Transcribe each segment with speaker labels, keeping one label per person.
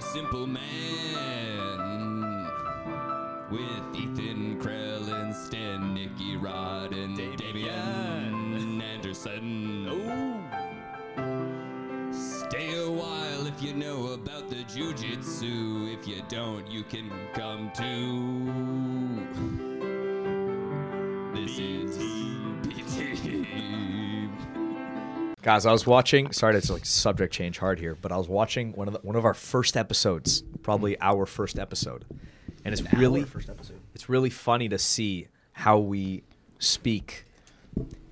Speaker 1: simple man with Ethan Krellensten, Nikki Rod, and Damian Anderson. Stay a while if you know about the jujitsu. If you don't, you can come too. This is PT.
Speaker 2: Guys, I was watching. Sorry, it's like subject change hard here, but I was watching one of the, one of our first episodes, probably our first episode, and it's really
Speaker 3: first episode.
Speaker 2: it's really funny to see how we speak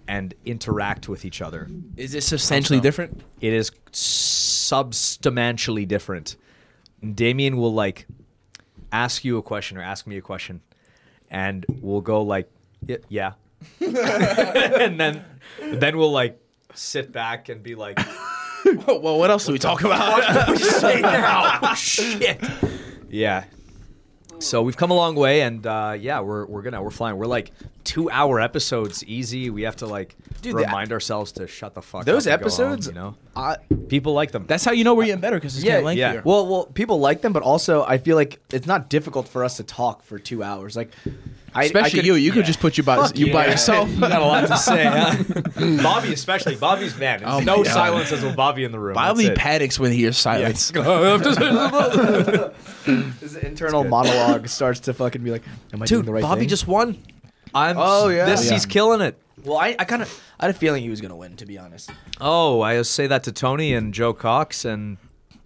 Speaker 2: and interact with each other.
Speaker 3: Is it substantially different?
Speaker 2: It is substantially different. Damien will like ask you a question or ask me a question, and we'll go like, "Y- "Yeah," and then then we'll like sit back and be like.
Speaker 3: well, what else do we talk about? Oh,
Speaker 2: Shit. Yeah. So we've come a long way, and uh, yeah, we're we're gonna we're flying. We're like two hour episodes, easy. We have to like
Speaker 3: Dude, the-
Speaker 2: remind ourselves to shut the fuck.
Speaker 3: Those
Speaker 2: up and go home,
Speaker 3: episodes,
Speaker 2: you know,
Speaker 3: I,
Speaker 2: people like them.
Speaker 3: that's how you know we're getting better because it's getting lengthier.
Speaker 2: yeah.
Speaker 4: Well, well, people like them, but also I feel like it's not difficult for us to talk for two hours. Like, I, I
Speaker 3: especially
Speaker 4: could-
Speaker 3: you. You could just put you by you by yourself.
Speaker 2: you got a lot to say. Huh? Bobby, especially Bobby's man.
Speaker 3: Oh my
Speaker 2: no
Speaker 3: God.
Speaker 2: silences with Bobby in the room.
Speaker 3: Bobby
Speaker 2: That's it.
Speaker 3: panics when he hears silence.
Speaker 4: His internal monologue starts to fucking be like, "Am I doing
Speaker 2: dude,
Speaker 4: the right
Speaker 2: Bobby
Speaker 4: thing?"
Speaker 2: just won. I'm.
Speaker 4: Oh, yeah.
Speaker 2: this
Speaker 4: Yeah.
Speaker 2: he's killing it.
Speaker 4: Well, I, I kind of I had a feeling he was gonna win, to be honest.
Speaker 2: Oh, I say that to Tony and Joe Cox and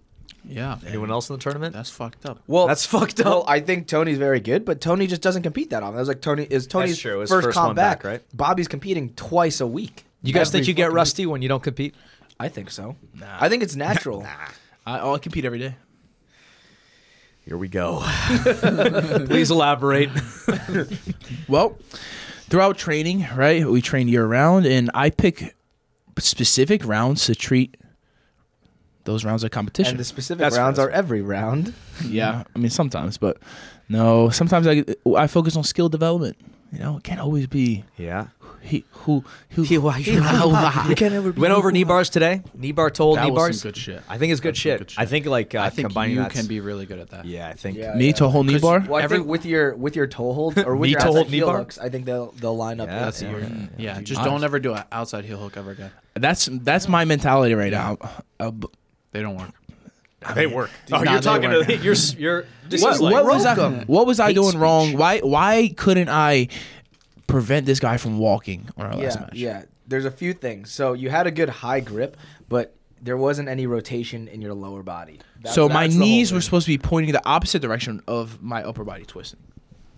Speaker 3: yeah, man.
Speaker 2: anyone else in the tournament.
Speaker 3: That's fucked up.
Speaker 4: Well,
Speaker 2: That's fucked up.
Speaker 4: Well, I think Tony's very good, but Tony just doesn't compete that often. I was like, Tony is Tony's
Speaker 2: true. His
Speaker 4: first,
Speaker 2: first
Speaker 4: comp
Speaker 2: one
Speaker 4: back,
Speaker 2: back, right?
Speaker 4: Bobby's competing twice a week.
Speaker 2: You guys
Speaker 4: Every
Speaker 2: think you get
Speaker 4: fucking week.
Speaker 2: rusty when you don't compete?
Speaker 4: I think so. I think it's natural.
Speaker 3: I, oh, I compete every day.
Speaker 2: Here we go. Please elaborate.
Speaker 3: Well, throughout training, right? We train year round, and I pick specific rounds to treat those rounds of competition.
Speaker 4: And the specific
Speaker 2: That's-
Speaker 4: rounds
Speaker 2: that's-
Speaker 4: are every round.
Speaker 3: Yeah, I mean sometimes, but no, sometimes I I focus on skill development. You know, it can't always be
Speaker 2: yeah.
Speaker 3: he who who
Speaker 4: You can't ever
Speaker 2: Went over knee bars today. Knee bar told
Speaker 5: That
Speaker 2: knee
Speaker 5: was some
Speaker 2: bars.
Speaker 5: good shit.
Speaker 2: I think it's good,
Speaker 5: That's some
Speaker 2: shit.
Speaker 5: good
Speaker 2: I think like uh,
Speaker 5: I think
Speaker 2: combining
Speaker 5: you
Speaker 2: that's-
Speaker 5: can be really good at that.
Speaker 2: Yeah, I think.
Speaker 4: Yeah.
Speaker 3: me to a whole knee bar.
Speaker 4: Well, I
Speaker 2: Every-
Speaker 4: think with your with your toe hold or with
Speaker 2: Knee
Speaker 4: your
Speaker 2: toe
Speaker 4: outside
Speaker 2: hold, knee
Speaker 4: heel
Speaker 2: bar?
Speaker 4: hooks, I think they'll they'll line up.
Speaker 2: Yeah,
Speaker 4: That's
Speaker 2: yeah.
Speaker 4: yours.
Speaker 5: Yeah, just
Speaker 3: Honest-
Speaker 5: don't ever do an outside heel hook ever again.
Speaker 3: That's that's my mentality right now. Uh, b-
Speaker 5: They don't work.
Speaker 2: They work. Oh,
Speaker 3: Nah, they work.
Speaker 2: you're s- you're. This
Speaker 3: what,
Speaker 2: is like-
Speaker 3: what was I, what was I
Speaker 2: Hate
Speaker 3: doing
Speaker 2: speech.
Speaker 3: wrong? Why why couldn't I prevent this guy from walking on our
Speaker 2: Oh,
Speaker 3: last
Speaker 4: Yeah,
Speaker 3: match?
Speaker 4: yeah. There's a few things. So you had a good high grip, but there wasn't any rotation in your lower body. That-
Speaker 3: so my
Speaker 4: that's the whole
Speaker 3: knees were
Speaker 4: thing.
Speaker 3: supposed to be pointing the opposite direction of my upper body twisting.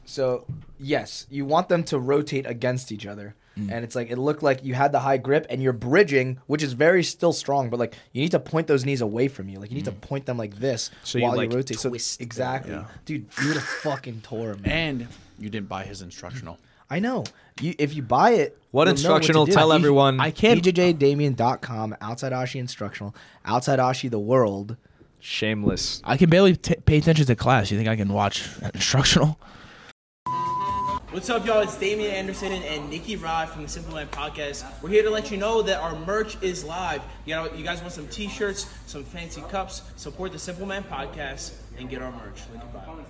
Speaker 4: So yes, you want them to rotate against each other,
Speaker 2: Mm.
Speaker 4: and it's like it looked like you had the high grip and you're bridging, which is very still strong, but like you need to point those knees away from you. Like you need to point them like this
Speaker 2: Mm. So you,
Speaker 4: while you,
Speaker 2: like,
Speaker 4: rotate. So
Speaker 2: twist them.
Speaker 4: exactly, dude, you would have fucking tore him. man.
Speaker 5: And you didn't buy his instructional.
Speaker 4: I know. You if you buy it,
Speaker 2: What
Speaker 4: you'll know to
Speaker 2: instructional?
Speaker 4: do.
Speaker 2: Tell everyone.
Speaker 3: I can't.
Speaker 4: BJJDamien.com, Outside Ashi Instructional, Outside Ashi The World.
Speaker 2: Shameless.
Speaker 3: I can barely t- pay attention to class. You think I can watch instructional?
Speaker 6: What's up, y'all? It's Damian Anderson and Nikki Rod from the Simple Land Podcast. We're here to let you know that our merch is live. You, know, you guys want some t-shirts, some fancy cups? Support the Simple Man Podcast and get our merch. Link in bio.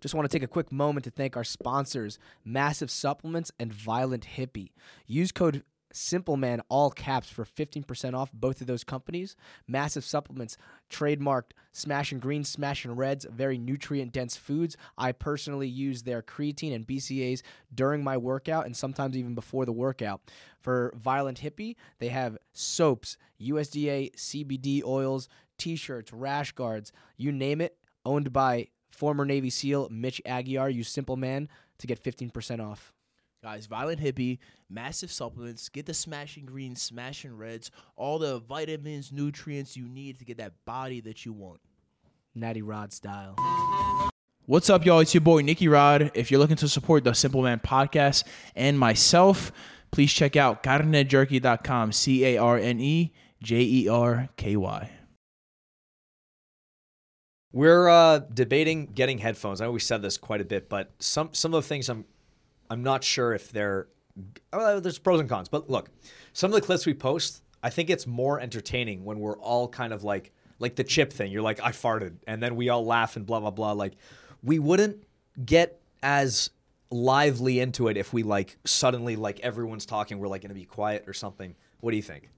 Speaker 4: Just want to take a quick moment to thank our sponsors, Massive Supplements and Violent Hippie. Use code SimpleMan, all caps, for 15% off both of those companies. Massive Supplements, trademarked Smashing Greens, Smashing Reds, very nutrient dense foods. I personally use their creatine and BCAs during my workout and sometimes even before the workout. For Violent Hippie, they have soaps, USDA CBD oils, t shirts, rash guards, you name it, owned by former Navy SEAL Mitch Aguiar, you simple man, to get 15% off.
Speaker 3: Guys, Violent Hippie, massive supplements. Get the Smashing Greens, Smashing Reds, all the vitamins, nutrients you need to get that body that you want.
Speaker 4: Natty Rod style.
Speaker 3: What's up, y'all? It's your boy, Nikki Rod. If you're looking to support the Simple Man podcast and myself, please check out carnejerky.com, C A R N E J E R K Y.
Speaker 2: We're uh, debating getting headphones. I know we said this quite a bit, but some some of the things I'm I'm not sure if they're uh, there's pros and cons. But look, some of the clips we post, I I think it's more entertaining when we're all kind of like like the chip thing. You're like I farted, and then we all laugh and blah blah blah. Like we wouldn't get as lively into it if we like suddenly like everyone's talking. We're like going to be quiet or something. What do you think?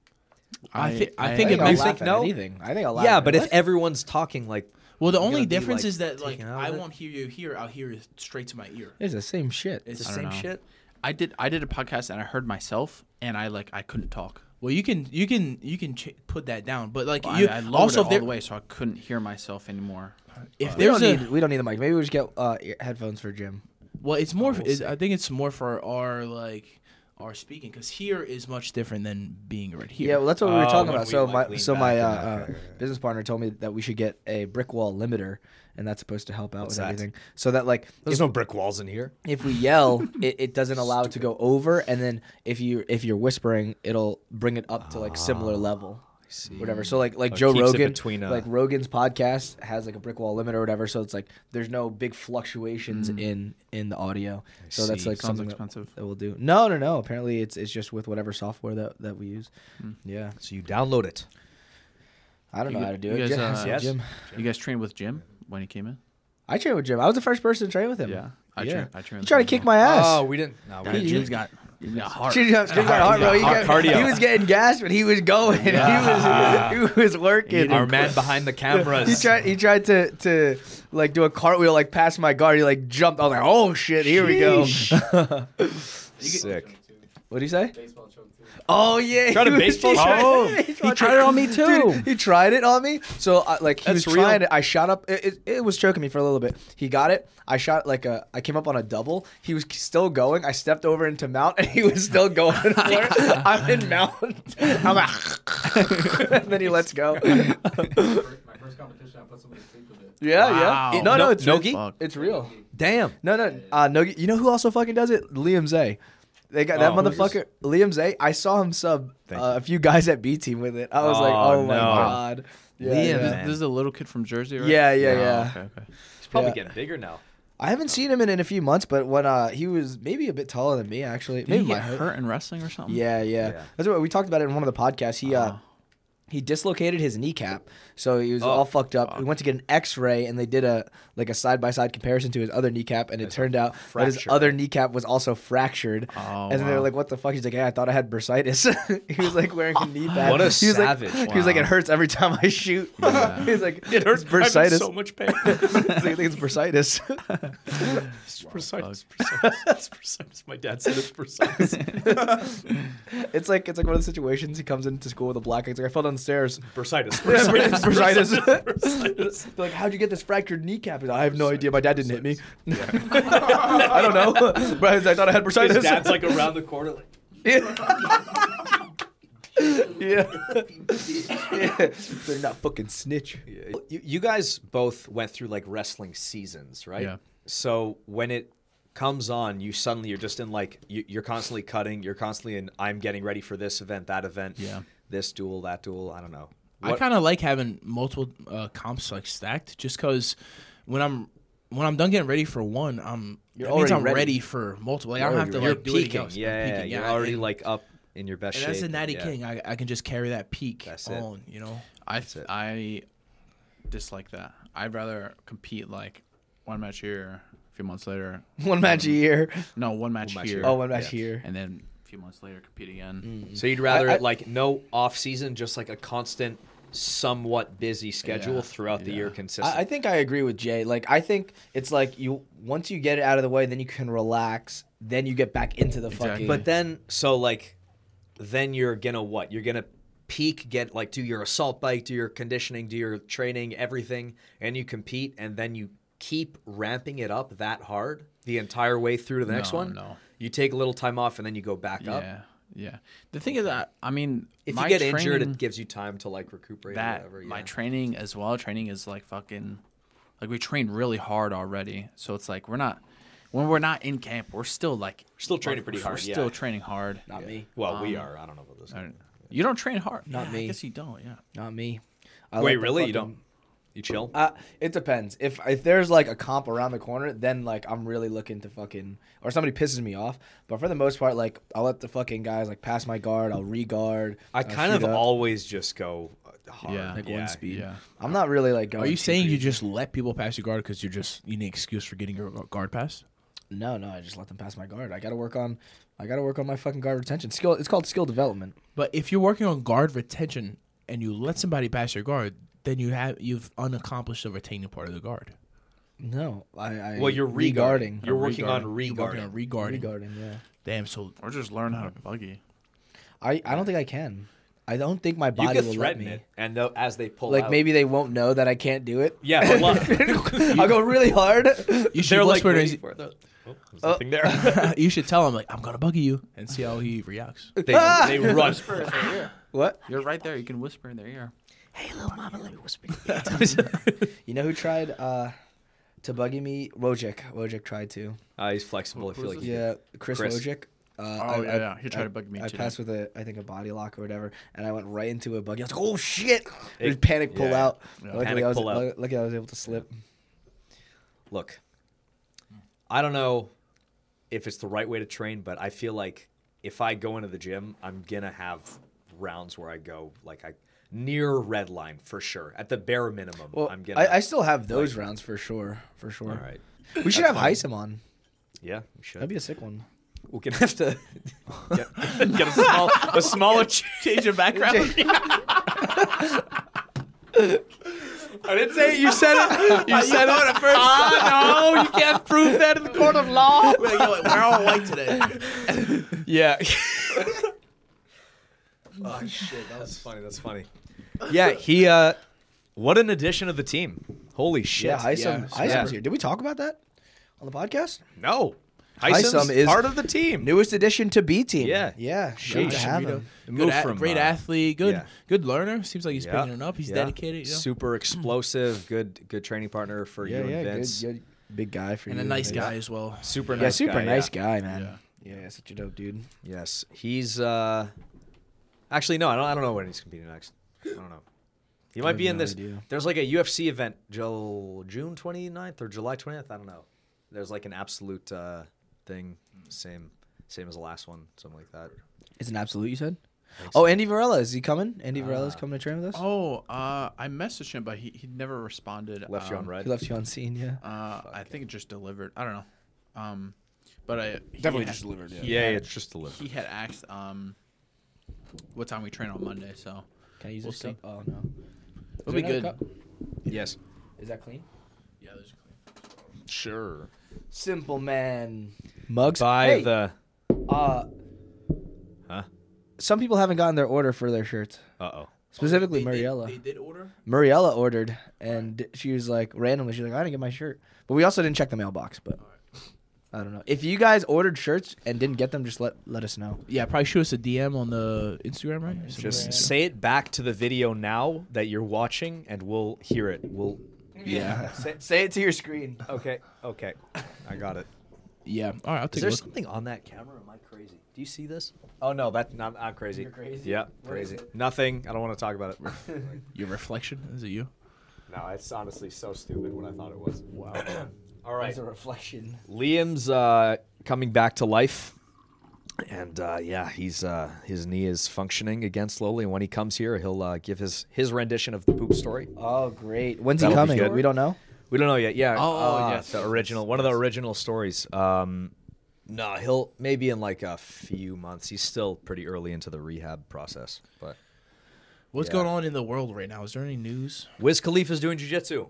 Speaker 3: I, thi- I,
Speaker 5: I-
Speaker 3: think it
Speaker 4: I think I'll
Speaker 3: makes.
Speaker 4: laugh
Speaker 2: think
Speaker 4: at
Speaker 2: no?
Speaker 4: anything. I think I'll laugh
Speaker 2: yeah,
Speaker 4: at
Speaker 2: but
Speaker 4: it.
Speaker 2: if everyone's talking, like
Speaker 3: Well, the
Speaker 2: I'm
Speaker 3: only
Speaker 2: gonna be,
Speaker 3: difference
Speaker 2: like,
Speaker 3: is that like
Speaker 2: taken out of
Speaker 3: I
Speaker 2: it.
Speaker 3: won't hear you here. I'll hear it straight to my ear.
Speaker 4: It's the same shit.
Speaker 2: the
Speaker 5: I
Speaker 2: same
Speaker 5: don't know.
Speaker 2: shit.
Speaker 5: I did. I did a podcast and I heard myself and I like I couldn't talk.
Speaker 3: Well, you can you can you can ch- put that down, but like
Speaker 5: I-
Speaker 3: you
Speaker 5: I, lowered
Speaker 3: also
Speaker 5: it
Speaker 3: if
Speaker 5: all
Speaker 3: there-
Speaker 5: the way, so I couldn't hear myself anymore.
Speaker 3: if
Speaker 4: we don't
Speaker 3: there's a
Speaker 4: need we don't need the mic. Maybe we just get uh, ear- headphones for Jim.
Speaker 3: well, it's more. it- I think it's more for our like our speaking because here is much different than being right here.
Speaker 4: Yeah, well, that's what we
Speaker 2: Oh,
Speaker 4: were talking
Speaker 2: when
Speaker 4: about.
Speaker 2: we,
Speaker 4: So
Speaker 2: like,
Speaker 4: my
Speaker 2: lean
Speaker 4: so
Speaker 2: back
Speaker 4: my
Speaker 2: and
Speaker 4: uh,
Speaker 2: that.
Speaker 4: uh, business partner told me that we should get a brick wall limiter, and that's supposed to help out with
Speaker 2: that?
Speaker 4: everything. So that like
Speaker 2: There's no brick walls in here.
Speaker 4: if we yell, it, it doesn't allow it to go over, and then if you if you're whispering, it'll bring it up to like
Speaker 2: Ah,
Speaker 4: similar level. Whatever. So like like
Speaker 2: Oh, it
Speaker 4: Joe
Speaker 2: keeps it
Speaker 4: Rogan,
Speaker 2: between, uh,
Speaker 4: like Rogan's podcast has like a brick wall limit or whatever. So it's like there's no big fluctuations in in the audio. So that's
Speaker 2: Hmm. see.
Speaker 4: like
Speaker 5: Sounds
Speaker 4: something that-
Speaker 5: expensive.
Speaker 4: That, we'll do. No, no, no. Apparently it's it's just with whatever software that that we use.
Speaker 2: Hmm.
Speaker 4: Yeah,
Speaker 2: So you download it.
Speaker 4: I don't know
Speaker 5: You-
Speaker 4: how to do
Speaker 5: you
Speaker 4: it.
Speaker 5: guys,
Speaker 4: Just
Speaker 5: uh,
Speaker 4: ask
Speaker 2: Yes.
Speaker 4: Jim.
Speaker 5: You guys trained with Jim when he came in?
Speaker 4: I trained with Jim. I was the first person to train with him.
Speaker 5: Yeah, I
Speaker 4: yeah.
Speaker 5: trained- I trained
Speaker 4: You
Speaker 5: with
Speaker 4: tried to
Speaker 5: him as
Speaker 4: kick
Speaker 5: well.
Speaker 4: my ass.
Speaker 2: Oh, we didn't. No, we
Speaker 5: Yeah,
Speaker 2: didn't.
Speaker 5: Jim's got, Jim's got heart.
Speaker 4: Jim's got, Jim's got heart, bro. He,
Speaker 2: Heart-
Speaker 4: got-
Speaker 2: cardio.
Speaker 4: he was getting gas, but he was going. He was he was working.
Speaker 2: Our man behind the cameras.
Speaker 4: He tried he tried to to like do a cartwheel like past my guard. He like jumped. I was like, oh shit, here we go.
Speaker 2: Sick.
Speaker 4: What do you say? Oh yeah,
Speaker 2: Tried a
Speaker 4: he was-
Speaker 2: baseball
Speaker 4: he
Speaker 2: shot?
Speaker 4: tried- Oh. he tried it on me too. he tried it on me. So I, like he
Speaker 2: That's
Speaker 4: was
Speaker 2: real.
Speaker 4: trying it. I shot up. It, it, it was choking me for a little bit. He got it. I shot like a. I came up on a double. He was still going. I stepped over into mount, and he was still going. for it. I'm in mount. I'm like, and then he lets go. yeah,
Speaker 7: My first competition, I put somebody to sleep with it.
Speaker 4: yeah. no, no, it's
Speaker 2: Nogi?
Speaker 4: Real. It's real.
Speaker 2: Damn.
Speaker 4: No, no, uh, no. You know who also fucking does it? Liam Zay. They got that
Speaker 2: Oh.
Speaker 4: motherfucker, Liam Zay. I saw him sub
Speaker 2: Thank
Speaker 4: uh, a few guys at B team with it. I was like,
Speaker 2: Oh,
Speaker 4: oh my
Speaker 2: no.
Speaker 4: god, yeah,
Speaker 2: Liam.
Speaker 4: yeah.
Speaker 5: This,
Speaker 2: Man.
Speaker 5: this is the little kid from Jersey, right?
Speaker 4: Yeah, yeah,
Speaker 5: Oh,
Speaker 4: yeah.
Speaker 5: Okay, okay.
Speaker 2: He's probably
Speaker 4: Yeah.
Speaker 2: getting bigger now.
Speaker 4: I haven't seen him in, in a few months, but when uh, he was maybe a bit taller than me, actually,
Speaker 5: Did
Speaker 4: maybe
Speaker 5: he
Speaker 4: my
Speaker 5: get
Speaker 4: height.
Speaker 5: hurt in wrestling or something?
Speaker 4: Yeah, yeah,
Speaker 2: Yeah.
Speaker 4: That's what we talked about it in one of the podcasts. He uh,
Speaker 5: Oh.
Speaker 4: he dislocated his kneecap, so he was
Speaker 2: Oh,
Speaker 4: all fucked up. He went to get an X-ray, and they did a like a side-by-side comparison to his other kneecap, and it turned out that his
Speaker 2: fracture.
Speaker 4: other kneecap was also fractured.
Speaker 5: Oh,
Speaker 4: and then they were
Speaker 5: wow.
Speaker 4: like, "What the fuck?" He's like, "Hey, I thought I had bursitis." he was like wearing a knee pad.
Speaker 2: What a
Speaker 4: he was like-
Speaker 2: savage.
Speaker 4: He was like, "It hurts every time I shoot." he was like, "It hurts bursitis."
Speaker 2: so much pain.
Speaker 4: He's like, I think it's bursitis.
Speaker 2: Precise, precise, precise. My dad said it's precise.
Speaker 4: it's like it's like one of the situations he comes into school with a black. eye. He's like, I fell down the stairs.
Speaker 2: Bursitis.
Speaker 4: Bursitis.
Speaker 2: bursitis,
Speaker 4: They're like, how'd you get this fractured kneecap? He's like, I have no idea. My dad didn't hit me. I don't know. But I was- I thought I had bursitis.
Speaker 2: His dad's like around the corner. Like,
Speaker 4: yeah. yeah. They're not fucking snitch.
Speaker 2: you, you guys both went through like wrestling seasons, right?
Speaker 5: Yeah.
Speaker 2: So when it comes on, you suddenly you're just in like you, you're constantly cutting. You're constantly in. I'm getting ready for this event, that event.
Speaker 5: Yeah.
Speaker 2: This duel, that duel. I don't know.
Speaker 3: I kind of like having multiple uh, comps like stacked, just because when I'm when I'm done getting ready for one, I'm
Speaker 4: You're
Speaker 3: that means
Speaker 4: already
Speaker 3: I'm ready.
Speaker 4: ready.
Speaker 3: for multiple. Like I don't have to
Speaker 2: you're
Speaker 3: like do anything
Speaker 2: peaking.
Speaker 3: else. I'm
Speaker 2: Yeah,
Speaker 3: peaking,
Speaker 2: You're already
Speaker 3: and,
Speaker 2: like up in your best
Speaker 3: and
Speaker 2: shape.
Speaker 3: that's the natty
Speaker 2: Yeah.
Speaker 3: king. I, I can just carry that peak
Speaker 2: That's it.
Speaker 3: on. You know,
Speaker 5: I I dislike that. I'd rather compete like one match here, a few months later.
Speaker 4: One match a year.
Speaker 5: No, one match,
Speaker 2: match
Speaker 5: here.
Speaker 2: here.
Speaker 4: Oh, one match
Speaker 2: Yeah.
Speaker 4: a year.
Speaker 5: And then a few months later, compete again.
Speaker 2: So you'd rather
Speaker 4: I- I-
Speaker 2: like no off season, just like a constant, somewhat busy schedule
Speaker 5: Yeah,
Speaker 2: throughout the
Speaker 5: yeah.
Speaker 2: year, consistent.
Speaker 4: I, I think I agree with Jay. Like I think it's like you once you get it out of the way, then you can relax. Then you get back into the
Speaker 5: Exactly.
Speaker 4: fucking.
Speaker 2: But then, so like, then you're gonna what? You're gonna peak, get like, do your assault bike, do your conditioning, do your training, everything, and you compete, and then you keep ramping it up that hard the entire way through to the next
Speaker 5: No,
Speaker 2: one.
Speaker 5: no.
Speaker 2: You take a little time off, and then you go back up.
Speaker 5: Yeah, yeah. The thing is, I, I mean,
Speaker 2: If
Speaker 5: my
Speaker 2: you get injured,
Speaker 5: training-
Speaker 2: it gives you time to like recuperate. or
Speaker 5: that
Speaker 2: whatever,
Speaker 5: my
Speaker 2: yeah.
Speaker 5: training as well. Training is like fucking, like we train really hard already. So it's like we're not when we're not in camp, we're still like we're
Speaker 2: still training pretty hard,
Speaker 5: We're
Speaker 2: yeah.
Speaker 5: still training hard.
Speaker 4: not me.
Speaker 2: well, we
Speaker 5: Um,
Speaker 2: are. I don't know about this.
Speaker 5: I don't- You don't train hard.
Speaker 4: Not
Speaker 5: Yeah,
Speaker 4: me.
Speaker 5: I guess you don't. Yeah.
Speaker 4: Not me. I
Speaker 2: Wait,
Speaker 4: let the
Speaker 2: really? You
Speaker 4: fucking-
Speaker 2: don't? You chill.
Speaker 4: Uh, it depends. If if there's like a comp around the corner, then like I'm really looking to fucking or somebody pisses me off. But for the most part, like I'll let the fucking guys like pass my guard. I'll re-guard.
Speaker 2: I
Speaker 4: I'll
Speaker 2: kind
Speaker 4: shoot
Speaker 2: of
Speaker 4: up,
Speaker 2: always just go uh, hard.
Speaker 3: Yeah.
Speaker 4: like
Speaker 2: Yeah,
Speaker 4: one speed.
Speaker 3: yeah.
Speaker 4: I'm not really like going.
Speaker 8: Are you
Speaker 4: too
Speaker 8: saying you
Speaker 4: crazy.
Speaker 8: just let people pass your guard because you're just you need an excuse for getting your guard passed?
Speaker 4: No, no. I just let them pass my guard. I gotta work on. I gotta work on my fucking guard retention skill. It's called skill development.
Speaker 8: But if you're working on guard retention and you let somebody pass your guard, then you have you've unaccomplished the retaining part of the guard.
Speaker 4: No, I. I
Speaker 2: Well, you're regarding.
Speaker 4: re-guarding.
Speaker 2: You're working on
Speaker 8: You're working
Speaker 2: regarding.
Speaker 8: on regarding.
Speaker 4: Re-guarding, Yeah.
Speaker 8: Damn, so
Speaker 3: Or just learn how to buggy.
Speaker 4: I I don't think I can. I don't think my
Speaker 2: You
Speaker 4: body
Speaker 2: can
Speaker 4: will let
Speaker 2: threaten
Speaker 4: me.
Speaker 2: it, and they'll- as they pull
Speaker 4: Like
Speaker 2: out-
Speaker 4: maybe they won't know that I can't do it.
Speaker 2: Yeah, but look,
Speaker 4: I'll go really hard.
Speaker 8: you should
Speaker 2: they're like
Speaker 8: whisper to
Speaker 2: waiting
Speaker 8: his-
Speaker 2: for the. Oh, there's nothing there.
Speaker 8: you should tell him like I'm gonna buggy you and see how he reacts.
Speaker 2: they, they run.
Speaker 4: what?
Speaker 3: You're right there. You can whisper in their ear.
Speaker 4: You know who tried uh, to buggy me? Wojcik. Wojcik tried to.
Speaker 2: Uh, he's flexible. I feel like.
Speaker 4: Yeah, Chris,
Speaker 2: Chris.
Speaker 4: Wojcik. Uh, oh
Speaker 3: yeah, yeah, he tried to buggy me
Speaker 4: I
Speaker 3: too.
Speaker 4: passed with a, I think a body lock or whatever, and I went right into a buggy. I was like, "Oh shit!" There's panic pull
Speaker 2: yeah.
Speaker 4: out. Luckily,
Speaker 2: Panic
Speaker 4: I was,
Speaker 2: pull out.
Speaker 4: lu- Luckily, I was able to slip.
Speaker 2: Look, I don't know if it's the right way to train, but I feel like if I go into the gym, I'm gonna have rounds where I go like I near red line for sure. At the bare minimum,
Speaker 4: Well,
Speaker 2: I'm
Speaker 4: i
Speaker 2: gonna.
Speaker 4: I, still have those rounds for sure, for sure.
Speaker 2: all right.
Speaker 4: We should have Heisem on.
Speaker 2: Yeah, we should.
Speaker 4: That'd be a sick one.
Speaker 2: We're gonna have to get, get a, small, a smaller change of background. I didn't say it. You said it. You said it at first. Ah, no, you can't prove that in the court of law.
Speaker 3: we're all white today.
Speaker 2: Yeah. oh shit, that was funny. That's funny. Yeah, he. uh What an addition of the team. Holy shit.
Speaker 4: Yeah, Heisem.
Speaker 8: yeah,
Speaker 4: Heisem's
Speaker 2: yeah.
Speaker 4: here. Did we talk about that on the podcast?
Speaker 2: No,
Speaker 4: Heisem
Speaker 2: Heisem
Speaker 4: is-
Speaker 2: is part of the team.
Speaker 4: Newest addition to B team.
Speaker 2: Yeah.
Speaker 4: yeah.
Speaker 2: Sheesh.
Speaker 4: Good to have him.
Speaker 8: Good
Speaker 2: Moved
Speaker 8: a-
Speaker 2: from,
Speaker 8: great
Speaker 2: uh,
Speaker 8: athlete, good
Speaker 2: yeah.
Speaker 8: good learner. Seems like he's
Speaker 2: Yeah,
Speaker 8: picking it up. He's
Speaker 2: yeah.
Speaker 8: dedicated, you know?
Speaker 2: Super explosive. Good good training partner for you and Vince.
Speaker 4: good, good, big guy for
Speaker 8: and
Speaker 4: you.
Speaker 8: a nice
Speaker 4: Vince.
Speaker 8: guy as well.
Speaker 2: Super
Speaker 4: Yeah,
Speaker 2: nice.
Speaker 4: super
Speaker 2: guy,
Speaker 4: nice
Speaker 2: yeah.
Speaker 4: guy, man. Yeah. such a dope dude.
Speaker 2: Yes, he's. uh Actually, no, I don't. I don't know when he's competing next. I don't know. He might
Speaker 4: have
Speaker 2: be in
Speaker 4: no
Speaker 2: this.
Speaker 4: idea.
Speaker 2: There's like a UFC event, Jul- June 29th or July 20th. I don't know. There's like an absolute uh thing, same same as the last one, something like that.
Speaker 4: It's an absolute, you said? Oh, Andy Varela. Is he coming? Andy Varela's coming to train with us?
Speaker 3: Oh, uh, I messaged him, but he, he never responded.
Speaker 2: Left you on
Speaker 3: um,
Speaker 2: red.
Speaker 4: He left you on scene, yeah.
Speaker 3: Uh, I think it just delivered. I don't know. Um, but I he
Speaker 8: Definitely
Speaker 3: had-
Speaker 8: just delivered, yeah.
Speaker 3: he had-
Speaker 2: just a
Speaker 3: He had asked um, what time we train on Monday, so
Speaker 4: Can I use
Speaker 3: we'll
Speaker 4: this
Speaker 3: see.
Speaker 4: cup? Oh, no.
Speaker 3: it'll be
Speaker 4: another
Speaker 3: good.
Speaker 4: cup?
Speaker 2: Yes.
Speaker 4: Is that clean?
Speaker 3: Yeah, there's
Speaker 2: Sure.
Speaker 4: Simple man. Mugs?
Speaker 2: By
Speaker 4: Hey,
Speaker 2: the.
Speaker 4: Uh,
Speaker 2: Huh?
Speaker 4: Some people haven't gotten their order for their shirts.
Speaker 2: Uh oh.
Speaker 4: Specifically,
Speaker 3: They-
Speaker 4: Mariella.
Speaker 3: They, did order.
Speaker 4: Mariella ordered, and she was like, randomly, she was like, I didn't get my shirt. But we also didn't check the mailbox, but I don't know. If you guys ordered shirts and didn't get them, just let let us know.
Speaker 8: Yeah, probably shoot us a DM on the Instagram, right?
Speaker 2: Just say it back to the video now that you're watching, and we'll hear it. We'll.
Speaker 4: Yeah. say, say it to your screen.
Speaker 2: Okay. Okay. I got it.
Speaker 8: yeah. All right, I'll
Speaker 2: Is
Speaker 8: take a
Speaker 2: there
Speaker 8: look.
Speaker 2: something on that camera? Am I crazy? Do you see this? Oh no, that no, I'm, I'm crazy. You're
Speaker 4: crazy?
Speaker 2: Yeah,
Speaker 4: What is
Speaker 2: crazy. Nothing. I don't want to talk about it.
Speaker 8: Your reflection? Is it you?
Speaker 2: no, it's honestly so stupid what I thought it was. Wow. All right,
Speaker 4: It's a reflection.
Speaker 2: Liam's uh, coming back to life, and uh, yeah, he's uh, his knee is functioning again slowly. And when he comes here, he'll uh, give his his rendition of the poop story.
Speaker 4: Oh, great. When's he
Speaker 2: That'll be
Speaker 4: coming?
Speaker 2: good.
Speaker 4: We don't know.
Speaker 2: We don't know yet. Yeah.
Speaker 3: Oh, oh,
Speaker 2: uh,
Speaker 3: yes,
Speaker 2: The
Speaker 3: yes,
Speaker 2: original, one of the original stories. Um, no, he'll maybe in like a few months. He's still pretty early into the rehab process, but.
Speaker 8: What's
Speaker 2: Yeah.
Speaker 8: going on in the world right now? Is there any news?
Speaker 2: Wiz Khalifa's doing jujitsu.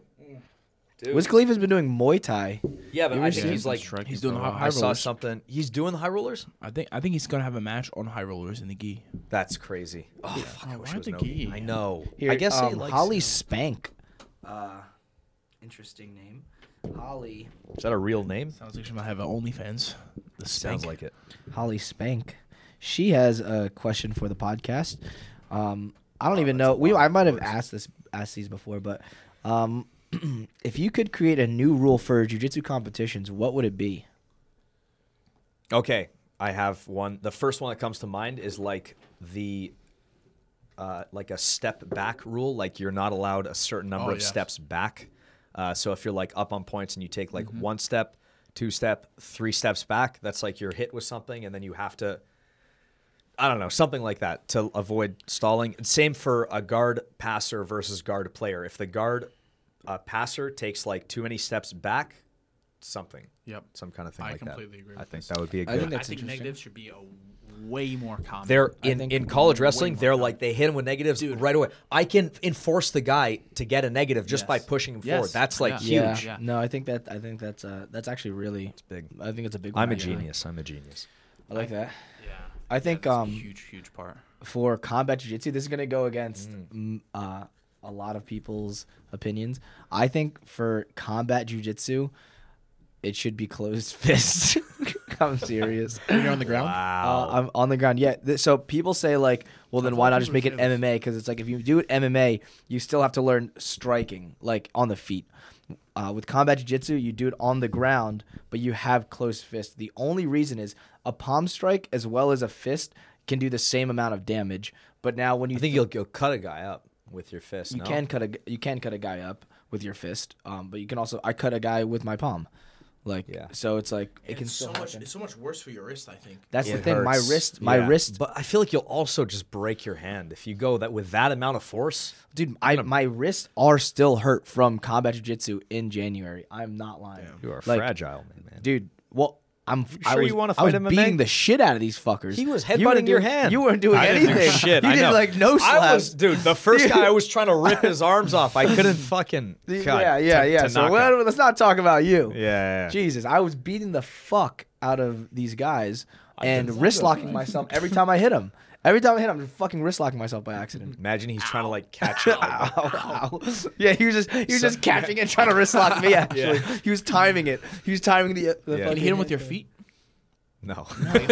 Speaker 2: Dude.
Speaker 4: Wiz Khalifa's been doing Muay Thai.
Speaker 2: yeah, but
Speaker 4: you
Speaker 2: I
Speaker 4: ever
Speaker 2: think
Speaker 4: seen
Speaker 2: he's
Speaker 4: him
Speaker 2: like
Speaker 3: striking
Speaker 8: He's doing
Speaker 3: for
Speaker 8: the high,
Speaker 3: a while.
Speaker 8: high
Speaker 2: I saw
Speaker 8: rollers.
Speaker 2: something. He's doing the high rollers.
Speaker 8: I think I think he's gonna have a match on high rollers in the gi.
Speaker 2: That's crazy. Oh, fuck, I
Speaker 3: why
Speaker 2: wish it was
Speaker 3: the
Speaker 2: no-
Speaker 3: gi?
Speaker 2: I know.
Speaker 4: Here,
Speaker 2: I guess he
Speaker 4: um,
Speaker 2: likes
Speaker 4: Holly Spank. Uh, interesting name. Holly.
Speaker 2: Is that a real name?
Speaker 8: Sounds like she might have an OnlyFans. The
Speaker 2: Sounds
Speaker 8: spank.
Speaker 2: like it.
Speaker 4: Holly Spank. She has a question for the podcast. Um, I
Speaker 2: Oh,
Speaker 4: don't even know. We I might have asked this asked these before, but um, if you could create a new rule for jujitsu competitions, what would it be?
Speaker 2: Okay, I have one. The first one that comes to mind is like the uh, like a step back rule. Like you're not allowed a certain number
Speaker 3: Oh,
Speaker 2: of
Speaker 3: yes.
Speaker 2: steps back. Uh, so if you're like up on points and you take like
Speaker 3: Mm-hmm.
Speaker 2: one step, two step, three steps back, that's like you're hit with something, and then you have to. I don't know, something like that to avoid stalling. Same for a guard passer versus guard player. If the guard uh, passer takes like too many steps back, something.
Speaker 3: Yep.
Speaker 2: Some kind of thing
Speaker 3: I
Speaker 2: like
Speaker 3: completely
Speaker 2: that.
Speaker 3: agree
Speaker 2: I
Speaker 3: with
Speaker 2: think
Speaker 3: this.
Speaker 2: that would be a
Speaker 4: I
Speaker 2: good.
Speaker 4: think
Speaker 3: I
Speaker 4: that's
Speaker 3: think
Speaker 4: interesting.
Speaker 3: negatives should be a way more common.
Speaker 2: They're in,
Speaker 4: think
Speaker 2: in college
Speaker 3: way
Speaker 2: wrestling.
Speaker 3: more
Speaker 2: They're
Speaker 3: common.
Speaker 2: like they hit him with negatives right away. I can enforce the guy to get a negative just by
Speaker 3: Yes.
Speaker 2: pushing him
Speaker 3: Yes.
Speaker 2: forward. That's like
Speaker 3: Yeah.
Speaker 2: huge.
Speaker 3: huge. Yeah.
Speaker 4: No, I think that I think that's uh that's actually really it's
Speaker 2: big.
Speaker 4: I think it's a big.
Speaker 2: I'm a
Speaker 4: one, actually.
Speaker 2: genius. I'm a genius.
Speaker 4: I like that.
Speaker 3: yeah.
Speaker 4: I think
Speaker 3: that's a
Speaker 4: um
Speaker 3: huge, huge part.
Speaker 4: for combat jiu-jitsu this is going to go against mm. uh, a lot of people's opinions i think for combat jiu-jitsu it should be closed fist i'm serious
Speaker 3: You're on the ground.
Speaker 2: Wow.
Speaker 4: uh, i'm on the ground yeah th- so people say like well then why not just make it mma because it's like if you do it mma you still have to learn striking like on the feet uh, with combat jiu-jitsu you do it on the ground but you have closed fist the only reason is a palm strike as well as a fist can do the same amount of damage but now when you
Speaker 2: you think you'll, you'll cut a guy up with your fist?
Speaker 4: you
Speaker 2: no?
Speaker 4: can cut a g- you can cut a guy up with your fist, um, but you can also I cut a guy with my palm, like
Speaker 2: Yeah.
Speaker 4: so it's like it
Speaker 9: And
Speaker 4: can
Speaker 9: it's so
Speaker 4: still
Speaker 9: much.
Speaker 4: happen.
Speaker 9: It's so much worse for your wrist. I think.
Speaker 4: That's the
Speaker 2: It
Speaker 4: thing. My
Speaker 2: hurts.
Speaker 4: wrist, my
Speaker 2: Yeah.
Speaker 4: wrist,
Speaker 2: But I feel like you'll also just break your hand if you go that with that amount of force.
Speaker 4: dude. I my wrists are still hurt from combat jiu-jitsu in January. I'm not lying.
Speaker 2: You are
Speaker 4: Like,
Speaker 2: fragile, man.
Speaker 4: dude. Well. I'm I
Speaker 2: sure
Speaker 4: was,
Speaker 2: you wanna
Speaker 4: I was
Speaker 2: fight MMA?
Speaker 4: beating the shit out of these fuckers.
Speaker 2: He was
Speaker 4: You weren't
Speaker 2: headbutting your
Speaker 4: doing-
Speaker 2: hand.
Speaker 4: You weren't doing
Speaker 2: I didn't
Speaker 4: anything.
Speaker 2: do shit.
Speaker 4: You
Speaker 2: I
Speaker 4: did
Speaker 2: know.
Speaker 4: like no slaps.
Speaker 2: I was, dude. The first guy I was trying to rip his arms off. I couldn't fucking. God,
Speaker 4: yeah, yeah,
Speaker 2: to-
Speaker 4: yeah.
Speaker 2: to
Speaker 4: so
Speaker 2: knock
Speaker 4: well,
Speaker 2: him.
Speaker 4: let's not talk about you.
Speaker 2: Yeah, yeah, yeah.
Speaker 4: Jesus, I was beating the fuck out of these guys and wrist locking myself every time I hit them. Every time I hit them, I'm just fucking wrist locking myself by accident.
Speaker 2: Imagine he's trying to like catch you.
Speaker 4: Ow, ow. Yeah, he was just he was just catching it, trying to wrist lock me. Actually, he was timing it. He was timing the. uh, the
Speaker 2: Yeah.
Speaker 4: fucking-
Speaker 3: You hit him with your feet.
Speaker 2: No.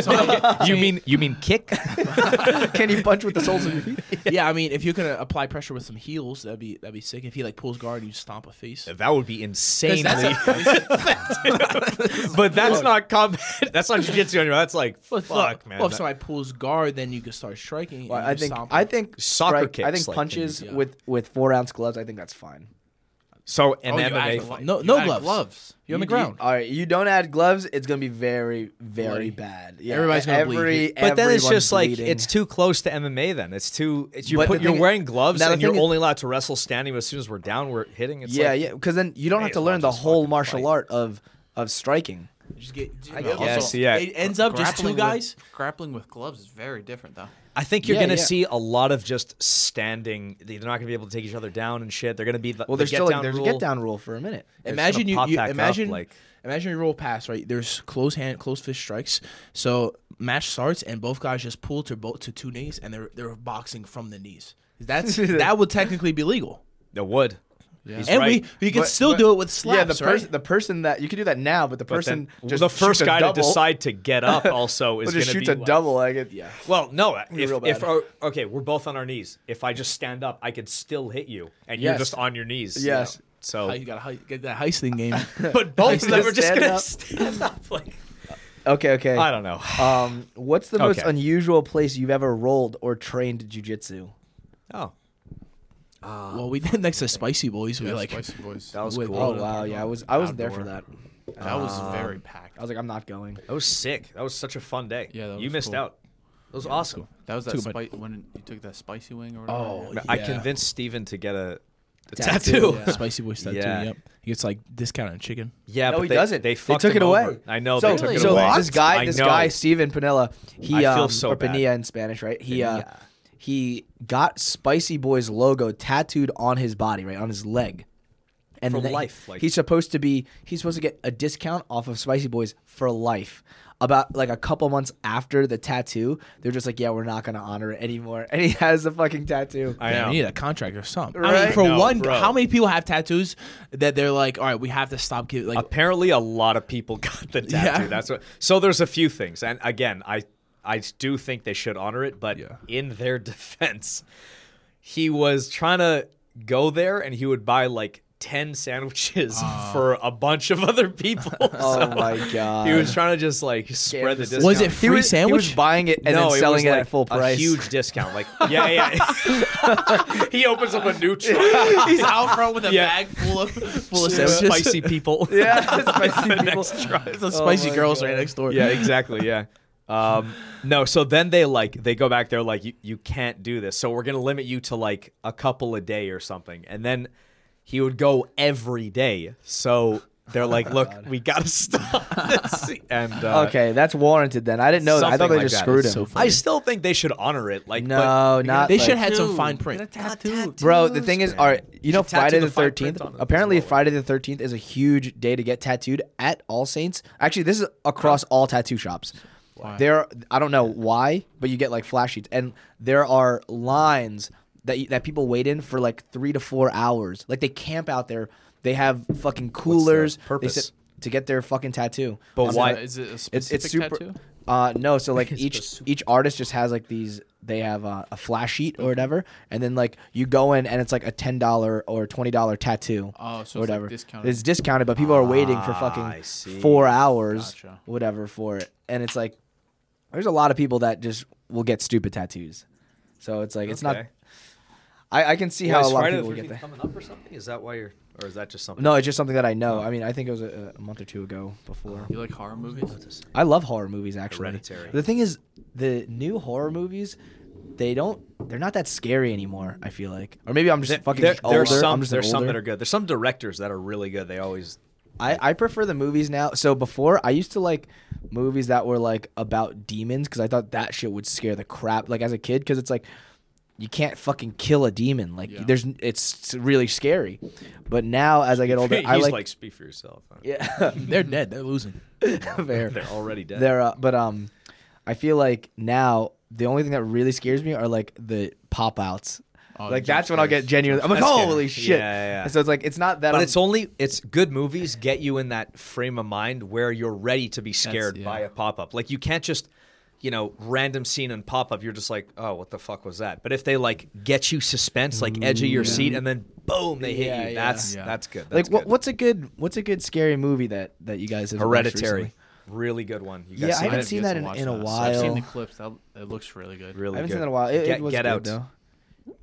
Speaker 3: you
Speaker 2: mean you mean kick?
Speaker 4: Can you punch with the soles of your feet?
Speaker 3: yeah, I mean, if you can uh, apply pressure with some heels, that'd be that'd be sick. If he like pulls guard, and you stomp a face.
Speaker 2: That would be insanely effective. but that's not combat. That's not jujitsu anymore. That's like
Speaker 3: Well, if-
Speaker 2: fuck, man.
Speaker 3: Well, if
Speaker 2: That-
Speaker 3: somebody pulls guard, then you can start striking.
Speaker 4: Well,
Speaker 3: and
Speaker 4: I
Speaker 3: you
Speaker 4: think
Speaker 3: stomp
Speaker 4: I
Speaker 3: him.
Speaker 4: think
Speaker 2: Soccer
Speaker 4: strike- I
Speaker 2: kicks, like,
Speaker 4: think
Speaker 2: can be-
Speaker 4: punches
Speaker 3: yeah.
Speaker 4: with with four ounce gloves. I think that's fine.
Speaker 2: so an
Speaker 3: Oh, you
Speaker 2: MMA
Speaker 3: add glo-
Speaker 2: fight.
Speaker 3: No,
Speaker 2: No,
Speaker 3: no
Speaker 9: add
Speaker 3: gloves.
Speaker 9: gloves.
Speaker 3: You're on the
Speaker 4: You- Uh,
Speaker 3: ground.
Speaker 4: You, all right, you don't add gloves, it's gonna be very,
Speaker 3: Bloody.
Speaker 4: very bad. Yeah,
Speaker 3: Everybody's gonna
Speaker 4: every,
Speaker 3: bleed.
Speaker 2: but then it's
Speaker 4: everyone's
Speaker 2: just like
Speaker 4: bleeding.
Speaker 2: it's too close to MMA. Then it's too. It's, you're
Speaker 4: But the
Speaker 2: put, you're
Speaker 4: thing-
Speaker 2: wearing gloves
Speaker 4: now the
Speaker 2: and you're
Speaker 4: thing is-
Speaker 2: only allowed to wrestle standing. But as soon as we're down, we're hitting. It's
Speaker 4: yeah,
Speaker 2: like,
Speaker 4: yeah. Because then you don't
Speaker 2: may
Speaker 4: have to
Speaker 2: as
Speaker 4: learn
Speaker 2: well
Speaker 4: the
Speaker 2: just
Speaker 4: whole
Speaker 2: fucking
Speaker 4: martial
Speaker 2: fight.
Speaker 4: art of of striking.
Speaker 3: Just get, just,
Speaker 2: guess, yeah.
Speaker 3: It ends up just
Speaker 9: Grappling
Speaker 3: two
Speaker 9: with-
Speaker 3: guys.
Speaker 9: Grappling with gloves is very different, though.
Speaker 2: I think you're
Speaker 4: Yeah,
Speaker 2: gonna
Speaker 4: yeah.
Speaker 2: see a lot of just standing. They're not gonna be able to take each other down and shit. They're gonna be the,
Speaker 4: Well,
Speaker 2: the
Speaker 4: there's
Speaker 2: get
Speaker 4: still like,
Speaker 2: down
Speaker 4: there's
Speaker 2: rule.
Speaker 4: a get down rule for a minute.
Speaker 2: It's gonna
Speaker 3: imagine you,
Speaker 2: pop
Speaker 3: you
Speaker 2: back up,
Speaker 3: imagine
Speaker 2: like-
Speaker 3: imagine you roll pass right. There's close hand, close fist strikes. So match starts and both guys just pull to both to two knees and they're they're boxing from the knees. That's that would technically be legal.
Speaker 2: The wood. Yeah.
Speaker 3: and we we could
Speaker 4: But-
Speaker 3: still
Speaker 4: but-
Speaker 3: do it with slaps.
Speaker 4: yeah, the
Speaker 3: right?
Speaker 4: person the person that you can do that now, but the
Speaker 2: But
Speaker 4: person
Speaker 2: then
Speaker 4: just
Speaker 2: the first
Speaker 4: shoots a
Speaker 2: guy
Speaker 4: double,
Speaker 2: to decide to get up also is going
Speaker 4: just
Speaker 2: to
Speaker 4: shoots
Speaker 2: be
Speaker 4: a
Speaker 2: like-
Speaker 4: double. Like it, yeah.
Speaker 2: Well, no. If,
Speaker 4: real
Speaker 2: if
Speaker 4: bad.
Speaker 2: oh, okay, we're both on our knees. If I just stand up, I could still hit you, and you're
Speaker 4: Yes.
Speaker 2: just on your knees.
Speaker 4: Yes.
Speaker 3: How
Speaker 2: So,
Speaker 3: Oh, you got to get that heisting game.
Speaker 2: but both of them
Speaker 4: Just
Speaker 2: are just
Speaker 4: stand
Speaker 2: going to
Speaker 4: up.
Speaker 2: stand up. Like
Speaker 4: Okay, okay.
Speaker 2: I don't know.
Speaker 4: Um, what's the most
Speaker 2: Okay.
Speaker 4: unusual place you've ever rolled or trained jujitsu?
Speaker 2: Oh,
Speaker 3: well, we did next to Spicy Boys. We like
Speaker 9: boys.
Speaker 2: that was
Speaker 3: Wait,
Speaker 2: cool.
Speaker 4: Oh
Speaker 3: Rolled up
Speaker 4: wow,
Speaker 3: or
Speaker 4: yeah, I
Speaker 3: not.
Speaker 4: was I was there for that.
Speaker 3: Outdoor.
Speaker 9: That was very packed.
Speaker 4: I was like, I'm not going.
Speaker 2: That was sick. That was such a fun day.
Speaker 3: Yeah, that
Speaker 2: you
Speaker 3: was
Speaker 2: missed
Speaker 3: cool.
Speaker 2: out. That was awesome.
Speaker 9: That was that
Speaker 3: Too much.
Speaker 9: spice when you took that spicy wing or whatever.
Speaker 3: Oh,
Speaker 2: I
Speaker 3: yeah.
Speaker 2: convinced Steven to get a, a
Speaker 4: Tattoo.
Speaker 2: tattoo.
Speaker 3: Yeah. Spicy Boys tattoo.
Speaker 2: Yeah.
Speaker 3: Yep. He gets like discounted chicken.
Speaker 2: Yeah,
Speaker 4: no,
Speaker 2: but
Speaker 4: he
Speaker 2: they,
Speaker 4: doesn't.
Speaker 2: They,
Speaker 4: They,
Speaker 2: fucked
Speaker 4: took it
Speaker 2: him
Speaker 4: away.
Speaker 2: over. I know.
Speaker 4: So,
Speaker 2: they took it
Speaker 4: so
Speaker 2: away.
Speaker 4: this guy,
Speaker 2: I
Speaker 4: this
Speaker 2: know.
Speaker 4: guy, Steven Pinella, he
Speaker 2: I feel
Speaker 4: um,
Speaker 2: so
Speaker 4: or
Speaker 2: bad.
Speaker 4: Pinilla in Spanish, right? He uh, he got Spicy Boy's logo tattooed on his body, right on his leg. And
Speaker 2: For
Speaker 4: then
Speaker 2: life, like-
Speaker 4: he's supposed to be he's supposed to get a discount off of Spicy Boys for life. About like a couple months after the tattoo, they're just like, yeah, we're not gonna honor it anymore. And he has the fucking tattoo.
Speaker 2: I
Speaker 3: Yeah,
Speaker 2: know.
Speaker 3: we need a contract or something. I mean,
Speaker 4: Right?
Speaker 3: for
Speaker 2: No,
Speaker 3: one,
Speaker 2: bro.
Speaker 3: how many people have tattoos that they're like, all right, we have to stop giving. Like,
Speaker 2: Apparently, a lot of people got the tattoo.
Speaker 3: Yeah.
Speaker 2: That's what. So there's a few things, and again, I I do think they should honor it, but
Speaker 3: Yeah.
Speaker 2: in their defense, he was trying to go there, and he would buy like ten sandwiches for a bunch of other people.
Speaker 4: Oh
Speaker 2: So
Speaker 4: my god.
Speaker 2: He was trying to just like spread the
Speaker 4: this
Speaker 2: discount.
Speaker 3: Uh, Was it free
Speaker 4: He
Speaker 3: sandwich?
Speaker 4: was buying it and
Speaker 2: no,
Speaker 4: then
Speaker 2: it
Speaker 4: selling
Speaker 2: was
Speaker 4: it
Speaker 2: like
Speaker 4: at full
Speaker 2: a
Speaker 4: price.
Speaker 2: huge discount. Like, yeah, yeah. he opens up a new truck.
Speaker 3: He's out front with a
Speaker 2: Yeah.
Speaker 3: bag full of full of sandwiches.
Speaker 2: Spicy people.
Speaker 4: yeah, spicy people.
Speaker 3: There's some spicy
Speaker 2: Oh
Speaker 4: my
Speaker 3: girls
Speaker 4: God.
Speaker 3: right next door.
Speaker 2: yeah exactly yeah um no so then they like they go back they're like you, you can't do this so we're gonna limit you to like a couple a day or something and then he would go every day so they're
Speaker 4: Oh
Speaker 2: like look we gotta stop this and uh,
Speaker 4: Okay, that's warranted then. I didn't know that. I
Speaker 2: something
Speaker 4: thought they
Speaker 2: like
Speaker 4: just
Speaker 2: that.
Speaker 4: screwed him.
Speaker 2: It's so funny. i still think they should honor it like
Speaker 4: no,
Speaker 2: but,
Speaker 4: not.
Speaker 3: They
Speaker 4: like-
Speaker 3: should have had some fine print.
Speaker 4: Bro, the thing is, all right, you know,
Speaker 2: should tattoo
Speaker 4: Friday
Speaker 2: the
Speaker 4: the
Speaker 2: fine
Speaker 4: Thirteenth.
Speaker 2: print on it as
Speaker 4: Apparently,
Speaker 2: well, right?
Speaker 4: Friday the Thirteenth is a huge day to get tattooed at All Saints. Actually, this is across all tattoo shops. There, I don't know why, but you get like flash sheets, and there are lines that you, that people wait in for like three to four hours. Like they camp out there. They have fucking coolers.
Speaker 2: purpose?
Speaker 4: They sit to get their fucking tattoo.
Speaker 2: but
Speaker 4: On
Speaker 2: why
Speaker 4: the-
Speaker 9: Is it a
Speaker 4: it's,
Speaker 9: specific
Speaker 4: it's super.
Speaker 9: tattoo?
Speaker 4: Uh, no, so like each each artist just has like these. They have uh, a flash sheet or whatever, and then like you go in and it's like a ten dollar or twenty dollar tattoo.
Speaker 9: Oh, so
Speaker 4: or
Speaker 9: it's, like, discounted.
Speaker 4: It's discounted, but people are waiting for
Speaker 2: Ah, I
Speaker 4: fucking
Speaker 2: see.
Speaker 4: four hours,
Speaker 9: Gotcha.
Speaker 4: whatever, for it. And it's like there's a lot of people that just will get stupid tattoos. So it's like it's not.
Speaker 2: Okay.
Speaker 4: I, I can see
Speaker 2: Why
Speaker 4: how
Speaker 2: is
Speaker 4: a lot
Speaker 2: Friday
Speaker 4: of
Speaker 2: the
Speaker 4: people get
Speaker 2: 13th
Speaker 4: that.
Speaker 2: coming up or something is that why you're or is that just something
Speaker 4: No, it's just something that I know. I mean, I think it was a, a month or two ago before.
Speaker 9: You like horror movies?
Speaker 4: I love horror movies actually.
Speaker 2: Hereditary.
Speaker 4: The thing is the new horror movies they don't they're not that scary anymore, I feel like. Or maybe I'm just fucking
Speaker 2: there,
Speaker 4: older.
Speaker 2: there are some
Speaker 4: I'm just an
Speaker 2: there's some
Speaker 4: older.
Speaker 2: that are good there's some directors that are really good they always
Speaker 4: I, I prefer the movies now. So before I used to like movies that were like about demons because I thought that shit would scare the crap like as a kid because it's like you can't fucking kill a demon like
Speaker 9: Yeah.
Speaker 4: there's it's really scary. But now as I get older,
Speaker 2: he's
Speaker 4: I like,
Speaker 2: speak for yourself
Speaker 4: yeah
Speaker 3: They're dead. They're losing.
Speaker 4: fair.
Speaker 2: they're already dead
Speaker 4: There, uh, but um, I feel like now the only thing that really scares me are like the pop outs.
Speaker 2: Oh,
Speaker 4: like
Speaker 9: jump
Speaker 4: that's when I'll get genuinely. I'm like,
Speaker 2: That's scary.
Speaker 4: holy shit!
Speaker 2: Yeah, yeah, yeah.
Speaker 4: And So it's like it's not that.
Speaker 2: But
Speaker 4: I'm-
Speaker 2: it's only it's good movies get you in that frame of mind where you're ready to be scared
Speaker 9: yeah.
Speaker 2: by a pop up. Like you can't just, you know, random scene and pop up. You're just like, oh, what the fuck was that? But if they like get you suspense, like edge of your seat, and then boom, they hit
Speaker 4: Yeah,
Speaker 2: you.
Speaker 4: yeah.
Speaker 2: That's
Speaker 9: Yeah.
Speaker 2: that's good.
Speaker 4: like
Speaker 2: That's
Speaker 4: what,
Speaker 2: good.
Speaker 4: what's a good what's a good scary movie that that you guys have watched
Speaker 2: Hereditary?
Speaker 4: recently?
Speaker 2: Really good one. You guys
Speaker 4: Yeah, I
Speaker 2: seen
Speaker 4: haven't
Speaker 2: it?
Speaker 4: seen
Speaker 9: Yes,
Speaker 4: that
Speaker 9: I
Speaker 4: in-
Speaker 9: watched
Speaker 4: in a
Speaker 9: that. I've seen the
Speaker 4: while.
Speaker 9: clips. That, it looks really good.
Speaker 2: Really
Speaker 4: I haven't
Speaker 2: good.
Speaker 4: seen that in a while. It, it
Speaker 2: get,
Speaker 4: was
Speaker 2: get
Speaker 4: good,
Speaker 2: out.
Speaker 4: though.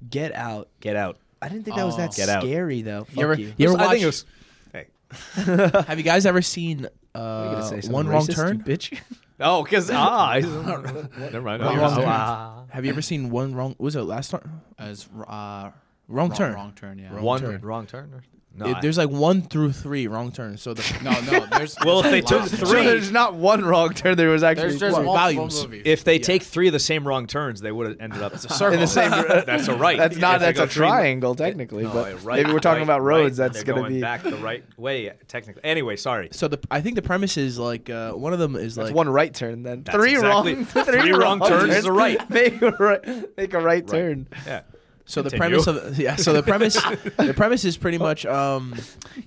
Speaker 4: Get out.
Speaker 2: Get out.
Speaker 4: I didn't think that was that
Speaker 2: Get out.
Speaker 4: scary though. Fuck you.
Speaker 3: ever- You ever
Speaker 2: I think
Speaker 3: watch-
Speaker 2: it was. Hey.
Speaker 3: Have you guys ever seen
Speaker 4: What are you gonna
Speaker 3: uh,
Speaker 4: say, something
Speaker 3: One Wrong
Speaker 4: racist, you
Speaker 3: Turn?
Speaker 4: bitch.
Speaker 2: Oh, because ah, I- never mind.
Speaker 3: Wrong
Speaker 2: Oh,
Speaker 3: turn.
Speaker 2: ah.
Speaker 3: Have you ever seen One Wrong? Was it last turn?
Speaker 9: As uh, wrong,
Speaker 3: Wrong Turn.
Speaker 9: Wrong turn. Yeah.
Speaker 3: Wrong
Speaker 2: One
Speaker 3: turn.
Speaker 2: wrong turn. or- No,
Speaker 3: It-
Speaker 2: I-
Speaker 3: there's like one through three wrong turns. So the
Speaker 9: No, no. There's
Speaker 2: Well, if they
Speaker 9: there's a
Speaker 2: took
Speaker 9: lot.
Speaker 2: three-
Speaker 4: So there's not one wrong turn. There was actually
Speaker 9: there's just
Speaker 4: one.
Speaker 9: multiple
Speaker 3: volumes.
Speaker 9: movies.
Speaker 2: If they take three of the same wrong turns, they would have ended up as a circle.
Speaker 4: In the same-
Speaker 2: that's a right.
Speaker 4: That's not
Speaker 2: If they
Speaker 4: that's
Speaker 2: go
Speaker 4: a
Speaker 2: three-
Speaker 4: triangle technically,
Speaker 2: No,
Speaker 4: but
Speaker 2: right,
Speaker 4: maybe we're talking
Speaker 2: right,
Speaker 4: about roads.
Speaker 2: right,
Speaker 4: that's
Speaker 2: they're
Speaker 4: gonna
Speaker 2: going
Speaker 4: be
Speaker 2: back the right way technically. Anyway, sorry.
Speaker 3: so the I think the premise is like uh, one of them is
Speaker 4: That's
Speaker 3: like
Speaker 4: one right turn then.
Speaker 2: That's
Speaker 4: three
Speaker 2: exactly-
Speaker 4: wrong,
Speaker 2: three wrong turns is a right.
Speaker 4: Make a right, make a right, turn.
Speaker 2: Yeah.
Speaker 3: So the
Speaker 2: Continue.
Speaker 3: premise of yeah, so the premise the premise is pretty much um,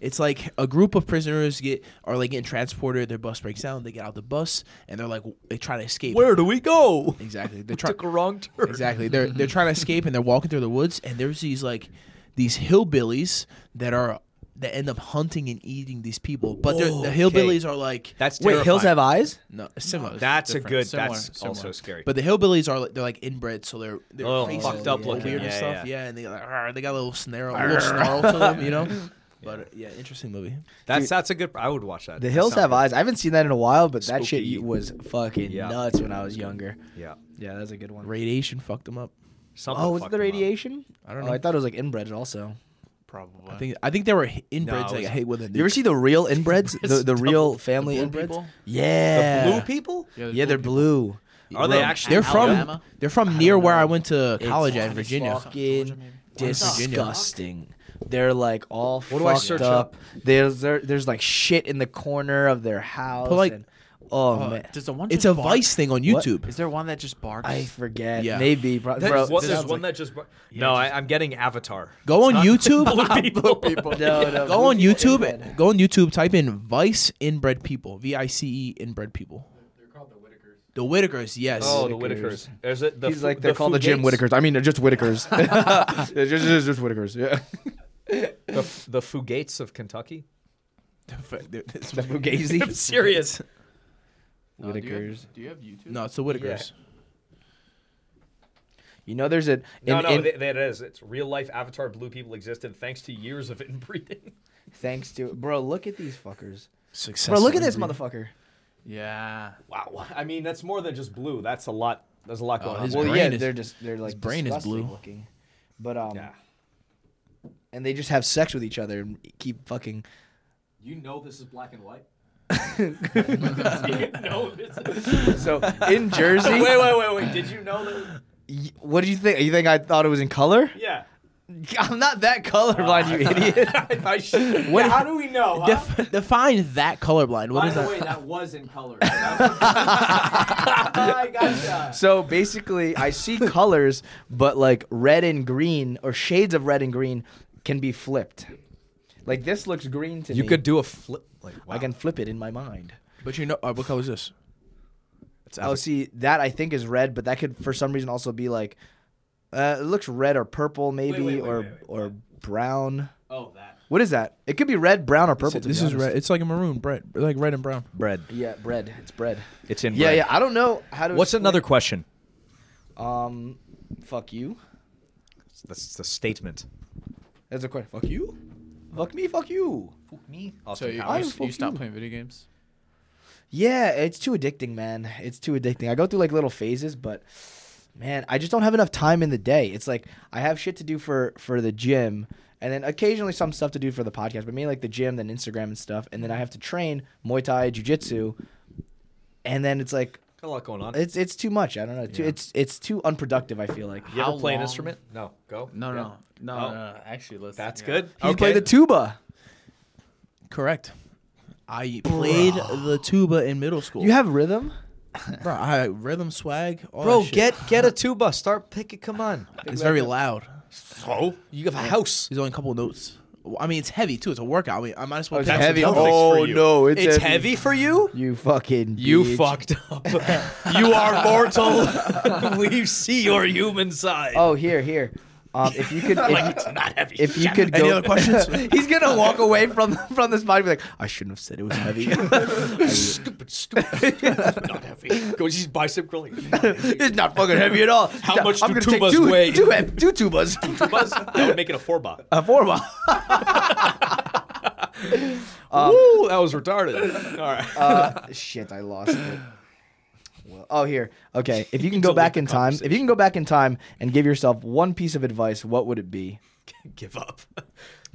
Speaker 3: it's like a group of prisoners get are like getting transported. Their bus breaks down. They get out the bus and they're like they try to escape.
Speaker 2: do we go?
Speaker 3: exactly? They're trying
Speaker 2: Took a wrong turn.
Speaker 3: exactly they're they're trying to escape and they're walking through the woods and there's these like these hillbillies that are that end up hunting and eating these people. But they're the
Speaker 2: Whoa,
Speaker 3: hillbillies
Speaker 2: okay.
Speaker 3: are like
Speaker 2: That's
Speaker 4: Wait, hills
Speaker 2: terrifying.
Speaker 4: have eyes?
Speaker 3: no similar.
Speaker 9: No,
Speaker 2: That's a
Speaker 9: Different.
Speaker 2: good.
Speaker 9: Similar,
Speaker 2: that's
Speaker 9: similar.
Speaker 2: also scary.
Speaker 3: But the hillbillies are like they're like inbred, so they're they're
Speaker 2: Oh,
Speaker 3: crazy,
Speaker 2: fucked up
Speaker 3: yeah,
Speaker 2: looking.
Speaker 3: weird and
Speaker 2: Yeah,
Speaker 3: stuff.
Speaker 2: yeah.
Speaker 3: Yeah, and they like, "Arr," they got a little snare, a little snarl to them, you know. But uh, yeah, interesting movie.
Speaker 2: that's that's a good. I would watch that.
Speaker 4: The
Speaker 2: That
Speaker 4: hills
Speaker 2: sounds
Speaker 4: have
Speaker 2: good.
Speaker 4: eyes. I haven't seen that in a while, but that shit
Speaker 2: Spooky.
Speaker 4: was fucking
Speaker 2: Yeah.
Speaker 4: nuts when I was younger.
Speaker 2: Yeah.
Speaker 4: Yeah, that's a good one.
Speaker 3: Radiation fucked them up.
Speaker 2: Something
Speaker 4: Oh, was
Speaker 2: fucked
Speaker 4: it the
Speaker 2: them up.
Speaker 4: radiation?
Speaker 3: I don't
Speaker 4: Oh,
Speaker 3: know.
Speaker 4: I thought it was like inbred also.
Speaker 9: Probably.
Speaker 3: I think I think they were hi-
Speaker 2: No, it
Speaker 3: inbreds. like
Speaker 2: was-
Speaker 3: I hate with a
Speaker 4: You ever see the real inbreds? the the real family
Speaker 9: blue
Speaker 4: inbreds?
Speaker 9: people?
Speaker 4: Yeah.
Speaker 2: Blue people?
Speaker 9: the
Speaker 4: Yeah, they're
Speaker 9: blue
Speaker 4: blue.
Speaker 2: Are they actually?
Speaker 3: They're from
Speaker 9: Alabama?
Speaker 3: they're from near where I went to
Speaker 4: It's
Speaker 3: college at in Virginia.
Speaker 4: Fucking
Speaker 3: Virginia?
Speaker 4: disgusting. They're like all
Speaker 2: What
Speaker 4: fucked
Speaker 2: do I search
Speaker 4: up.
Speaker 2: up?
Speaker 4: There's there, there's like shit in the corner of their house.
Speaker 3: like-
Speaker 4: and- oh
Speaker 5: uh,
Speaker 9: people.
Speaker 4: man,
Speaker 9: Does the one
Speaker 3: It's
Speaker 9: just
Speaker 3: a
Speaker 9: bark?
Speaker 3: Vice thing on YouTube.
Speaker 9: Is there one that just barks?
Speaker 4: I forget.
Speaker 3: Yeah.
Speaker 4: Maybe bro. bro,
Speaker 2: What,
Speaker 4: this
Speaker 2: there's
Speaker 4: sounds
Speaker 2: one
Speaker 4: like-
Speaker 2: that just. No, I, I'm getting Avatar.
Speaker 3: Go on YouTube.
Speaker 2: People. people.
Speaker 4: no, no,
Speaker 3: Go on
Speaker 4: blue people
Speaker 3: YouTube.
Speaker 4: inbred.
Speaker 3: Go on YouTube. Type in Vice inbred people. V I C E inbred people.
Speaker 6: They're called the Whitakers.
Speaker 3: The Whitakers, yes.
Speaker 2: Oh, the
Speaker 4: Whitakers.
Speaker 2: Whitakers. There's a, the
Speaker 4: He's
Speaker 2: Fu-
Speaker 4: like they're called the Jim
Speaker 2: Fugates.
Speaker 4: Whitakers. I mean, they're just Whitakers. they're just, just, just Whitakers. Yeah.
Speaker 2: The, f- the Fugates of Kentucky.
Speaker 3: It's-
Speaker 4: The Fugazi.
Speaker 2: Serious.
Speaker 6: Uh, do, you
Speaker 4: Whitakers.
Speaker 6: have, do you have YouTube?
Speaker 3: no, it's the Whitakers.
Speaker 4: You know, there's a.
Speaker 2: No,
Speaker 4: in-
Speaker 2: no,
Speaker 4: in-
Speaker 2: th- that is. It's real life avatar blue people existed thanks to years of inbreeding.
Speaker 4: thanks to bro, look at these fuckers.
Speaker 3: Success.
Speaker 4: Bro, look at this motherfucker.
Speaker 6: Yeah.
Speaker 2: Wow. I mean, that's more than just blue. That's a lot. There's a lot going on.
Speaker 3: his
Speaker 4: Well,
Speaker 3: brain
Speaker 4: yeah,
Speaker 3: is-
Speaker 4: they're just they're like
Speaker 3: brain is
Speaker 4: disgusting
Speaker 3: blue.
Speaker 4: looking, but um,
Speaker 2: Yeah.
Speaker 4: and they just have sex with each other and keep fucking.
Speaker 6: You know this is black and white.
Speaker 2: no, it's-
Speaker 4: So in Jersey,
Speaker 2: wait, wait, wait, wait. Did you know that?
Speaker 4: y- what do you think? You think I thought it was in color?
Speaker 2: Yeah.
Speaker 4: I'm not that colorblind, you idiot.
Speaker 2: I sh- yeah, how do we know? Huh?
Speaker 3: Def- define that colorblind. What
Speaker 6: By
Speaker 3: is
Speaker 6: the
Speaker 3: that?
Speaker 6: way, that was in color. I gotcha.
Speaker 4: So basically, I see colors, but like red and green or shades of red and green can be flipped. Like this looks green to me.
Speaker 2: do a flip. Like,
Speaker 4: I can flip it in my mind.
Speaker 3: But you know, uh, what color is this?
Speaker 4: Oh, see, that I think is red, but that could for some reason also be like, uh, it looks red or purple maybe
Speaker 6: wait, wait,
Speaker 4: or
Speaker 6: wait, wait.
Speaker 4: or brown.
Speaker 6: Oh, that.
Speaker 4: What is that? It could be red, brown, or purple. to
Speaker 3: This
Speaker 4: be
Speaker 3: is
Speaker 4: honest.
Speaker 3: red. It's like a maroon, bread, like red and brown.
Speaker 2: bread.
Speaker 4: Yeah, bread. It's bread.
Speaker 2: It's in
Speaker 4: Yeah, yeah. I don't know how to.
Speaker 2: What's
Speaker 4: explain-
Speaker 2: another question?
Speaker 4: Um, fuck you.
Speaker 2: That's the statement.
Speaker 4: That's a question. Fuck you. Fuck me. Fuck you.
Speaker 2: Me?
Speaker 6: So you,
Speaker 4: Powers.
Speaker 6: you, you
Speaker 4: Fuck
Speaker 6: stopped
Speaker 4: you.
Speaker 6: playing video games?
Speaker 4: Yeah, it's too addicting, man. It's too addicting. I go through like little phases, but man, I just don't have enough time in the day. It's like I have shit to do for for the gym, and then occasionally some stuff to do for the podcast, but mainly like the gym, then Instagram and stuff, and then I have to train Muay Thai, Jiu Jitsu, and then it's like
Speaker 2: Got a lot going on.
Speaker 4: it's it's too much. I don't know. Too, It's it's too unproductive. I feel like.
Speaker 2: you
Speaker 6: How
Speaker 2: ever play an
Speaker 6: long-
Speaker 2: instrument? No. Go.
Speaker 6: No, no, no,
Speaker 2: Oh.
Speaker 6: no, no, no. Actually, let's.
Speaker 2: That's
Speaker 6: yeah.
Speaker 2: good.
Speaker 4: He played the tuba.
Speaker 3: Correct. I played the tuba in middle school.
Speaker 4: You have rhythm.
Speaker 3: bro, I had rhythm swag. All
Speaker 2: Bro,
Speaker 3: that
Speaker 2: Oh,
Speaker 3: shit.
Speaker 2: get get a tuba. Start picking. Come on.
Speaker 3: It's very loud.
Speaker 2: Oh, you have a house.
Speaker 3: There's only a couple notes. Well, I mean, it's heavy too. It's a workout. I mean, I might
Speaker 2: Oh,
Speaker 3: as well.
Speaker 4: it's
Speaker 3: pass the
Speaker 4: heavy.
Speaker 3: test.
Speaker 4: Oh, no, it's
Speaker 2: it's
Speaker 4: heavy.
Speaker 2: heavy for you.
Speaker 4: You fucking. bitch.
Speaker 2: up. you are mortal. we see your human side.
Speaker 4: Oh, here, here. Um, if you could, if you,
Speaker 2: not heavy.
Speaker 4: if you could go.
Speaker 3: Any other questions?
Speaker 4: He's gonna walk away from from this body and be like, I shouldn't have said it was heavy.
Speaker 2: stupid, stupid, not heavy. Go just bicep curling.
Speaker 4: it's not fucking heavy at all.
Speaker 2: How
Speaker 4: Yeah,
Speaker 2: much
Speaker 4: I'm
Speaker 2: do
Speaker 4: gonna
Speaker 2: tubas
Speaker 4: take two,
Speaker 2: weigh?
Speaker 4: Two, hep- two tubas.
Speaker 2: Buzz. That would make it a four bot.
Speaker 4: A four mile.
Speaker 2: Woo, that was retarded. All right.
Speaker 4: Uh, shit, I lost it. Well, oh, here. Okay, if you can go back in time, if you can go back in time and give yourself one piece of advice, what would it be?
Speaker 2: Give up.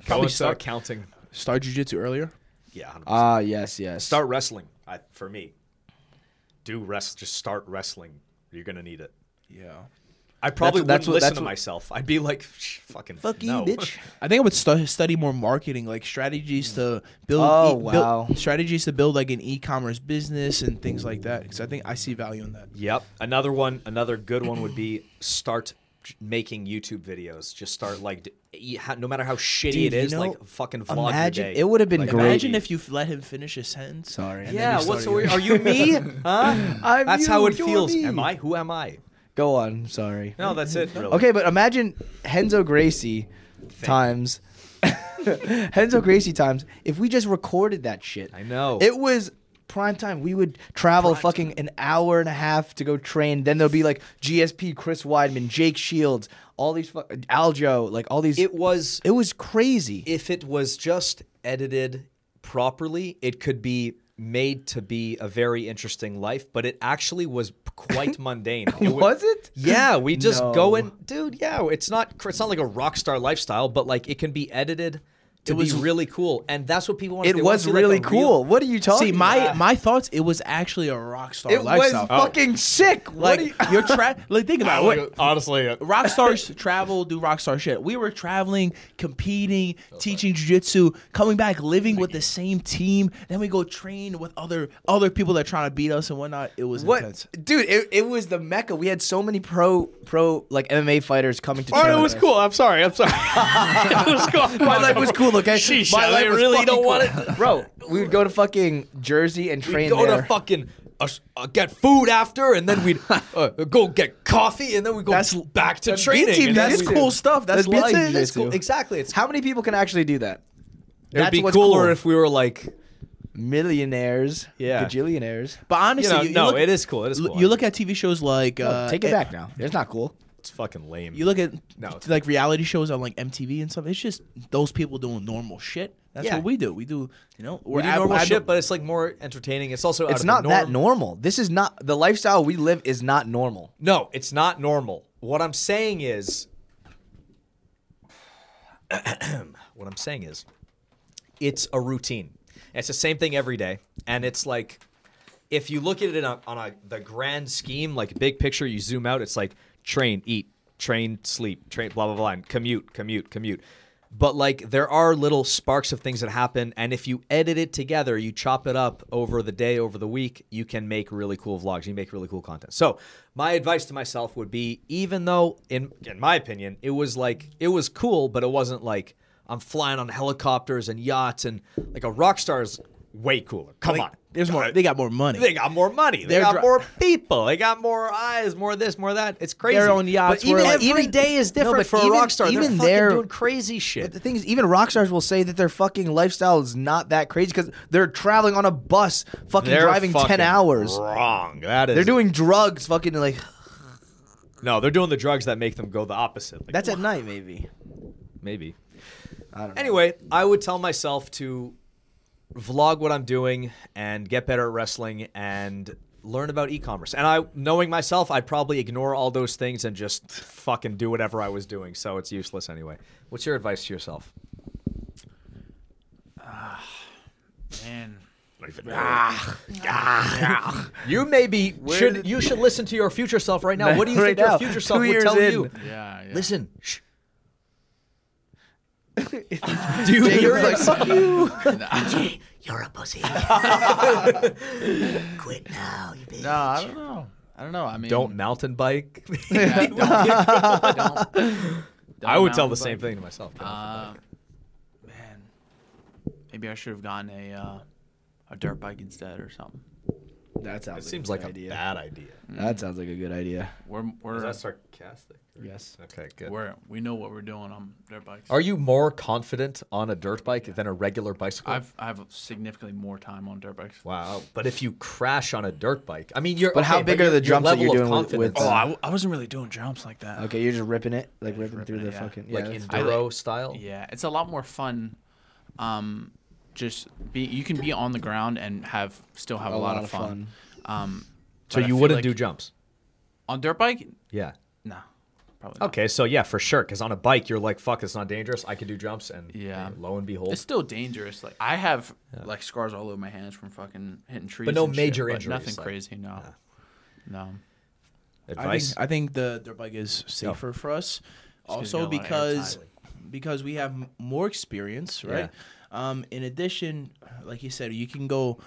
Speaker 2: Probably start counting.
Speaker 3: Start jujitsu earlier.
Speaker 2: Yeah. 100%.
Speaker 4: Ah, yes, yes.
Speaker 2: start wrestling. I, for me, do rest. Just start wrestling. You're gonna need it.
Speaker 3: Yeah.
Speaker 2: I probably
Speaker 4: that's
Speaker 2: wouldn't
Speaker 4: what-
Speaker 2: listen
Speaker 4: that's
Speaker 2: to
Speaker 4: what-
Speaker 2: myself. I'd be like, "Shh, fucking
Speaker 4: Fuck you,
Speaker 2: no."
Speaker 4: bitch.
Speaker 3: I think I would stu- study more marketing, like strategies to build. e,
Speaker 4: Oh,
Speaker 3: build-
Speaker 4: wow.
Speaker 3: strategies to build like an e-commerce business and things like that. Because I think I see value in that.
Speaker 2: Yep. Another one, another good one would be start j- making YouTube videos. Just start like, d- e- ha- no matter how shitty
Speaker 4: Dude,
Speaker 2: it is,
Speaker 4: you know,
Speaker 2: like fucking vlog
Speaker 4: imagine-
Speaker 2: your day.
Speaker 4: it would've been great.
Speaker 3: Imagine if you f- let him finish his sentence.
Speaker 4: Sorry.
Speaker 3: and then
Speaker 2: Yeah.
Speaker 3: you
Speaker 2: What's
Speaker 3: started
Speaker 2: the,
Speaker 3: your-
Speaker 2: are you me? Huh?
Speaker 4: I'm
Speaker 2: That's
Speaker 4: you,
Speaker 2: how it
Speaker 4: you're
Speaker 2: feels.
Speaker 4: me.
Speaker 2: Am I? Who am I?
Speaker 4: Go on. Sorry.
Speaker 2: No, that's it. Really.
Speaker 4: Okay, but imagine Henzo Gracie times. Henzo Gracie times. If we just recorded that shit,
Speaker 2: I know.
Speaker 4: it was prime time. We would travel fucking an hour and a half to go train. Then there'll be like GSP, Chris Weidman, Jake Shields, all these fu- Aljo, like all these.
Speaker 2: It was
Speaker 4: it was crazy.
Speaker 2: if it was just edited properly, it could be made to be a very interesting life, but it actually was quite mundane. wa-
Speaker 4: Was it?
Speaker 2: Yeah, we just go
Speaker 4: No.
Speaker 2: and dude, yeah, it's not cr- it's not like a rock star lifestyle, but like it can be edited to
Speaker 3: was-
Speaker 2: be really cool. And that's what people want
Speaker 4: it
Speaker 2: they wanna
Speaker 4: was
Speaker 2: see, like, a
Speaker 4: really
Speaker 2: real-
Speaker 4: cool. what are you talking?
Speaker 3: See, my
Speaker 4: about?
Speaker 3: my thoughts. It was actually a rock star
Speaker 4: it was
Speaker 3: lifestyle.
Speaker 4: fucking sick. what are you?
Speaker 3: Like you're tra- like think about it. What-
Speaker 2: honestly,
Speaker 3: rock stars travel, do rock star shit. We were traveling, competing, teaching jujitsu, coming back, living with the same team. Then we go train with other other people that trying to beat us and whatnot. It was
Speaker 4: What,
Speaker 3: intense.
Speaker 4: dude? It, it was the mecca. We had so many pro pro like MMA fighters coming to.
Speaker 2: Oh,
Speaker 4: train
Speaker 2: it
Speaker 4: with
Speaker 2: was
Speaker 4: us.
Speaker 2: cool. I'm sorry. I'm sorry. it was cool.
Speaker 4: My life was cool, okay?
Speaker 2: Sheesh,
Speaker 4: My
Speaker 2: I
Speaker 4: life was
Speaker 2: really
Speaker 4: fucking
Speaker 2: don't
Speaker 4: cool.
Speaker 2: want it.
Speaker 4: bro. We would go to fucking Jersey and train
Speaker 2: Go
Speaker 4: there.
Speaker 2: to fucking a s- uh, get food after, and then we'd uh, go get coffee, and then we go back to training. and then
Speaker 3: That's
Speaker 2: we'd-
Speaker 3: cool stuff.
Speaker 2: That's
Speaker 3: That's, life.
Speaker 2: it. That's cool. Exactly. It's
Speaker 4: How many people can actually do that?
Speaker 2: it would be
Speaker 4: what's
Speaker 2: cooler
Speaker 4: cool.
Speaker 2: if we were like,
Speaker 4: Millionaires,
Speaker 2: Yeah.
Speaker 4: gajillionaires.
Speaker 3: But honestly,
Speaker 2: you know,
Speaker 3: you- you
Speaker 2: no,
Speaker 3: look-
Speaker 2: it is cool. It is cool.
Speaker 3: You look at TV shows like uh,
Speaker 4: Take
Speaker 2: eh,
Speaker 4: it back now. It's not cool.
Speaker 2: it's fucking lame.
Speaker 3: You look at
Speaker 2: No, it's-
Speaker 3: like reality shows on like MTV and stuff. It's just those people doing normal shit. That's
Speaker 2: Yeah.
Speaker 3: what we do. We do, you know, we're
Speaker 2: we do
Speaker 3: ab-
Speaker 2: normal
Speaker 3: ab-
Speaker 2: shit, but it's like more entertaining. It's also out
Speaker 4: It's
Speaker 2: of
Speaker 4: not
Speaker 2: the
Speaker 4: that normal. This is not the lifestyle we live is not normal.
Speaker 2: No, it's not normal. What I'm saying is, what I'm saying is, it's a routine. It's the same thing every day, and it's like, if you look at it on, on a, the grand scheme, like big picture, you zoom out, it's like train, eat, train, sleep, train, blah blah blah, and commute, commute, commute. But like there are little sparks of things that happen, and if you edit it together, you chop it up over the day, over the week, you can make really cool vlogs. You make really cool content. So my advice to myself would be, even though in in my opinion, it was like it was cool, but it wasn't like I'm flying on helicopters and yachts and like a rock star is way cooler. Come on.
Speaker 3: There's more. They got more money.
Speaker 2: They got more money. They
Speaker 3: They're
Speaker 2: got
Speaker 3: dri-
Speaker 2: more people. They got more eyes, more this, more that. It's crazy.
Speaker 3: They're on yachts
Speaker 2: But even
Speaker 3: where, like-
Speaker 2: every
Speaker 4: even-
Speaker 2: day is
Speaker 4: No,
Speaker 2: different
Speaker 4: but
Speaker 2: for
Speaker 4: even-
Speaker 2: a rock star.
Speaker 4: even
Speaker 2: They're fucking
Speaker 4: they're-
Speaker 2: doing crazy
Speaker 4: But the
Speaker 2: shit.
Speaker 4: thing is, even rock stars will say that their fucking lifestyle is not that crazy because they're traveling on a bus, fucking driving
Speaker 2: fucking
Speaker 4: ten hours.
Speaker 2: Wrong. That is.
Speaker 4: They're doing drugs, fucking like
Speaker 2: no. They're doing the drugs that make them go the opposite. Like,
Speaker 4: that's at night maybe.
Speaker 2: maybe.
Speaker 4: I don't know.
Speaker 2: Anyway, I would tell myself to vlog what I'm doing and get better at wrestling and learn about e-commerce. And I knowing myself, I'd probably ignore all those things and just fucking do whatever I was doing. So it's useless anyway. What's your advice to yourself?
Speaker 8: Man.
Speaker 2: You maybe should you should listen to your future self right now. What do you
Speaker 4: Right
Speaker 2: think
Speaker 4: now,
Speaker 2: your future
Speaker 4: two
Speaker 2: self would
Speaker 4: years
Speaker 2: tell
Speaker 4: in.
Speaker 2: you?
Speaker 8: Yeah, yeah.
Speaker 2: Listen. Shh. do you hear it? Fuck you.
Speaker 10: You're a pussy. Quit now, you bitch.
Speaker 8: No, I don't know. I don't know. I mean,
Speaker 2: Don't mountain bike.
Speaker 8: Yeah, don't- don't- don't
Speaker 2: I would tell
Speaker 8: mountain
Speaker 2: the same
Speaker 8: bike.
Speaker 2: thing to myself.
Speaker 8: Uh, man, maybe I should have gotten a uh, a dirt bike instead or something.
Speaker 4: That sounds.
Speaker 2: it seems like a bad idea.
Speaker 4: That sounds like a good idea.
Speaker 8: We're we're
Speaker 2: sarcastic?
Speaker 4: Yes.
Speaker 2: Okay, good.
Speaker 8: we're we know what we're doing on dirt bikes.
Speaker 2: Are you more confident on a dirt bike than a regular bicycle?
Speaker 8: I've I have significantly more time on dirt bikes.
Speaker 2: wow. But if you crash on a dirt bike, I mean, you're.
Speaker 4: But how
Speaker 2: okay,
Speaker 4: big are
Speaker 2: your-
Speaker 4: the
Speaker 2: your
Speaker 4: jumps that
Speaker 2: level
Speaker 4: you're
Speaker 2: of
Speaker 4: doing with-
Speaker 2: confidence?
Speaker 4: with,
Speaker 8: Oh,
Speaker 4: uh,
Speaker 8: I, w- I wasn't really doing jumps like that.
Speaker 4: Okay, you're just ripping it, like ripping through
Speaker 8: ripping
Speaker 4: the
Speaker 8: it, yeah.
Speaker 4: fucking. Yeah,
Speaker 2: like
Speaker 4: that's-
Speaker 2: enduro style?
Speaker 8: Yeah, it's a lot more fun. Um, just be you can be on the ground and have still have a, lot, of fun. Um,
Speaker 2: So
Speaker 8: but I
Speaker 2: you
Speaker 8: feel
Speaker 2: wouldn't
Speaker 8: like-
Speaker 2: do jumps?
Speaker 8: on dirt bike?
Speaker 2: Yeah.
Speaker 8: No, probably. Not.
Speaker 2: Okay, so yeah, for sure. Because on a bike, you're like, fuck, it's not dangerous. I could do jumps, and
Speaker 8: Yeah.
Speaker 2: uh, lo and behold,
Speaker 8: It's still dangerous. Like I have like scars all over my hands from fucking hitting trees.
Speaker 2: no
Speaker 8: and shit,
Speaker 2: major
Speaker 8: but
Speaker 2: injuries,
Speaker 8: Nothing
Speaker 2: like-
Speaker 8: crazy. No, no.
Speaker 3: I
Speaker 2: advice.
Speaker 3: think, I think the dirt bike is safer for us. Also
Speaker 8: get a lot of
Speaker 3: because because we have m- more experience, right? Um, in addition, like you said, you can go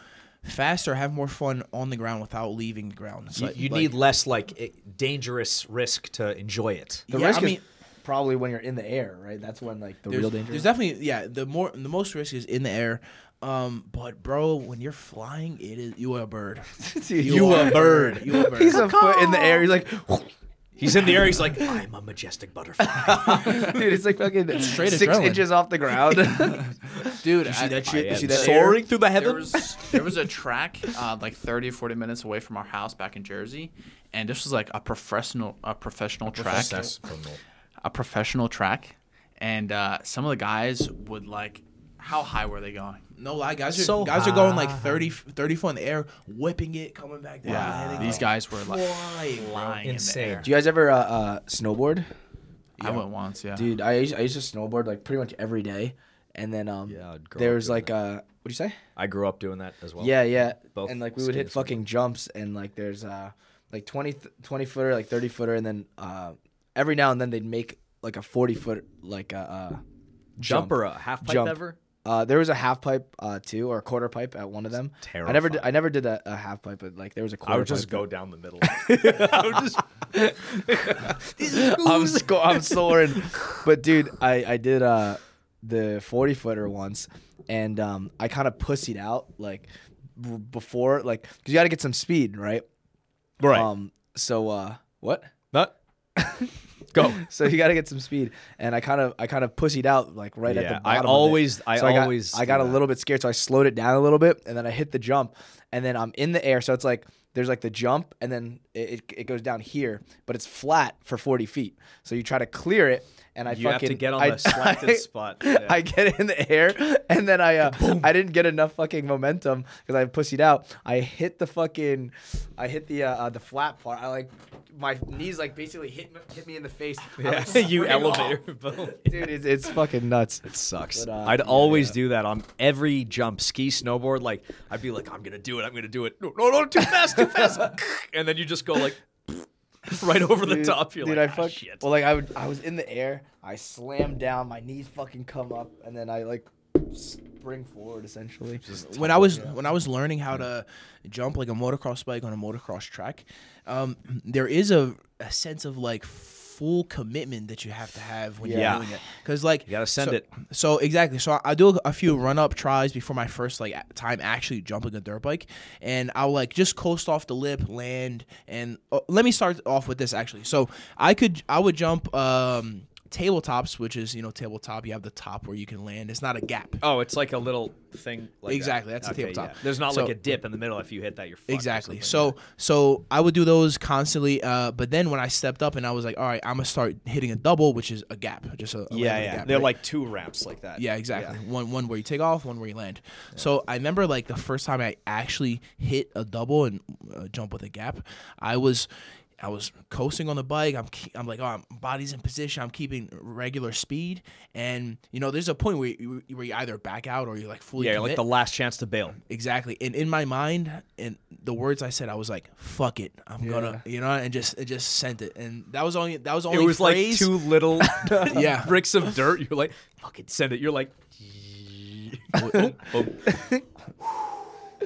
Speaker 3: faster, have more fun on the ground without leaving the ground. It's
Speaker 2: you
Speaker 3: like-
Speaker 2: you
Speaker 3: like-
Speaker 2: need less like i dangerous risk to enjoy it.
Speaker 4: The
Speaker 3: Yeah,
Speaker 4: risk
Speaker 3: I mean-
Speaker 4: is probably when you're in the air, right? That's when like the
Speaker 3: there's,
Speaker 4: real danger.
Speaker 3: there's
Speaker 4: is.
Speaker 3: definitely yeah. The more the most risk is in the air. Um, but bro, when you're flying, it is you are a bird. you, are a bird. You are a bird.
Speaker 4: He's a foot in the air. He's like,
Speaker 2: He's in the air. He's like, I'm a majestic butterfly.
Speaker 4: dude, it's like fucking
Speaker 3: straight
Speaker 4: six
Speaker 3: adrenaline.
Speaker 4: inches off the ground.
Speaker 8: Dude, I-
Speaker 4: that shit? You see that air?
Speaker 2: soaring through the
Speaker 8: there
Speaker 2: heavens.
Speaker 8: was there was a track uh, like 30 or 40 minutes away from our house back in Jersey, and this was like a professional a professional track a professional track, and uh, some of the guys would like how high were they going?
Speaker 3: No lie, guys are
Speaker 2: So
Speaker 3: guys are going like 30, 30 foot in the air, whipping it, coming back down. hitting
Speaker 8: these
Speaker 3: it.
Speaker 8: guys were like
Speaker 3: Flying, bro.
Speaker 8: flying in the
Speaker 2: Insane.
Speaker 8: air.
Speaker 4: Do you guys ever uh, uh, snowboard?
Speaker 8: I went once, yeah.
Speaker 4: Dude, I used, I used to snowboard like pretty much every day, and then um,
Speaker 2: Yeah, I'd grow
Speaker 4: there
Speaker 2: up
Speaker 4: was
Speaker 2: doing
Speaker 4: like uh, what do you say?
Speaker 2: I grew up doing that as well.
Speaker 4: yeah, yeah,
Speaker 2: both
Speaker 4: and like we would hit
Speaker 2: skis were-
Speaker 4: fucking jumps, and like there's uh like 20, th- 20 footer, like thirty footer, and then uh every now and then they'd make like a forty foot like a uh, uh,
Speaker 2: Jump
Speaker 4: jump.
Speaker 2: or a half pipe
Speaker 4: Jump.
Speaker 2: ever?
Speaker 4: Uh, there was a half pipe uh, too, or a quarter pipe at one of them. I never, did, I never did a, a half pipe, but like there was a quarter.
Speaker 2: I would just
Speaker 4: pipe.
Speaker 2: go down the middle. I would just
Speaker 4: I'm, sco- I'm soaring, but dude, I I did uh the forty footer once, and um I kind of pussied out like b- before, like, because you got to get some speed, right?
Speaker 2: Right.
Speaker 4: Um. So, uh, what?
Speaker 2: Not- Go.
Speaker 4: So you got to get some speed, and I kind of, I kind of pussied out like right at
Speaker 2: Yeah,
Speaker 4: the
Speaker 2: I
Speaker 4: bottom. of it.
Speaker 2: always- I
Speaker 4: So got-
Speaker 2: always
Speaker 4: I got
Speaker 2: do
Speaker 4: a
Speaker 2: that.
Speaker 4: little bit scared, so I slowed it down a little bit, and then I hit the jump, and then I'm in the air. So it's like there's like the jump, and then it, it, it goes down here, but it's flat for 40 feet. So you try to clear it, and I
Speaker 2: You have
Speaker 4: fucking
Speaker 2: to get on
Speaker 4: I,
Speaker 2: the selected
Speaker 4: I-
Speaker 2: spot, yeah.
Speaker 4: I get in the air, and then I uh, I didn't get enough fucking momentum because I pussied out. I hit the fucking, I hit the uh, uh, the flat part. I like my knees like basically hit me- hit me in the face. I'm, like,
Speaker 2: you elevator boat.
Speaker 4: dude, it's, it's fucking nuts.
Speaker 2: It sucks.
Speaker 4: But, uh,
Speaker 2: I'd always do that on every jump, ski, snowboard. Like I'd be like, I'm gonna do it. I'm gonna do it. No, no, no, too fast, too fast. and then you just go like right over the top. You're
Speaker 4: dude,
Speaker 2: like,
Speaker 4: I
Speaker 2: "Ah,
Speaker 4: fuck,
Speaker 2: shit.
Speaker 4: Well, like I would, I was in the air. I slammed down. My knees fucking come up, and then I like spring forward essentially.
Speaker 3: when I was when I was learning how to jump like a motocross bike on a motocross track, um, there is a, a sense of like full commitment that you have to have when
Speaker 2: Yeah.
Speaker 3: you're doing it because like you
Speaker 2: gotta send it.
Speaker 3: So exactly. So I, I do a few run up tries before my first like a- time actually jumping a dirt bike, and I'll like just coast off the lip, land, and oh, let me start off with this actually. So I could I would jump. Um, tabletops which is you know tabletop you have the top where you can land it's not a gap
Speaker 2: oh, it's like a little thing. Like that.
Speaker 3: Exactly, that's a tabletop.
Speaker 2: There's not like
Speaker 3: So-
Speaker 2: a dip in the middle. If you hit that, you're fucked or
Speaker 3: Exactly.
Speaker 2: something.
Speaker 3: So so I would do those constantly. Uh, but then when I stepped up and I was like, all right, I'm gonna start hitting a double, which is a gap, just a, a
Speaker 2: yeah,
Speaker 3: landing
Speaker 2: yeah,
Speaker 3: gap,
Speaker 2: they're
Speaker 3: right?
Speaker 2: like two ramps like that.
Speaker 3: yeah, exactly. One one where you take off, one where you land. So I remember like the first time I actually hit a double and uh, jump with a gap, I was. I was coasting on the bike. I'm, ke- I'm like, oh, I'm body's in position. I'm keeping regular speed, and you know, there's a point where you, where you either back out or you like fully.
Speaker 2: yeah, you're like
Speaker 3: commit.
Speaker 2: the last chance to bail.
Speaker 3: Exactly. And in my mind, and the words I said, I was like, "Fuck it, I'm gonna," you know, and just and just sent it. And that was only that was
Speaker 2: It
Speaker 3: only
Speaker 2: was like
Speaker 3: phrase-
Speaker 2: two little
Speaker 3: Yeah.
Speaker 2: bricks of dirt. You're like, fucking send it. You're like, boom, boom.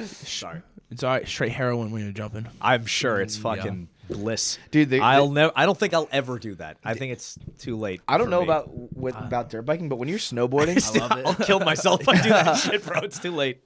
Speaker 2: Sorry.
Speaker 3: It's all right, straight heroin when you're jumping.
Speaker 2: I'm sure it's fucking bliss,
Speaker 4: Dude, the-
Speaker 2: I'll never. I don't think I'll ever do that. I think it's too late.
Speaker 4: I don't
Speaker 2: for
Speaker 4: know
Speaker 2: me. Ah.
Speaker 4: about what about dirt biking, but when you're snowboarding,
Speaker 2: I'll kill myself if I do that shit, bro. It's too late.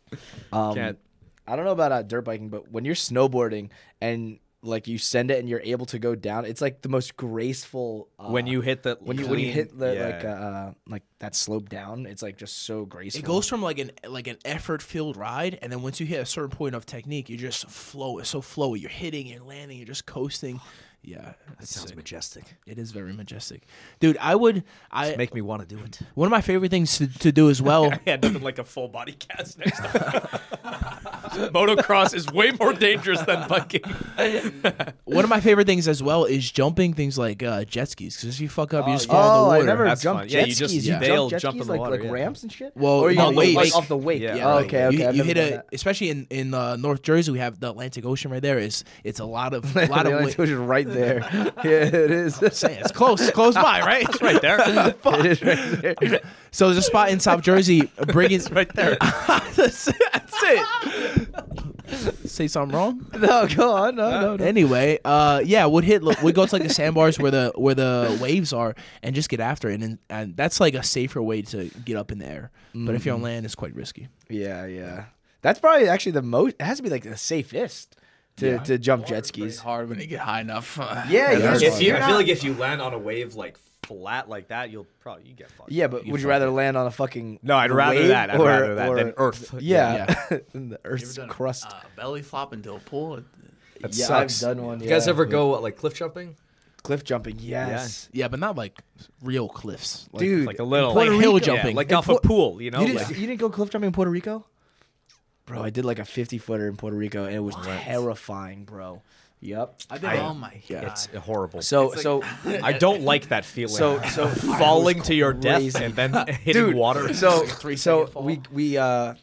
Speaker 4: Um,
Speaker 2: Can't.
Speaker 4: I don't know about uh, dirt biking, but when you're snowboarding and like you send it and you're able to go down, it's like the most graceful. Uh,
Speaker 2: When you hit the
Speaker 4: when you when you
Speaker 2: clean-
Speaker 4: hit the
Speaker 2: yeah.
Speaker 4: like uh like that slope down, it's like just so graceful.
Speaker 3: It goes from like an like an effort filled ride, and then once you hit a certain point of technique, you just flow. It's so flowy. You're hitting, you're landing, you're just coasting. Yeah, that sounds majestic. It is very majestic, dude. I would. I
Speaker 2: make me want to do it.
Speaker 3: one of my favorite things to, to do as well.
Speaker 2: Yeah, nothing like a full body cast next time. Motocross is way more dangerous than biking.
Speaker 3: one of my favorite things as well is jumping things like uh, jet skis. Because if you fuck up, you just
Speaker 4: Oh,
Speaker 3: fall in the water.
Speaker 4: I never
Speaker 2: That's
Speaker 4: jumped
Speaker 2: fun. Yeah,
Speaker 4: jet
Speaker 2: you just-
Speaker 4: skis.
Speaker 2: yeah.
Speaker 4: You
Speaker 2: they'll
Speaker 4: jump jet
Speaker 2: jump in
Speaker 4: skis
Speaker 2: the
Speaker 4: like,
Speaker 2: water,
Speaker 4: like
Speaker 2: yeah.
Speaker 4: ramps and shit.
Speaker 3: Well,
Speaker 4: or you
Speaker 3: no,
Speaker 4: go
Speaker 3: wait,
Speaker 4: like
Speaker 3: wait.
Speaker 4: off the wake.
Speaker 2: Yeah,
Speaker 4: oh,
Speaker 2: right.
Speaker 4: okay, okay.
Speaker 3: you,
Speaker 4: I've
Speaker 3: you
Speaker 4: never
Speaker 3: hit
Speaker 4: done
Speaker 3: a,
Speaker 4: that.
Speaker 3: especially in in uh, North Jersey, we have the Atlantic Ocean right there. Is it's a lot of a lot
Speaker 4: The
Speaker 3: of
Speaker 4: only
Speaker 3: wa-
Speaker 4: two is right there. yeah, it is.
Speaker 3: Say, it's close, close by, right? It's right
Speaker 2: there.
Speaker 4: it is right there.
Speaker 3: So there's a spot in South Jersey, Briggins, right
Speaker 2: there.
Speaker 3: that's, that's it. Say something wrong.
Speaker 4: No, go on. No, no, no.
Speaker 3: Anyway, uh, yeah, we'd hit, we'd go to like the sandbars where the where the waves are, and just get after it, and and that's like a safer way to get up in the air. But if you're on
Speaker 4: Mm-hmm.
Speaker 3: land, it's quite risky.
Speaker 4: Yeah, yeah. That's probably actually the most. It has to be like the safest to, to jump jet skis.
Speaker 8: hard when you get high enough.
Speaker 4: Yeah, yeah.
Speaker 2: If you,
Speaker 4: are
Speaker 2: I feel like if you land on a wave like flat like that, you'll probably you get fucked.
Speaker 4: yeah, but would you rather land on a fucking
Speaker 2: No, I'd rather
Speaker 4: wave
Speaker 2: that. I'd
Speaker 4: or-
Speaker 2: rather that
Speaker 4: or-
Speaker 2: than Earth.
Speaker 4: Yeah, than the Earth's
Speaker 8: done a-
Speaker 4: crust.
Speaker 8: Uh, belly flop into a pool.
Speaker 2: That
Speaker 4: yeah,
Speaker 2: sucks.
Speaker 4: I've done one.
Speaker 2: You guys
Speaker 4: yeah.
Speaker 2: ever go like cliff jumping?
Speaker 4: cliff jumping? Yes.
Speaker 3: Yeah, but not like real cliffs, like,
Speaker 4: Dude,
Speaker 2: Like a little
Speaker 3: like
Speaker 4: Puerto
Speaker 3: hill
Speaker 4: Rico.
Speaker 3: jumping,
Speaker 2: Yeah, like
Speaker 3: In
Speaker 2: off a pool, you know?
Speaker 4: you,
Speaker 2: like,
Speaker 4: didn't, you didn't go cliff jumping in Puerto Rico? Bro, I did like a 50 footer in Puerto Rico and it was terrifying, bro. Yep.
Speaker 8: I've been, oh my god!
Speaker 2: it's horrible.
Speaker 4: So, so,
Speaker 2: I don't like that feeling.
Speaker 4: so, so,
Speaker 2: falling to your death
Speaker 4: crazy.
Speaker 2: and then hitting
Speaker 4: Dude,
Speaker 2: water.
Speaker 4: So,
Speaker 8: three
Speaker 4: so
Speaker 8: second fall.
Speaker 4: we we uh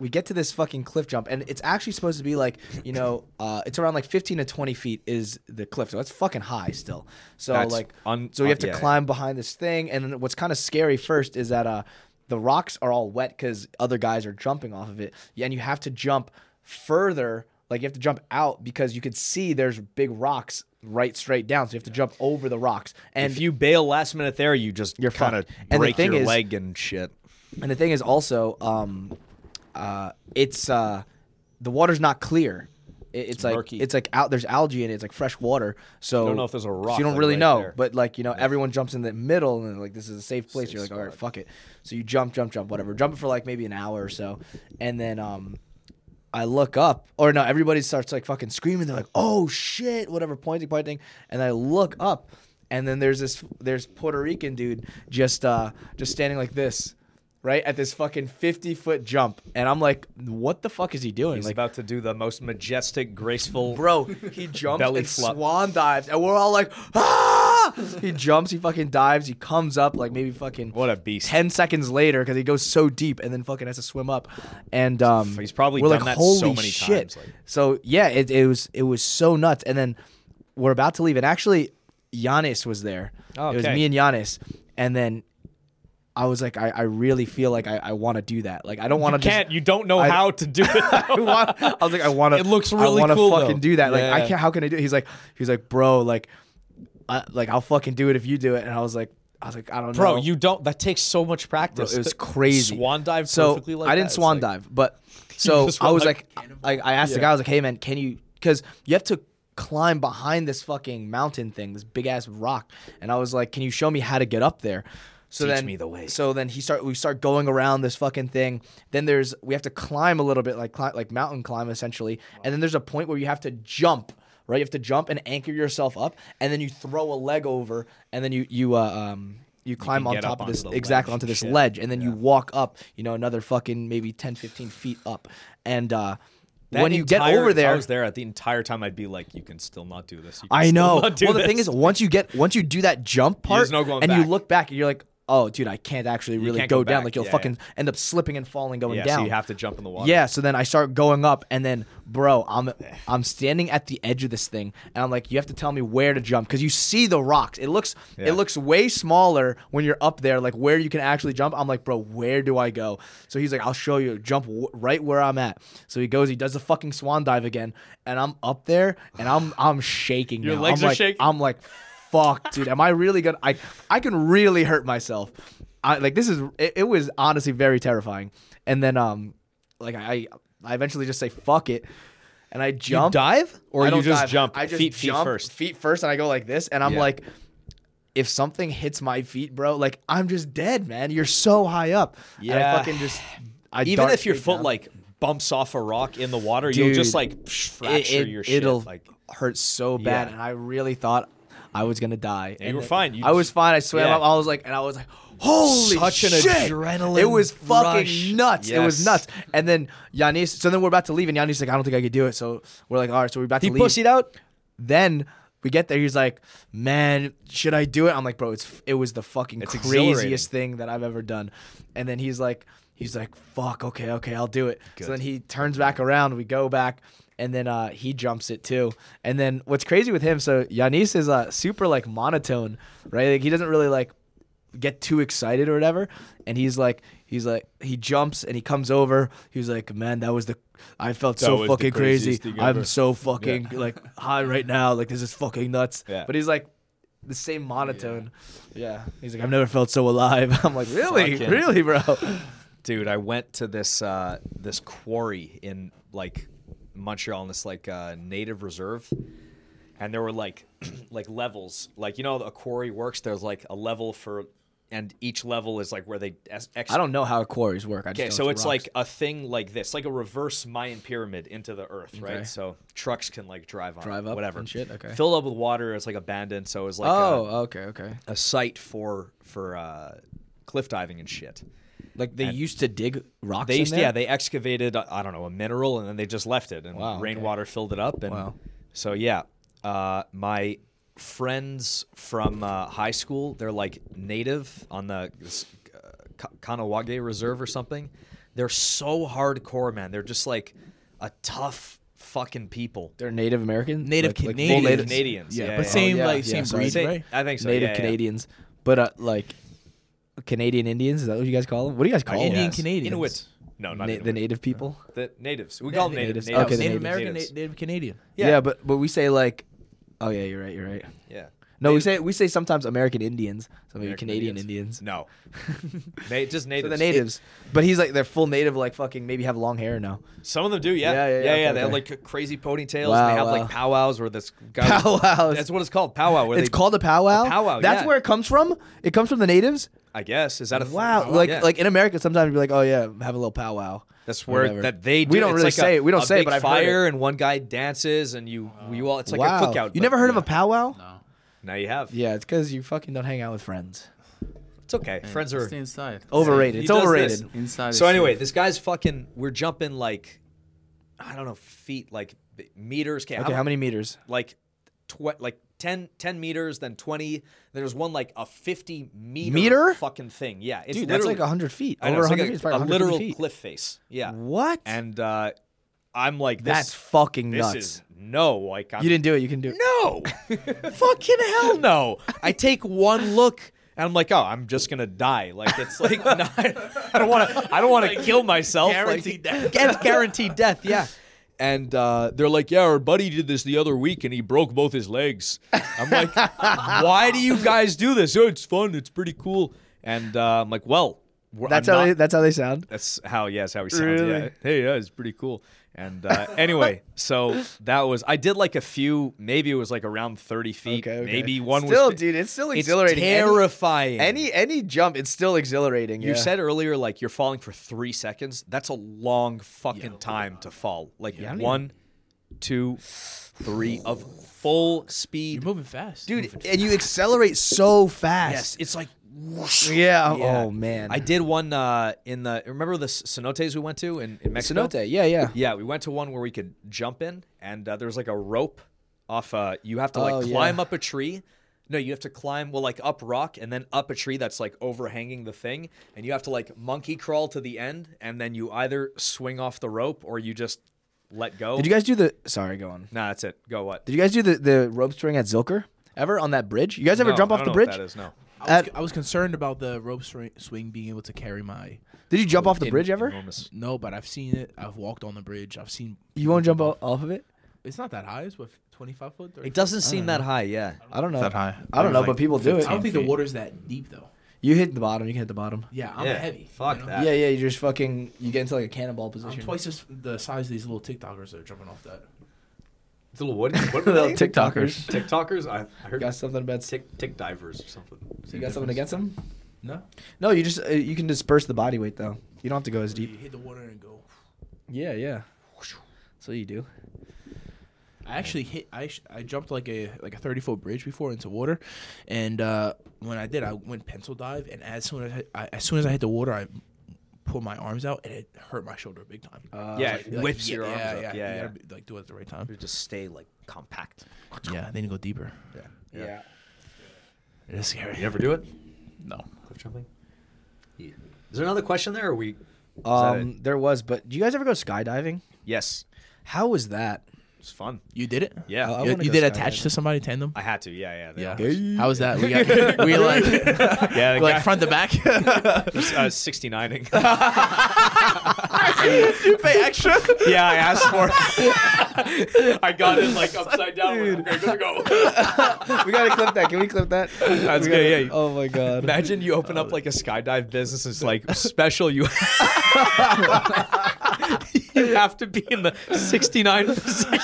Speaker 4: we get to this fucking cliff jump, and it's actually supposed to be like you know uh it's around like fifteen to twenty feet is the cliff, so that's fucking high still. So
Speaker 2: That's
Speaker 4: like
Speaker 2: un-
Speaker 4: so we
Speaker 2: un-
Speaker 4: have to
Speaker 2: yeah, yeah.
Speaker 4: climb behind this thing, and then what's kind of scary first is that uh the rocks are all wet because other guys are jumping off of it, and you have to jump further. Like you have to jump out because you could see there's big rocks right straight down, so you have to jump over the rocks. And
Speaker 2: if you bail last minute there, you just
Speaker 4: You're
Speaker 2: kind of
Speaker 4: fucked. And the
Speaker 2: break
Speaker 4: thing
Speaker 2: your
Speaker 4: is-
Speaker 2: leg and shit.
Speaker 4: And the thing is also, um, uh, it's uh, the water's not clear. It, it's like
Speaker 2: murky.
Speaker 4: it's like out there's algae in it. It's like fresh water. So
Speaker 2: don't know if there's a
Speaker 4: so
Speaker 2: rock,
Speaker 4: You don't
Speaker 2: like,
Speaker 4: really
Speaker 2: right
Speaker 4: know,
Speaker 2: there.
Speaker 4: but like you know, everyone jumps in the middle and they're like this is a safe place. You're like all right, fuck it. So you jump, jump, jump, whatever. Jump it for like maybe an hour or so, and then um. I look up, or no, everybody starts like fucking screaming. They're like, "Oh shit!" Whatever, pointing, pointing, and I look up, and then there's this, there's Puerto Rican dude just, uh, just standing like this, right at this fucking fifty foot jump, and I'm like, "What the fuck is he doing?"
Speaker 2: He's
Speaker 4: like,
Speaker 2: about to do the most majestic, graceful.
Speaker 4: bro, he jumped
Speaker 2: Belly
Speaker 4: and
Speaker 2: flop.
Speaker 4: swan dives, and we're all like, "Ah!" He jumps, he fucking dives, he comes up like maybe fucking
Speaker 2: What a beast.
Speaker 4: 10 seconds later because he goes so deep and then fucking has to swim up and um
Speaker 2: He's probably
Speaker 4: we're
Speaker 2: done
Speaker 4: like
Speaker 2: that so
Speaker 4: holy
Speaker 2: many
Speaker 4: shit
Speaker 2: times, like-
Speaker 4: so yeah it, it was it was so nuts and then we're about to leave and actually Giannis was there it was
Speaker 2: okay.
Speaker 4: me and Giannis and then I was like I, I really feel like I, I want to do that like I don't want to
Speaker 2: Can't you don't know
Speaker 4: I-
Speaker 2: how to do it?
Speaker 4: want- I was like, I want to.
Speaker 2: It looks
Speaker 4: I
Speaker 2: really
Speaker 4: wanna
Speaker 2: cool,
Speaker 4: Fucking
Speaker 2: though.
Speaker 4: do that. Like, I
Speaker 2: Yeah.
Speaker 4: can't. How can I do? It? He's like, he's like, bro, like, I, like I'll fucking do it if you do it. And I was like, I was like, I don't know,
Speaker 2: Bro, you don't. That takes so much practice.
Speaker 4: Bro, it was
Speaker 2: to
Speaker 4: crazy.
Speaker 2: Swan dive
Speaker 4: So
Speaker 2: perfectly like
Speaker 4: I
Speaker 2: that.
Speaker 4: didn't
Speaker 2: It's
Speaker 4: swan
Speaker 2: like-
Speaker 4: dive, but so
Speaker 2: just
Speaker 4: I
Speaker 2: went
Speaker 4: was like,
Speaker 2: like-
Speaker 4: like I asked the guy, I was like, hey man, can you? Because you have to climb behind this fucking mountain thing, this big ass rock, and I was like, can you show me how to get up there? So
Speaker 2: Teach
Speaker 4: then,
Speaker 2: me the way.
Speaker 4: So then he start we start going around this fucking thing. Then there's we have to climb a little bit, like cli- like mountain climb essentially, and then there's a point where you have to jump. Right, you have to jump and anchor yourself up, and then you throw a leg over, and then you you uh, um you climb on
Speaker 2: get up
Speaker 4: top of this
Speaker 2: onto the
Speaker 4: exactly
Speaker 2: ledge
Speaker 4: onto
Speaker 2: and
Speaker 4: this
Speaker 2: shit.
Speaker 4: ledge and then you walk up, you know, another fucking maybe 10, 15 feet up. And uh,
Speaker 2: That
Speaker 4: when you get
Speaker 2: entire-
Speaker 4: over
Speaker 2: if I
Speaker 4: there,
Speaker 2: was there at the entire time. I'd be like, you can still not do this. You can
Speaker 4: I
Speaker 2: still
Speaker 4: know. Well,
Speaker 2: not do
Speaker 4: the thing
Speaker 2: this."
Speaker 4: is, once you get once you do that jump part,
Speaker 2: There's no going
Speaker 4: and you
Speaker 2: back.
Speaker 4: look back, and you're like, oh, dude, I can't actually really
Speaker 2: can't
Speaker 4: go,
Speaker 2: go
Speaker 4: down.
Speaker 2: back.
Speaker 4: Like you'll
Speaker 2: Yeah,
Speaker 4: fucking end up slipping and falling going
Speaker 2: yeah,
Speaker 4: down.
Speaker 2: so you have to jump in the water.
Speaker 4: Yeah, so then I start going up, and then, bro, I'm I'm standing at the edge of this thing, and I'm like, you have to tell me where to jump because you see the rocks. It looks
Speaker 2: Yeah.
Speaker 4: it looks way smaller when you're up there, like where you can actually jump. I'm like, bro, where do I go? So he's like, I'll show you. Jump w- right where I'm at. So he goes, he does the fucking swan dive again, and I'm up there, and I'm I'm shaking.
Speaker 2: Your
Speaker 4: now.
Speaker 2: legs
Speaker 4: I'm
Speaker 2: are
Speaker 4: like,
Speaker 2: shaking?
Speaker 4: I'm like, fuck, dude, am I really gonna? I I can really hurt myself. I like this is it, it was honestly very terrifying. And then um, like I I eventually just say fuck it, and I jump
Speaker 2: dive? Or
Speaker 4: I
Speaker 2: you
Speaker 4: don't
Speaker 2: just
Speaker 4: dive.
Speaker 2: jump
Speaker 4: I just
Speaker 2: feet- feet
Speaker 4: jump
Speaker 2: first?
Speaker 4: feet first, and I go like this, and I'm
Speaker 2: Yeah.
Speaker 4: like. If something hits my feet, bro, like I'm just dead, man. You're so high up. And I
Speaker 2: Yeah.
Speaker 4: fucking just. I
Speaker 2: Even
Speaker 4: dart
Speaker 2: if your
Speaker 4: straight
Speaker 2: foot
Speaker 4: down.
Speaker 2: like bumps off a rock in the water, you'll
Speaker 4: Dude,
Speaker 2: just like psh, fracture your shit.
Speaker 4: It'll
Speaker 2: like
Speaker 4: hurt so bad,
Speaker 2: Yeah.
Speaker 4: and I really thought I was gonna die.
Speaker 2: Yeah, you
Speaker 4: And
Speaker 2: were
Speaker 4: then-
Speaker 2: fine. You
Speaker 4: I was
Speaker 2: just-
Speaker 4: fine. I swam
Speaker 2: yeah.
Speaker 4: up. I was like, and I was like, holy
Speaker 2: Such an
Speaker 4: shit!
Speaker 2: adrenaline
Speaker 4: It was fucking
Speaker 2: rush.
Speaker 4: nuts. It was
Speaker 2: Yes.
Speaker 4: nuts. And then Yanis. So then we're about to leave, and Yanis is like, I don't think I could do it. So we're like, all right. So we're about
Speaker 2: he
Speaker 4: to leave.
Speaker 2: pussied out.
Speaker 4: Then. We get there. He's like, "Man, should I do it?" I'm like, "Bro, it's f- it was the fucking
Speaker 2: It's
Speaker 4: craziest thing that I've ever done." And then he's like, "He's like, fuck, okay, okay, I'll do it." So then he turns back around. We go back, and then uh, he jumps it too. And then what's crazy with him? So Yanis is uh, super like monotone, right? Like he doesn't really like get too excited or whatever. And he's like, he's like, he jumps and he comes over. He's like, man, that was the, I felt so
Speaker 2: was the
Speaker 4: fucking crazy.
Speaker 2: craziest thing
Speaker 4: I'm
Speaker 2: ever."
Speaker 4: so fucking like high right now. Like this is fucking nuts.
Speaker 2: Yeah.
Speaker 4: But he's like. The same monotone, yeah. He's like, I've never felt so alive. I'm like, really,
Speaker 2: Fucking-
Speaker 4: really, bro.
Speaker 2: Dude, I went to this uh, this quarry in like Montreal, and this like uh, native reserve, and there were like like levels. Like you know, how a quarry works. There's like a level for, and each level is like where they ex-
Speaker 4: I don't know how quarries work. I just
Speaker 2: Okay,
Speaker 4: know
Speaker 2: so it's
Speaker 4: rocks.
Speaker 2: like a thing like this, like a reverse Mayan pyramid into the earth,
Speaker 4: Okay.
Speaker 2: right? So trucks can like drive on, it,
Speaker 4: Drive up
Speaker 2: whatever,
Speaker 4: and shit, okay.
Speaker 2: Filled up with water, it's like abandoned, so it's like
Speaker 4: oh, okay, okay.
Speaker 2: a, a site for for uh, cliff diving and shit.
Speaker 4: Like they used to dig rocks.
Speaker 2: They
Speaker 4: in
Speaker 2: used,
Speaker 4: there?
Speaker 2: yeah, they excavated uh, I don't know a mineral and then they just left it and
Speaker 4: Wow, okay.
Speaker 2: rainwater filled it up and
Speaker 4: Wow.
Speaker 2: so yeah, uh, my friends from uh, high school they're like native on the this, uh, Ka- Kanawage Reserve or something. They're so hardcore, man. They're just like a tough fucking people.
Speaker 4: they're Native American,
Speaker 3: Native
Speaker 4: Like- like full
Speaker 3: Canadians.
Speaker 4: natives?
Speaker 2: Canadians, yeah,
Speaker 3: but
Speaker 2: yeah.
Speaker 3: same
Speaker 4: Oh, yeah,
Speaker 3: like
Speaker 4: yeah,
Speaker 3: same
Speaker 4: sorry.
Speaker 3: breed,
Speaker 2: Same-
Speaker 3: right?
Speaker 2: I think so.
Speaker 4: Native
Speaker 2: yeah, yeah, yeah.
Speaker 4: Canadians, but uh, like Canadian Indians. Is that what you guys call them? What do you guys call
Speaker 3: Indian
Speaker 4: them?
Speaker 3: Yes. Canadians.
Speaker 2: Inuit. No, not
Speaker 4: Oh, Na- the
Speaker 2: Inuit.
Speaker 4: native people.
Speaker 2: The natives. We call them native,
Speaker 4: natives.
Speaker 2: natives.
Speaker 4: Okay, the
Speaker 3: Native
Speaker 4: natives.
Speaker 3: American, Native, Canadian.
Speaker 4: Yeah. but but we say like, oh yeah, you're right, you're right.
Speaker 2: Yeah.
Speaker 4: No, we say we say sometimes American Indians, so maybe
Speaker 2: American
Speaker 4: Canadian Indians.
Speaker 2: Indians. No. Na- just
Speaker 4: So
Speaker 2: natives.
Speaker 4: the natives, but he's like they're full native, like fucking maybe have long hair now.
Speaker 2: Some of them do, yeah.
Speaker 4: Yeah, yeah, yeah, okay,
Speaker 2: they have
Speaker 4: okay.
Speaker 2: like c- crazy ponytails
Speaker 4: Wow,
Speaker 2: and they have
Speaker 4: wow.
Speaker 2: like powwows where this guy
Speaker 4: Powwows.
Speaker 2: That's what it's called. Powwow where
Speaker 4: it's
Speaker 2: they
Speaker 4: called a powwow.
Speaker 2: A powwow,
Speaker 4: That's
Speaker 2: yeah.
Speaker 4: where it comes from. It comes from the natives.
Speaker 2: I guess is that a th-
Speaker 4: Wow,
Speaker 2: powwow?
Speaker 4: like
Speaker 2: Oh, Yeah.
Speaker 4: like in America, sometimes you're like, oh yeah, have a little powwow.
Speaker 2: that's where
Speaker 4: whatever.
Speaker 2: that they do.
Speaker 4: We don't
Speaker 2: it's
Speaker 4: really
Speaker 2: like
Speaker 4: say
Speaker 2: a,
Speaker 4: it. We don't
Speaker 2: a
Speaker 4: say it,
Speaker 2: big
Speaker 4: but I've heard
Speaker 2: fire and one guy dances and you you all it's like
Speaker 4: wow,
Speaker 2: a cookout.
Speaker 4: you
Speaker 2: but-
Speaker 4: never heard of
Speaker 2: yeah.
Speaker 4: a powwow?
Speaker 2: Now you have.
Speaker 4: Yeah, it's because you fucking don't hang out with friends.
Speaker 2: It's okay. Friends are
Speaker 5: Stay inside.
Speaker 4: Overrated.
Speaker 2: He
Speaker 4: It's
Speaker 2: does
Speaker 4: overrated.
Speaker 2: this.
Speaker 5: Inside.
Speaker 2: So
Speaker 5: is
Speaker 2: anyway,
Speaker 5: safe.
Speaker 2: this guy's fucking. We're jumping like, I don't know, feet like b- meters. Okay,
Speaker 4: Okay, how many meters?
Speaker 2: Like, tw- like 10, 10 meters, then twenty. There's one like a fifty meter,
Speaker 4: Meter?
Speaker 2: fucking thing. Yeah, it's
Speaker 4: Dude, that's like
Speaker 2: literally-
Speaker 4: 100 feet.
Speaker 2: I know,
Speaker 4: Over
Speaker 2: it's
Speaker 4: 100
Speaker 2: like
Speaker 4: feet. It's
Speaker 2: a,
Speaker 4: probably
Speaker 2: a
Speaker 4: 150
Speaker 2: literal
Speaker 4: feet.
Speaker 2: cliff face. Yeah,
Speaker 4: What?
Speaker 2: and uh, I'm like, this,
Speaker 4: that's fucking
Speaker 2: this
Speaker 4: nuts.
Speaker 2: is no. Like, I'm,
Speaker 4: you didn't do it. You can do it.
Speaker 2: No, fucking hell no. I take one look. And I'm like, oh, I'm just gonna die. Like it's like, no, I don't want to. I don't want to kill myself. Guaranteed death. guaranteed death. Yeah. And uh, they're like, yeah, our buddy did this the other week, and he broke both his legs. I'm like, why do you guys do this? Oh, it's fun. It's pretty cool. And uh, I'm like, well, we're-
Speaker 4: That's
Speaker 2: I'm
Speaker 4: how
Speaker 2: not-
Speaker 4: they, that's how they sound.
Speaker 2: that's how yeah, that's how he sounds. Yeah.
Speaker 4: Really?
Speaker 2: Hey, yeah, it's pretty cool. And uh, anyway, so that was I did like a few. Maybe it was like around thirty feet.
Speaker 4: Okay, okay.
Speaker 2: Maybe one
Speaker 4: Still,
Speaker 2: was.
Speaker 4: dude, it's still
Speaker 2: it's
Speaker 4: exhilarating. Any-
Speaker 2: terrifying.
Speaker 4: Any any jump, it's still exhilarating.
Speaker 2: you
Speaker 4: yeah.
Speaker 2: said earlier like you're falling for three seconds. That's a long fucking time to fall. Like
Speaker 4: I don't
Speaker 2: one, two, three of full speed.
Speaker 3: You're moving fast.
Speaker 4: dude, and you accelerate so fast.
Speaker 2: Yes, it's like
Speaker 4: Yeah.
Speaker 2: Yeah.
Speaker 4: Oh man.
Speaker 2: I did one uh, in the remember the c- cenotes we went to in, in Mexico.
Speaker 4: Cenote. Yeah, yeah.
Speaker 2: Yeah, we went to one where we could jump in, and uh, there was like a rope off. Uh, you have to like
Speaker 4: Oh, yeah.
Speaker 2: climb up a tree. No, you have to climb well, like up rock, and then up a tree that's like overhanging the thing, and you have to like monkey crawl to the end, and then you either swing off the rope or you just let go.
Speaker 4: Did you guys do the? Sorry, go on.
Speaker 2: Nah, that's it. Go what?
Speaker 4: Did you guys do the the rope string at Zilker ever on that bridge? You guys ever
Speaker 2: No,
Speaker 4: jump
Speaker 2: I
Speaker 4: off the
Speaker 2: don't know what
Speaker 4: bridge?
Speaker 2: That is no.
Speaker 3: I was,
Speaker 4: At-
Speaker 3: I was concerned about the rope swing, swing being able to carry my.
Speaker 4: Did you jump off the
Speaker 2: En-
Speaker 4: bridge ever?
Speaker 2: enormous.
Speaker 3: No, but I've seen it. I've walked on the bridge. I've seen.
Speaker 4: You won't jump o- off of it?
Speaker 3: It's not that high. It's what twenty five foot. 30
Speaker 2: It doesn't seem that high. Yeah.
Speaker 4: I don't know.
Speaker 6: that high.
Speaker 4: I don't know,
Speaker 6: Like
Speaker 4: but people do it.
Speaker 3: I don't think the
Speaker 6: feet.
Speaker 3: water's that deep though.
Speaker 4: You hit the bottom. You can hit the bottom.
Speaker 3: Yeah, I'm
Speaker 2: Yeah,
Speaker 3: heavy.
Speaker 2: fuck
Speaker 3: you know?
Speaker 2: that.
Speaker 4: yeah, yeah. You just fucking you get into like a cannonball
Speaker 3: I'm
Speaker 4: position.
Speaker 3: twice as the size of these little TikTokers that are jumping off that.
Speaker 6: It's a little what? What were
Speaker 4: Little
Speaker 6: they?
Speaker 4: TikTokers.
Speaker 6: TikTokers. I, I heard
Speaker 4: You got something about tick.
Speaker 6: tick tick divers or something.
Speaker 4: You got something against them?
Speaker 3: No,
Speaker 4: No, you just uh, you can disperse the body weight though. You don't have to go as
Speaker 3: you
Speaker 4: deep.
Speaker 3: hit the water and go.
Speaker 4: Yeah, yeah. So you do.
Speaker 3: I actually hit. I actu- I jumped like a like a thirty foot bridge before into water, and uh, when I did, I went pencil dive, and as soon as I, I as soon as I hit the water, I pulled my arms out, and it hurt my shoulder big time.
Speaker 4: uh,
Speaker 2: yeah.
Speaker 3: Like,
Speaker 2: it whips
Speaker 3: Uh, yeah,
Speaker 2: your arms.
Speaker 3: yeah,
Speaker 2: up.
Speaker 3: Yeah,
Speaker 2: yeah.
Speaker 3: You
Speaker 2: yeah.
Speaker 3: gotta be, like do it at the right time.
Speaker 2: You Just stay like compact.
Speaker 3: Yeah, they need to go deeper. Yeah,
Speaker 4: Yeah.
Speaker 3: it is scary.
Speaker 6: You ever do it?
Speaker 3: No.
Speaker 6: Cliff jumping. Yeah. Is there another question there? Or are we? that
Speaker 4: Um, there was, but do you guys ever go skydiving?
Speaker 2: Yes.
Speaker 4: How was that?
Speaker 2: It's fun.
Speaker 3: You did it.
Speaker 2: Yeah.
Speaker 4: I
Speaker 3: you,
Speaker 4: wanna
Speaker 3: you
Speaker 4: go
Speaker 3: did
Speaker 4: skydiving.
Speaker 3: attach to somebody tandem.
Speaker 2: I had to. Yeah. Oh, Yeah. they
Speaker 3: Yeah.
Speaker 2: all-
Speaker 3: How was that? We got we like
Speaker 2: Yeah. The
Speaker 3: like
Speaker 2: guy-
Speaker 3: front to back.
Speaker 2: uh, 69ing. you pay extra? Yeah, I asked for it. I got it like upside down. Okay, good to go.
Speaker 4: we gotta clip that. Can we clip that?
Speaker 2: That's good. Yeah.
Speaker 4: Oh my god.
Speaker 2: Imagine you open up like a skydive business. It's like special. You you have to be in the 69 position.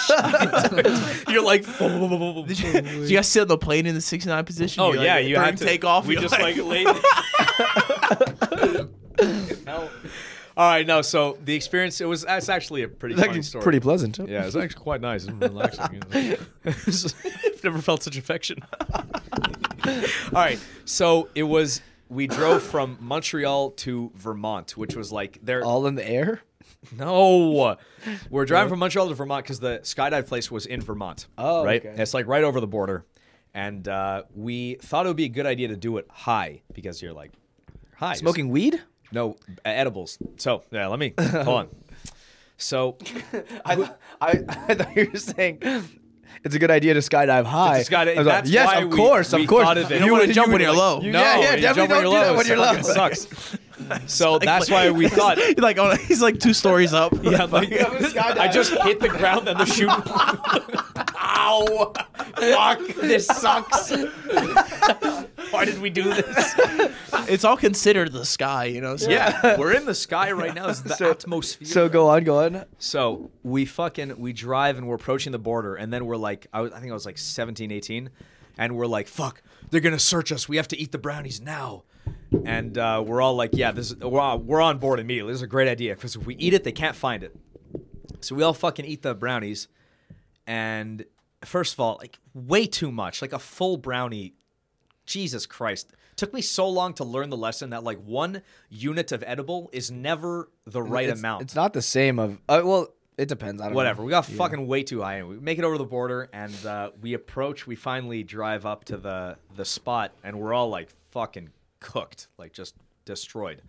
Speaker 2: You're like.
Speaker 3: Did you guys sit on the plane in the 69 position?
Speaker 2: Oh
Speaker 3: You're
Speaker 2: yeah,
Speaker 3: like,
Speaker 2: you
Speaker 3: burn
Speaker 2: had to
Speaker 3: take off.
Speaker 2: We
Speaker 3: You're
Speaker 2: just like, laid. Hell. All right, no. So the experience it was that's actually a pretty funny story.
Speaker 4: Pretty pleasant.
Speaker 2: Yeah, it was actually quite nice and relaxing. I've never felt such affection. All right, so it was. We drove from Montreal to Vermont, which was like there.
Speaker 4: All in the air.
Speaker 2: No, we're driving from Montreal to Vermont because the skydive place was in Vermont.
Speaker 4: Oh,
Speaker 2: right.
Speaker 4: okay.
Speaker 2: It's like right over the border, and uh, we thought it would be a good idea to do it high because you're like high
Speaker 4: Smoking weed?
Speaker 2: No e-, edibles. So yeah, let me hold on. So
Speaker 4: I, th- I, I thought you were saying it's a good idea to skydive high.
Speaker 2: It's got it.
Speaker 4: I was like,
Speaker 2: That's
Speaker 4: yes,
Speaker 2: why
Speaker 4: of
Speaker 2: we-
Speaker 4: course,
Speaker 2: we
Speaker 4: of course.
Speaker 2: thought of it. You don't
Speaker 4: would-
Speaker 2: wanna jump when
Speaker 4: would-
Speaker 2: you're low.
Speaker 4: you-
Speaker 2: No,
Speaker 4: yeah, yeah,
Speaker 2: you
Speaker 4: definitely
Speaker 2: jump when
Speaker 4: don't do
Speaker 2: you're
Speaker 4: that
Speaker 2: low.
Speaker 4: when you're
Speaker 2: It
Speaker 4: low.
Speaker 2: fucking sucks. So that's why we thought.
Speaker 3: like on, he's like two stories up.
Speaker 2: Yeah, like, I just hit the ground and the chute.
Speaker 3: Wow. Fuck. This sucks. Why did we do this? It's all considered the sky, you know. So
Speaker 2: yeah, we're in the sky right now. It's the atmosphere.
Speaker 4: So go on, go on.
Speaker 2: So we fucking we drive and we're approaching the border and then we're like I, was, I think I was like 17, 18 and we're like fuck they're gonna search us we have to eat the brownies now and uh, we're all like yeah this is, we're, on- we're on board immediately this is a great idea because if we eat it they can't find it so we all fucking eat the brownies and first of all like way too much like a full brownie Jesus Christ. Took me so long to learn the lesson that like one unit of edible is never the right
Speaker 4: It's-
Speaker 2: amount
Speaker 4: It's not the same of. Uh, well, it depends. I don't
Speaker 2: whatever.
Speaker 4: Know.
Speaker 2: We got fucking way too high, and we make it over the border, and uh, we approach. We finally drive up to the the spot, and we're all like fucking cooked, like just destroyed.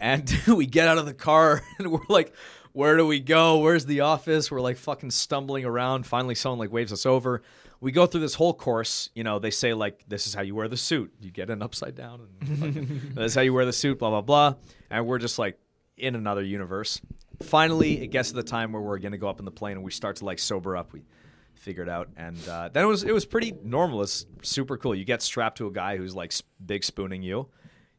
Speaker 2: And we get out of the car, and we're like, "Where do we go? Where's the office?" We're like fucking stumbling around. Finally, someone like waves us over. We go through this whole course. You know, they say like, "This is how you wear the suit. You get an upside down, and fucking, this is how you wear the suit." Blah blah blah. And we're just like in another universe. Finally, it gets to the time where we're gonna go up in the plane and we start to like sober up. We figure it out, and uh, then it was it was pretty normal. It's super cool. You get strapped to a guy who's like s- big spooning you.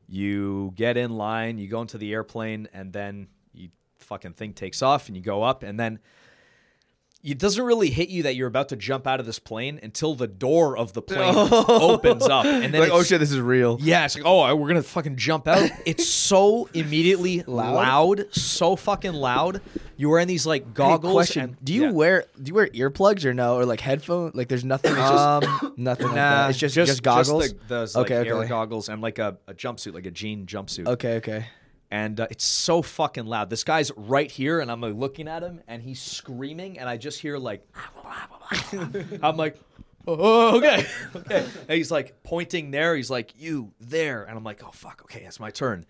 Speaker 2: You get in line. You go into the airplane, and then you fucking thing takes off, and you go up, and then. It doesn't really hit you that you're about to jump out of this plane until the door of the plane opens up, and then
Speaker 3: Like, oh
Speaker 2: it's-
Speaker 3: shit, this is real.
Speaker 2: yeah, it's like, oh, we're gonna fucking jump out. It's so immediately loud. so fucking loud. You're wearing these like goggles.
Speaker 4: Question:
Speaker 2: and-
Speaker 4: Do you
Speaker 2: Yeah.
Speaker 4: wear do you wear earplugs or no or like headphone? Like there's nothing. It's just nothing. like that. It's just Um, just, goggles.
Speaker 2: uh, the, those, like,
Speaker 4: okay,
Speaker 2: air
Speaker 4: okay,
Speaker 2: goggles and like a, a jumpsuit, like a jean jumpsuit.
Speaker 4: okay, okay.
Speaker 2: and uh, it's so fucking loud. This guy's right here, and I'm like, looking at him, and he's screaming, and I just hear like, I'm like, oh, okay, okay. And he's like pointing there. He's like, you there, and I'm like, oh fuck, okay, it's my turn.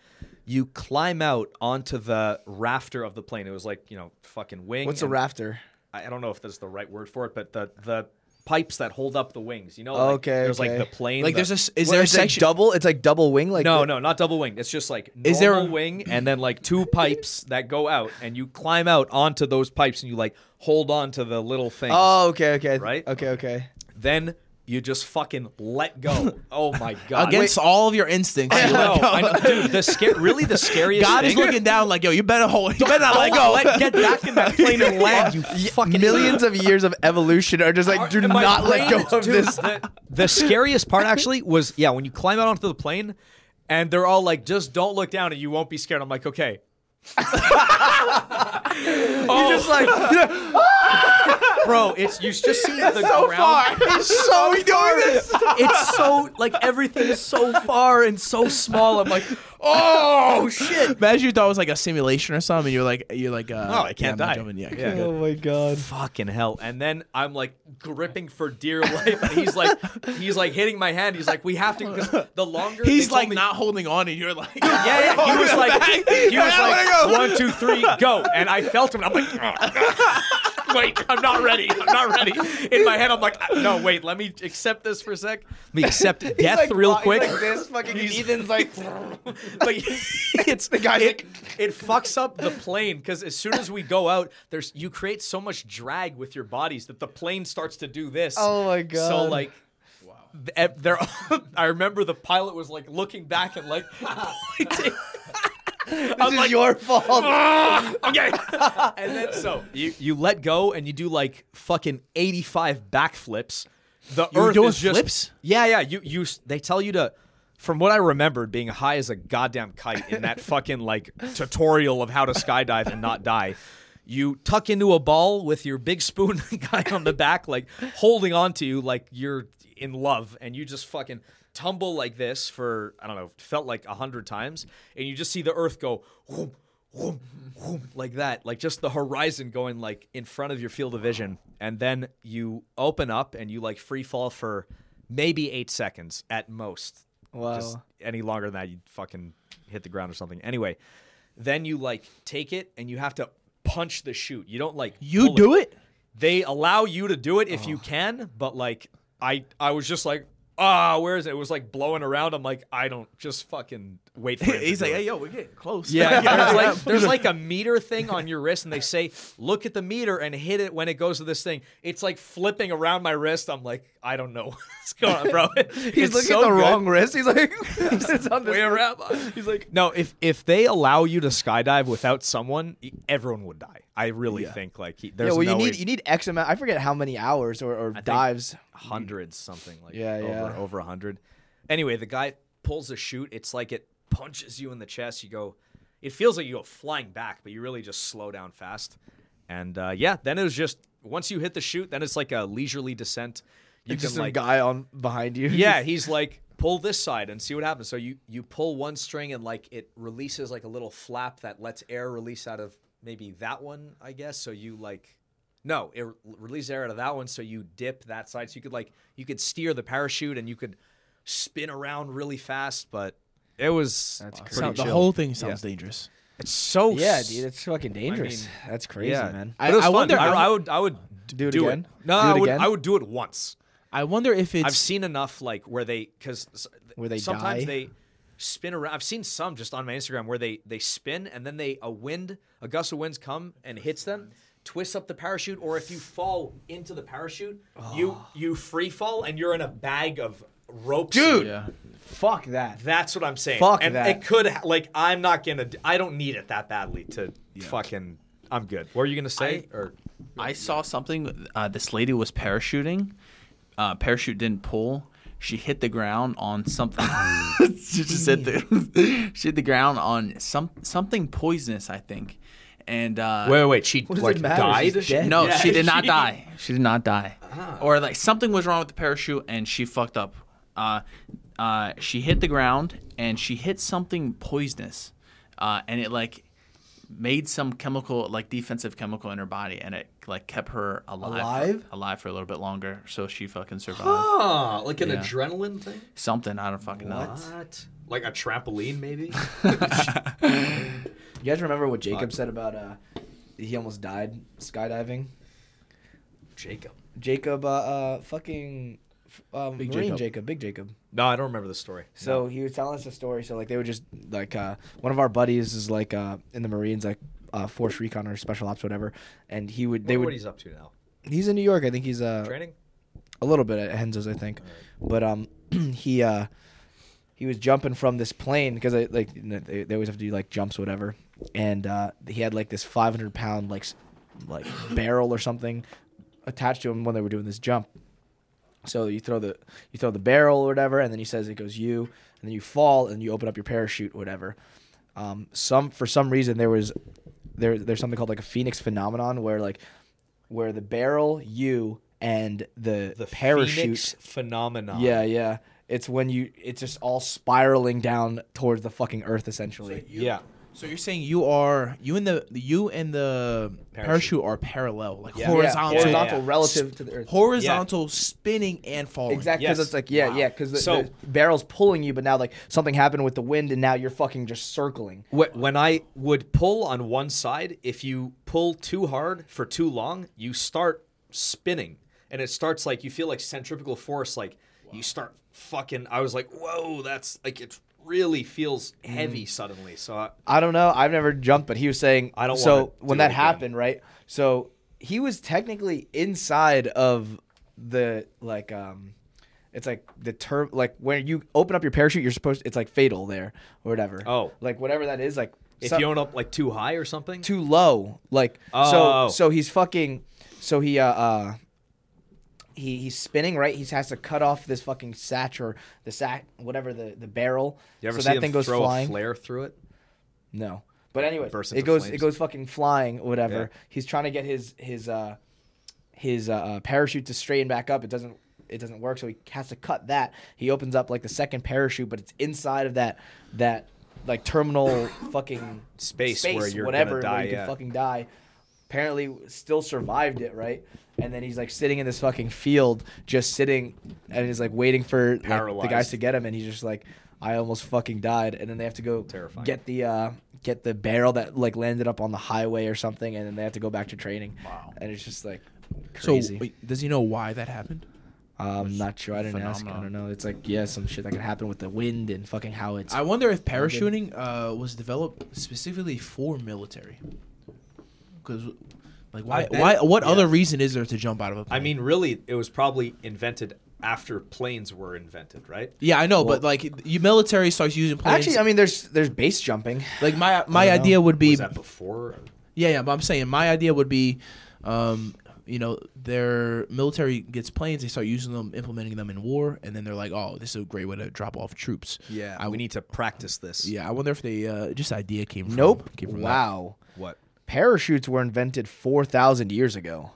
Speaker 2: You climb out onto the rafter of the plane. It was like you know fucking wing.
Speaker 4: What's a
Speaker 2: and-
Speaker 4: rafter?
Speaker 2: I I don't know if that's the right word for it, but the the pipes that hold up the wings. You know, like,
Speaker 4: Okay,
Speaker 2: There's
Speaker 4: okay.
Speaker 2: like the plane.
Speaker 3: Like
Speaker 2: the-
Speaker 3: there's a s- is
Speaker 4: What,
Speaker 3: there a
Speaker 4: it's like
Speaker 3: section?
Speaker 4: double? It's like double wing. Like
Speaker 2: no,
Speaker 4: the-
Speaker 2: no, not double wing. It's just like normal
Speaker 3: Is there a-
Speaker 2: wing and then like two pipes that go out, and you climb out onto those pipes and you like hold on to the little thing.
Speaker 3: Uh,
Speaker 4: Oh, okay, okay,
Speaker 2: Right?
Speaker 4: Okay, okay.
Speaker 2: Then you just fucking let go. Oh my god!
Speaker 3: Against all of your instincts,
Speaker 2: Wait, I
Speaker 3: you let
Speaker 2: know,
Speaker 3: go.
Speaker 2: I know. dude. The sca- really the scariest.
Speaker 3: God
Speaker 2: thing,
Speaker 3: is looking down like, yo, you better hold, you better not let go.
Speaker 2: Let, get back in that plane and land. You fucking
Speaker 4: Millions of years of evolution are just like do
Speaker 2: And my
Speaker 4: not let
Speaker 2: brain-
Speaker 4: go of
Speaker 2: dude,
Speaker 4: this.
Speaker 2: The, the scariest part actually was yeah, when you climb out onto the plane and they're all like, just don't look down and you won't be scared. I'm like, okay. oh. just like Bro, it's you just see the ground.
Speaker 3: so we doing this?
Speaker 2: It's so like everything is so far and so small. I'm like, oh shit.
Speaker 3: Imagine you thought it was like a simulation or something. And you're like, you're like, uh,
Speaker 2: Oh, I can't
Speaker 3: yeah,
Speaker 2: die.
Speaker 3: I'm jumping. Yeah,
Speaker 2: Yeah.
Speaker 3: yeah.
Speaker 4: Oh my god.
Speaker 2: Fucking hell. And then I'm like gripping for dear life. And he's like he's like hitting my hand. He's like, we have to 'cause the longer they
Speaker 3: He's
Speaker 2: told
Speaker 3: like
Speaker 2: me-
Speaker 3: not holding on, and you're like,
Speaker 2: Yeah, yeah. He was like, he was
Speaker 3: I
Speaker 2: like, one, two, three, go. And I felt him. I'm like, "Ugh." wait, I'm not ready. I'm not ready. In my head, I'm like, no, wait. Let me accept this for a sec. Let me accept death real quick.
Speaker 4: this fucking Ethan's like
Speaker 2: but it's the guy. It, it fucks up the plane because as soon as we go out, there's you create so much drag with your bodies that the plane starts to do this.
Speaker 4: Oh my
Speaker 2: So
Speaker 4: God.
Speaker 2: like. th- e, There, I remember the pilot was like looking back and like, pointing.
Speaker 4: this is your fault.
Speaker 2: okay. and then so you, you let go and you do like fucking 85 backflips. The
Speaker 3: You were
Speaker 2: earth
Speaker 3: doing
Speaker 2: is just
Speaker 3: flips?
Speaker 2: Yeah, yeah. You you s- they tell you to from what I remembered being high as a goddamn kite in that fucking like tutorial of how to skydive and not die. You tuck into a ball with your big spoon guy on the back, like holding on to you like you're in love, and you just fucking tumble like this for I don't know, felt like a hundred times, and you just see the earth go whoom, whoom, whoom, like that, like just the horizon going like in front of your field of vision, and then you open up and you like free fall for maybe eight seconds at most.
Speaker 4: Wow.
Speaker 2: Just any longer than that, you fucking hit the ground or something. Anyway, then you like take it and you have to punch the chute. You don't like
Speaker 3: you
Speaker 2: pull
Speaker 3: do it. Oh.
Speaker 2: They allow you to do it if you can, but like I, I was just like, ah, where is it? It was like blowing around. I'm like, I don't just fucking wait for it. to
Speaker 3: He's
Speaker 2: do
Speaker 3: like,
Speaker 2: it.
Speaker 3: hey, yo, we're getting close.
Speaker 2: Yeah, there's like there's like a meter thing on your wrist, and they say look at the meter and hit it when it goes to this thing. It's like flipping around my wrist. I'm like, I don't know what's going on, bro. He's
Speaker 6: looking at the wrong wrist. He's like, it's on this
Speaker 2: Where am I? He's like, no. If if they allow you to skydive without someone, e- everyone would die. I really think like he, there's
Speaker 4: yeah, well,
Speaker 2: no
Speaker 4: you need
Speaker 2: way-
Speaker 4: you need X amount. I forget how many hours or, or dives.
Speaker 2: hundreds something like
Speaker 4: Yeah,
Speaker 2: over
Speaker 4: yeah.
Speaker 2: over a hundred. Anyway, the guy pulls the chute. It's like it punches you in the chest. You go, it feels like you go flying back, but you really just slow down fast. And uh, yeah, then it was just once you hit the chute, then it's like a leisurely descent. You
Speaker 4: It's just
Speaker 2: can
Speaker 4: some
Speaker 2: like
Speaker 4: guy on behind you.
Speaker 2: yeah, he's like pull this side and see what happens. So you you pull one string and like it releases like a little flap that lets air release out of maybe that one, I guess. So you like no, it re- releases air out of that one so you dip that side so you could like you could steer the parachute and you could spin around really fast, but it was pretty
Speaker 3: the
Speaker 2: chill.
Speaker 3: whole thing sounds dangerous.
Speaker 2: it's so
Speaker 4: yeah,
Speaker 2: s-
Speaker 4: dude, it's fucking dangerous. That's crazy,
Speaker 2: yeah.
Speaker 4: man.
Speaker 2: But it was
Speaker 3: I
Speaker 2: fun.
Speaker 3: wonder-
Speaker 2: I, I would I would
Speaker 4: Do it again?
Speaker 2: No,
Speaker 4: Do it
Speaker 2: I would
Speaker 4: again?
Speaker 2: I would do it once.
Speaker 3: I wonder if it's
Speaker 2: I've seen enough like where they because
Speaker 4: Where they
Speaker 2: sometimes
Speaker 4: die?
Speaker 2: they spin around. I've seen some just on my Instagram where they they spin and then they a wind a gust of winds come and hits them, twists up the parachute, or if you fall into the parachute, you
Speaker 4: Ah.
Speaker 2: you free fall and you're in a bag of ropes. Dude,
Speaker 4: Fuck that.
Speaker 2: that's what I'm saying.
Speaker 4: Fuck
Speaker 2: and
Speaker 4: that.
Speaker 2: It could ha- like I'm not gonna. d- I don't need it that badly to fucking. I'm good. What are you gonna say? or
Speaker 5: I saw something. Uh, this lady was parachuting. Uh, parachute didn't pull. She hit the ground on something. she just hit the, she hit the ground on some something poisonous, I think. And uh,
Speaker 2: wait, wait, wait. She
Speaker 4: does it
Speaker 2: like
Speaker 4: matter?
Speaker 2: died.
Speaker 4: She's dead.
Speaker 5: no, she did not die. She did not die. Or like something was wrong with the parachute, and she fucked up. Uh, uh, she hit the ground, and she hit something poisonous, uh, and it like made some chemical, like defensive chemical in her body, and it like kept her alive,
Speaker 4: Alive?
Speaker 5: for, alive for a little bit longer. So she fucking survived.
Speaker 6: Ah, like an
Speaker 5: Yeah.
Speaker 6: adrenaline thing.
Speaker 5: Something I don't fucking know.
Speaker 6: What? Like a trampoline, maybe?
Speaker 4: You guys remember what Jacob said about uh, he almost died skydiving?
Speaker 6: Jacob.
Speaker 4: Jacob, uh, uh fucking, f- um, Marine Jacob. Big Jacob.
Speaker 2: No, I don't remember the story.
Speaker 4: So he was telling us a story. So like they were just like uh, one of our buddies is like uh, in the Marines, like uh, Force Recon or Special Ops, whatever. And he would they
Speaker 2: Wonder what
Speaker 4: would
Speaker 2: he's up to now?
Speaker 4: he's in New York. I think he's uh
Speaker 2: Training.
Speaker 4: a little bit at Henzo's, I think. But um, he uh, he was jumping from this plane because like you know, they, they always have to do like jumps, whatever. And uh, he had like this 500 pound like s- like barrel or something attached to him when they were doing this jump. So you throw the you throw the barrel or whatever, and then he says it goes you, and then you fall and you open up your parachute, whatever. Um, some for some reason there was there there's something called like a phoenix phenomenon where like where the barrel you and the,
Speaker 2: the
Speaker 4: parachute
Speaker 2: Phoenix phenomenon.
Speaker 4: yeah yeah it's when you it's just all spiraling down towards the fucking earth essentially
Speaker 2: yeah.
Speaker 3: So you're saying you are you and the you and the parachute,
Speaker 2: Parachute.
Speaker 3: are parallel, like
Speaker 4: Yeah,
Speaker 3: horizontal,
Speaker 4: yeah,
Speaker 2: yeah,
Speaker 4: horizontal
Speaker 2: yeah.
Speaker 4: relative to the earth
Speaker 3: horizontal spinning and falling.
Speaker 4: Exactly, because
Speaker 2: Yes.
Speaker 4: it's like yeah, yeah, because the,
Speaker 2: So-
Speaker 4: the barrel's pulling you, but now like something happened with the wind, and now you're fucking just circling.
Speaker 2: Wh- When I would pull on one side, if you pull too hard for too long, you start spinning, and it starts like you feel like centripetal force. Like you start fucking. I was like, whoa, that's like it really feels
Speaker 4: Mm.
Speaker 2: heavy suddenly. So uh, I,
Speaker 4: I don't know. I've never jumped, but he was saying
Speaker 2: I don't wanna
Speaker 4: So
Speaker 2: do
Speaker 4: when
Speaker 2: it
Speaker 4: that
Speaker 2: again.
Speaker 4: happened, right? So he was technically inside of the like um, it's like the term like when you open up your parachute, you're supposed it's like fatal there or whatever.
Speaker 2: Oh.
Speaker 4: like whatever that is, like
Speaker 2: if
Speaker 4: some-
Speaker 2: you own up like too high or something,
Speaker 4: too low. Like
Speaker 2: Oh.
Speaker 4: so so he's fucking so he uh uh he, he's spinning right. He has to cut off this fucking satch or the sack, whatever the, the barrel.
Speaker 2: you ever
Speaker 4: so
Speaker 2: see
Speaker 4: that
Speaker 2: him
Speaker 4: thing goes
Speaker 2: throw
Speaker 4: flying.
Speaker 2: a flare through it?
Speaker 4: No. But anyway,
Speaker 2: burst
Speaker 4: it
Speaker 2: into
Speaker 4: goes it
Speaker 2: flames.
Speaker 4: goes fucking flying, whatever.
Speaker 2: Yeah.
Speaker 4: He's trying to get his his uh his uh, uh parachute to straighten back up. It doesn't it doesn't work, so he has to cut that. He opens up like the second parachute, but it's inside of that that like terminal fucking
Speaker 2: Space where you're gonna
Speaker 4: whatever
Speaker 2: die,
Speaker 4: where you
Speaker 2: yeah.
Speaker 4: can fucking die. Apparently, still survived it, right? And then he's like sitting in this fucking field, just sitting, and he's like waiting for like, the guys
Speaker 2: Paralyzed.
Speaker 4: to get him, and he's just like, "I almost fucking died." And then they have to go
Speaker 2: Terrifying.
Speaker 4: get the uh, get the barrel that like landed up on the highway or something, and then they have to go back to training. Wow. And it's just like
Speaker 3: So
Speaker 4: crazy. Uh,
Speaker 3: wait, does he know why that happened?
Speaker 4: I'm not sure. I didn't ask. I don't know. It's like yeah, some shit that could happen with the wind and fucking how it's.
Speaker 3: I wonder if parachuting uh, was developed specifically for military. Because, like, why?
Speaker 2: bet-
Speaker 3: Why? What
Speaker 2: yeah.
Speaker 3: other reason is there to jump out of a plane?
Speaker 2: I mean, really, it was probably invented after planes were invented, right?
Speaker 3: yeah, I know, but like, you military starts using planes.
Speaker 4: Actually, I mean, there's there's base jumping.
Speaker 3: like my my idea would be
Speaker 2: Was that before?
Speaker 3: Yeah, yeah, but I'm saying my idea would be, um, you know, their military gets planes, they start using them, implementing them in war, and then they're like, oh, this is a great way to drop off troops.
Speaker 2: Yeah,
Speaker 3: I
Speaker 2: we
Speaker 3: would.
Speaker 2: need to practice this.
Speaker 3: Yeah, I wonder if they uh, just idea came from.
Speaker 4: Nope.
Speaker 3: Came from that.
Speaker 4: Wow.
Speaker 2: What?
Speaker 4: Parachutes were invented four thousand years ago.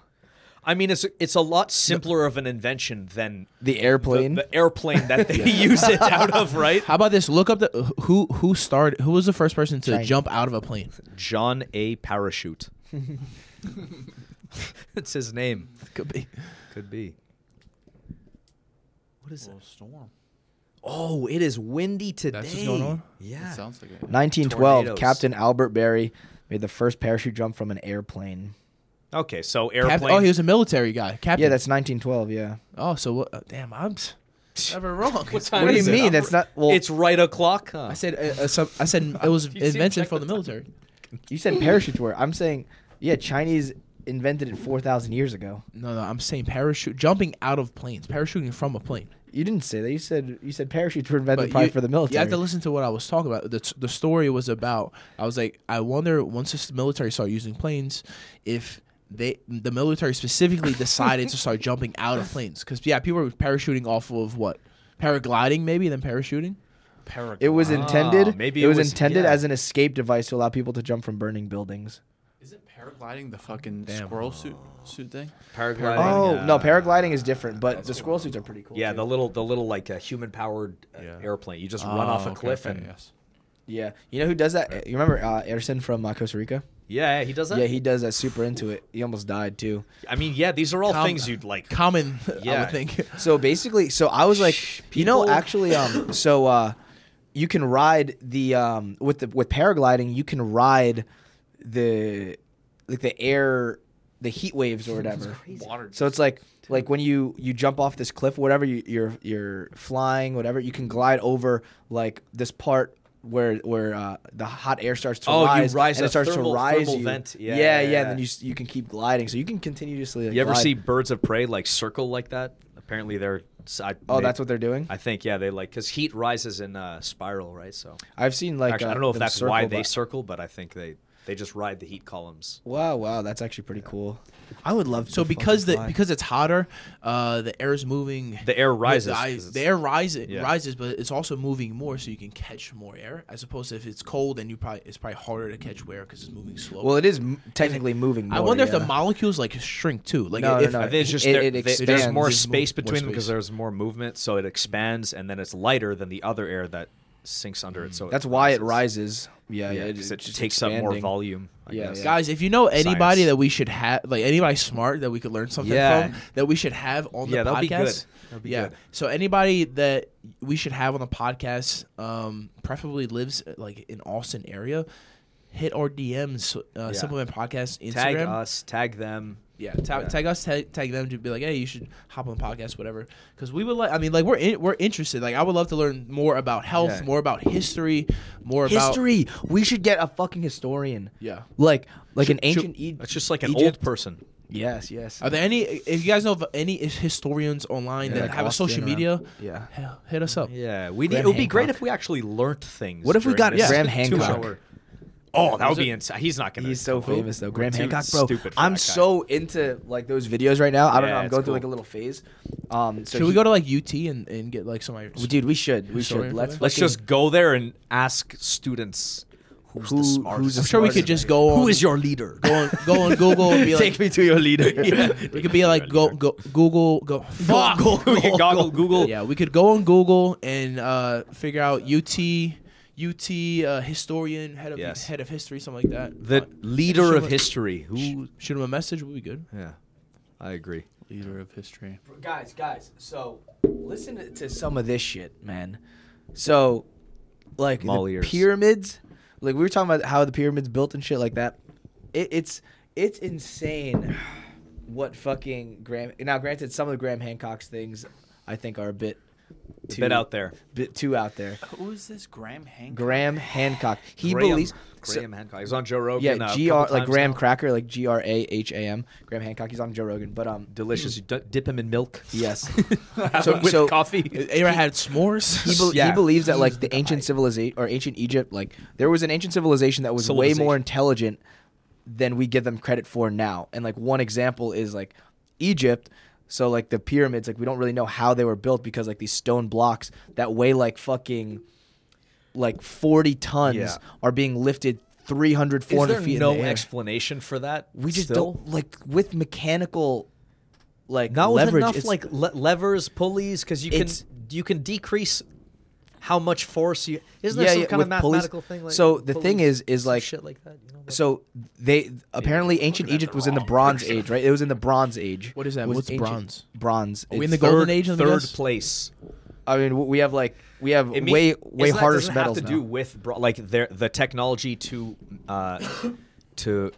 Speaker 2: I mean, it's it's a lot simpler of an invention than
Speaker 4: The airplane.
Speaker 2: the airplane that they use it out of, right?
Speaker 3: How about this? Look up the who who started who was the first person to
Speaker 4: Giant.
Speaker 3: jump out of a plane.
Speaker 2: John A. Parachute. That's his name.
Speaker 3: Could be.
Speaker 2: Could be.
Speaker 5: What is that? Storm.
Speaker 2: Oh, it is windy today.
Speaker 3: what's going on?
Speaker 2: Yeah.
Speaker 5: It sounds like it.
Speaker 4: 1912,
Speaker 2: Tornadoes.
Speaker 4: Captain Albert Berry made the first parachute jump from an airplane.
Speaker 2: Okay, so
Speaker 3: Cap-
Speaker 2: airplane.
Speaker 3: oh, he was a military guy, captain.
Speaker 4: Yeah, that's 1912. Yeah.
Speaker 3: Oh, so what? uh, damn, I'm s- never wrong.
Speaker 2: time
Speaker 4: what do you
Speaker 2: is it?
Speaker 4: mean?
Speaker 2: I'm-
Speaker 4: That's not. Well,
Speaker 2: it's right o'clock. Huh?
Speaker 3: I said uh, uh, some, I said it was
Speaker 2: You see him
Speaker 3: invented
Speaker 2: check
Speaker 3: for
Speaker 2: the
Speaker 3: the military.
Speaker 4: you said parachutes were. I'm saying, yeah, Chinese invented it 4,000 years ago.
Speaker 3: No, no, I'm saying parachute jumping out of planes, parachuting from a plane.
Speaker 4: You didn't say that. You said you said parachutes were invented probably
Speaker 3: you-
Speaker 4: for the military.
Speaker 3: You have to listen to what I was talking about. The, t- the story was about. I was like, I wonder once this military start using planes, if they the military specifically decided to start jumping out of planes because yeah, people were parachuting off of what paragliding maybe then parachuting.
Speaker 4: It was intended.
Speaker 2: Ah, maybe
Speaker 4: it
Speaker 2: it
Speaker 4: was,
Speaker 2: was-
Speaker 4: intended
Speaker 2: yeah.
Speaker 4: as an escape device to allow people to jump from burning buildings.
Speaker 5: Isn't paragliding the fucking squirrel suit suit thing?
Speaker 2: Paragliding.
Speaker 4: Oh
Speaker 2: uh,
Speaker 4: no, paragliding is different, but the squirrel suits are pretty cool.
Speaker 2: Yeah,
Speaker 4: too. Oh,
Speaker 2: the little the little like uh, human powered uh, airplane. You just run off a cliff and
Speaker 5: Oh, yes.
Speaker 4: yeah. You know who does that? You remember uh, Anderson from uh, Costa Rica?
Speaker 2: yeah, he does that.
Speaker 4: Yeah, he does that. Super into it. He almost died too.
Speaker 2: I mean, yeah, these are all
Speaker 3: Com-
Speaker 2: things you'd like.
Speaker 3: Common, I
Speaker 2: Yeah.
Speaker 3: would think.
Speaker 4: So basically, so I was like, you know, actually, um, so uh, you can ride the um with the with paragliding, you can ride the like the air, the heat waves or whatever. So it's like like when you you jump off this cliff, whatever you, you're you're flying, whatever you can glide over like this part. Where where uh, the hot air starts to
Speaker 2: Oh, you
Speaker 4: rise,
Speaker 2: rise a
Speaker 4: and it starts
Speaker 2: thermal-
Speaker 4: to rise
Speaker 2: thermal
Speaker 4: you.
Speaker 2: vent. Yeah,
Speaker 4: yeah,
Speaker 2: yeah,
Speaker 4: and
Speaker 2: yeah.
Speaker 4: then you s- you can keep gliding, so you can continuously. Like,
Speaker 2: You ever
Speaker 4: glide.
Speaker 2: see birds of prey like circle like that? Apparently they're. I,
Speaker 4: Oh, that's what they're doing.
Speaker 2: I think. Yeah, they like because heat rises in a spiral, right? So
Speaker 4: I've seen like
Speaker 2: actually,
Speaker 4: uh,
Speaker 2: I don't know if
Speaker 4: them
Speaker 2: that's why
Speaker 4: circle,
Speaker 2: they
Speaker 4: but-
Speaker 2: circle, but I think they they just ride the heat columns.
Speaker 4: Wow, wow, that's actually pretty cool.
Speaker 3: I would love. So because the because it's hotter, uh, the air is moving.
Speaker 2: The air rises.
Speaker 3: The,
Speaker 2: 'cause
Speaker 3: eye-
Speaker 2: it's-
Speaker 3: the air rises,
Speaker 2: Yeah.
Speaker 3: rises, but it's also moving more, so you can catch more air. As opposed to if it's cold, then you probably it's probably harder to catch air because it's moving slower.
Speaker 4: Well, it is m- technically moving. More,
Speaker 3: I wonder
Speaker 4: yeah.
Speaker 3: if the molecules like shrink too. Like
Speaker 4: No, no,
Speaker 3: if
Speaker 4: no,
Speaker 2: I think it's just
Speaker 4: It-
Speaker 2: there-
Speaker 4: it
Speaker 2: they- there's
Speaker 4: expands.
Speaker 2: more
Speaker 3: There's mo-
Speaker 2: space
Speaker 3: more
Speaker 2: between them because
Speaker 3: space.
Speaker 2: there's more movement, so it expands and then it's lighter than the other air that sinks under it. So
Speaker 4: that's why it rises. Yeah, yeah,
Speaker 2: Yeah,
Speaker 4: it,
Speaker 2: because it,
Speaker 4: it's
Speaker 2: takes up more
Speaker 4: expanding.
Speaker 2: volume. I
Speaker 4: Yeah,
Speaker 2: guess.
Speaker 4: yeah.
Speaker 3: guys, if you know anybody
Speaker 2: Science.
Speaker 3: that we should have, like anybody smart that we could learn something
Speaker 2: Yeah.
Speaker 3: from, that we should have on
Speaker 2: Yeah,
Speaker 3: the
Speaker 2: that'll be good.
Speaker 3: podcast.
Speaker 2: That'll be
Speaker 3: yeah.
Speaker 2: good.
Speaker 3: So anybody that we should have on the podcast, um, preferably lives uh, like in Austin area. Hit our DMs, uh, Supplement Podcast Instagram.
Speaker 2: Tag us, tag them.
Speaker 3: Yeah, tag, tag us, tag, tag them to be like, hey, you should hop on the podcast, whatever. Because we would like, I mean, like we're in, we're interested. Like I would love to learn more about health,
Speaker 4: Yeah.
Speaker 3: more about history, more about
Speaker 4: History. We should get a fucking historian.
Speaker 3: Yeah.
Speaker 4: like like an ancient. E-
Speaker 2: It's just like an
Speaker 4: Egypt.
Speaker 2: old person.
Speaker 4: Yes, yes.
Speaker 3: Are there any? If you guys know of any historians online that
Speaker 4: like
Speaker 3: have a
Speaker 4: Austin
Speaker 3: social
Speaker 4: around-
Speaker 3: media,
Speaker 4: yeah.
Speaker 3: hell, hit us up.
Speaker 2: Yeah, we need, it would be great if we actually learnt things.
Speaker 4: What if we
Speaker 2: during
Speaker 4: got
Speaker 2: this
Speaker 4: Graham
Speaker 2: two-hour-
Speaker 4: Hancock?
Speaker 2: Oh, that would be insane. He's not gonna.
Speaker 4: He's so
Speaker 2: come on.
Speaker 4: famous though. Graham
Speaker 2: Too
Speaker 4: Hancock, bro.
Speaker 2: Stupid for
Speaker 4: I'm
Speaker 2: that guy.
Speaker 4: so into like those videos right now. I don't
Speaker 2: Yeah,
Speaker 4: know. I'm
Speaker 2: it's
Speaker 4: going
Speaker 2: cool.
Speaker 4: through like a little phase. Um, so
Speaker 3: Should we
Speaker 4: he-
Speaker 3: go to like UT and, and get like somebody?
Speaker 4: Dude, we should. We
Speaker 3: Historian
Speaker 4: should.
Speaker 3: for
Speaker 4: Let's
Speaker 3: that?
Speaker 2: Let's
Speaker 4: fucking-
Speaker 2: just go there and ask students who's
Speaker 4: Who-
Speaker 2: the smartest.
Speaker 4: who's the
Speaker 3: I'm sure we could just go on.
Speaker 2: Who is your leader?
Speaker 3: go on go on Google and be like
Speaker 4: take me to your leader.
Speaker 3: we could be like go go Google go fuck
Speaker 2: Google, Google, Google.
Speaker 3: yeah we could go on Google and uh, figure out UT UT uh, historian head of
Speaker 2: Yes.
Speaker 3: head of history something like that.
Speaker 2: The
Speaker 3: Fine.
Speaker 2: leader of
Speaker 3: Shoot-
Speaker 2: history. Who?
Speaker 3: Shoot him a message. We'll be good.
Speaker 2: Yeah, I agree.
Speaker 5: Leader of history.
Speaker 4: guys, guys. So listen to- to some of this shit, man. So, like
Speaker 2: I'm all
Speaker 4: the
Speaker 2: ears.
Speaker 4: pyramids, like we were talking about how the pyramids built and shit like that. It, it's it's insane what fucking Graham. Now, granted, some of Graham Hancock's things I think are a bit too
Speaker 2: bit out there.
Speaker 4: bit too out there.
Speaker 5: Who is this Graham Hank?
Speaker 4: Graham Hancock. He
Speaker 2: Graham,
Speaker 4: believes. so-
Speaker 2: Graham Hancock. He was on Joe Rogan. uh, a couple
Speaker 4: yeah, G R like
Speaker 2: times
Speaker 4: Graham
Speaker 2: now.
Speaker 4: Cracker, like G R A H A M. Graham Hancock. He's on Joe Rogan, but um,
Speaker 2: Delicious. You d- dip him in milk.
Speaker 4: yes,
Speaker 2: so, with
Speaker 4: so- uh,
Speaker 2: coffee.
Speaker 3: Ever had s'mores?
Speaker 4: he, bel he
Speaker 2: Yeah.
Speaker 4: believes that like the ancient civilization or ancient Egypt, like there was an ancient civilization that was way more
Speaker 2: Civilization.
Speaker 4: intelligent than we give them credit for now. And like one example is like Egypt. So like the pyramids, like we don't really know how they were built because like these stone blocks that weigh like fucking like 40 tons
Speaker 2: Yeah.
Speaker 4: are being lifted 300
Speaker 2: Is
Speaker 4: 400
Speaker 2: there
Speaker 4: feet
Speaker 2: no
Speaker 4: in the air.
Speaker 2: explanation for that?
Speaker 4: we just
Speaker 2: still?
Speaker 4: don't like with mechanical like
Speaker 2: not
Speaker 4: leverage
Speaker 2: with enough
Speaker 4: it's-
Speaker 2: like le- levers, pulleys, because you can
Speaker 4: It's-
Speaker 2: you can decrease how much force you. Isn't there
Speaker 4: Yeah,
Speaker 2: some
Speaker 4: yeah,
Speaker 2: kind of
Speaker 4: with pulleys.
Speaker 2: mathematical thing? Like
Speaker 4: So the thing
Speaker 2: pulleys,
Speaker 4: is- is
Speaker 2: some
Speaker 4: like-
Speaker 2: shit like that. You know, like-
Speaker 4: So they apparently ancient Egypt was in the Bronze Age, right? It was in the Bronze Age.
Speaker 3: What is that?
Speaker 4: Was
Speaker 3: What's
Speaker 4: ancient-
Speaker 3: bronze?
Speaker 4: Bronze.
Speaker 3: we in
Speaker 4: It's-
Speaker 3: the Golden Age of the
Speaker 2: third
Speaker 3: guess?
Speaker 2: place.
Speaker 4: I mean, w- we have like we have
Speaker 2: It mean-
Speaker 4: way
Speaker 2: isn't
Speaker 4: way
Speaker 2: that-
Speaker 4: harder
Speaker 2: doesn't
Speaker 4: metals
Speaker 2: have to
Speaker 4: now.
Speaker 2: do with bro- like their the technology to uh, to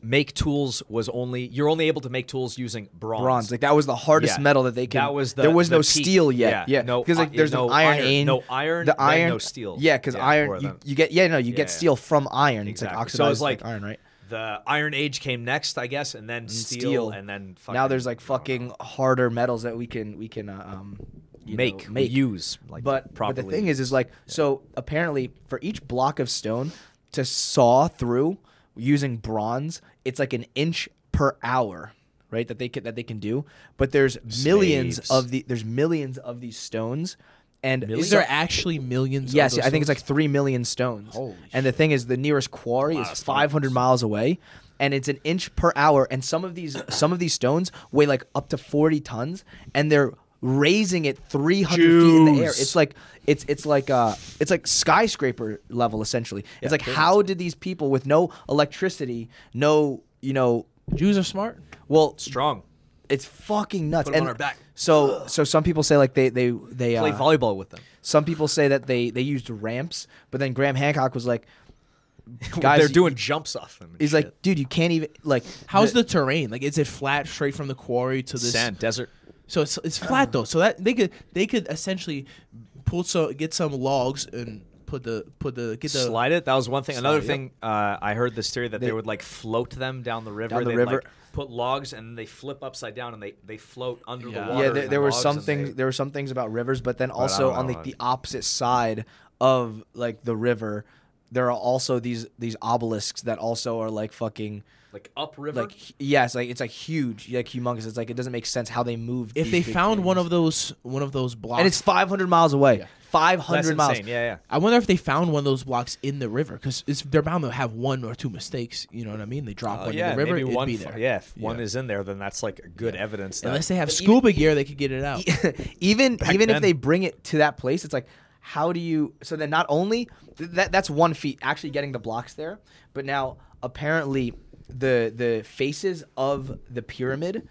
Speaker 2: make tools was only you're only able to make tools using bronze.
Speaker 4: bronze. Like that was the hardest
Speaker 2: Yeah.
Speaker 4: metal that they could.
Speaker 2: That was the-
Speaker 4: there was
Speaker 2: the
Speaker 4: no
Speaker 2: peak.
Speaker 4: steel yet. Yeah,
Speaker 2: Yeah. No
Speaker 4: because like
Speaker 2: i-
Speaker 4: there's
Speaker 2: no
Speaker 4: an iron,
Speaker 2: iron-
Speaker 4: age.
Speaker 2: no iron,
Speaker 4: the
Speaker 2: then
Speaker 4: iron,
Speaker 2: no steel.
Speaker 4: Yeah, because
Speaker 2: Yeah, or
Speaker 4: iron you,
Speaker 2: then-
Speaker 4: you get yeah no you
Speaker 2: Yeah,
Speaker 4: get
Speaker 2: yeah.
Speaker 4: steel from iron. It's like
Speaker 2: Exactly.
Speaker 4: oxidized
Speaker 2: So it's
Speaker 4: like,
Speaker 2: like
Speaker 4: iron, right?
Speaker 2: The Iron Age came next, I guess, and then steel,
Speaker 4: steel.
Speaker 2: and then fucking,
Speaker 4: Now there's like
Speaker 2: I don't know,
Speaker 4: fucking harder metals that we can we can uh, um you
Speaker 2: make
Speaker 4: know, make
Speaker 2: use like
Speaker 4: but, but
Speaker 2: properly.
Speaker 4: the thing is, is like so apparently for each block of stone to saw through using bronze, it's like an inch per hour, right? That they can that they can do. But there's millions
Speaker 2: Slaves.
Speaker 4: of the there's millions of these stones, and
Speaker 3: Is there actually millions?
Speaker 4: Yes,
Speaker 3: of
Speaker 4: yeah,
Speaker 3: those
Speaker 4: I think it's like
Speaker 3: stones?
Speaker 4: three million stones. and the thing is, the nearest quarry is five hundred miles away, and it's an inch per hour. And some of these some of these stones weigh like up to forty tons, and they're raising it three hundred feet in the air. It's like it's it's like uh it's like skyscraper level essentially. it's like how did these people with no electricity, no you know,
Speaker 3: Jews are smart.
Speaker 4: well,
Speaker 2: strong.
Speaker 4: it's fucking nuts.
Speaker 2: Put 'em
Speaker 4: and
Speaker 2: on our back.
Speaker 4: So so some people say like they they they
Speaker 2: Play
Speaker 4: uh,
Speaker 2: volleyball with them.
Speaker 4: some people say that they they used ramps, but then Graham Hancock was like, guys,
Speaker 2: they're doing jumps off them. and
Speaker 4: He's
Speaker 2: shit.
Speaker 4: like, dude, you can't even like.
Speaker 3: How's the, terrain? Like, is it flat, straight from the quarry to this?
Speaker 2: sand desert.
Speaker 3: So it's, it's flat though. So that they could they could essentially pull so get some logs and put the put the get the
Speaker 2: slide it. That was one thing. Another
Speaker 3: Slide it.
Speaker 2: thing, uh, I heard this theory that they,
Speaker 4: They-
Speaker 2: would like float them down the river.
Speaker 4: Down the
Speaker 2: They'd,
Speaker 4: river.
Speaker 2: Like, put logs and they flip upside down and they, they float under
Speaker 3: Yeah.
Speaker 2: the water.
Speaker 4: yeah, there,
Speaker 2: in
Speaker 4: there were
Speaker 2: logs
Speaker 4: some
Speaker 2: and
Speaker 4: things.
Speaker 2: they-
Speaker 4: There were some things about rivers, but then also
Speaker 2: don't
Speaker 4: on
Speaker 2: know.
Speaker 4: like the opposite side of like the river, there are also these these obelisks that also are like fucking
Speaker 2: like upriver.
Speaker 4: like hu- yes, like it's like huge, like humongous. It's like it doesn't make sense how they moved.
Speaker 3: if
Speaker 4: these
Speaker 3: they
Speaker 4: big
Speaker 3: found one
Speaker 4: things.
Speaker 3: of those one of those blocks
Speaker 4: and it's 500 miles away, 500
Speaker 2: That's
Speaker 4: miles.
Speaker 2: insane. Yeah, yeah.
Speaker 3: I wonder if they found one of those blocks in the river because they're bound to have one or two mistakes. You know what I mean? They drop one in the river, it'd
Speaker 2: Uh, Oh, one.
Speaker 3: be
Speaker 2: fu-
Speaker 3: there.
Speaker 2: Yeah, if one is in there, then that's like good evidence. That,
Speaker 3: Unless they have scuba gear, they could get it out.
Speaker 4: even even if
Speaker 2: then.
Speaker 4: they bring it to that place, it's like how do you? So then not only th- that that's one feat actually getting the blocks there, but now apparently the the faces of the pyramid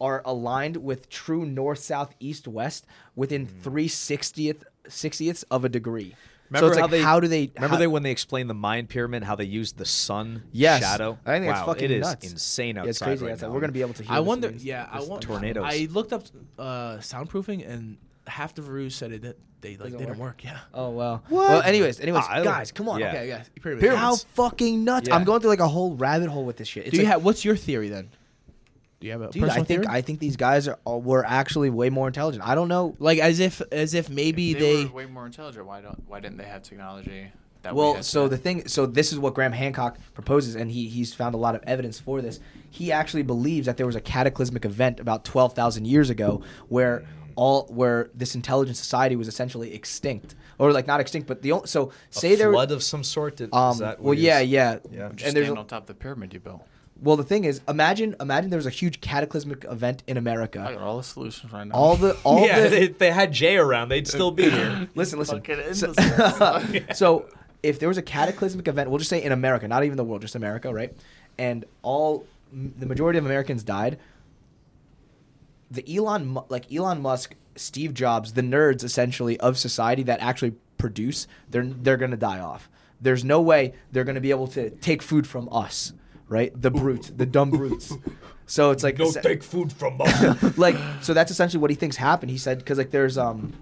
Speaker 4: are aligned with true north south east west within
Speaker 2: Hmm.
Speaker 4: three sixtieth sixtieths of a degree.
Speaker 2: Remember
Speaker 4: so it's
Speaker 2: how
Speaker 4: like
Speaker 2: they
Speaker 4: how do they
Speaker 2: remember
Speaker 4: how-
Speaker 2: they when they explained the Mayan pyramid how they used the sun
Speaker 4: Yes.
Speaker 2: shadow?
Speaker 4: I think that's
Speaker 2: wow,
Speaker 4: fucking
Speaker 2: it is
Speaker 4: nuts.
Speaker 2: insane
Speaker 4: Yeah,
Speaker 2: outside
Speaker 4: it's crazy.
Speaker 2: right
Speaker 4: outside.
Speaker 2: now.
Speaker 4: We're gonna be able to hear.
Speaker 3: I
Speaker 4: this
Speaker 3: wonder.
Speaker 4: noise.
Speaker 3: Yeah, I
Speaker 4: This
Speaker 3: want
Speaker 2: tornadoes.
Speaker 3: I looked up uh, soundproofing, and half the reviews said it that they like
Speaker 4: Doesn't
Speaker 3: didn't
Speaker 4: work?
Speaker 3: work. Yeah.
Speaker 4: Oh well. Well, anyways, anyways,
Speaker 2: Ah, I don't-
Speaker 4: guys, come on.
Speaker 2: Yeah.
Speaker 3: Okay. Yeah. Pyramids.
Speaker 4: How fucking nuts!
Speaker 2: Yeah.
Speaker 4: I'm going through like a whole rabbit hole with this shit. It's
Speaker 3: do you
Speaker 4: like-
Speaker 3: have? What's your theory then? Do you have a
Speaker 4: Dude,
Speaker 3: personal
Speaker 4: I think
Speaker 3: theory?
Speaker 4: I think these guys are, are were actually way more intelligent. I don't know.
Speaker 3: like as if as if maybe they.
Speaker 5: were way more intelligent. Why don't? Why didn't they have technology? That we
Speaker 4: Well,
Speaker 5: had
Speaker 4: so
Speaker 5: now?
Speaker 4: the thing, so this is what Graham Hancock proposes, and he he's found a lot of evidence for this. He actually believes that there was a cataclysmic event about twelve thousand years ago where all where this intelligent society was essentially extinct, or like not extinct, but the only, so say
Speaker 2: a
Speaker 4: there
Speaker 2: flood of some sort. Did,
Speaker 4: um
Speaker 2: is that what
Speaker 4: well
Speaker 2: it
Speaker 4: yeah
Speaker 2: is?
Speaker 4: yeah
Speaker 2: Yeah.
Speaker 4: and
Speaker 2: Just
Speaker 5: Just
Speaker 4: there's
Speaker 5: stand on top of the pyramid you built.
Speaker 4: well the thing is imagine imagine there was a huge cataclysmic event in
Speaker 5: I
Speaker 4: America.
Speaker 5: got all the solutions right now.
Speaker 4: All the all
Speaker 2: yeah.
Speaker 4: the
Speaker 2: they- if they had Jay around, they'd still be here.
Speaker 4: listen listen
Speaker 5: Fucking
Speaker 4: So-
Speaker 5: imbeciles.
Speaker 4: so if there was a cataclysmic event, we'll just say in America, not even the world, just America, right? And all m- the majority of Americans died. The Elon, Mu- like Elon Musk, Steve Jobs, the nerds essentially of society that actually produce, they're they're gonna die off. There's no way they're gonna be able to take food from us, right? The brutes, the dumb brutes. So it's like
Speaker 2: Don't
Speaker 4: se-
Speaker 2: take food from us.
Speaker 4: like so that's essentially what he thinks happened. He said because like there's um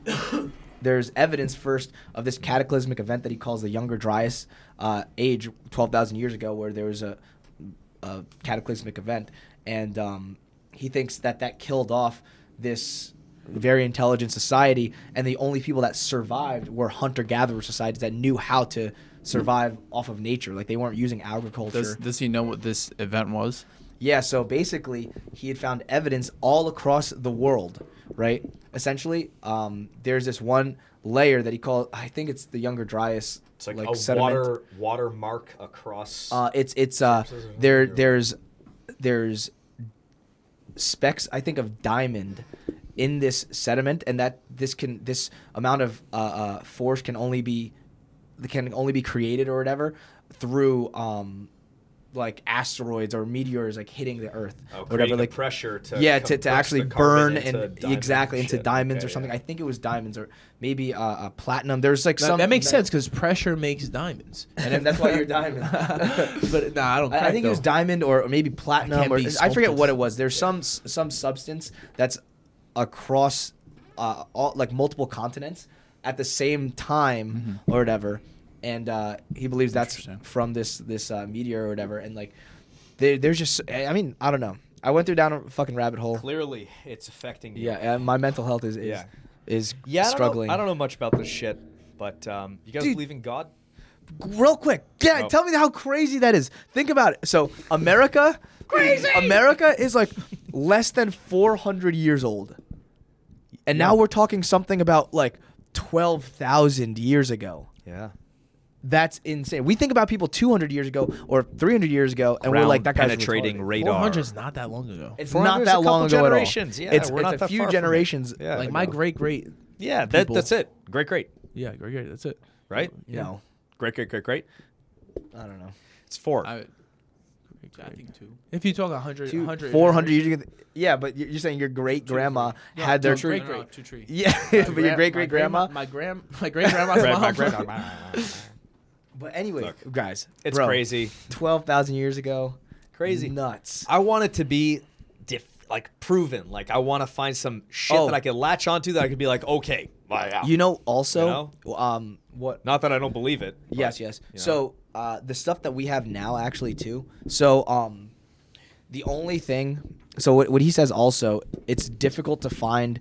Speaker 4: there's evidence first of this cataclysmic event that he calls the Younger Dryas uh, age, twelve thousand years ago, where there was a, a cataclysmic event, and um, he thinks that that killed off this very intelligent society, and the only people that survived were hunter gatherer societies that knew how to survive off of nature. Like they weren't using agriculture.
Speaker 5: Does does he know what this event was?
Speaker 4: Yeah, so basically, he had found evidence all across the world, right? Essentially, um, there's this one layer that he called, I think it's the Younger Dryas.
Speaker 6: It's like, a water water mark across.
Speaker 4: Uh, it's it's uh, there there's there's specks I think of diamond in this sediment, and that this can this amount of uh, uh, force can only be can only be created or whatever through um, like asteroids or meteors like hitting the Earth,
Speaker 6: oh,
Speaker 4: or
Speaker 6: creating
Speaker 4: whatever.
Speaker 6: the
Speaker 4: Like
Speaker 6: pressure to
Speaker 4: yeah,
Speaker 6: compress
Speaker 4: to, to
Speaker 6: the
Speaker 4: actually
Speaker 6: carbon
Speaker 4: burn
Speaker 6: into
Speaker 4: and
Speaker 6: diamonds
Speaker 4: exactly into
Speaker 6: shit.
Speaker 4: diamonds or
Speaker 6: Okay,
Speaker 4: something.
Speaker 6: yeah.
Speaker 4: I think it was diamonds or maybe uh, uh, platinum. There's like
Speaker 3: That,
Speaker 4: some
Speaker 3: that makes sense because pressure makes diamonds.
Speaker 4: and if- that's why you're diamond.
Speaker 3: but nah, I don't.
Speaker 4: I, I
Speaker 3: crack,
Speaker 4: think it was
Speaker 3: though.
Speaker 4: diamond or, or maybe platinum
Speaker 3: can't
Speaker 4: or
Speaker 3: be
Speaker 4: I forget
Speaker 3: sculpted.
Speaker 4: what it was. There's some s- some substance that's across uh, all like multiple continents at the same time or whatever, and uh, he believes that's from this this uh, meteor or whatever. And like, there, there's just I I mean I don't know. I went through down a fucking rabbit hole.
Speaker 2: Clearly, it's affecting you.
Speaker 4: Yeah, uh, my mental health is is,
Speaker 2: Yeah.
Speaker 4: is
Speaker 2: yeah. I don't know-
Speaker 4: struggling.
Speaker 2: I don't know much about this shit, but um, you guys
Speaker 4: Dude.
Speaker 2: believe in God?
Speaker 4: real quick. Yeah,
Speaker 2: Oh.
Speaker 4: tell me how crazy that is. Think about it. So America, crazy. America is like less than 400 years old, and now we're talking something about like 12,000 years ago.
Speaker 2: Yeah.
Speaker 4: That's insane. We think about people 200 years ago or 300 years ago, and we're like that guy's
Speaker 2: penetrating
Speaker 4: retarded.
Speaker 2: radar.
Speaker 3: 400 is not that long ago.
Speaker 4: It's
Speaker 2: 400
Speaker 4: not
Speaker 2: is a
Speaker 4: that
Speaker 2: couple
Speaker 4: long ago
Speaker 2: generations.
Speaker 4: at all.
Speaker 2: Yeah,
Speaker 4: it's,
Speaker 2: we're
Speaker 4: it's
Speaker 2: not
Speaker 4: a
Speaker 2: that
Speaker 4: few
Speaker 2: far from it.
Speaker 4: generations.
Speaker 2: Yeah.
Speaker 3: like my great great.
Speaker 2: Yeah, that,
Speaker 3: people.
Speaker 2: that's it. Great, great,
Speaker 3: Yeah, great great. That's it.
Speaker 2: right?
Speaker 4: you know,
Speaker 2: Great, great, great, great.
Speaker 4: I don't know.
Speaker 2: It's four.
Speaker 5: I, I think two.
Speaker 3: If you talk 100,
Speaker 4: Two-
Speaker 3: 100
Speaker 4: 400 years ago. Yeah, but you're you're saying your great grandma had their
Speaker 3: Great,
Speaker 5: No, no, no,
Speaker 3: great.
Speaker 5: two tree.
Speaker 4: Yeah, but your great great grandma.
Speaker 3: my grand, my great grandma's
Speaker 2: Right,
Speaker 3: mom.
Speaker 2: my grandma.
Speaker 4: But anyway,
Speaker 2: Look,
Speaker 4: guys,
Speaker 2: It's
Speaker 4: bro,
Speaker 2: crazy.
Speaker 4: Twelve thousand years ago,
Speaker 2: Crazy.
Speaker 4: nuts.
Speaker 2: I want it to be diff- like proven. Like I want to find some shit
Speaker 4: Oh.
Speaker 2: that I can latch onto that I could be like, okay, wow.
Speaker 4: You know, also, um, what?
Speaker 2: not that I don't believe it. but,
Speaker 4: yes, yes.
Speaker 2: you know.
Speaker 4: So uh, the stuff that we have now, actually, too. So um, the only thing. So what, what he says also, it's difficult to find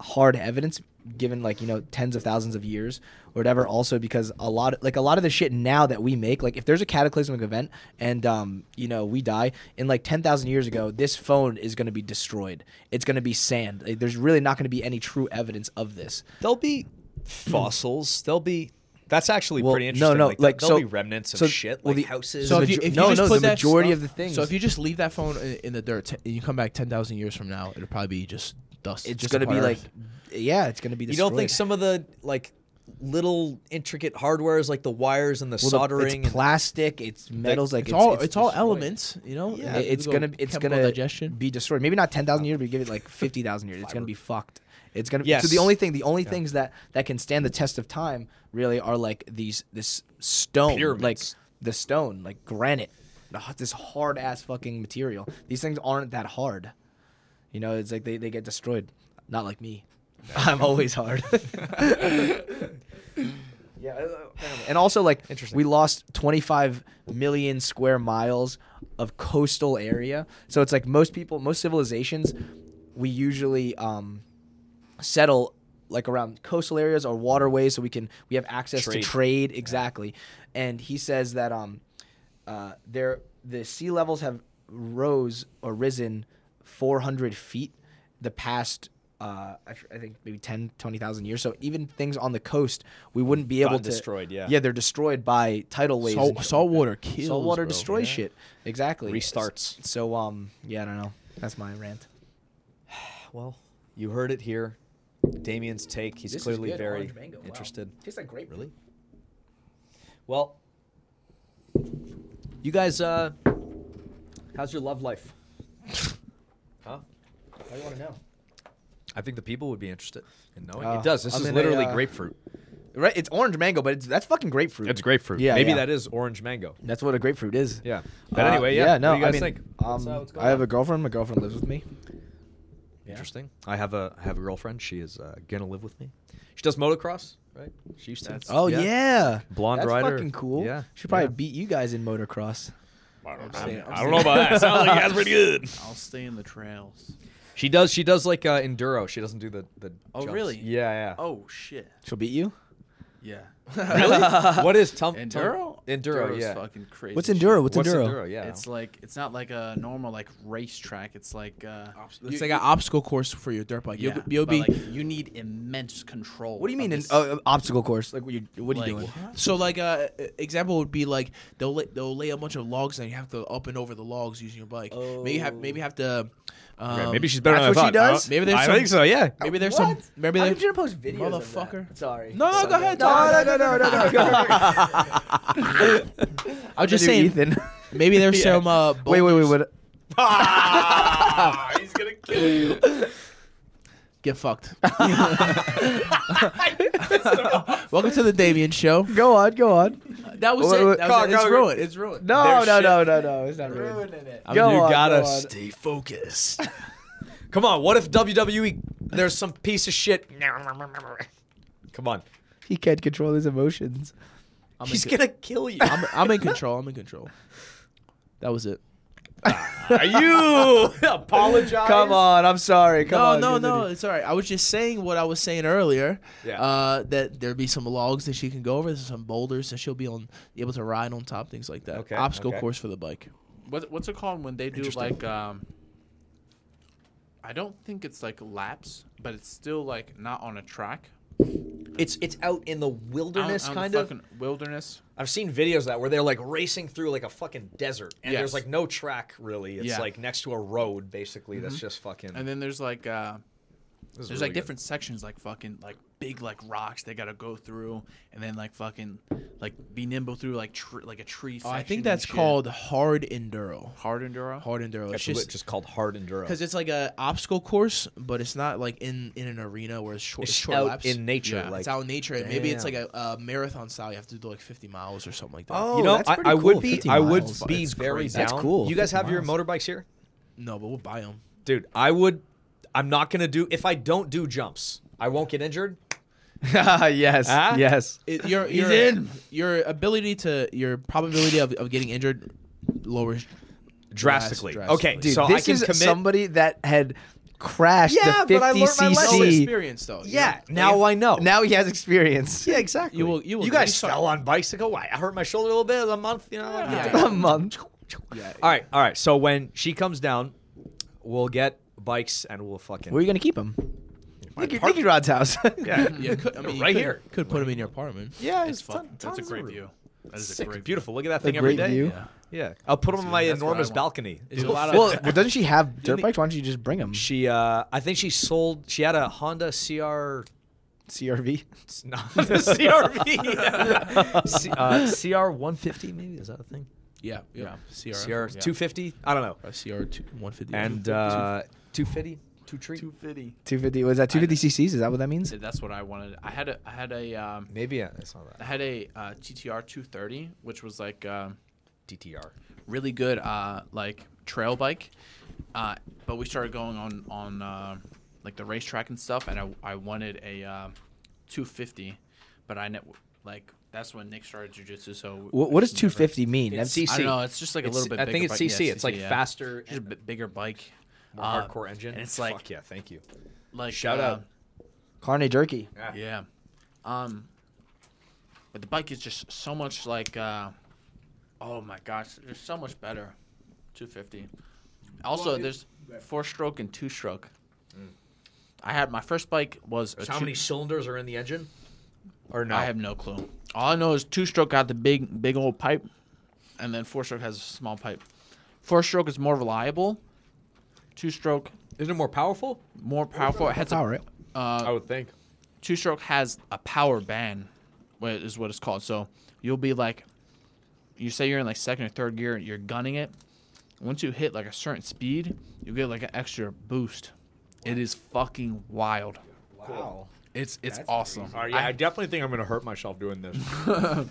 Speaker 4: hard evidence given like you know tens of thousands of years or whatever also because a lot like a lot of the shit now that we make like if there's a cataclysmic event and um you know we die in like 10,000 years ago this phone is going to be destroyed it's going to be sand Like, there's really not going to be any true evidence of this
Speaker 2: there'll be fossils. There'll be. That's actually
Speaker 4: Well,
Speaker 2: pretty
Speaker 4: no,
Speaker 2: interesting.
Speaker 4: no,
Speaker 2: like,
Speaker 4: like,
Speaker 2: there'll
Speaker 4: so-
Speaker 2: be remnants of
Speaker 4: so-
Speaker 2: shit,
Speaker 4: well,
Speaker 2: like
Speaker 4: the-
Speaker 2: houses.
Speaker 3: So
Speaker 4: The
Speaker 3: if you,
Speaker 4: majo-
Speaker 3: if
Speaker 4: no,
Speaker 3: you just
Speaker 4: no,
Speaker 3: put
Speaker 4: the
Speaker 3: that
Speaker 4: majority
Speaker 3: stuff-
Speaker 4: of the things-
Speaker 3: So if you just leave that phone in, in the dirt t- and you come back ten thousand years from now, it'll probably be just dust.
Speaker 4: it's
Speaker 3: just
Speaker 4: going to be
Speaker 3: apart.
Speaker 4: like yeah it's going to be
Speaker 2: you
Speaker 4: destroyed.
Speaker 2: don't think some of the like little intricate hardwares, like the wires and the
Speaker 4: Well, the-
Speaker 2: soldering,
Speaker 4: it's
Speaker 2: and
Speaker 4: plastic it's metals like,
Speaker 3: it's, all it's, all
Speaker 4: destroyed.
Speaker 3: elements, you know.
Speaker 4: It- it's gonna it's
Speaker 3: chemical
Speaker 4: gonna
Speaker 3: digestion.
Speaker 4: be destroyed. Maybe not ten thousand years, but give it like fifty thousand years. It's gonna be fucked. It's gonna. So
Speaker 2: Yes.
Speaker 4: the only thing, the only things that that can stand the test of time really are like these this stone, like
Speaker 2: Pyramids.
Speaker 4: the stone, like granite, Ah, this hard ass fucking material. These things aren't that hard. You know, it's like they they get destroyed. Not like me. I'm always hard. Yeah, and also like
Speaker 2: Interesting.
Speaker 4: we lost 25 million square miles of coastal area. So it's like most people, most civilizations, we usually um, settle like around coastal areas or waterways, so we can we have access
Speaker 2: Trade.
Speaker 4: to trade exactly. And he says that um, uh, there the sea levels have rose or risen 400 feet the past uh, I f- I think maybe 10 20,000 years so even things on the coast we wouldn't be able
Speaker 2: Gotten
Speaker 4: to
Speaker 2: destroyed, yeah.
Speaker 4: yeah they're destroyed by tidal waves and
Speaker 3: Salt,
Speaker 4: shit
Speaker 3: salt
Speaker 4: like that.
Speaker 3: water kills.
Speaker 4: salt water
Speaker 3: bro.
Speaker 4: destroys shit exactly
Speaker 2: Restarts.
Speaker 4: so um yeah I don't know that's my rant
Speaker 2: well, you heard it here. Damien's take. He's clearly very interested.
Speaker 4: tastes like grape really
Speaker 2: Well, you guys, uh, how's your love life? huh?
Speaker 4: I want to know
Speaker 2: I think the people would be interested Uh, in knowing.
Speaker 4: Oh,
Speaker 2: it does. This
Speaker 4: I'm
Speaker 2: is
Speaker 4: in a,
Speaker 2: literally
Speaker 4: uh,
Speaker 2: grapefruit.
Speaker 4: Right? It's orange mango, but it's, that's fucking grapefruit.
Speaker 2: It's grapefruit.
Speaker 4: Yeah,
Speaker 2: Maybe
Speaker 4: yeah.
Speaker 2: that is orange mango.
Speaker 4: That's what a grapefruit is.
Speaker 2: Yeah. But
Speaker 4: Uh,
Speaker 2: anyway, yeah.
Speaker 4: no,
Speaker 2: what do you guys
Speaker 4: I mean,
Speaker 2: think?
Speaker 4: Um, I have a girlfriend. My girlfriend lives with me.
Speaker 2: Interesting. I have a I have a girlfriend. She is uh, gonna live with me. She does motocross, right? She used to.
Speaker 4: Oh yeah,
Speaker 2: Blonde
Speaker 4: That's
Speaker 2: rider.
Speaker 4: fucking cool.
Speaker 2: Yeah,
Speaker 4: she probably
Speaker 2: yeah.
Speaker 4: beat you guys in motocross.
Speaker 2: I don't know about that. Sounds like that's pretty good.
Speaker 5: I'll stay in the trails.
Speaker 2: She does. She does like uh, enduro. She doesn't do the the.
Speaker 5: Oh,
Speaker 2: jumps.
Speaker 5: really?
Speaker 2: Yeah, yeah.
Speaker 5: Oh shit.
Speaker 4: She'll beat you.
Speaker 5: Yeah.
Speaker 2: what is tum- tum-
Speaker 5: Enduro.
Speaker 2: enduro.
Speaker 5: Enduro's
Speaker 2: yeah.
Speaker 5: Fucking crazy.
Speaker 4: What's
Speaker 5: shit.
Speaker 4: enduro? What's,
Speaker 2: What's
Speaker 4: enduro?
Speaker 2: enduro? Yeah.
Speaker 5: It's like it's not like a normal like racetrack. It's like uh,
Speaker 3: It's like an obstacle course for your dirt bike.
Speaker 5: yeah,
Speaker 3: You'll,
Speaker 5: but,
Speaker 3: you'll be
Speaker 5: like, you need immense control.
Speaker 4: What do you mean?
Speaker 5: of
Speaker 4: An
Speaker 5: this-
Speaker 4: uh, obstacle course? Like what you? What are
Speaker 5: Like,
Speaker 4: you doing?
Speaker 3: so like uh, example would be like they'll lay, they'll lay a bunch of logs and you have to up and over the logs using your bike. Maybe you have maybe you
Speaker 4: Oh.
Speaker 3: have to. Um,
Speaker 2: Okay, maybe she's better
Speaker 4: that's
Speaker 2: than I
Speaker 4: what she
Speaker 2: thought.
Speaker 4: does?
Speaker 2: Uh,
Speaker 3: Maybe there's
Speaker 2: I
Speaker 3: some-
Speaker 2: think so. Yeah.
Speaker 3: Maybe there's
Speaker 4: What?
Speaker 3: some. Maybe
Speaker 4: I'm
Speaker 3: there's.
Speaker 4: gonna post videos. of that.
Speaker 3: Motherfucker.
Speaker 4: Sorry.
Speaker 3: No, no, go ahead.
Speaker 4: No,
Speaker 3: talk.
Speaker 4: no, no, no, no, no.
Speaker 3: I was just
Speaker 4: The new
Speaker 3: saying.
Speaker 4: Ethan.
Speaker 3: Maybe there's some. Uh,
Speaker 4: wait, wait, wait, wait.
Speaker 2: He's gonna kill you.
Speaker 3: Get fucked. Welcome to the Damien Show.
Speaker 4: Go on, go on.
Speaker 3: That was
Speaker 4: Wait,
Speaker 3: it.
Speaker 4: wait,
Speaker 3: That
Speaker 4: Carl,
Speaker 3: was it. It's
Speaker 4: Carl,
Speaker 3: ruined. It's ruined.
Speaker 4: No, no, no, no, no. It's not ruining it.
Speaker 3: I mean,
Speaker 4: Go
Speaker 3: you
Speaker 4: on,
Speaker 3: gotta
Speaker 4: go on.
Speaker 2: Stay focused. Come on. What if WWE? There's some piece of shit. Come on.
Speaker 4: He can't control his emotions.
Speaker 2: He's gonna kill you.
Speaker 3: I'm, I'm in control. I'm in control. That was it.
Speaker 2: Are you apologize?
Speaker 4: Come on, I'm sorry. Come
Speaker 3: no,
Speaker 4: on.
Speaker 3: no,
Speaker 4: continue.
Speaker 3: no. It's all right. I was just saying what I was saying earlier.
Speaker 2: Yeah.
Speaker 3: Uh, that there'd be some logs that she can go over. There's some boulders that she'll be on, able to ride on top, things like that.
Speaker 2: Okay,
Speaker 3: Obstacle
Speaker 2: okay.
Speaker 3: course for the bike.
Speaker 5: What, what's it called when they do like um I don't think it's like laps, but it's still like not on a track.
Speaker 2: It's it's out in the wilderness,
Speaker 5: Out- out in
Speaker 2: kind
Speaker 5: the
Speaker 2: of.
Speaker 5: fucking wilderness.
Speaker 2: I've seen videos of that where they're like racing through like a fucking desert, and there's
Speaker 5: Yes.
Speaker 2: like no track really. It's
Speaker 5: Yeah.
Speaker 2: like next to a road basically. That's just fucking.
Speaker 5: And then there's like uh
Speaker 2: this is
Speaker 5: there's
Speaker 2: really
Speaker 5: like
Speaker 2: good.
Speaker 5: different sections like fucking like big like rocks they gotta go through and then like fucking like be nimble through like tr- like a tree
Speaker 3: Oh,
Speaker 5: section
Speaker 3: I think
Speaker 5: and
Speaker 3: that's
Speaker 5: shit.
Speaker 3: called hard enduro.
Speaker 5: hard enduro
Speaker 3: Hard enduro.
Speaker 2: That's
Speaker 3: It's
Speaker 2: just,
Speaker 3: just
Speaker 2: just called hard enduro.
Speaker 3: because it's like a obstacle course, but it's not like in in an arena where it's short,
Speaker 2: It's
Speaker 3: short
Speaker 2: out
Speaker 3: laps.
Speaker 2: in nature,
Speaker 3: Yeah,
Speaker 2: like-
Speaker 3: it's out in nature. and Maybe it's
Speaker 2: Damn.
Speaker 3: like a, a marathon style. You have to do like 50 miles or something like that.
Speaker 4: Oh,
Speaker 2: you know,
Speaker 4: that's
Speaker 2: I,
Speaker 4: pretty
Speaker 2: I
Speaker 4: cool,
Speaker 2: would be
Speaker 4: 50
Speaker 2: I would
Speaker 4: miles.
Speaker 2: be very down.
Speaker 4: That's cool,
Speaker 2: You guys
Speaker 4: 50
Speaker 2: have your
Speaker 4: miles.
Speaker 2: motorbikes here,
Speaker 3: No, but we'll buy them.
Speaker 2: dude. I would. I'm not gonna do if I don't do jumps. I won't get injured.
Speaker 4: yes,
Speaker 2: Huh?
Speaker 4: yes.
Speaker 3: It, your, your, your ability to your probability of, of getting injured lowers
Speaker 2: Drastically.
Speaker 3: drastically.
Speaker 2: Okay,
Speaker 3: Dude,
Speaker 2: so I
Speaker 4: this
Speaker 2: can
Speaker 4: is
Speaker 2: commit.
Speaker 4: somebody that had crashed
Speaker 2: Yeah,
Speaker 4: the
Speaker 2: but I
Speaker 4: 50
Speaker 2: learned my
Speaker 3: It's all
Speaker 2: See.
Speaker 4: cc.
Speaker 3: experience though. you
Speaker 2: yeah,
Speaker 3: know?
Speaker 2: now I know.
Speaker 4: Now he has experience.
Speaker 2: yeah, exactly.
Speaker 3: You will- you will-
Speaker 2: guys
Speaker 3: you start-
Speaker 2: fell on bicycle. Why? I hurt my shoulder a little bit a month. You know. like-
Speaker 3: Yeah.
Speaker 4: A month.
Speaker 2: All right, all right. So when she comes down, we'll get bikes and we'll fucking
Speaker 4: Where are you gonna keep him? Nicky, Nicky Rod's house.
Speaker 2: yeah,
Speaker 3: You could- I mean, you
Speaker 2: right
Speaker 3: could-
Speaker 2: here.
Speaker 3: Could put them in your apartment.
Speaker 2: yeah.
Speaker 5: It's fuck, that's a great view that is a
Speaker 2: Sick,
Speaker 5: great
Speaker 2: beautiful. Look at that
Speaker 4: A
Speaker 2: thing every
Speaker 4: great
Speaker 2: day.
Speaker 4: view.
Speaker 2: Yeah. I'll put them on my
Speaker 5: that's what I
Speaker 2: enormous
Speaker 5: want.
Speaker 2: balcony.
Speaker 3: There's a lot of
Speaker 4: well, well, doesn't she have dirt bikes? Why don't you just bring him?
Speaker 2: She, uh, I think she sold. She had a Honda CR,
Speaker 4: CRV.
Speaker 2: it's not a CRV, C, uh, CR 150 maybe is that a thing?
Speaker 3: yeah, yeah. CR
Speaker 2: CR 250? I don't know.
Speaker 3: uh, CR two, 150
Speaker 2: And uh, 250, two treat.
Speaker 5: view 250
Speaker 4: 250. Was that 250 cc's? Is that what that means?
Speaker 5: that's what I wanted I had a I had a um
Speaker 2: Maybe uh, it's not
Speaker 5: I
Speaker 2: that.
Speaker 5: had a uh, TTR 230, which was like um
Speaker 2: DTR.
Speaker 5: really good, uh, like trail bike. Uh, but we started going on on uh, like the racetrack and stuff, and I, I wanted a uh, 250, but I ne- like that's when Nick started jujitsu. So
Speaker 4: What, what does 250 mean?
Speaker 2: It's
Speaker 4: That's-
Speaker 5: I
Speaker 2: CC.
Speaker 5: don't know. It's just like a
Speaker 2: It's-
Speaker 5: little bit.
Speaker 2: I
Speaker 5: bigger
Speaker 2: think it's
Speaker 5: bike.
Speaker 2: CC. It's like
Speaker 5: yeah.
Speaker 2: faster
Speaker 5: just a
Speaker 2: and-
Speaker 5: bit bigger bike.
Speaker 2: More
Speaker 5: Uh,
Speaker 2: hardcore engine.
Speaker 5: and it's like-
Speaker 2: Fuck yeah, thank you.
Speaker 5: Like
Speaker 2: Shout
Speaker 5: uh,
Speaker 2: out.
Speaker 4: Carne jerky.
Speaker 3: Uh,
Speaker 5: Yeah. Um but the bike is just so much like uh oh my gosh, there's so much better. 250. Also, there's four stroke and two stroke. I had my first bike was a
Speaker 2: Mm. How
Speaker 5: two-
Speaker 2: many cylinders are in the engine? Or no?
Speaker 5: I have no clue. All I know is two stroke got the big big old pipe and then four stroke has a small pipe. Four stroke is more reliable. Two stroke
Speaker 2: Isn't it more powerful?
Speaker 5: more powerful. It has a
Speaker 4: All right.
Speaker 2: I would think.
Speaker 5: two stroke has a power band, wha- is what it's called. So you'll be like, you say you're in like second or third gear, you're gunning it. Once you hit like a certain speed, you get like an extra boost. It is fucking wild.
Speaker 4: Wow.
Speaker 5: It's it's awesome.
Speaker 2: All right, uh, yeah, I, definitely think I'm gonna hurt myself doing this.
Speaker 3: uh,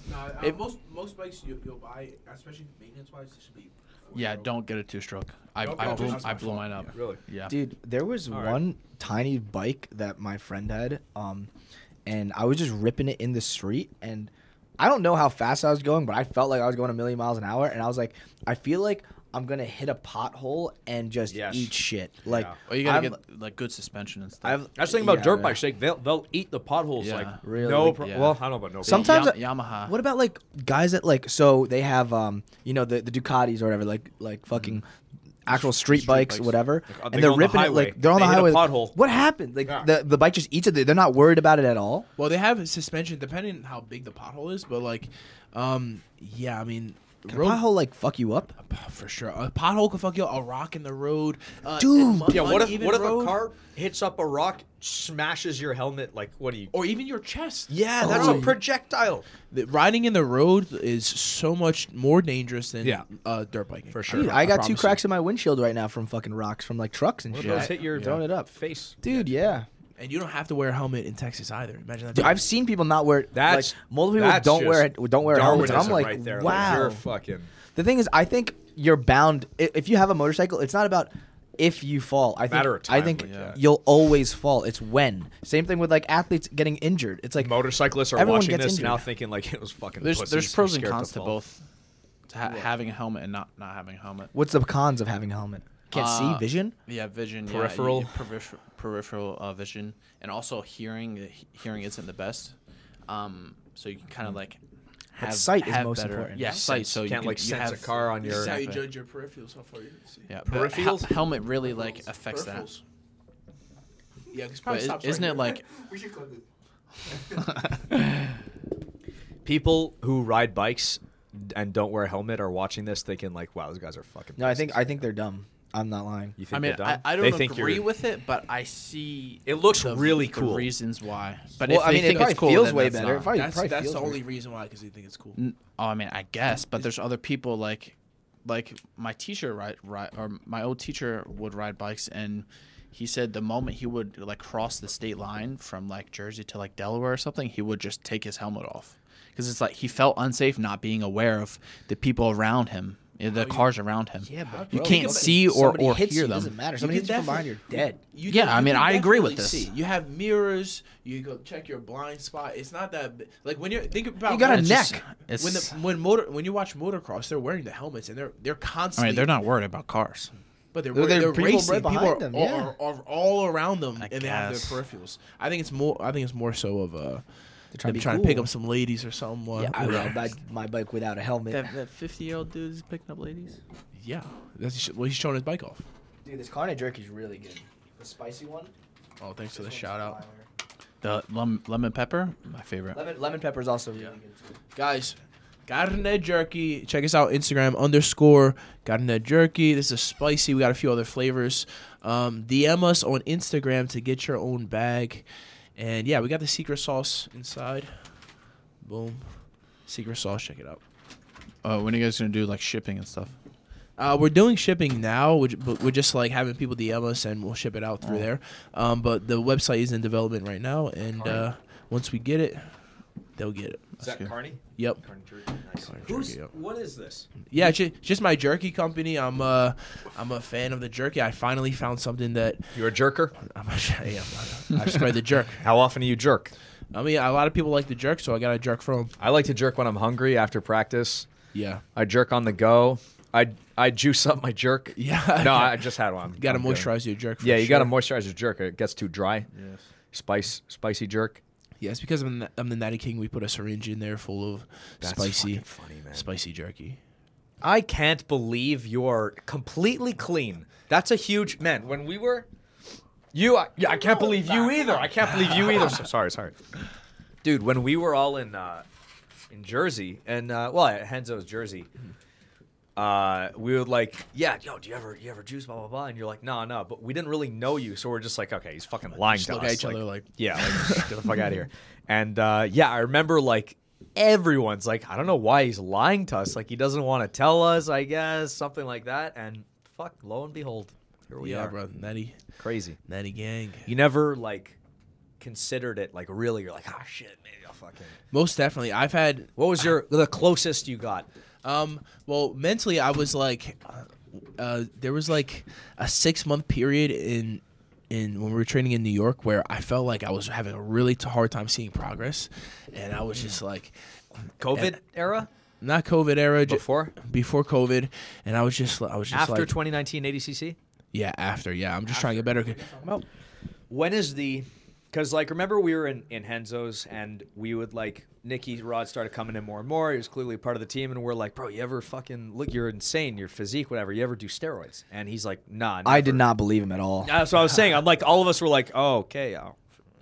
Speaker 3: most most bikes you, you'll buy, especially maintenance wise, they should be.
Speaker 5: Yeah, don't get a two stroke. I,
Speaker 3: Don't get
Speaker 5: I,
Speaker 3: a
Speaker 5: blew,
Speaker 3: two-stroke.
Speaker 5: I blew mine up.
Speaker 2: really?
Speaker 5: Yeah.
Speaker 4: Dude, there was one tiny bike that my friend had, um, and I was just ripping it in the street, and I don't know how fast I was going, but I felt like I was going a million miles an hour, and I was like, I feel like I'm gonna hit a pothole and just
Speaker 2: Yes.
Speaker 4: eat shit. Like,
Speaker 2: Yeah.
Speaker 5: Oh, you gotta
Speaker 4: I'm-
Speaker 5: get like good suspension and stuff.
Speaker 4: I've,
Speaker 2: I was thinking about
Speaker 4: yeah,
Speaker 2: dirt
Speaker 4: yeah.
Speaker 2: bike shake. They'll they'll eat the potholes
Speaker 5: Yeah.
Speaker 2: like
Speaker 4: Really?
Speaker 2: no. Pro-
Speaker 5: Yeah.
Speaker 2: Well, I don't know about no.
Speaker 4: Some- sometimes
Speaker 5: Yam-
Speaker 4: I-
Speaker 5: Yamaha.
Speaker 4: What about like guys that like so they have um you know the, the Ducatis or whatever like
Speaker 2: Mm-hmm.
Speaker 4: like fucking actual street, bikes,
Speaker 5: bikes.
Speaker 4: whatever
Speaker 2: uh, they
Speaker 4: and
Speaker 2: go
Speaker 4: they're
Speaker 2: on the
Speaker 4: ripping it
Speaker 2: highway.
Speaker 4: like they're on
Speaker 2: They
Speaker 4: the
Speaker 2: hit a
Speaker 4: highway.
Speaker 2: pothole.
Speaker 4: What happened? Like the, the bike just eats it. They're not worried about it at all.
Speaker 3: Well, they have suspension depending on how big the pothole is, but like, um, yeah, I mean,
Speaker 4: Can a pothole like fuck you up?
Speaker 3: for sure. A pothole could fuck you. up, A rock in the road, uh,
Speaker 4: Dude.
Speaker 3: un-
Speaker 2: yeah. What if
Speaker 3: uneven
Speaker 2: what if a
Speaker 3: road,
Speaker 2: car hits up a rock, smashes your helmet? Like what do
Speaker 4: Oh,
Speaker 2: you?
Speaker 3: or even your chest?
Speaker 2: Yeah, that's a projectile.
Speaker 3: The- riding in the road is so much more dangerous than
Speaker 2: Yeah.
Speaker 3: uh, dirt biking for
Speaker 2: sure.
Speaker 4: Dude, I, got two cracks in my windshield right now from fucking rocks from like trucks and shit.
Speaker 2: Those hit your
Speaker 4: Throwing it up.
Speaker 2: face.
Speaker 4: Dude, yeah.
Speaker 3: and you don't have to wear a helmet in Texas either. Imagine that.
Speaker 4: Dude, I've seen people not wear.
Speaker 2: That's
Speaker 4: like, multiple people
Speaker 2: that's
Speaker 4: don't wear
Speaker 2: just
Speaker 4: it. Don't wear helmets. and I'm
Speaker 2: Darwinism
Speaker 4: like,
Speaker 2: right there.
Speaker 4: wow.
Speaker 2: Like, you're fucking.
Speaker 4: The thing is, I think you're bound. i- If you have a motorcycle, it's not about if you fall. I think,
Speaker 2: Matter of
Speaker 4: I
Speaker 2: time,
Speaker 4: think
Speaker 2: like, yeah.
Speaker 4: you'll always fall. It's when. Same thing with like athletes getting injured. It's like
Speaker 2: Motorcyclists are
Speaker 4: everyone
Speaker 2: watching
Speaker 4: gets
Speaker 2: this
Speaker 4: injured.
Speaker 2: now, thinking like it was fucking.
Speaker 5: there's
Speaker 2: pussies.
Speaker 5: there's
Speaker 2: I'm
Speaker 5: pros and
Speaker 2: scared
Speaker 5: cons to
Speaker 2: fall.
Speaker 5: both. To ha- having a helmet and not not having a helmet.
Speaker 4: What's the cons of having a helmet? Can't see
Speaker 5: Uh,
Speaker 4: vision.
Speaker 5: Yeah, vision.
Speaker 2: Peripheral.
Speaker 5: Yeah, you- you- peripher- peripheral uh, vision, and also hearing. uh, he- Hearing isn't the best. Um, so you can kind of like. Have,
Speaker 4: Mm. sight is
Speaker 5: have
Speaker 4: most
Speaker 5: better,
Speaker 4: important.
Speaker 5: Yeah, sight. So
Speaker 2: You
Speaker 5: you
Speaker 2: can't
Speaker 5: can,
Speaker 2: like
Speaker 5: you
Speaker 2: sense
Speaker 5: have,
Speaker 2: a car on
Speaker 3: This
Speaker 2: your.
Speaker 3: is how you judge your peripherals. How far you can see.
Speaker 5: Yeah, but hel-
Speaker 2: Peripherals?
Speaker 5: helmet really like affects that.
Speaker 3: Peripherals. Yeah, 'cause
Speaker 5: But
Speaker 3: probably
Speaker 5: is,
Speaker 3: stops right
Speaker 5: isn't
Speaker 3: here.
Speaker 5: it like
Speaker 3: we should clip it.
Speaker 2: people who ride bikes and don't wear a helmet are watching this thinking like, "Wow, those guys are fucking."
Speaker 4: No, I think I think they're dumb. I'm not lying.
Speaker 2: you think
Speaker 5: I mean,
Speaker 2: they're
Speaker 5: I,
Speaker 2: dumb?
Speaker 5: I
Speaker 2: They
Speaker 5: don't
Speaker 2: think
Speaker 5: agree
Speaker 2: you're-
Speaker 5: with it, but I see.
Speaker 2: It looks really cool.
Speaker 5: The reasons why, but
Speaker 4: well,
Speaker 5: if
Speaker 4: I
Speaker 5: they
Speaker 4: mean, it
Speaker 5: think
Speaker 4: probably
Speaker 5: it's cool,
Speaker 4: feels
Speaker 5: then
Speaker 4: way
Speaker 5: that's
Speaker 4: better. It
Speaker 5: not.
Speaker 4: probably,
Speaker 3: That's
Speaker 4: probably
Speaker 3: that's
Speaker 4: feels
Speaker 3: the only
Speaker 4: weird.
Speaker 3: reason why, because they think it's cool.
Speaker 5: N- Oh, I mean, I guess, but there's other people like, like my teacher ride, ride or my old teacher would ride bikes, and he said the moment he would like cross the state line from like Jersey to like Delaware or something, he would just take his helmet off because it's like he felt unsafe not being aware of the people around him, eh, the cars around him. Yeah,
Speaker 4: but
Speaker 5: you
Speaker 4: bro,
Speaker 5: can't
Speaker 4: somebody-
Speaker 5: see or
Speaker 4: somebody
Speaker 5: or
Speaker 4: hits
Speaker 5: hear
Speaker 4: you,
Speaker 5: them.
Speaker 4: Doesn't matter. Somebody
Speaker 3: can
Speaker 4: hits you from behind,
Speaker 3: definitely-
Speaker 4: you're dead.
Speaker 3: You
Speaker 5: Yeah, I
Speaker 3: you
Speaker 5: mean, I agree with
Speaker 3: definitely
Speaker 5: this.
Speaker 3: see. You have mirrors. You go check your blind spot. It's not that bi- like when you're think about
Speaker 4: You got
Speaker 3: when
Speaker 4: a
Speaker 3: it's
Speaker 4: neck.
Speaker 3: just-
Speaker 5: It's-
Speaker 3: when the when motor when you watch motocross, they're wearing the helmets and they're they're
Speaker 5: I
Speaker 3: constantly.
Speaker 5: mean, they're not worried about cars.
Speaker 3: but they're
Speaker 4: They're-
Speaker 3: they're,
Speaker 4: they're
Speaker 3: they're
Speaker 4: people right
Speaker 3: racing. people
Speaker 4: behind
Speaker 3: are,
Speaker 4: them,
Speaker 3: are-
Speaker 4: yeah.
Speaker 3: are, are all around them
Speaker 5: I
Speaker 3: and they have
Speaker 5: guess.
Speaker 3: their peripherals. I think it's more. I think it's more so of uh, they're
Speaker 4: trying to be
Speaker 3: trying to
Speaker 4: cool.
Speaker 3: pick up some ladies or someone.
Speaker 4: Yeah, I would ride my bike without a helmet.
Speaker 5: that fifty year old dude is picking up ladies.
Speaker 3: yeah. That's well, he's showing his bike off.
Speaker 4: Dude, this carne jerky is really good. The spicy one.
Speaker 3: Oh, thanks for the shout out,
Speaker 5: The lem- lemon pepper, my favorite.
Speaker 4: Lemon lemon pepper is also really good. Too.
Speaker 3: guys. Garnet Jerky. Check us out Instagram underscore Garnet Jerky. This is spicy. We got a few other flavors. Um, DM us on Instagram to get your own bag. And yeah, we got the secret sauce inside. Boom. Secret sauce. Check it out.
Speaker 5: Oh, when are you guys gonna do like shipping and stuff?
Speaker 3: Uh, we're doing shipping now, which but we're just like having people DM us and we'll ship it out through there. Um, but the website is in development right now, and uh, once we get it, they'll get it.
Speaker 2: Is that Carney?
Speaker 3: Yep.
Speaker 2: Carney jerky. Nice.
Speaker 3: jerky, yep.
Speaker 2: what is this?
Speaker 3: Yeah, it's ju- just my jerky company. I'm a, I'm a fan of the jerky. I finally found something that
Speaker 2: You're a jerker.
Speaker 3: I'm a, yeah, I'm a- I spread the jerk.
Speaker 2: How often do you jerk?
Speaker 3: I mean, a lot of people like the jerk, so I got a jerk from.
Speaker 2: I like to jerk when I'm hungry after practice.
Speaker 3: Yeah,
Speaker 2: I jerk on the go. I I juice up my jerk.
Speaker 3: Yeah.
Speaker 2: No, I just had one.
Speaker 3: you got to
Speaker 2: I'm good.
Speaker 3: moisturize your jerk. For
Speaker 2: Yeah, you got to
Speaker 3: sure.
Speaker 2: moisturize your jerk. or It gets too dry. Yes. Spice spicy jerk.
Speaker 3: Yeah, it's because I'm the, I'm the Natty King. We put a syringe in there full of spicy,
Speaker 2: fucking funny, man.
Speaker 3: spicy jerky.
Speaker 2: I can't believe you're completely clean. That's a huge man. When we were you, I, yeah, I can't believe you either. I can't believe you either. So- sorry, sorry, dude. When we were all in uh, in Jersey and uh, well, at Henzo's Jersey, uh, we would like, yeah, yo, do you ever you ever juice blah blah blah? And you're like, no, no. But we didn't really know you, so we're just like, okay, he's fucking lying
Speaker 3: Just
Speaker 2: to
Speaker 3: look
Speaker 2: us.
Speaker 3: at each other like-
Speaker 2: yeah, like, get the fuck out of here. And uh, yeah, I remember like everyone's like, I don't know why he's lying to us. Like he doesn't want to tell us, I guess, something like that. And fuck, lo and behold, here we
Speaker 3: yeah,
Speaker 2: are,
Speaker 3: bro, Natty,
Speaker 2: crazy.
Speaker 3: Natty Gang.
Speaker 2: You never like considered it like really you're like ah shit maybe I'll fucking
Speaker 3: Most definitely. I've had
Speaker 2: what was your the closest you got
Speaker 3: Um, well, mentally, I was like, uh, there was like a six month period in in when we were training in New York where I felt like I was having a really t- hard time seeing progress, and I
Speaker 2: Mm.
Speaker 3: was just like,
Speaker 2: COVID era
Speaker 3: not COVID era ju-
Speaker 2: Before?
Speaker 3: before COVID, and I was just I was just
Speaker 2: after
Speaker 3: like,
Speaker 2: 2019 ADCC
Speaker 3: yeah, after yeah, I'm just trying to get better. 'cause-
Speaker 2: when is the because like remember we were in in Henzo's and we would like Nikki Rod started coming in more and more. He was clearly part of the team, and we're like, bro, you ever fucking look? You're insane. Your physique, whatever. You ever do steroids? And he's like, nah.
Speaker 4: I did
Speaker 2: never."
Speaker 4: not believe him at all.
Speaker 2: That's what I was saying. I'm like, all of us were like, oh, okay, oh,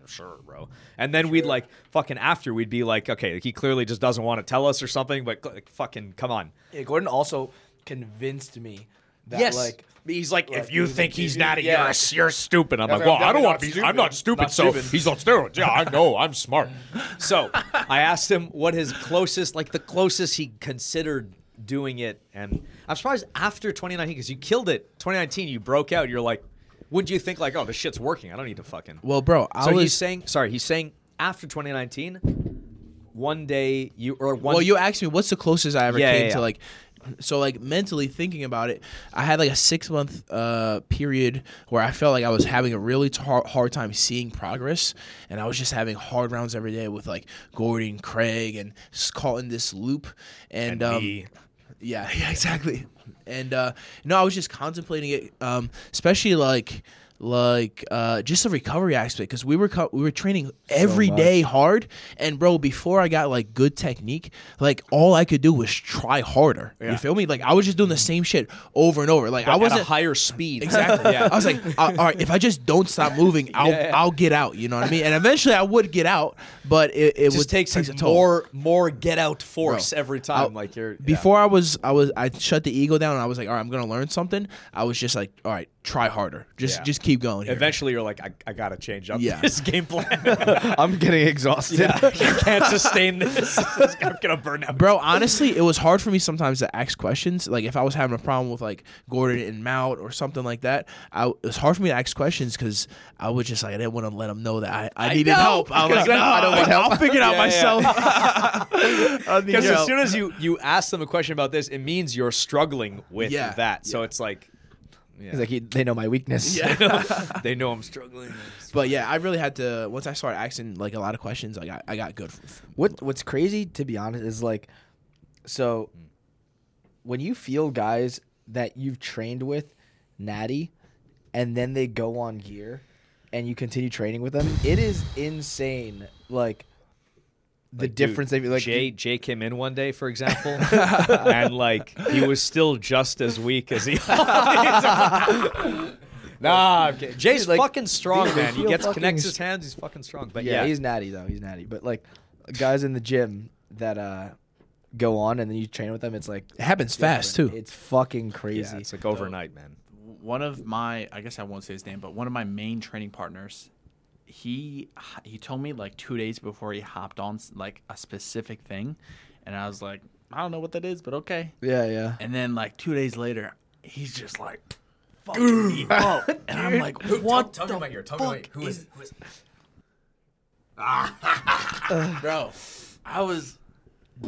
Speaker 2: f- sure, bro. And then we'd like, fucking after, we'd be like, okay, he clearly just doesn't want to tell us or something, but like, fucking come on.
Speaker 4: Yeah, Gordon also convinced me that
Speaker 2: yes.
Speaker 4: like
Speaker 2: he's like, if you
Speaker 4: he's
Speaker 2: think
Speaker 4: like-
Speaker 2: he's natty,
Speaker 4: yeah.
Speaker 2: you're, a- you're stupid. I'm like,
Speaker 4: like, I'm
Speaker 2: well, I don't
Speaker 4: definitely
Speaker 2: want
Speaker 4: not
Speaker 2: to be,
Speaker 4: stupid.
Speaker 2: I'm not stupid,
Speaker 4: Not
Speaker 2: so
Speaker 4: stupid.
Speaker 2: he's on steroids. Yeah, I know, I'm smart. so I asked him what his closest, like the closest he considered doing it. And I'm surprised after 2019, because you killed it. 2019, you broke out. You're like, would you think like, oh, this shit's working? I don't need to fucking.
Speaker 3: Well, bro, I
Speaker 2: So
Speaker 3: was
Speaker 2: he's saying, sorry, he's saying after 2019, one day you or one.
Speaker 3: Well, you asked me what's the closest I ever
Speaker 2: Yeah,
Speaker 3: came
Speaker 2: yeah, yeah.
Speaker 3: to like, so like mentally thinking about it, I had like a six month uh, period where I felt like I was having a really tar- hard time seeing progress, and I was just having hard rounds every day with like Gordon, Craig, and just caught in this loop, and, um,
Speaker 2: me.
Speaker 3: yeah, yeah, exactly. And uh, no, I was just contemplating it, um, especially like like uh, just the recovery aspect because we were co- we were training every day hard and bro before i got like good technique like all i could do was try harder you feel me like i was just doing the same shit over and over like i
Speaker 2: was Mm-hmm. at
Speaker 3: wasn't
Speaker 2: a higher speed.
Speaker 3: Exactly. Yeah. I was like, all all right, if I just don't stop moving, I'll I'll get out. You know what I mean? And eventually, I would get out, but it, it
Speaker 2: It
Speaker 3: would
Speaker 2: just takes,
Speaker 3: takes a
Speaker 2: a
Speaker 3: toll.
Speaker 2: more more get out force
Speaker 3: Bro,
Speaker 2: every time.
Speaker 3: I-
Speaker 2: like you're yeah.
Speaker 3: before I was I was I shut the ego down and I was like, all right, I'm gonna learn something. I was just like, all right, try harder. Just
Speaker 2: Yeah.
Speaker 3: just keep going. Here.
Speaker 2: Eventually, you're like, I, I gotta change up
Speaker 3: Yeah.
Speaker 2: this game plan.
Speaker 4: I'm getting exhausted.
Speaker 2: I can't sustain this. I'm gonna burn out.
Speaker 3: Bro, honestly, it was hard for me sometimes to ask questions. Like if I was having a problem with like Gordon and Mount or something like that, I, it was hard for me to ask questions because I was just like I didn't want to let them know that I, I, needed
Speaker 2: know,
Speaker 3: help. I was like, no, I don't want help. I'll figure it out myself.
Speaker 2: Because as soon as you you ask them a question about this, it means you're struggling with
Speaker 3: Yeah.
Speaker 2: that. So it's like
Speaker 4: He's like, he, they know my weakness. Yeah.
Speaker 2: they know I'm struggling.
Speaker 3: But yeah, I really had to. Once I started asking like a lot of questions, like I, I got good.
Speaker 4: What What's crazy, to be honest, is like, so when you feel guys that you've trained with, natty, and then they go on gear, and you continue training with them, it is insane. Like the difference they like.
Speaker 2: Jay Jay came in one day, for example, and like he was still just as weak as he. nah, I'm kidding. Jay's
Speaker 4: like,
Speaker 2: fucking strong,
Speaker 4: dude, they
Speaker 2: man. He
Speaker 4: feel
Speaker 2: gets
Speaker 4: fucking
Speaker 2: connects
Speaker 4: s-
Speaker 2: his hands. He's fucking strong. But
Speaker 4: yeah,
Speaker 2: yeah,
Speaker 4: he's natty though. He's natty, but like guys in the gym that uh go on and then you train with them, it's like
Speaker 3: It happens fast too.
Speaker 4: It's fucking crazy.
Speaker 2: yeah, it's like overnight, man.
Speaker 5: one of my I guess I won't say his name, but one of my main training partners, he he told me like two days before he hopped on s- like a specific thing, and I was like, I don't know what that is, but okay.
Speaker 4: yeah, yeah.
Speaker 5: And then like two days later, he's just like. Fucking me up. And I'm like, what the fuck is bro? I was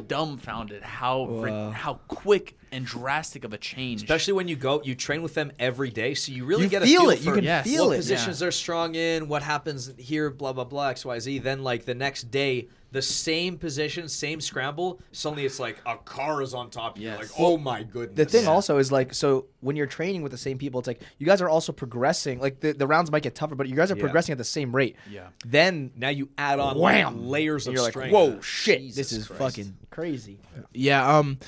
Speaker 5: dumbfounded how rid- how quick and drastic of a change.
Speaker 2: Especially when you go, you train with them every day, so you really
Speaker 4: You
Speaker 2: get a
Speaker 4: feel
Speaker 2: feel
Speaker 4: it. You
Speaker 2: for
Speaker 4: can
Speaker 5: Yes.
Speaker 4: feel
Speaker 2: what
Speaker 4: it.
Speaker 2: positions they're strong in, what happens here, blah blah blah, X Y Z. Then like the next day, the same position, same scramble. Suddenly it's like a car is on top. of you. You're
Speaker 5: Yes.
Speaker 2: like, oh my goodness.
Speaker 4: The thing also is like so when you're training with the same people, it's like you guys are also progressing. Like the, the rounds might get tougher, but you guys are progressing at the same rate.
Speaker 5: Yeah.
Speaker 4: Then
Speaker 2: now you add on
Speaker 4: Wham!
Speaker 2: layers of
Speaker 4: you're like,
Speaker 2: strength.
Speaker 4: whoa, shit,
Speaker 2: Jesus
Speaker 4: this is
Speaker 2: Christ.
Speaker 4: fucking crazy.
Speaker 3: Yeah. Um.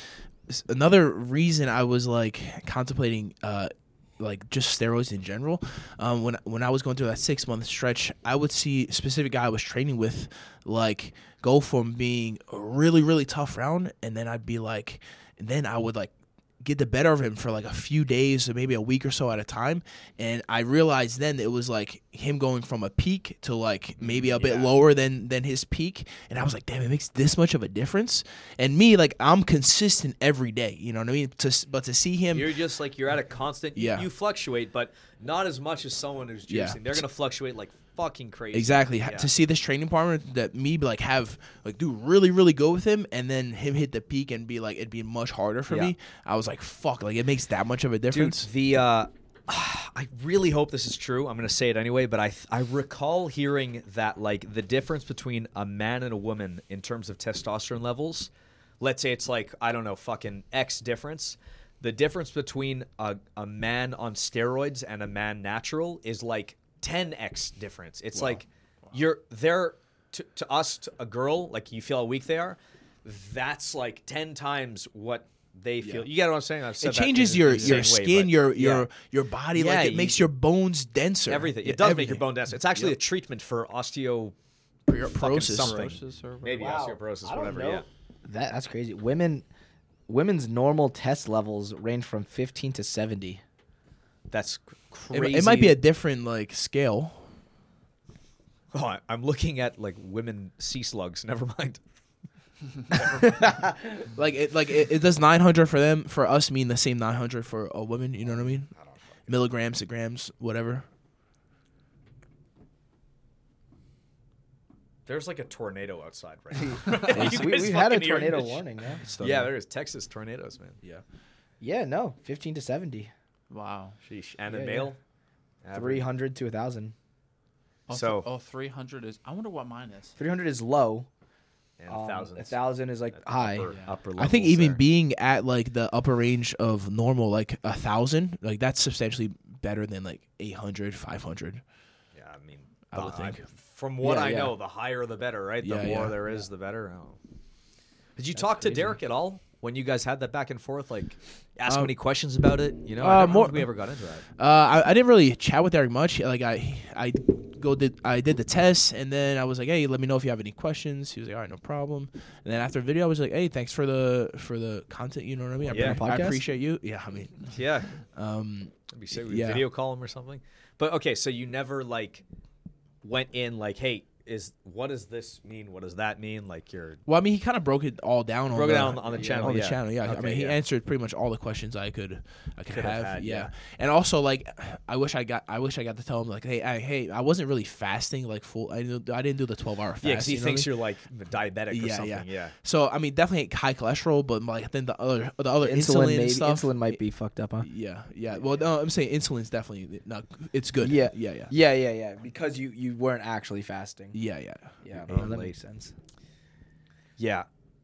Speaker 3: s- Another reason I was like contemplating, uh, like just steroids in general. Um. When when I was going through that six month stretch, I would see specific guy I was training with, like go from being a really really tough round, and then I'd be like, and then I would like get the better of him for like a few days or maybe a week or so at a time and i realized then it was like him going from a peak to like maybe a bit lower than than his peak and i was like damn it makes this much of a difference and me like i'm consistent every day you know what i mean to, s- but to see him
Speaker 2: You're just like you're at a constant. you-
Speaker 3: Yeah.
Speaker 2: You, fluctuate, but not as much as someone who's juicing.
Speaker 3: Yeah.
Speaker 2: They're gonna fluctuate like fucking crazy.
Speaker 3: Exactly.
Speaker 2: Yeah.
Speaker 3: To see this training partner that me like have like do really really good with him, and then him hit the peak and be like it'd be much harder for
Speaker 2: Yeah.
Speaker 3: me. I was like, fuck, like it makes that much of a
Speaker 2: Dude,
Speaker 3: difference.
Speaker 2: the uh, I really hope this is true. I'm gonna say it anyway, but I I recall hearing that like the difference between a man and a woman in terms of testosterone levels. Let's say it's like I don't know, fucking X difference. The difference between a, a man on steroids and a man natural is like 10x difference. It's like you're they're to, to us to a girl like you feel how weak they are. That's like 10 times what they feel. You get what I'm saying? I've said
Speaker 3: it
Speaker 2: that
Speaker 3: changes
Speaker 2: in-
Speaker 3: your
Speaker 2: in the
Speaker 3: your
Speaker 2: same way,
Speaker 3: skin,
Speaker 2: but-
Speaker 3: your
Speaker 2: yeah.
Speaker 3: your your body.
Speaker 2: Yeah,
Speaker 3: like it
Speaker 2: you-
Speaker 3: makes your bones denser.
Speaker 2: Everything.
Speaker 3: Yeah,
Speaker 2: It does make your
Speaker 3: everything.
Speaker 2: bone denser. It's actually a treatment for osteo fucking
Speaker 3: Process.
Speaker 2: something.
Speaker 5: or
Speaker 2: Maybe
Speaker 4: Wow. I
Speaker 2: osteoporosis,
Speaker 4: don't
Speaker 2: whatever.
Speaker 4: know.
Speaker 2: Yeah.
Speaker 4: That that's crazy. Women women's normal test levels range from 15 to 70.
Speaker 2: That's
Speaker 3: It,
Speaker 2: crazy.
Speaker 3: it might be a different like scale.
Speaker 2: Oh, I- I'm looking at like women sea slugs. Never mind.
Speaker 3: Like it like it, it does 900 for them for us mean the same 900 for a woman. You know what I mean? Milligrams to grams, whatever.
Speaker 2: There's like a tornado outside right now.
Speaker 4: Yes, we,
Speaker 2: guys
Speaker 4: we've had a
Speaker 2: fucking hearing
Speaker 4: tornado
Speaker 2: this shit?
Speaker 4: warning. Yeah.
Speaker 2: yeah, there is Texas tornadoes, man.
Speaker 4: yeah, no, 15 to 70.
Speaker 5: Wow.
Speaker 2: Sheesh. And
Speaker 4: Yeah,
Speaker 2: a
Speaker 4: yeah.
Speaker 2: male. Average.
Speaker 4: 300 to 1,000.
Speaker 5: Oh,
Speaker 2: So-
Speaker 5: th- oh, 300 is. I wonder what mine is.
Speaker 4: 300 is low.
Speaker 2: and
Speaker 4: Um,
Speaker 2: a thousand.
Speaker 4: 1,000 is like high.
Speaker 2: Upper, upper
Speaker 3: I think
Speaker 2: levels
Speaker 3: even
Speaker 2: there.
Speaker 3: being at like the upper range of normal, like a thousand, like that's substantially better than like 800, 500.
Speaker 2: Yeah, I mean,
Speaker 3: I would
Speaker 2: the-
Speaker 3: think.
Speaker 2: From what
Speaker 4: Yeah,
Speaker 2: I
Speaker 4: yeah.
Speaker 2: know, the higher the better, right? The
Speaker 3: Yeah,
Speaker 2: more
Speaker 3: yeah.
Speaker 2: there is, the better. Oh. Did you talk to Derek at all when you guys had that back and forth? Like, ask him any questions about it? You know, I
Speaker 3: Um, uh,
Speaker 2: don't know
Speaker 3: more-
Speaker 2: if we ever got into that.
Speaker 3: Uh, I, I didn't really chat with Eric much. Like I, I go did I did the test, and then I was like, hey, let me know if you have any questions. He was like, all right, no problem. And then after the video, I was like, hey, thanks for the for the content. You know what I mean? I,
Speaker 2: Oh, Yeah.
Speaker 3: pre- I
Speaker 4: Podcast?
Speaker 3: appreciate you. Yeah, I mean,
Speaker 2: Yeah,
Speaker 3: um,
Speaker 2: that'd be sick.
Speaker 3: y-
Speaker 2: We
Speaker 3: yeah.
Speaker 2: video call him or something. But okay, so you never like went in like, hey, is what does this mean? What does that mean? Like you're
Speaker 3: Well, I mean, he kind of broke it all down on
Speaker 2: Broke it
Speaker 3: the,
Speaker 2: down on the channel,
Speaker 3: on the
Speaker 2: yeah.
Speaker 3: channel. Yeah, I
Speaker 2: Okay,
Speaker 3: mean, he
Speaker 2: yeah.
Speaker 3: answered pretty much all the questions I could, I could,
Speaker 2: Could have
Speaker 3: have.
Speaker 2: had,
Speaker 3: yeah.
Speaker 2: yeah.
Speaker 3: and also like, I wish I got, I wish I got to tell him like, hey, I, hey, I wasn't really fasting like full. I didn't, I didn't do the twelve hour fast.
Speaker 2: yeah, because he
Speaker 3: you know what I
Speaker 2: E thinks
Speaker 3: mean?
Speaker 2: you're like diabetic or
Speaker 3: Yeah,
Speaker 2: something.
Speaker 3: yeah.
Speaker 2: Yeah, yeah.
Speaker 3: So I mean, definitely high cholesterol, but like then the other, the other
Speaker 4: Insulin,
Speaker 3: insulin,
Speaker 4: maybe.
Speaker 3: stuff.
Speaker 4: Insulin might be fucked up, huh?
Speaker 3: Yeah, yeah. Well, no, I'm saying insulin's definitely not. It's good.
Speaker 4: Yeah.
Speaker 3: yeah, yeah,
Speaker 4: Yeah, yeah, yeah. Because you, you weren't actually fasting.
Speaker 3: yeah, yeah.
Speaker 4: Yeah, no, that makes sense.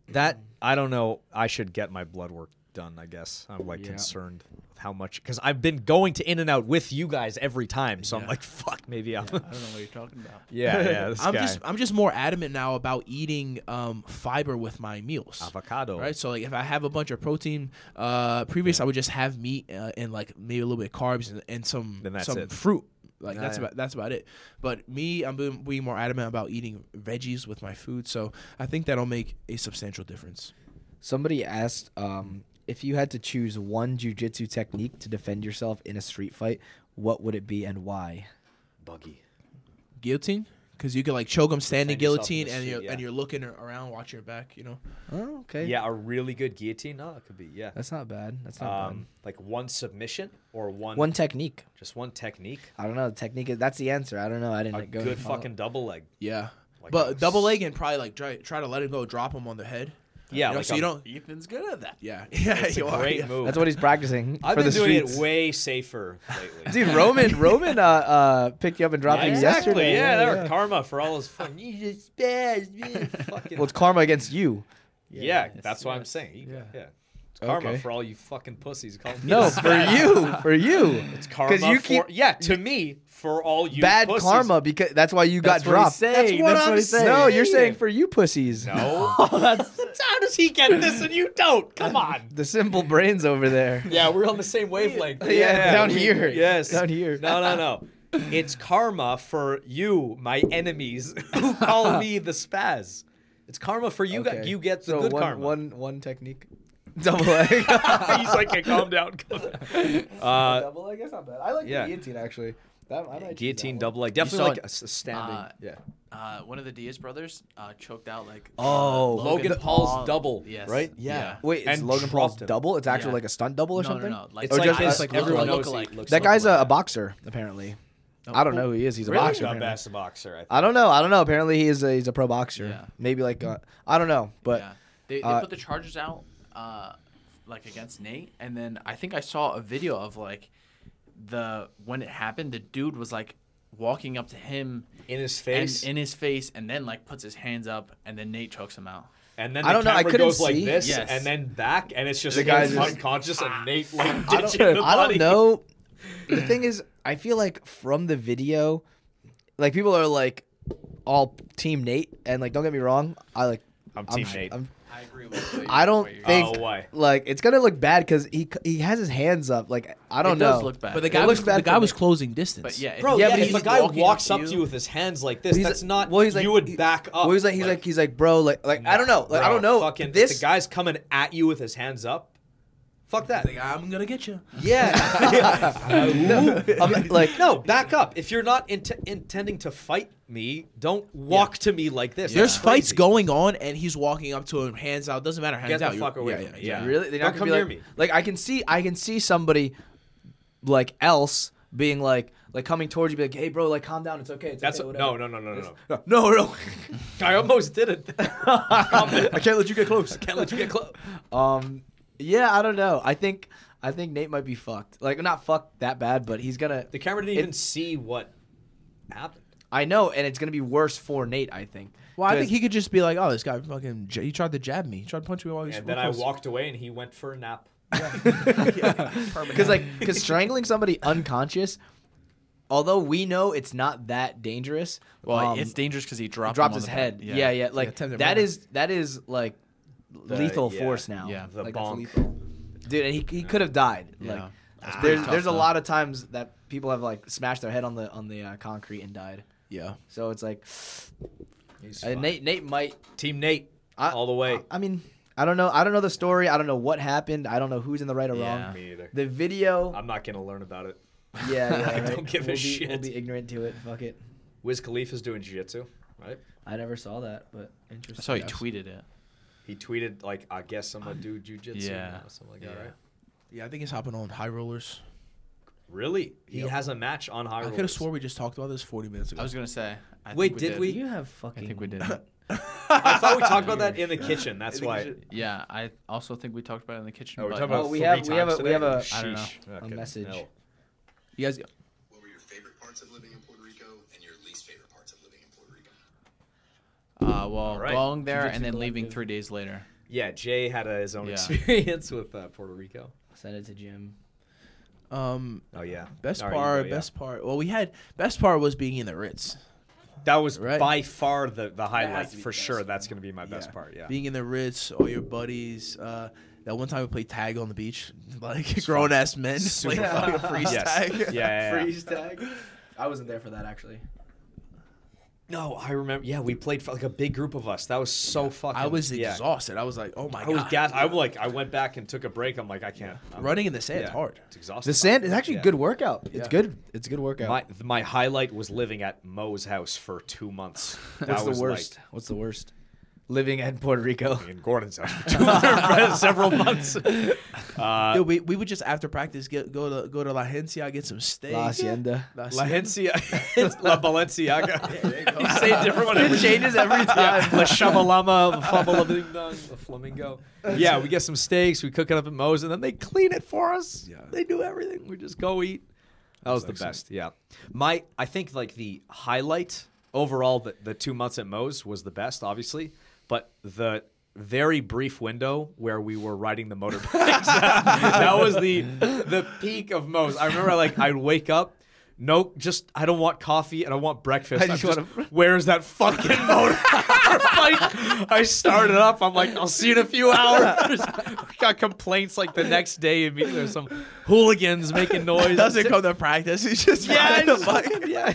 Speaker 2: That I don't know. I should get my blood work done. I guess I'm like
Speaker 4: Yeah.
Speaker 2: concerned with how much because I've been going to In and Out with you guys every time. So I'm like, fuck, maybe I'm.
Speaker 5: I don't know what you're talking about.
Speaker 2: Yeah, yeah. This
Speaker 3: I'm
Speaker 2: guy.
Speaker 3: just, I'm just more adamant now about eating um, fiber with my meals.
Speaker 2: Ah, avocado.
Speaker 3: Right. So like if I have a bunch of protein, uh, previous I would just have meat uh, and like maybe a little bit of carbs and, and some
Speaker 2: Then that's
Speaker 3: some
Speaker 2: it.
Speaker 3: fruit. Like
Speaker 2: Yeah,
Speaker 3: that's
Speaker 2: yeah.
Speaker 3: about that's about it. But me, I'm being, being more adamant about eating veggies with my food. So I think that'll make a substantial difference.
Speaker 4: Somebody asked um, if you had to choose one jujitsu technique to defend yourself in a street fight, what would it be and why?
Speaker 6: Buggy.
Speaker 3: Guillotine, because you can like choke 'em standing
Speaker 2: Defend yourself in
Speaker 3: guillotine,
Speaker 2: the
Speaker 3: and
Speaker 2: street,
Speaker 3: you're
Speaker 2: yeah.
Speaker 3: and you're looking ar- around, watching your back. You know.
Speaker 4: Oh, okay.
Speaker 2: Yeah, a really good guillotine. No, it could be. Yeah.
Speaker 4: That's not bad. That's not
Speaker 2: Um, like one submission or one,
Speaker 4: bad. One technique.
Speaker 2: just one technique.
Speaker 4: I don't know. The technique is that's the answer. I don't know. I didn't
Speaker 2: A
Speaker 4: go.
Speaker 2: good fucking double leg.
Speaker 3: Yeah.
Speaker 2: Like
Speaker 3: but
Speaker 2: a
Speaker 3: double leg and probably like try, try to let him go, drop him on the head.
Speaker 2: Yeah,
Speaker 3: You know,
Speaker 2: like
Speaker 3: so
Speaker 2: a-
Speaker 3: you don't.
Speaker 5: Ethan's good at that.
Speaker 3: Yeah. Yeah.
Speaker 2: It's a
Speaker 3: you are,
Speaker 2: great
Speaker 3: yeah.
Speaker 2: move.
Speaker 4: Oh, That's what he's practicing.
Speaker 2: I've
Speaker 4: for
Speaker 2: been
Speaker 4: the
Speaker 2: doing
Speaker 4: streets.
Speaker 2: it way safer lately.
Speaker 4: Dude, Roman, Roman, uh, uh, picked you up and dropped you
Speaker 2: exactly.
Speaker 4: yesterday.
Speaker 2: Yeah, that were karma for all his fun. You just spaz, man. Fucking.
Speaker 4: Well, it's karma against you.
Speaker 2: yeah, that's what I'm saying. You- Yeah. It's karma
Speaker 4: Okay.
Speaker 2: for all you fucking pussies. Call me
Speaker 4: No,
Speaker 2: a
Speaker 4: for
Speaker 2: spaz.
Speaker 4: you, for you.
Speaker 2: It's karma
Speaker 4: you
Speaker 2: for
Speaker 4: keep-
Speaker 2: yeah to me for all you
Speaker 4: Bad
Speaker 2: pussies.
Speaker 4: karma because that's why you
Speaker 2: That's
Speaker 4: got
Speaker 2: what
Speaker 4: dropped.
Speaker 2: he's saying. That's what I'm
Speaker 4: he's saying. No, you're saying
Speaker 2: saying.
Speaker 4: for you pussies.
Speaker 2: No, how does he get this and you don't? Come on.
Speaker 4: The simple brains over there.
Speaker 2: Yeah, we're on the same wavelength.
Speaker 4: Yeah, down here.
Speaker 2: Yes.
Speaker 4: Down here.
Speaker 2: No, no, no. It's karma for you, my enemies, who call me the spaz. It's karma for you. guys.
Speaker 4: Okay.
Speaker 2: You get the
Speaker 4: so
Speaker 2: good
Speaker 4: one,
Speaker 2: karma.
Speaker 4: One, one technique. Double leg.
Speaker 2: He's like, "Okay, calm down. Calm down. Uh,
Speaker 4: double leg. That's not bad. I like
Speaker 2: yeah.
Speaker 4: guillotine actually. That, I might choose
Speaker 2: guillotine,
Speaker 4: that one.
Speaker 2: double leg. Definitely
Speaker 5: saw
Speaker 2: like
Speaker 5: it.
Speaker 2: a s- standing.
Speaker 5: Uh,
Speaker 4: Yeah.
Speaker 5: Uh, one of the Diaz brothers uh, choked out like.
Speaker 2: oh,
Speaker 5: uh,
Speaker 2: Logan Paul's double,
Speaker 5: Yes.
Speaker 2: right?
Speaker 5: Yeah.
Speaker 4: Wait, it's
Speaker 2: And
Speaker 4: Logan Paul's
Speaker 2: dropped him.
Speaker 4: double? It's actually
Speaker 5: Yeah.
Speaker 4: like a stunt double or
Speaker 5: no,
Speaker 4: something?
Speaker 5: no, no, Like,
Speaker 2: It's
Speaker 4: Or
Speaker 2: Oh, like his,
Speaker 4: just- like
Speaker 2: everyone knows
Speaker 5: look-alike.
Speaker 2: he looks
Speaker 4: That
Speaker 2: like
Speaker 4: guy's
Speaker 2: one.
Speaker 4: a, a boxer apparently. I don't know who he is. He's a boxer.
Speaker 2: Not
Speaker 4: apparently.
Speaker 2: best boxer. I think.
Speaker 4: I don't know. I don't know. Apparently, he is a, he's a pro boxer.
Speaker 5: Yeah.
Speaker 4: Maybe like uh, I don't know, but
Speaker 5: yeah. They, they
Speaker 4: uh,
Speaker 5: put the charges out, uh, like against Nate, and then I think I saw a video of like the when it happened, the dude was like walking up to him
Speaker 2: in his
Speaker 5: and
Speaker 2: face, and,
Speaker 5: in his face, and then like puts his hands up, and then Nate chokes him out.
Speaker 2: then the
Speaker 4: I don't know, I
Speaker 2: camera
Speaker 4: couldn't
Speaker 2: goes like
Speaker 4: see.
Speaker 2: this,
Speaker 5: Yes.
Speaker 2: and then back, and it's just
Speaker 4: The
Speaker 2: the
Speaker 4: guy
Speaker 2: guy's
Speaker 4: just-
Speaker 2: unconscious, and Nate like
Speaker 4: I
Speaker 2: ditching
Speaker 4: don't,
Speaker 2: the
Speaker 4: I
Speaker 2: body.
Speaker 4: don't know. The thing is, I feel like from the video, like people are like all team Nate, and like don't get me wrong, I like
Speaker 2: I'm team Nate.
Speaker 4: I'm,
Speaker 5: I agree with you.
Speaker 4: I don't think
Speaker 2: Oh, why?
Speaker 4: like it's gonna look bad because he he has his hands up. Like I don't
Speaker 5: it
Speaker 4: know.
Speaker 5: does look bad.
Speaker 3: But the
Speaker 4: It
Speaker 3: guy
Speaker 4: looks
Speaker 3: was
Speaker 4: bad
Speaker 3: the guy
Speaker 4: for
Speaker 3: was
Speaker 4: me.
Speaker 3: closing distance.
Speaker 5: but yeah, if
Speaker 2: Bro,
Speaker 5: he-
Speaker 2: yeah,
Speaker 4: but
Speaker 2: but
Speaker 4: he's
Speaker 2: if a guy
Speaker 5: walking
Speaker 2: walks
Speaker 5: up
Speaker 2: up
Speaker 5: to
Speaker 2: to
Speaker 5: you
Speaker 2: you with his hands like this,
Speaker 4: He's-
Speaker 2: that's not.
Speaker 4: well, he's like-
Speaker 2: you would
Speaker 4: he-
Speaker 2: back up.
Speaker 4: Well, he's like he's like he's like bro, like like I don't know, like I
Speaker 2: Bro,
Speaker 4: don't know.
Speaker 2: Fucking, if
Speaker 4: this
Speaker 2: the guy's coming at you with his hands up. Fuck that.
Speaker 3: Like, I'm gonna get you.
Speaker 2: Yeah.
Speaker 4: no, I'm, like
Speaker 2: No, back up. If you're not int- intending to fight me, don't walk to me like this.
Speaker 3: There's
Speaker 2: That's
Speaker 3: fights
Speaker 2: crazy.
Speaker 3: going on, and he's walking up to him, hands out. Doesn't matter, hands
Speaker 2: Get
Speaker 3: out.
Speaker 2: the
Speaker 3: you're-
Speaker 2: fuck away.
Speaker 3: yeah,
Speaker 2: from
Speaker 3: yeah,
Speaker 2: me.
Speaker 3: yeah.
Speaker 4: Really? They're
Speaker 2: Don't
Speaker 4: not
Speaker 2: come
Speaker 4: gonna be
Speaker 2: near
Speaker 4: like,
Speaker 2: me.
Speaker 4: Like I can see, I can see somebody like else being like, like coming towards you, be like, hey, bro, like calm down, it's okay. It's
Speaker 2: That's
Speaker 4: okay,
Speaker 2: no,
Speaker 4: whatever."
Speaker 2: no, no, no, no, no.
Speaker 4: no, no.
Speaker 2: I almost did it.
Speaker 4: I can't let you get close.
Speaker 2: Can't let you get close.
Speaker 4: Um, yeah, I don't know. I think, I think Nate might be fucked. Like not fucked that bad, but he's gonna.
Speaker 2: The camera didn't even see what happened.
Speaker 4: I know, and it's gonna be worse for Nate. I think.
Speaker 3: Well, I
Speaker 4: 'Cause-
Speaker 3: think he could just be like, "Oh, this guy fucking. j- He tried to jab me. He tried to punch me while he was."
Speaker 2: And then I
Speaker 3: close."
Speaker 2: walked away, and he went for a nap.
Speaker 4: because like because strangling somebody unconscious although we know it's not that dangerous
Speaker 5: Well,
Speaker 4: um,
Speaker 5: it's dangerous because he dropped.
Speaker 4: dropped
Speaker 5: him on
Speaker 4: his
Speaker 5: the-
Speaker 4: head yeah yeah, like
Speaker 3: attempted
Speaker 4: that
Speaker 3: murder.
Speaker 4: is that is like lethal
Speaker 2: yeah,
Speaker 4: force now
Speaker 5: yeah,
Speaker 2: the
Speaker 4: like,
Speaker 2: bonk.
Speaker 4: that's lethal. dude and he, he could have died
Speaker 5: Yeah.
Speaker 4: like
Speaker 5: That's pretty
Speaker 4: there's
Speaker 5: tough,
Speaker 4: there's a
Speaker 5: though.
Speaker 4: lot of times that people have like smashed their head on the on the uh, concrete and died
Speaker 3: Yeah.
Speaker 4: so it's like uh, Nate Nate might
Speaker 2: Team Nate,
Speaker 4: I-
Speaker 2: all the way.
Speaker 4: I, I mean I don't know I don't know the story I don't know what happened I don't know who's in the right or
Speaker 5: Yeah.
Speaker 4: wrong
Speaker 2: me either.
Speaker 4: the video
Speaker 2: I'm not gonna learn about it.
Speaker 4: Yeah, yeah right.
Speaker 2: don't give a
Speaker 4: we'll be, We'll
Speaker 2: shit.
Speaker 4: be ignorant to it. Fuck it.
Speaker 2: Wiz Khalifa's doing jiu-jitsu, right?
Speaker 4: I never saw that, but
Speaker 5: I
Speaker 4: interesting.
Speaker 5: saw he tweeted it.
Speaker 2: He tweeted like, "I guess I'm gonna do jiu-jitsu
Speaker 5: Yeah.
Speaker 2: now," or something like that,
Speaker 5: Yeah.
Speaker 2: right?
Speaker 3: Yeah, I think he's hopping on high rollers.
Speaker 2: Really? He has a match on high.
Speaker 3: I could have swore we just talked about this 40 minutes ago.
Speaker 5: I was gonna say. I
Speaker 2: Wait,
Speaker 5: think
Speaker 2: did we?
Speaker 4: You have fucking.
Speaker 5: I think we did.
Speaker 2: I thought we talked about that in the kitchen. That's why.
Speaker 5: yeah, I also think we talked about it in the kitchen.
Speaker 2: Oh, we're
Speaker 5: but-
Speaker 2: talking
Speaker 4: Oh,
Speaker 2: about
Speaker 4: we
Speaker 2: three
Speaker 4: have- we have
Speaker 2: times
Speaker 4: a- we have
Speaker 2: today?
Speaker 4: a-
Speaker 5: I don't know.
Speaker 2: Sheesh.
Speaker 4: a
Speaker 2: Okay.
Speaker 4: message.
Speaker 2: No.
Speaker 3: you guys,
Speaker 11: What were your favorite parts of living in Puerto Rico and your least favorite parts of living in Puerto Rico?
Speaker 5: Uh, well,
Speaker 2: right.
Speaker 5: going there and then
Speaker 4: Jiu-Jitsu
Speaker 5: leaving
Speaker 4: Collective.
Speaker 5: three days later.
Speaker 2: Yeah, Jay had uh his own
Speaker 5: Yeah.
Speaker 2: experience with uh, Puerto Rico.
Speaker 4: Send it to Jim.
Speaker 3: um,
Speaker 2: Oh yeah,
Speaker 3: best
Speaker 2: All right, you
Speaker 3: part,
Speaker 2: go, yeah.
Speaker 3: best part. Well, we had best part was being in the Ritz.
Speaker 2: That was
Speaker 3: Right.
Speaker 2: by far the the highlight
Speaker 3: to be
Speaker 2: for
Speaker 3: the
Speaker 2: sure.
Speaker 3: best.
Speaker 2: That's gonna be my best part. Yeah.
Speaker 3: being in the Ritz, all your buddies. Uh, that one time we played tag on the beach, like grown ass men playing fucking freeze
Speaker 2: Yes.
Speaker 3: tag.
Speaker 2: Yeah, yeah, yeah.
Speaker 4: Freeze tag. I wasn't there for that actually.
Speaker 2: No, I remember. Yeah, we played for like a big group of us. That was so fucking.
Speaker 3: I was
Speaker 2: yeah.
Speaker 3: exhausted. I was like, oh my
Speaker 2: I
Speaker 3: god.
Speaker 2: was gas. I like. I went back and took a break. I'm like, I can't. I'm-
Speaker 3: Running in the sand's
Speaker 2: yeah,
Speaker 3: hard.
Speaker 2: It's exhausting.
Speaker 4: The sand is actually
Speaker 2: Yeah.
Speaker 4: good workout. It's
Speaker 3: Yeah.
Speaker 4: good. It's a good workout.
Speaker 2: My my highlight was living at Mo's house for two months. That
Speaker 4: What's the
Speaker 2: was
Speaker 4: worst?
Speaker 2: Like,
Speaker 4: What's the worst? Living in Puerto Rico.
Speaker 2: in Gordon's house for two, several months. Uh,
Speaker 3: Dude, we, we would just after practice get, go to go to La Hencia, get some steak.
Speaker 4: La Hacienda.
Speaker 3: La
Speaker 2: La
Speaker 3: Hacienda.
Speaker 2: Hencia, it's La Balenciaga. you say a different one. every
Speaker 4: changes every
Speaker 2: time. La Shabalama, Fabalabingdong, La Flamingo. Yeah, we get some steaks, we cook it up at Moe's, and then they clean it for us. They do everything. We just go eat. That was the best. Yeah. My I think like the highlight overall the, the two months at Moe's was the best, obviously. But the very brief window where we were riding the motorbikes. that was the the peak of Moe's. I remember like I'd wake up no, just I don't want coffee and I want breakfast. I just, want where's that fucking motorbike? I started up. I'm like, I'll see you in a few hours. Got complaints like the next day. Immediately, there's some hooligans making noise.
Speaker 3: Doesn't come to practice. He's just
Speaker 2: Yeah,
Speaker 3: riding the
Speaker 2: it's
Speaker 3: bike.
Speaker 2: like- yeah.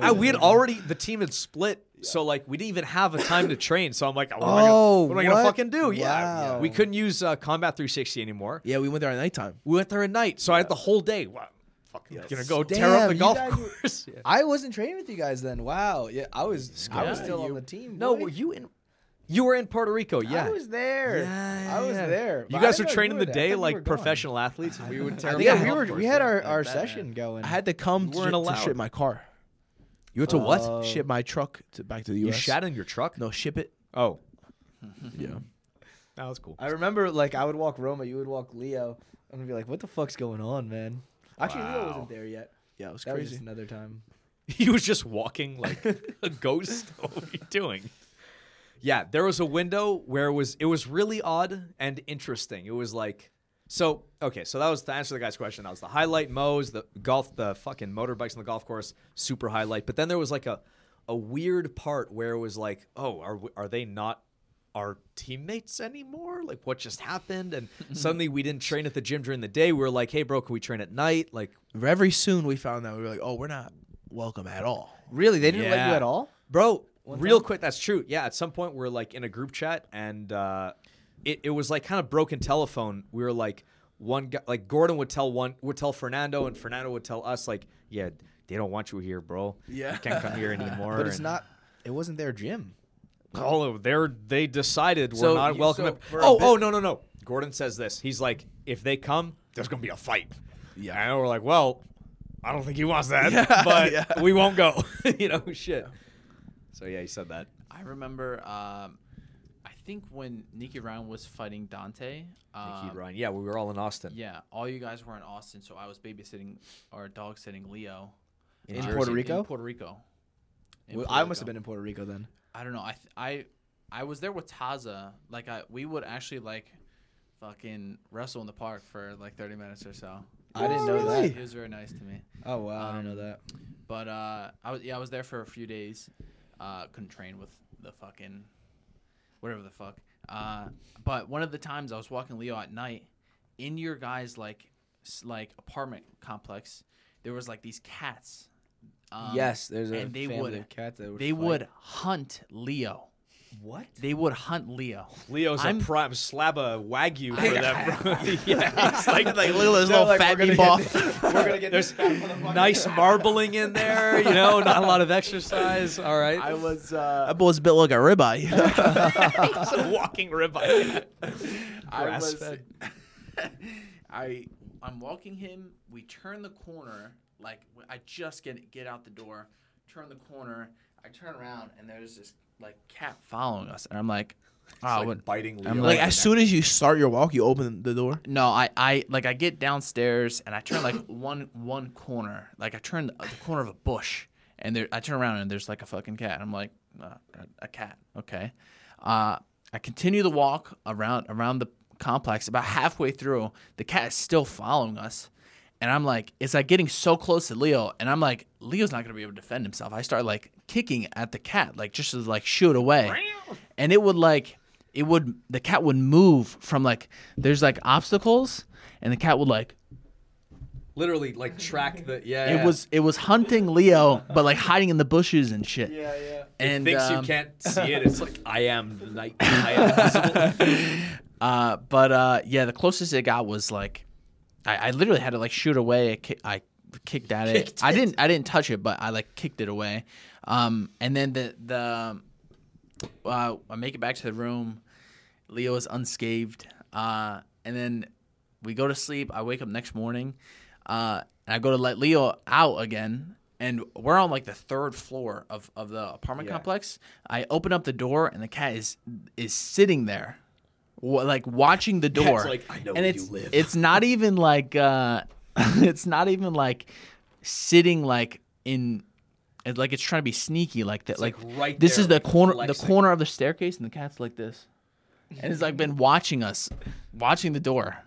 Speaker 2: I, we had already the team had split, so like we didn't even have a time to train. So I'm like, what,
Speaker 4: Oh,
Speaker 2: am I gonna, what am I gonna
Speaker 4: what?
Speaker 2: fucking do? Yeah,
Speaker 4: Wow.
Speaker 2: we couldn't use uh, Combat 360 anymore.
Speaker 3: Yeah, we went there at nighttime.
Speaker 2: We went there at night, so I had the whole day. Wow, fucking gonna go tear
Speaker 4: Damn,
Speaker 2: up the
Speaker 4: you
Speaker 2: golf
Speaker 4: guys-
Speaker 2: course.
Speaker 4: I wasn't training with you guys then. Wow. Yeah, I was. I was
Speaker 5: Yeah,
Speaker 4: still on
Speaker 5: you-
Speaker 4: the team.
Speaker 2: No,
Speaker 4: boy.
Speaker 2: were you in? You were in Puerto Rico, yeah.
Speaker 4: I was there. I was
Speaker 2: yeah.
Speaker 4: there.
Speaker 2: You
Speaker 4: I
Speaker 2: guys
Speaker 4: didn't
Speaker 2: were
Speaker 4: know
Speaker 2: training
Speaker 4: you
Speaker 2: the
Speaker 4: were there. I
Speaker 2: day
Speaker 4: thought you
Speaker 2: like
Speaker 4: were gone.
Speaker 2: professional athletes, and we would tear them
Speaker 4: Yeah,
Speaker 2: up.
Speaker 4: we were. We had our, our session going.
Speaker 3: I had to come
Speaker 2: weren't
Speaker 3: to, to
Speaker 2: allowed.
Speaker 3: ship my car.
Speaker 2: You had to what?
Speaker 4: Oh.
Speaker 3: ship my truck to, back to the
Speaker 2: you
Speaker 3: U.S.
Speaker 2: shat in your truck?
Speaker 3: no, ship it.
Speaker 2: Oh,
Speaker 3: Yeah.
Speaker 2: that was cool.
Speaker 4: I remember like I would walk Roma, you would walk Leo, and I'd be like, "What the fuck's going on, man?" Actually, Leo wasn't there yet.
Speaker 3: Yeah, it was
Speaker 4: That was
Speaker 3: crazy.
Speaker 4: just another time.
Speaker 2: he was just walking like a ghost. what were you doing? Yeah, there was a window where it was it was really odd and interesting. It was like so okay, so that was to answer the guy's question. That was the highlight mows, the golf the fucking motorbikes on the golf course, super highlight. But then there was like a a weird part where it was like, oh, are we- are they not our teammates anymore? Like what just happened? And suddenly we didn't train at the gym during the day. We were like, hey bro, can we train at night? Like
Speaker 3: Very soon we found out we were like, oh, we're not welcome at all.
Speaker 4: Really, they didn't let you
Speaker 2: Yeah.
Speaker 4: at all.
Speaker 2: bro real quick that's true yeah at some point we're like in a group chat and uh it, it was like kind of broken telephone we were like one guy like gordon would tell one would tell fernando and fernando would tell us like yeah they don't want you here bro yeah you can't come here anymore
Speaker 4: But it's
Speaker 2: and-
Speaker 4: not. It wasn't their gym.
Speaker 2: oh they're they decided we're
Speaker 4: So
Speaker 2: not
Speaker 4: you-
Speaker 2: welcome
Speaker 4: so
Speaker 2: at-
Speaker 4: for a
Speaker 2: oh
Speaker 4: bit-
Speaker 2: oh no no no gordon says this he's like if they come there's gonna be a fight yeah and we're like well i don't think he wants that but we won't go you know shit so yeah he said that
Speaker 5: I remember. Um, I think when Nicky Ryan was fighting Dante. Um,
Speaker 2: Keep Ryan. Yeah, we were all in Austin.
Speaker 5: Yeah, all you guys were in Austin, so I was babysitting or dog sitting Leo
Speaker 4: In Puerto Rico?
Speaker 5: In Puerto Rico. In
Speaker 4: Well,
Speaker 5: Puerto
Speaker 4: I must have
Speaker 5: Rico.
Speaker 4: been in Puerto Rico then.
Speaker 5: I don't know. I th- I I was there with Taza. Like I, we would actually like fucking wrestle in the park for like 30 minutes or so.
Speaker 4: I didn't know that.
Speaker 5: He was very nice to me.
Speaker 4: Oh wow, I didn't know
Speaker 5: Um,
Speaker 4: that.
Speaker 5: But uh, I was yeah, I was there for a few days. Uh, couldn't train with the fucking whatever the fuck. Uh, but one of the times I was walking Leo at night in your guys like s- like apartment complex, there was like these cats. Um,
Speaker 4: yes, there's a
Speaker 5: and they
Speaker 4: family
Speaker 5: would-
Speaker 4: of cats that would
Speaker 5: They
Speaker 4: fight.
Speaker 5: would hunt Leo.
Speaker 4: what?
Speaker 5: They would hunt Leo.
Speaker 2: Leo's
Speaker 5: I'm-
Speaker 2: a prime slab of wagyu for that. Bro. yeah, it's like
Speaker 3: Like little his little fat
Speaker 2: there's nice marbling in there. You know, not a lot of exercise. All right, I was
Speaker 5: uh,
Speaker 3: That boy's built like a ribeye.
Speaker 2: a walking ribeye. Grass fed.
Speaker 5: uh, I I'm walking him. We turn the corner. Like w- I just get get out the door, turn the corner. I turn around and there's this like cat following us, and I'm like, oh, what-
Speaker 2: biting Leo.
Speaker 5: I'm
Speaker 3: like
Speaker 5: like-
Speaker 3: as soon as you start your walk, you open the door.
Speaker 5: no, I I like I get downstairs and I turn like one one corner. Like I turn the, the corner of a bush, and there I turn around and there's like a fucking cat. I'm like, uh, a, a cat, okay. Uh, I continue the walk around around the complex. About halfway through, the cat is still following us. And I'm like, it's like getting so close to Leo, and I'm like, Leo's not gonna be able to defend himself. I start like kicking at the cat, like just to like shoot away, and it would like, it would the cat would move from like there's like obstacles, and the cat would like
Speaker 2: literally like track the yeah.
Speaker 5: it was it was hunting Leo, but like hiding in the bushes and shit. Yeah, yeah. And
Speaker 2: thinks
Speaker 5: um,
Speaker 2: you can't see it. It's like I am the night. I am visible.
Speaker 5: Uh, but uh, yeah, the closest it got was like, I, I literally had to like shoot away. I, ki- I kicked at it. I didn't. I didn't touch it, but I like kicked it away. Um, and then the the uh, I make it back to the room. Leo is unscathed. Uh, and then we go to sleep. I wake up next morning, uh, and I go to let Leo out again. And we're on like the third floor of, of the apartment complex. I open up the door, and the cat is is sitting there, wa- like watching the door.
Speaker 6: like, "I know
Speaker 5: and
Speaker 6: where
Speaker 5: it's
Speaker 6: you live."
Speaker 5: it's not even like uh, it's not even like sitting like in. It's like it's trying to be sneaky, like that. Like,
Speaker 6: like, right
Speaker 5: this
Speaker 6: there,
Speaker 5: is the
Speaker 6: like,
Speaker 5: corner, the
Speaker 6: flexing.
Speaker 5: corner of the staircase, and the cat's like this, and it's like been watching us, watching the door.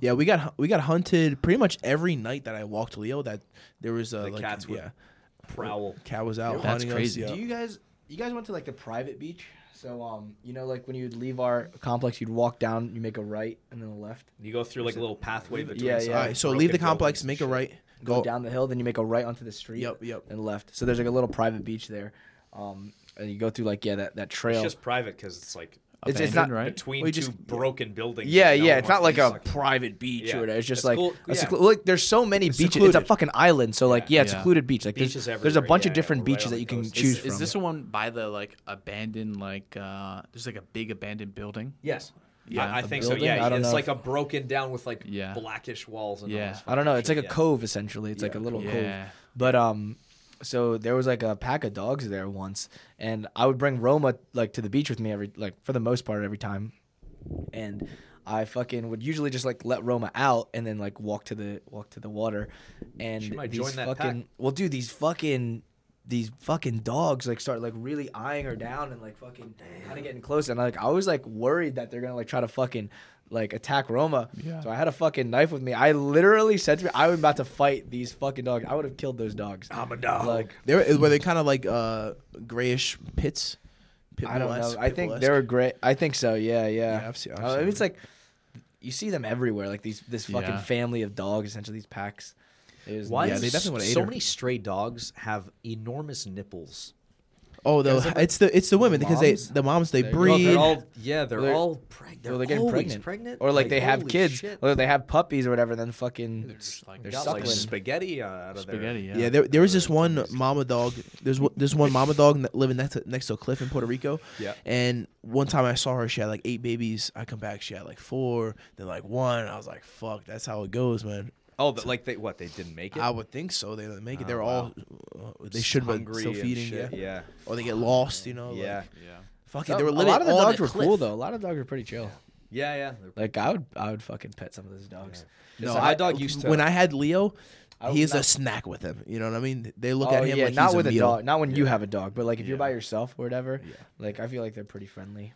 Speaker 3: Yeah, we got hu- we got hunted pretty much every night that I walked Leo. That there was a like,
Speaker 2: cats would
Speaker 3: yeah,
Speaker 2: prowl.
Speaker 3: cat was out
Speaker 5: That's
Speaker 3: hunting
Speaker 5: crazy.
Speaker 3: us.
Speaker 4: Do
Speaker 3: yeah.
Speaker 4: you guys you guys went to like the private beach? So um, you know, like when you'd leave our complex, you'd walk down, you make a right and then a left.
Speaker 2: You go through like a little pathway between.
Speaker 4: Yeah,
Speaker 2: some
Speaker 4: yeah.
Speaker 3: All right, so leave the
Speaker 2: broken
Speaker 3: complex,
Speaker 2: buildings.
Speaker 3: make a right,
Speaker 4: go,
Speaker 3: go.
Speaker 4: down the hill, then you make a right onto the street.
Speaker 3: Yep, yep.
Speaker 4: And left. So there's like a little private beach there. Um, and you go through like yeah that that trail.
Speaker 2: It's just private because it's like
Speaker 4: It's, it's not
Speaker 5: Abandoned, right?
Speaker 2: between
Speaker 4: we
Speaker 2: two
Speaker 4: just-
Speaker 2: broken buildings.
Speaker 4: Yeah,
Speaker 2: that no
Speaker 4: yeah.
Speaker 2: one
Speaker 4: It's not
Speaker 2: wants
Speaker 4: like
Speaker 2: to
Speaker 4: a
Speaker 2: suck.
Speaker 4: private beach
Speaker 2: Yeah.
Speaker 4: or whatever. It's just
Speaker 2: It's
Speaker 4: like
Speaker 2: cool- yeah.
Speaker 4: a seclu- like there's so many beaches. It's a
Speaker 5: secluded.
Speaker 4: fucking island. So like yeah, it's
Speaker 5: Yeah.
Speaker 4: secluded beach. Like there's,
Speaker 2: Beaches
Speaker 4: there's a
Speaker 2: everywhere.
Speaker 4: bunch
Speaker 2: Yeah,
Speaker 4: of different
Speaker 2: yeah, right
Speaker 4: beaches
Speaker 2: on
Speaker 4: that
Speaker 2: the
Speaker 4: you can
Speaker 2: coast.
Speaker 4: choose
Speaker 5: Is, is
Speaker 4: from.
Speaker 5: this the one by the like abandoned like uh there's like a big abandoned building?
Speaker 2: Yes.
Speaker 5: Yeah.
Speaker 2: I, I think
Speaker 4: building?
Speaker 2: so. Yeah,
Speaker 4: I don't
Speaker 2: it's
Speaker 4: know
Speaker 2: like
Speaker 4: if-
Speaker 2: a broken down with like
Speaker 5: Yeah.
Speaker 2: blackish walls and all
Speaker 5: Yeah.
Speaker 2: this
Speaker 4: I don't know. It's like a
Speaker 2: yeah.
Speaker 4: cove essentially. It's like a little
Speaker 5: Yeah.
Speaker 4: cove. But um, so there was like a pack of dogs there once, and I would bring Roma like to the beach with me every like for the most part every time, and I fucking would usually just like let Roma out and then like walk to the walk to the water, and
Speaker 2: She might
Speaker 4: these
Speaker 2: join that pack.
Speaker 4: fucking well, dude, these fucking. These fucking dogs like start like really eyeing her down and like fucking kind of getting close and like I was like worried that they're gonna like try to fucking like attack Roma. So I had a fucking knife with me. I literally said to me, I was about to fight these fucking dogs. I would have killed those dogs. I'm a dog. Like
Speaker 3: They were, were they kind of like uh, grayish pits?
Speaker 4: I don't know.
Speaker 3: Pitbull-esque-
Speaker 4: I think
Speaker 3: pitbull-esque?
Speaker 4: they were great. I think so. Yeah, yeah.
Speaker 3: Yeah, I've seen- I've
Speaker 4: Uh, I mean,
Speaker 3: seen
Speaker 4: it's like you see them everywhere. Like these this fucking
Speaker 5: Yeah.
Speaker 4: family of dogs, essentially these packs. It was
Speaker 2: Why
Speaker 3: Yeah,
Speaker 2: do
Speaker 3: they definitely
Speaker 2: s-
Speaker 3: would've ate
Speaker 2: so
Speaker 3: her.
Speaker 2: many stray dogs have enormous nipples?
Speaker 3: Oh, the, it's the it's the women because they
Speaker 4: moms?
Speaker 3: the moms they
Speaker 2: Well,
Speaker 3: breed.
Speaker 2: they're all yeah, they're,
Speaker 4: They're-
Speaker 2: all pregnant. They're,
Speaker 4: Or they get
Speaker 2: always
Speaker 4: pregnant.
Speaker 2: pregnant.
Speaker 4: or like, they have
Speaker 2: holy
Speaker 4: kids,
Speaker 2: shit.
Speaker 4: or they have puppies or whatever. Then fucking
Speaker 5: just like
Speaker 4: they're
Speaker 2: got
Speaker 4: suckling.
Speaker 2: like spaghetti out of
Speaker 5: Spaghetti, yeah.
Speaker 3: yeah, there, there was this one mama dog. There's one- this one mama dog that living next to, next to a cliff in Puerto Rico.
Speaker 2: Yeah.
Speaker 3: And one time I saw her, she had like eight babies. I come back, she had like four, then like one. I was like, fuck, that's how it goes, man.
Speaker 2: Oh, but like they what? They didn't make it.
Speaker 3: I would think so. They didn't make it. They're all uh, they should but
Speaker 2: Ah, Hungry
Speaker 3: still
Speaker 2: and
Speaker 3: feeding.
Speaker 2: shit,
Speaker 3: Yeah.
Speaker 2: yeah.
Speaker 3: Or they get lost, you know.
Speaker 2: Yeah.
Speaker 3: Like,
Speaker 5: yeah.
Speaker 3: fuck it.
Speaker 4: Some-
Speaker 3: They were
Speaker 4: a
Speaker 3: living
Speaker 4: lot of the
Speaker 3: all on
Speaker 4: dogs
Speaker 3: a
Speaker 4: were
Speaker 3: cliff.
Speaker 4: cool though. A lot of dogs were pretty chill.
Speaker 2: Yeah, yeah.
Speaker 4: Like I would, I would fucking pet some of those dogs.
Speaker 3: No,
Speaker 2: my dog used to-
Speaker 3: When I had Leo,
Speaker 4: I
Speaker 3: he
Speaker 4: would
Speaker 3: is a
Speaker 4: not-
Speaker 3: snack with him. You know what I mean? They look at him like
Speaker 4: Oh, not
Speaker 3: he's
Speaker 4: with
Speaker 3: a,
Speaker 4: a,
Speaker 3: meal.
Speaker 4: dog, not when you have a dog, but like if you're by yourself or whatever. Like I feel like they're pretty friendly.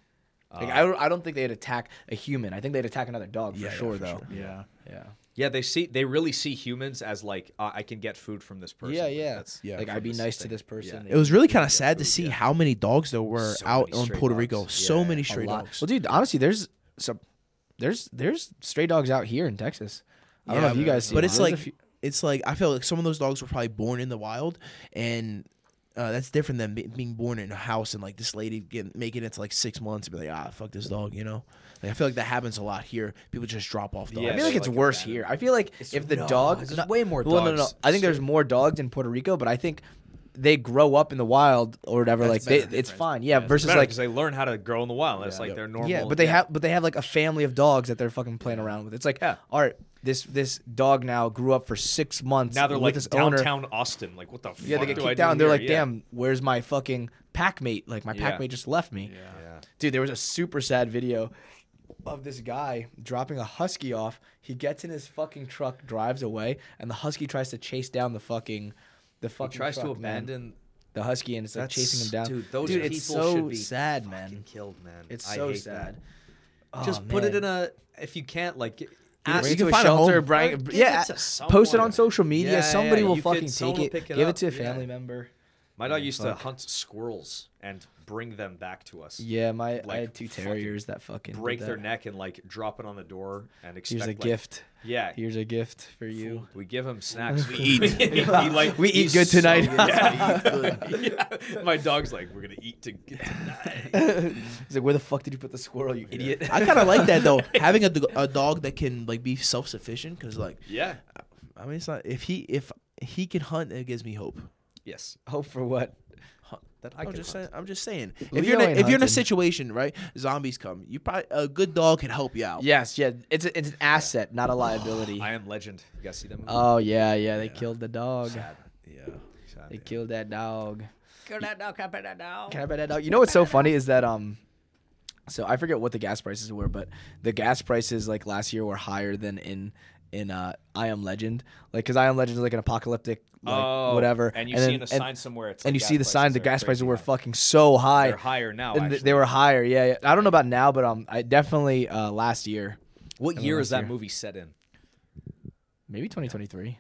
Speaker 4: Like I, don't- I don't think they'd attack a human. I think they'd attack another dog for
Speaker 3: Yeah, yeah,
Speaker 4: sure,
Speaker 3: for
Speaker 4: though.
Speaker 3: sure.
Speaker 5: Yeah.
Speaker 4: Yeah,
Speaker 2: Yeah, they see they really see humans as like uh, I can get food from this person.
Speaker 4: yeah,
Speaker 2: Like,
Speaker 4: yeah.
Speaker 2: that's-
Speaker 3: yeah,
Speaker 4: Like
Speaker 3: for
Speaker 4: I'd be
Speaker 2: this
Speaker 4: nice to
Speaker 2: thing.
Speaker 4: this person.
Speaker 3: It was really kind of sad to see how many dogs there were
Speaker 2: So
Speaker 3: out
Speaker 2: many
Speaker 3: on
Speaker 2: stray
Speaker 3: Puerto
Speaker 2: dogs.
Speaker 3: Rico. So
Speaker 2: Yeah.
Speaker 3: many
Speaker 2: A
Speaker 3: stray
Speaker 4: Lot-
Speaker 3: dogs.
Speaker 4: Well, dude, honestly, there's some, there's there's stray dogs out here in Texas. I don't know if you guys see,
Speaker 3: but
Speaker 4: them.
Speaker 3: it's
Speaker 4: There's a
Speaker 3: like
Speaker 4: few-
Speaker 3: it's like I feel like some of those dogs were probably born in the wild, and uh, that's different than be- being born in a house and like this lady get, making it to like six months and be like, ah, fuck this dog, you know. Like I feel like that happens a lot here. People just drop off dogs.
Speaker 2: Yeah,
Speaker 4: I feel like
Speaker 2: they
Speaker 4: it's
Speaker 2: like
Speaker 4: worse
Speaker 2: abandon
Speaker 4: here. I feel like if the dog,
Speaker 2: there's
Speaker 4: no-
Speaker 2: way more
Speaker 4: well, No, no, no.
Speaker 2: dogs.
Speaker 4: I think there's more dogs in Puerto Rico, but I think they grow up in the wild or whatever. like they, it's fine. Yeah, versus
Speaker 2: Better
Speaker 4: like
Speaker 2: 'cause they learn how to grow in the wild. That's like their normal.
Speaker 4: yeah, but they have but they have like a family of dogs that they're fucking playing around with. It's like,
Speaker 2: Yeah.
Speaker 4: all right, this this dog now grew up for six months.
Speaker 2: now they're
Speaker 4: with
Speaker 2: like
Speaker 4: this owner.
Speaker 2: downtown Austin. Like what the fuck?
Speaker 4: Yeah, they get
Speaker 2: do I
Speaker 4: kicked
Speaker 2: do
Speaker 4: out, and they're
Speaker 2: here?
Speaker 4: like,
Speaker 2: Yeah.
Speaker 4: damn, where's my fucking pack mate? Like my pack
Speaker 2: Yeah.
Speaker 4: mate just left me.
Speaker 2: Yeah.
Speaker 4: Dude, there was a super sad video of this guy dropping a husky off. He gets in his fucking truck, drives away, and the husky tries to chase down the fucking the fucking
Speaker 2: tries to
Speaker 4: truck, man.
Speaker 2: abandon.
Speaker 4: the husky and it's like chasing him down.
Speaker 2: Dude, those people
Speaker 4: it's so
Speaker 2: should be
Speaker 4: sad,
Speaker 2: fucking
Speaker 4: man.
Speaker 2: Killed, man.
Speaker 4: It's
Speaker 2: I
Speaker 4: so
Speaker 2: hate
Speaker 4: sad.
Speaker 2: that. Just
Speaker 4: Oh,
Speaker 2: put it
Speaker 4: man.
Speaker 2: in a. If you can't, like, get-
Speaker 4: Bring
Speaker 2: ask
Speaker 4: it to a
Speaker 3: find a
Speaker 4: shelter,
Speaker 3: home.
Speaker 4: bring,
Speaker 2: Give it
Speaker 4: yeah,
Speaker 2: to
Speaker 4: post it
Speaker 2: someone.
Speaker 4: on social media.
Speaker 2: Yeah, yeah,
Speaker 4: somebody
Speaker 2: yeah.
Speaker 4: will
Speaker 2: You could-
Speaker 4: fucking
Speaker 2: someone
Speaker 4: take
Speaker 2: will
Speaker 4: it.
Speaker 2: pick it
Speaker 4: give
Speaker 2: up,
Speaker 4: it to a
Speaker 2: yeah.
Speaker 4: family member.
Speaker 2: My dog used to hunt squirrels and bring them back to us.
Speaker 4: Yeah, my I
Speaker 2: Like,
Speaker 4: had two
Speaker 2: fucking
Speaker 4: terriers that fucking did
Speaker 2: Break their
Speaker 4: that.
Speaker 2: neck and like drop it on the door and expect.
Speaker 4: Here's a
Speaker 2: like,
Speaker 4: gift.
Speaker 2: Yeah.
Speaker 4: Here's a gift for you.
Speaker 2: we give him snacks. We eat. we, like,
Speaker 4: We eat
Speaker 2: he's
Speaker 4: good
Speaker 2: so
Speaker 4: tonight.
Speaker 2: good. Yeah. My dog's like, we're gonna eat to tonight.
Speaker 4: He's like, where the fuck did you put the squirrel, you idiot?
Speaker 3: I kind of like that though, having a, d- a dog that can like be self sufficient because like
Speaker 2: Yeah.
Speaker 3: I mean it's not if he if he can hunt it gives me hope.
Speaker 2: Yes.
Speaker 4: Hope for what?
Speaker 2: That I
Speaker 3: I'm
Speaker 2: can
Speaker 3: just
Speaker 2: hunt.
Speaker 3: saying. I'm just saying. If
Speaker 4: Leo
Speaker 3: you're in a,
Speaker 4: ain't
Speaker 3: if you're in a
Speaker 4: hunting.
Speaker 3: situation right, zombies come. You probably a good dog can help you out.
Speaker 4: Yes, yeah. It's a, it's an asset, not a liability.
Speaker 2: I am legend. You guys see that movie?
Speaker 4: oh yeah, yeah. They killed the dog.
Speaker 3: Yeah.
Speaker 2: Sad,
Speaker 4: They
Speaker 2: yeah.
Speaker 4: killed that dog. Can I bet that dog? You know what's so funny is that um, so I forget what the gas prices were, but the gas prices like last year were higher than in in uh I Am Legend, like because I Am Legend is like an apocalyptic like
Speaker 2: Oh,
Speaker 4: whatever,
Speaker 2: and you see in a
Speaker 4: and-
Speaker 2: sign somewhere, it's
Speaker 4: and
Speaker 2: like
Speaker 4: you
Speaker 2: gas
Speaker 4: see the sign,
Speaker 2: prices
Speaker 4: the
Speaker 2: are
Speaker 4: gas prices
Speaker 2: crazy
Speaker 4: were
Speaker 2: high.
Speaker 4: fucking so high.
Speaker 2: They're higher now,
Speaker 4: And th-
Speaker 2: actually.
Speaker 4: they were higher, yeah, yeah. I don't know about now, but um, I definitely uh last year,
Speaker 2: What year is
Speaker 4: last
Speaker 2: that
Speaker 4: year.
Speaker 2: movie set in?
Speaker 4: maybe 2023,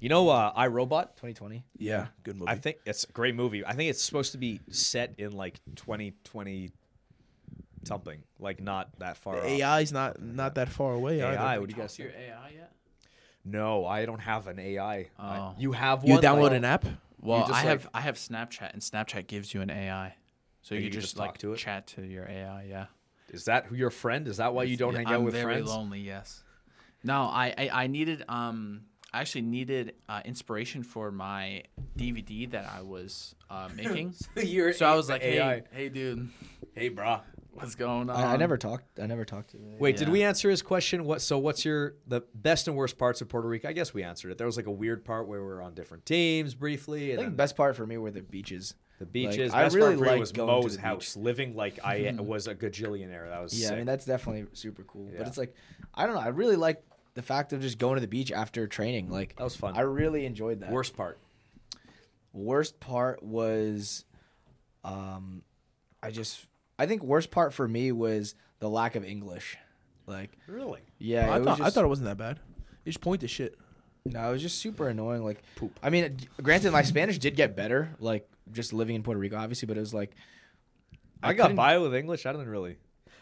Speaker 2: You know, uh, I Robot.
Speaker 4: 2020.
Speaker 3: Yeah. Good movie.
Speaker 2: I think it's a great movie. I think it's supposed to be set in like 2020 something, like not that far. off.
Speaker 3: AI's not not that far away. either.
Speaker 2: AI. What do you guys think?
Speaker 5: AI yet?
Speaker 2: No, I don't have an AI. I-
Speaker 5: Oh.
Speaker 2: you have one.
Speaker 3: You download
Speaker 2: like-
Speaker 3: an app.
Speaker 5: Well, I
Speaker 2: just, like-
Speaker 5: have I have Snapchat and Snapchat gives you an AI. So
Speaker 2: And
Speaker 5: you,
Speaker 2: you can
Speaker 5: just,
Speaker 2: just
Speaker 5: like
Speaker 2: talk to it?
Speaker 5: chat to your AI. Yeah.
Speaker 2: Is that who your friend? Is that why you don't hang
Speaker 5: I'm
Speaker 2: out with
Speaker 5: very
Speaker 2: friends?
Speaker 5: lonely. Yes. No, I, I, I needed um I actually needed uh, inspiration for my DVD that I was uh, making.
Speaker 6: You're
Speaker 5: so I
Speaker 6: a-
Speaker 5: was like,
Speaker 2: AI.
Speaker 5: hey, hey, dude,
Speaker 2: Hey, brah.
Speaker 5: what's going on?
Speaker 4: I, I never talked. I never talked to.
Speaker 2: Wait, did
Speaker 5: Yeah.
Speaker 2: we answer his question? What? So, what's your the best and worst parts of Puerto Rico? I guess we answered it. There was like a weird part where we were on different teams briefly, and
Speaker 4: I think
Speaker 2: then
Speaker 4: the best part for me were the beaches.
Speaker 2: the
Speaker 4: like,
Speaker 2: beaches.
Speaker 4: I
Speaker 2: best
Speaker 4: really
Speaker 2: part for you
Speaker 4: like
Speaker 2: was
Speaker 4: going to
Speaker 2: Mo's
Speaker 4: the
Speaker 2: house, living like I was a gajillionaire. That was
Speaker 4: Yeah,
Speaker 2: sick.
Speaker 4: I mean that's definitely super cool.
Speaker 2: Yeah.
Speaker 4: But it's like I don't know. I really like the fact of just going to the beach after training. Like
Speaker 2: That was fun.
Speaker 4: I really enjoyed that.
Speaker 2: worst part.
Speaker 4: worst part was um i just i think worst part for me was the lack of english like
Speaker 2: Really?
Speaker 4: yeah
Speaker 3: I
Speaker 4: it was
Speaker 3: thought I
Speaker 4: just-
Speaker 3: thought it wasn't that bad. You just point to shit.
Speaker 4: no it was just super annoying like poop i mean granted my spanish did get better like just living in puerto rico obviously but it was like
Speaker 2: I, got by with English. I didn't really.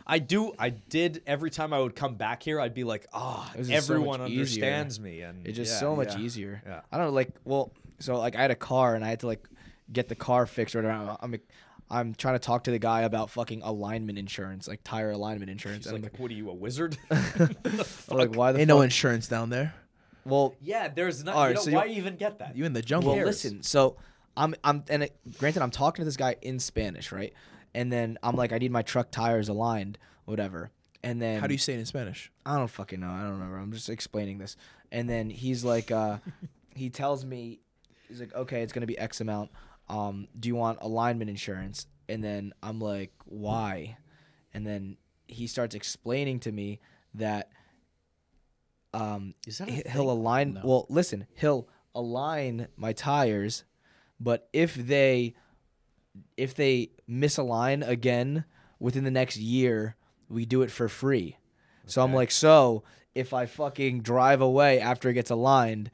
Speaker 2: I do. I did every time I would come back here. I'd be like, ah,
Speaker 4: This is so much
Speaker 2: everyone
Speaker 4: easier.
Speaker 2: understands me, and
Speaker 4: It's just
Speaker 2: yeah,
Speaker 4: so much
Speaker 2: yeah.
Speaker 4: easier.
Speaker 2: Yeah.
Speaker 4: I don't know, like well, so like I had a car and I had to like get the car fixed right around. I'm I'm trying to talk to the guy about fucking alignment insurance, like tire alignment
Speaker 2: It's
Speaker 4: insurance. And I'm
Speaker 2: like,
Speaker 4: like,
Speaker 2: what are you, a wizard?
Speaker 4: I'm like, why the
Speaker 3: Ain't
Speaker 4: fuck?
Speaker 3: no insurance down there.
Speaker 4: well,
Speaker 2: yeah, there's not.
Speaker 4: All
Speaker 2: you
Speaker 4: right,
Speaker 2: know,
Speaker 4: so you-
Speaker 2: why even get that?
Speaker 3: You in the jungle.
Speaker 4: Well, listen. So I'm I'm and it, granted I'm talking to this guy in Spanish, right? And then I'm like, I need my truck tires aligned, whatever. And then
Speaker 3: How do you say it in Spanish?
Speaker 4: I don't fucking know. I don't remember. I'm just explaining this. And then he's like, uh, he tells me, he's like, okay, it's gonna be X amount. Um, do you want alignment insurance? And then I'm like, why? And then he starts explaining to me that um, he- he'll align. Well, listen, he'll align my tires, but if they if they misalign again within the next year, we do it for free. So I'm like, so if I fucking drive away after it gets aligned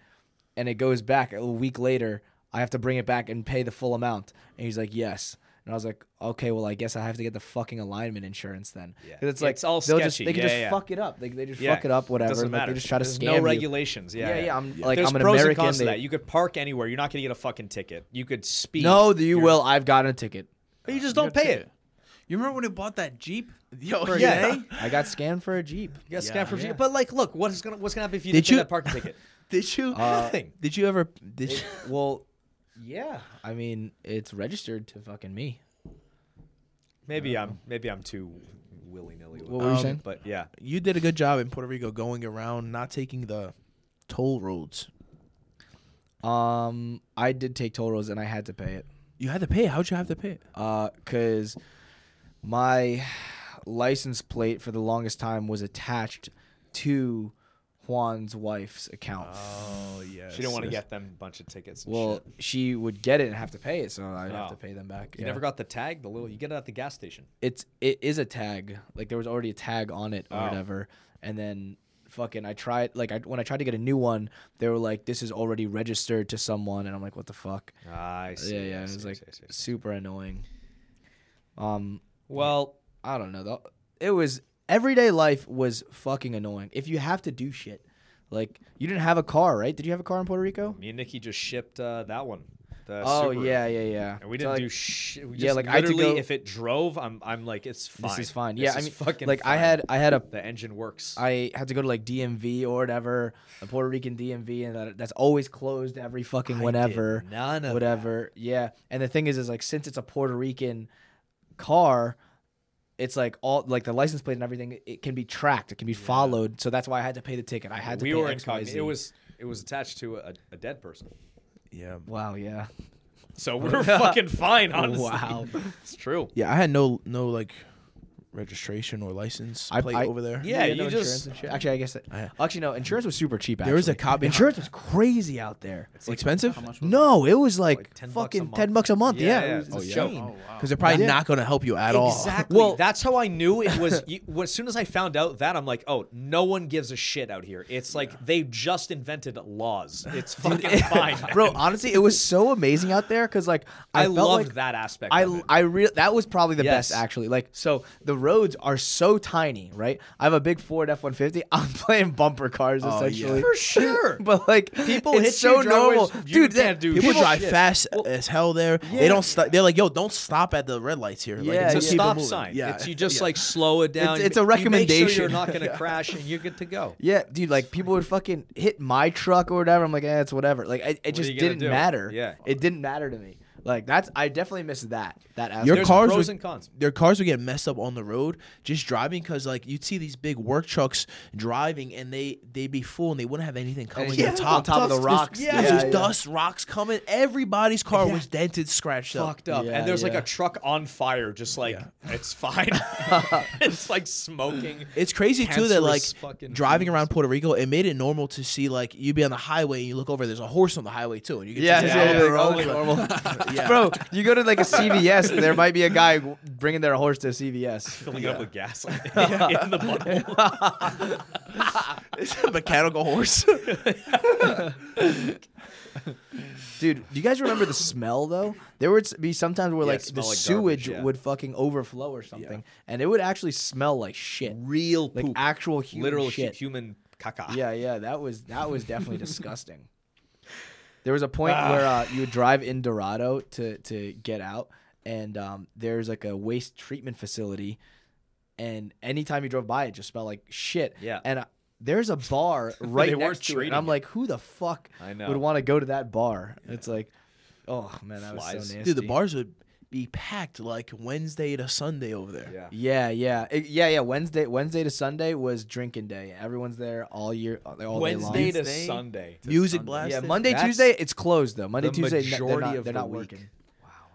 Speaker 4: and it goes back a week later, I have to bring it back and pay the full amount. And he's like, yes. And I was like, okay, well, I guess I have to get the fucking alignment insurance then. 'Cause
Speaker 2: Yeah.
Speaker 4: It's like
Speaker 2: It's all
Speaker 4: they'll just
Speaker 2: sketchy.
Speaker 4: they can
Speaker 2: Yeah,
Speaker 4: just
Speaker 2: yeah.
Speaker 4: fuck it up. They, they just
Speaker 2: Yeah,
Speaker 4: fuck it up, whatever.
Speaker 2: Doesn't
Speaker 4: like,
Speaker 2: matter.
Speaker 4: they just try to
Speaker 2: There's
Speaker 4: scam
Speaker 2: no
Speaker 4: you.
Speaker 2: regulations. Yeah,
Speaker 4: Yeah, yeah, I'm- like,
Speaker 2: There's
Speaker 4: I'm an
Speaker 2: pros and
Speaker 4: American,
Speaker 2: cons to
Speaker 4: they-
Speaker 2: that. You could park anywhere. You're not gonna get a fucking ticket. You could speed.
Speaker 4: No, you
Speaker 2: You're-
Speaker 4: will. I've gotten a ticket.
Speaker 2: You just don't pay it.
Speaker 5: You remember when I bought that Jeep? Yo,
Speaker 2: Yeah.
Speaker 4: I got scammed for a jeep.
Speaker 2: You got scammed for G- But like, look, what's gonna what's gonna happen if you
Speaker 3: Did
Speaker 2: didn't pay
Speaker 3: you-
Speaker 2: that parking ticket?
Speaker 3: Did you?
Speaker 2: Nothing.
Speaker 3: Did you ever? Did you,
Speaker 4: Well, yeah. I mean, it's registered to fucking me.
Speaker 2: Maybe I'm maybe I'm too willy nilly.
Speaker 4: What were you saying?
Speaker 2: But yeah,
Speaker 3: you did a good job in Puerto Rico going around, not taking the toll roads.
Speaker 4: Um, I did take toll roads and I had to pay it.
Speaker 3: You had to pay. it. How'd you have to pay? it?
Speaker 2: Oh,
Speaker 4: Uh, cause my license plate for the longest time was attached to Juan's wife's account.
Speaker 3: Oh yeah.
Speaker 2: she didn't want to get them a bunch of tickets. And
Speaker 4: well,
Speaker 2: shit.
Speaker 4: she would get it and have to pay it, so I'd
Speaker 2: Oh.
Speaker 4: have to pay them back.
Speaker 2: you never got the tag. The little you get it at the gas station.
Speaker 4: it's it is a tag. Like there was already a tag on it or
Speaker 2: Oh.
Speaker 4: whatever, and then fucking I tried like I when I tried to get a new one, they were like, "This is already registered to someone," and I'm like, "What the fuck?"
Speaker 2: Oh, I see.
Speaker 4: yeah, yeah,
Speaker 2: I
Speaker 4: it was
Speaker 2: see, I
Speaker 4: like
Speaker 2: see, I see.
Speaker 4: super annoying. Um,
Speaker 2: well,
Speaker 4: I don't know. though. It was everyday life was fucking annoying. If you have to do shit, like you didn't have a car, right? Did you have a car in Puerto Rico?
Speaker 2: me and Nikki just shipped uh, that one. The
Speaker 4: Oh
Speaker 2: Subaru.
Speaker 4: yeah, yeah, yeah.
Speaker 2: And we
Speaker 4: So,
Speaker 2: didn't
Speaker 4: like,
Speaker 2: do shit.
Speaker 4: yeah,
Speaker 2: Yeah, like
Speaker 4: like, I had to
Speaker 2: literally,
Speaker 4: go-
Speaker 2: if it drove, I'm I'm like it's fine.
Speaker 4: This is fine.
Speaker 2: This
Speaker 4: yeah, I
Speaker 2: is
Speaker 4: mean,
Speaker 2: fucking
Speaker 4: like I
Speaker 2: fine.
Speaker 4: had I had a
Speaker 2: the engine works.
Speaker 4: I had to go to like DMV or whatever, a Puerto Rican DMV, and that, that's always closed every fucking whenever,
Speaker 2: none of
Speaker 4: whatever. Yeah, and the thing is, is like since it's a Puerto Rican car, it's like all like the license plate and everything. It can be tracked. It can be followed. So that's why I had to pay the ticket. I had to.
Speaker 2: we
Speaker 4: pay
Speaker 2: were
Speaker 4: X, Y,
Speaker 2: incognito.
Speaker 4: Z.
Speaker 2: It was it was attached to a, a dead person,
Speaker 3: Yeah.
Speaker 4: wow. Yeah.
Speaker 2: so we're fucking fine. Honestly,
Speaker 4: Wow.
Speaker 2: it's true.
Speaker 3: Yeah, I had no no like registration or license
Speaker 4: I-
Speaker 3: plate
Speaker 4: I-
Speaker 3: over there.
Speaker 2: Yeah,
Speaker 4: had
Speaker 2: you
Speaker 4: no
Speaker 2: just-
Speaker 4: insurance and shit? actually. I guess.
Speaker 3: I-
Speaker 4: actually, no. Insurance was super cheap. Actually.
Speaker 3: There was a cop-
Speaker 4: Insurance was crazy out there.
Speaker 3: It's expensive.
Speaker 4: No, it was like,
Speaker 2: 10 bucks a
Speaker 4: fucking
Speaker 2: month.
Speaker 4: ten bucks a month. Yeah,
Speaker 2: Yeah, Oh, yeah,
Speaker 4: it was
Speaker 2: it's a
Speaker 4: insane.
Speaker 2: joke.
Speaker 3: Because they're probably
Speaker 4: Yeah.
Speaker 3: not going to help you at all.
Speaker 2: Exactly. Well, that's how I knew it was. You, well, as soon as I found out that, I'm like, oh, no one gives a shit out here. It's like they just invented laws. It's fucking fine,
Speaker 4: bro. Honestly, it was so amazing out there because like I,
Speaker 2: I
Speaker 4: felt
Speaker 2: loved
Speaker 4: like
Speaker 2: that aspect.
Speaker 4: I
Speaker 2: of it.
Speaker 4: I real that was probably the
Speaker 2: Yes.
Speaker 4: best actually. Like so, the roads are so tiny, right? I have a big Ford F one fifty. I'm playing bumper
Speaker 2: Oh,
Speaker 4: cars essentially. For sure. but like people it's
Speaker 2: hit
Speaker 4: so
Speaker 2: you, driveways-
Speaker 4: normal.
Speaker 2: you
Speaker 4: Dude,
Speaker 2: can't
Speaker 4: that-
Speaker 2: do
Speaker 3: People
Speaker 2: People-
Speaker 3: drive
Speaker 2: shit.
Speaker 3: fast as hell there. They don't stop. They're like, yo, don't stop at the red lights here. Like,
Speaker 4: Yeah,
Speaker 3: it's
Speaker 4: yeah.
Speaker 3: a
Speaker 2: It's a
Speaker 4: keep it
Speaker 2: stop
Speaker 3: moving.
Speaker 2: sign.
Speaker 3: Yeah.
Speaker 2: It's, you just like slow it down.
Speaker 4: It's-
Speaker 2: You-
Speaker 4: it's a
Speaker 2: you make sure
Speaker 4: recommendation.
Speaker 2: you're not going to crash and you're good to go.
Speaker 4: Yeah, dude, like people would fucking hit my truck or whatever. I'm like, eh, it's whatever. Like it, it
Speaker 2: are
Speaker 4: just
Speaker 2: you gonna
Speaker 4: didn't
Speaker 2: do?
Speaker 4: matter.
Speaker 2: Yeah.
Speaker 4: It didn't matter to me. Like that's I definitely miss that. That aspect.
Speaker 3: Your
Speaker 2: There's
Speaker 3: cars
Speaker 2: pros
Speaker 3: would-
Speaker 2: and cons.
Speaker 3: Their cars would get messed up on the road just driving because like you'd see these big work trucks driving and they they would be full and they wouldn't have anything coming
Speaker 4: yeah,
Speaker 3: on top.
Speaker 4: on top of the
Speaker 3: Dust-
Speaker 4: rocks.
Speaker 3: Yeah,
Speaker 4: Yeah,
Speaker 3: just
Speaker 4: yeah.
Speaker 3: dust, rocks coming. Everybody's car was dented, scratched up.
Speaker 2: Fucked up.
Speaker 4: Yeah,
Speaker 2: and there's like
Speaker 4: yeah.
Speaker 2: a truck on fire, just like, it's fine. it's like smoking.
Speaker 3: It's crazy too that like
Speaker 2: cancerous fucking
Speaker 3: driving
Speaker 2: foods.
Speaker 3: around Puerto Rico, it made it normal to see like you'd be on the highway and you look over, there's a horse on the highway too, and you can
Speaker 4: Yeah,
Speaker 3: just
Speaker 4: yeah,
Speaker 3: yeah,
Speaker 4: yeah, like, Bro, you go to like a CVS, there might be a guy w- bringing their horse to CVS.
Speaker 2: filling up with gas like, in the bottom.
Speaker 3: it's a mechanical horse.
Speaker 4: Dude, do you guys remember the smell though? There would s- be sometimes where
Speaker 2: Yeah,
Speaker 4: like
Speaker 2: it
Speaker 4: the
Speaker 2: smelled like
Speaker 4: sewage
Speaker 2: garbage, yeah.
Speaker 4: would fucking overflow or something, and it would actually smell like shit,
Speaker 2: Real
Speaker 4: like
Speaker 2: poop.
Speaker 4: actual human
Speaker 2: Literal hu-
Speaker 4: shit.
Speaker 2: human caca.
Speaker 4: Yeah, yeah, that was that was definitely disgusting. There was a point
Speaker 2: Ah.
Speaker 4: where uh, you would drive in Dorado to to get out, and um, there's like a waste treatment facility, and anytime you drove by, it just smelled like shit.
Speaker 2: Yeah.
Speaker 4: and uh, there's a bar right
Speaker 2: weren't
Speaker 4: next to it, and
Speaker 2: treating
Speaker 4: I'm
Speaker 2: it.
Speaker 4: like, who the fuck
Speaker 2: I know.
Speaker 4: would want to go to that bar? It's like, oh man, that was
Speaker 2: Flies.
Speaker 4: so
Speaker 2: Dude,
Speaker 4: nasty.
Speaker 3: Dude, the bars would be packed like Wednesday to Sunday over there.
Speaker 2: Yeah.
Speaker 4: Yeah, yeah, It- yeah, yeah. Wednesday, Wednesday to Sunday was drinking day. Everyone's there all year, all day long.
Speaker 2: Wednesday to Sunday.
Speaker 3: Music
Speaker 4: Yeah,
Speaker 3: blasting.
Speaker 4: Monday,
Speaker 2: That's
Speaker 4: Tuesday, it's closed though. Monday,
Speaker 2: the
Speaker 4: Tuesday, n- they're
Speaker 2: majority
Speaker 4: not,
Speaker 2: of
Speaker 4: they're
Speaker 2: the
Speaker 4: not
Speaker 2: week.
Speaker 4: working.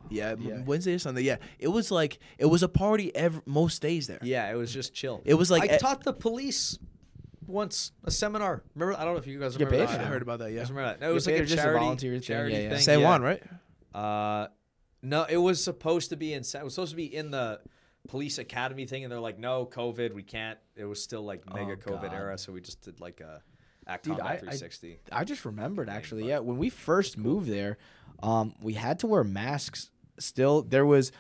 Speaker 3: Yeah, m-
Speaker 4: Yeah.
Speaker 3: Wednesday to Sunday. Yeah, it was like it was a party ev most days there.
Speaker 2: Yeah, it was just chill.
Speaker 3: It was like-
Speaker 2: I taught the police once a seminar. Remember? I don't know if you guys
Speaker 4: You get
Speaker 2: remember.
Speaker 4: paid
Speaker 2: that.
Speaker 4: for
Speaker 3: I
Speaker 4: that.
Speaker 3: heard about that.
Speaker 2: I
Speaker 3: Yeah,
Speaker 2: just remember that. No,
Speaker 4: You
Speaker 2: it was
Speaker 4: get
Speaker 2: like
Speaker 4: paid
Speaker 2: a
Speaker 4: or just a
Speaker 2: charity,
Speaker 4: volunteer thing?
Speaker 2: charity
Speaker 4: Yeah, yeah.
Speaker 2: thing.
Speaker 3: San
Speaker 2: yeah.
Speaker 3: Juan, right?
Speaker 2: Uh, no, it was supposed to be in. It was supposed to be in the police academy thing, and they're like, "No, COVID, we can't." It was still like mega COVID era, so we just did like a Act
Speaker 4: Oh, Dude, I- I-
Speaker 2: Combat 360.
Speaker 4: I just remembered actually. Yeah, when we first moved there, um, we had to wear masks. Still, there was,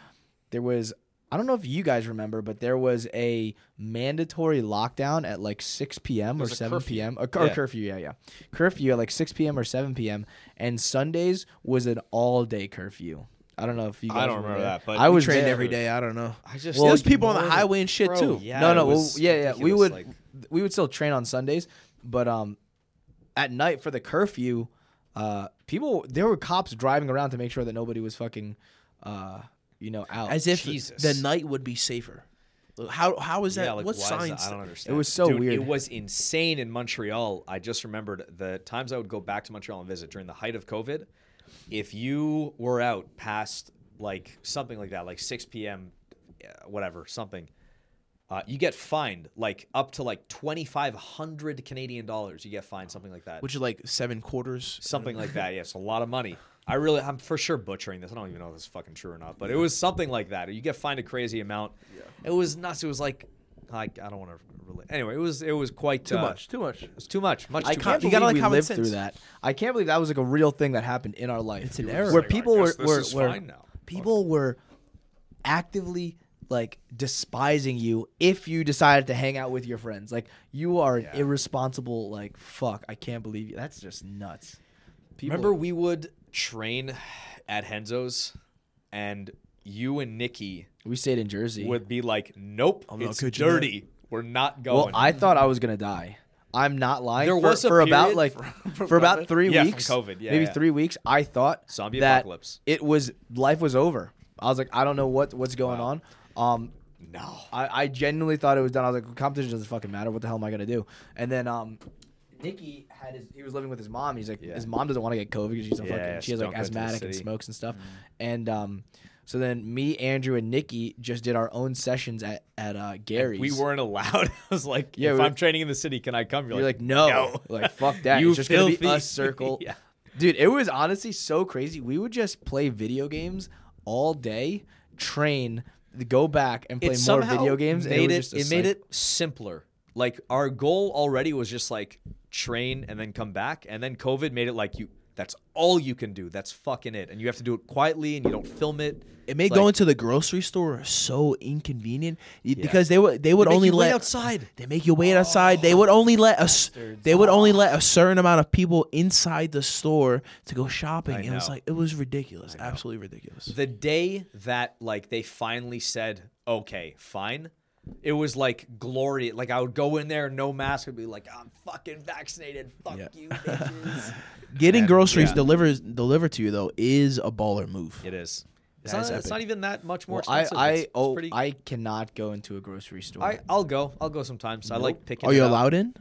Speaker 4: there was. I don't know if you guys remember, but there was a mandatory lockdown at like 6 p.m. or 7 p.m. A, or
Speaker 2: Yeah.
Speaker 4: curfew, yeah, yeah, curfew at like 6 p.m. or 7 p.m. And Sundays was an all-day curfew. I don't know if you. Guys
Speaker 2: don't
Speaker 4: were
Speaker 2: remember
Speaker 4: there.
Speaker 2: that, but
Speaker 4: I
Speaker 2: we
Speaker 4: was
Speaker 3: Trained
Speaker 4: there.
Speaker 3: every day. I don't know.
Speaker 2: I just
Speaker 3: Well, There's people on the highway and shit, too.
Speaker 2: Yeah,
Speaker 4: no,
Speaker 2: it
Speaker 4: no, well,
Speaker 2: was
Speaker 4: yeah, yeah. We
Speaker 2: ridiculous,
Speaker 4: would
Speaker 2: like-
Speaker 4: we would still train on Sundays, but um, at night for the curfew, uh, people there were cops driving around to make sure that nobody was fucking, uh, you know, out.
Speaker 3: As if
Speaker 2: Jesus.
Speaker 3: the night would be safer. How how is that?
Speaker 2: Yeah, like
Speaker 3: what
Speaker 2: why is that?
Speaker 3: science?
Speaker 2: I don't understand.
Speaker 4: was so
Speaker 2: Dude,
Speaker 4: weird.
Speaker 2: It was insane in Montreal. I just remembered the times I would go back to Montreal and visit during the height of COVID. If you were out past like something like that, like 6 p.m., uh, whatever, something, uh, you get fined like up to like 2,500 Canadian dollars. You get fined something like that.
Speaker 3: Which is like seven quarters.
Speaker 2: something like that. Yeah, it's a lot of money. I really, I'm for sure butchering this. I don't even know if this is fucking true or not, but it was something like that. You get fined a crazy amount. It was nuts. It was like, I, I don't want to really. Anyway, it was it was quite too
Speaker 3: much, too much.
Speaker 2: It was too much. Much
Speaker 4: I
Speaker 2: too
Speaker 4: can't
Speaker 2: much.
Speaker 4: believe
Speaker 3: gotta, like,
Speaker 4: we
Speaker 3: common
Speaker 4: lived
Speaker 3: sense.
Speaker 4: through that. I can't believe that was like a real thing that happened in our life. It's
Speaker 3: an error.
Speaker 4: where
Speaker 3: Like,
Speaker 4: people
Speaker 1: I
Speaker 4: were
Speaker 1: guess this
Speaker 4: were,
Speaker 1: is
Speaker 4: were
Speaker 1: fine now.
Speaker 4: people were actively like despising you if you decided to hang out with your friends. Like you are an irresponsible like fuck. I can't believe you. That's just nuts. People,
Speaker 2: Remember, we would train at Henzo's, and you and Nikki
Speaker 4: we stayed in Jersey.
Speaker 2: would be like, "Nope,
Speaker 3: not
Speaker 2: it's
Speaker 3: good to
Speaker 2: dirty. We're not going."
Speaker 4: well, I thought I was gonna die. I'm not lying.
Speaker 2: There
Speaker 4: for,
Speaker 2: was a
Speaker 4: for about
Speaker 2: period
Speaker 4: like for about three
Speaker 2: Yeah, from
Speaker 4: weeks,
Speaker 2: COVID. Yeah,
Speaker 4: maybe
Speaker 2: yeah.
Speaker 4: three weeks. I thought
Speaker 2: Zombie
Speaker 4: that
Speaker 2: apocalypse.
Speaker 4: It was life was over. I was like, I don't know what what's going on. Um,
Speaker 2: no.
Speaker 4: I, I genuinely thought it was done. I was like, competition doesn't fucking matter. What the hell am I gonna do? And then um, Nikki had his. He was living with his mom. He's like, his mom doesn't want to get COVID because she's a fucking.
Speaker 2: Yes,
Speaker 4: She has like
Speaker 2: don't go to the
Speaker 4: asthmatic
Speaker 2: city.
Speaker 4: and
Speaker 2: Mm-hmm.
Speaker 4: smokes and stuff. And um, so then me, Andrew, and Nikki just did our own sessions at at uh, Gary's.
Speaker 2: We weren't allowed. I was like,
Speaker 4: Yeah,
Speaker 2: if
Speaker 4: we-
Speaker 2: I'm training in the city, can I come?
Speaker 4: You're like, no. Like, fuck that.
Speaker 2: You
Speaker 4: it's just going to be
Speaker 2: filthy-
Speaker 4: us circle.
Speaker 2: Yeah.
Speaker 4: Dude, it was honestly so crazy. We would just play video games all day, train, go back and play more
Speaker 2: somehow
Speaker 4: video games. and
Speaker 2: Made
Speaker 4: was
Speaker 2: it.
Speaker 4: just a
Speaker 2: it made
Speaker 4: cycle.
Speaker 2: it simpler. Like our goal already was just like train and then come back, and then COVID made it like you That's all you can do. That's fucking it. And you have to do it quietly, and you don't film it.
Speaker 3: It made
Speaker 2: Like,
Speaker 3: going to the grocery store so inconvenient y- because they would they would
Speaker 2: They make
Speaker 3: only
Speaker 2: you wait
Speaker 3: let
Speaker 2: outside.
Speaker 3: They make you wait outside. They would only let us. They would only let a certain amount of people inside the store to go shopping.
Speaker 2: I
Speaker 3: It was
Speaker 2: know.
Speaker 3: like it was ridiculous, absolutely ridiculous.
Speaker 2: the day that like they finally said okay fine it was like glory like i would go in there no mask and be like i'm fucking vaccinated fuck you bitches
Speaker 3: Getting
Speaker 2: And-
Speaker 3: groceries
Speaker 2: yeah.
Speaker 3: delivered delivered to you though is a baller move.
Speaker 2: it is it's
Speaker 3: That
Speaker 2: not,
Speaker 3: is
Speaker 2: it's
Speaker 3: epic.
Speaker 2: not even that much more
Speaker 4: Well, I,
Speaker 2: expensive.
Speaker 4: I,
Speaker 2: It's- it's
Speaker 4: oh,
Speaker 2: pretty-
Speaker 4: I cannot go into a grocery store.
Speaker 2: I, I'll go. I'll go sometimes. I like picking.
Speaker 3: Are
Speaker 2: it
Speaker 3: you
Speaker 2: up.
Speaker 3: allowed in?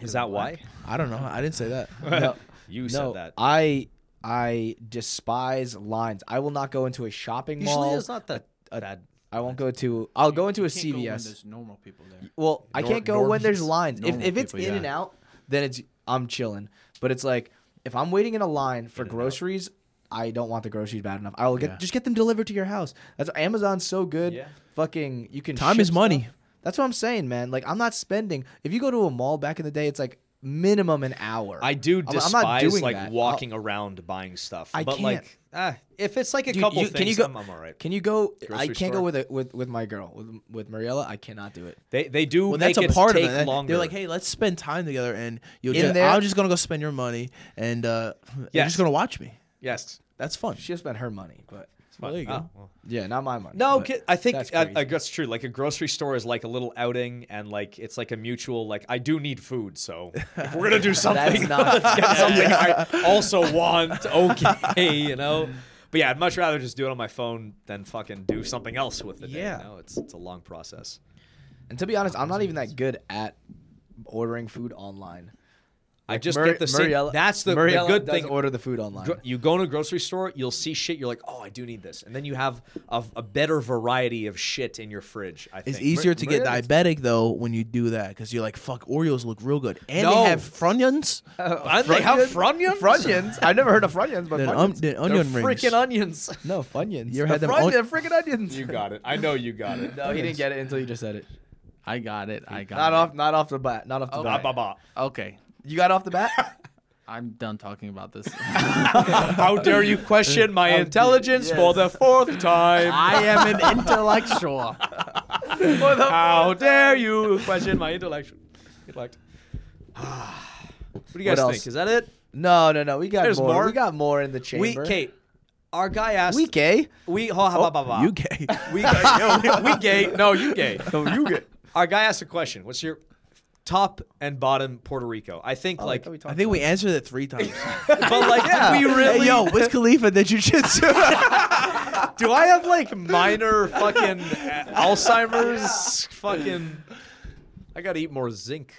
Speaker 2: Is that why?
Speaker 3: I don't know. I didn't say that.
Speaker 4: no,
Speaker 2: You
Speaker 4: no,
Speaker 2: said that.
Speaker 4: I, I despise lines. I will not go into a shopping
Speaker 2: Usually,
Speaker 4: mall.
Speaker 2: it's not that bad.
Speaker 4: I won't go to. I'll go into a
Speaker 5: You can't go when
Speaker 4: CVS.
Speaker 5: there's normal people there.
Speaker 4: well, I can't go when there's lines. If,
Speaker 5: normal
Speaker 4: if it's
Speaker 5: people,
Speaker 4: in
Speaker 5: yeah.
Speaker 4: and out, then it's I'm chilling. But it's like if I'm waiting in a line for groceries, I don't want the groceries bad enough. I will get just get them delivered to your house. That's Amazon's so good.
Speaker 2: Yeah.
Speaker 4: Fucking, you can
Speaker 3: Time
Speaker 4: ship
Speaker 3: is money.
Speaker 4: stuff. That's what I'm saying, man. Like I'm not spending. If you go to a mall back in the day, it's like minimum an hour.
Speaker 2: I do
Speaker 4: I'm- I'm
Speaker 2: despise
Speaker 4: not doing
Speaker 2: like
Speaker 4: that. I'll-
Speaker 2: walking around buying stuff.
Speaker 4: I
Speaker 2: but
Speaker 4: can't.
Speaker 2: like, ah, if it's like a
Speaker 4: Dude,
Speaker 2: couple
Speaker 4: you-
Speaker 2: things,
Speaker 4: can you go?
Speaker 2: I'm, I'm all right.
Speaker 4: Can you go? I
Speaker 2: Grocery
Speaker 4: can't
Speaker 2: store?
Speaker 4: go with it with with my girl with with Mariella. I cannot do it.
Speaker 2: They they do.
Speaker 3: Well, that's
Speaker 2: make
Speaker 3: a
Speaker 2: it
Speaker 3: part of
Speaker 2: take
Speaker 3: it. They-
Speaker 2: Longer.
Speaker 3: They're like, hey, let's spend time together, and you'll
Speaker 4: In
Speaker 3: just,
Speaker 4: there-
Speaker 3: I'm just gonna go spend your money, and uh, you're
Speaker 2: Yes.
Speaker 3: just gonna watch me.
Speaker 2: yes.
Speaker 3: That's fun.
Speaker 4: She'll spend her money, but
Speaker 3: Well, there you go.
Speaker 2: Oh, well.
Speaker 4: yeah, not my money.
Speaker 2: No,
Speaker 4: but
Speaker 2: ki- I think
Speaker 4: that's
Speaker 2: that's, I,
Speaker 4: crazy.
Speaker 2: that's true. Like a grocery store is like a little outing, and like it's like a mutual. Like I do need food, so if we're gonna do something,
Speaker 4: not-
Speaker 2: let's get something I also want. Okay, you know. But yeah, I'd much rather just do it on my phone than fucking do something else with it. Yeah, you know? it's it's a long process.
Speaker 4: And to be honest, I'm not even that good at ordering food online.
Speaker 2: I just
Speaker 4: Mur-
Speaker 2: get the same.
Speaker 4: Mariella-
Speaker 2: that's the, the
Speaker 4: Mariella
Speaker 2: good
Speaker 4: does
Speaker 2: thing.
Speaker 4: Order the food online.
Speaker 2: Gro- You go in a grocery store, you'll see shit. You're like, oh, I do need this, and then you have a, a better variety of shit in your fridge. I
Speaker 3: It's
Speaker 2: think.
Speaker 3: easier to get
Speaker 2: Mariella-
Speaker 3: diabetic though when you do that because you're like, fuck, Oreos look real good, and
Speaker 2: No.
Speaker 3: they have Funyuns,
Speaker 2: And they have Funyuns.
Speaker 4: Funyuns? I've never heard of Funyuns, but
Speaker 3: then
Speaker 4: Funyuns.
Speaker 3: um, then onion
Speaker 2: They're
Speaker 3: rings.
Speaker 2: freaking onions.
Speaker 4: um, no, Funyuns.
Speaker 3: You ever
Speaker 4: The
Speaker 3: had them
Speaker 4: Fun-
Speaker 3: on-
Speaker 4: they're freaking onions.
Speaker 2: You got it. I know you got it.
Speaker 4: no, he didn't get it until you just said it.
Speaker 5: I got it. I got
Speaker 4: Not
Speaker 5: it.
Speaker 4: off, not off the bat. Not off the
Speaker 2: Ba,
Speaker 4: bat.
Speaker 2: ba, ba.
Speaker 5: Okay,
Speaker 4: You got off the bat.
Speaker 5: I'm done talking about this.
Speaker 2: How dare you question my intelligence for the fourth time?
Speaker 5: I am an intellectual.
Speaker 2: How dare you question my intellectual? Intellect. what do you guys
Speaker 4: What
Speaker 2: think?
Speaker 4: else?
Speaker 2: Is that it?
Speaker 4: no, no, no. We got
Speaker 2: There's
Speaker 4: more.
Speaker 2: more.
Speaker 4: We got more in the chamber.
Speaker 2: We Kate. Our guy asked.
Speaker 4: We gay.
Speaker 2: We ho ha ba ba ba.
Speaker 3: You gay?
Speaker 2: We gay. No, we, we gay. No, you gay. No, you gay. Our guy asked a question. What's your top and bottom Puerto Rico? I think like,
Speaker 4: thought we
Speaker 3: I think we answered it three times.
Speaker 2: but like, did we really?
Speaker 3: hey, yo, Wiz Khalifa did jujitsu.
Speaker 2: Do I have like minor fucking Alzheimer's? Fucking. I gotta eat more zinc.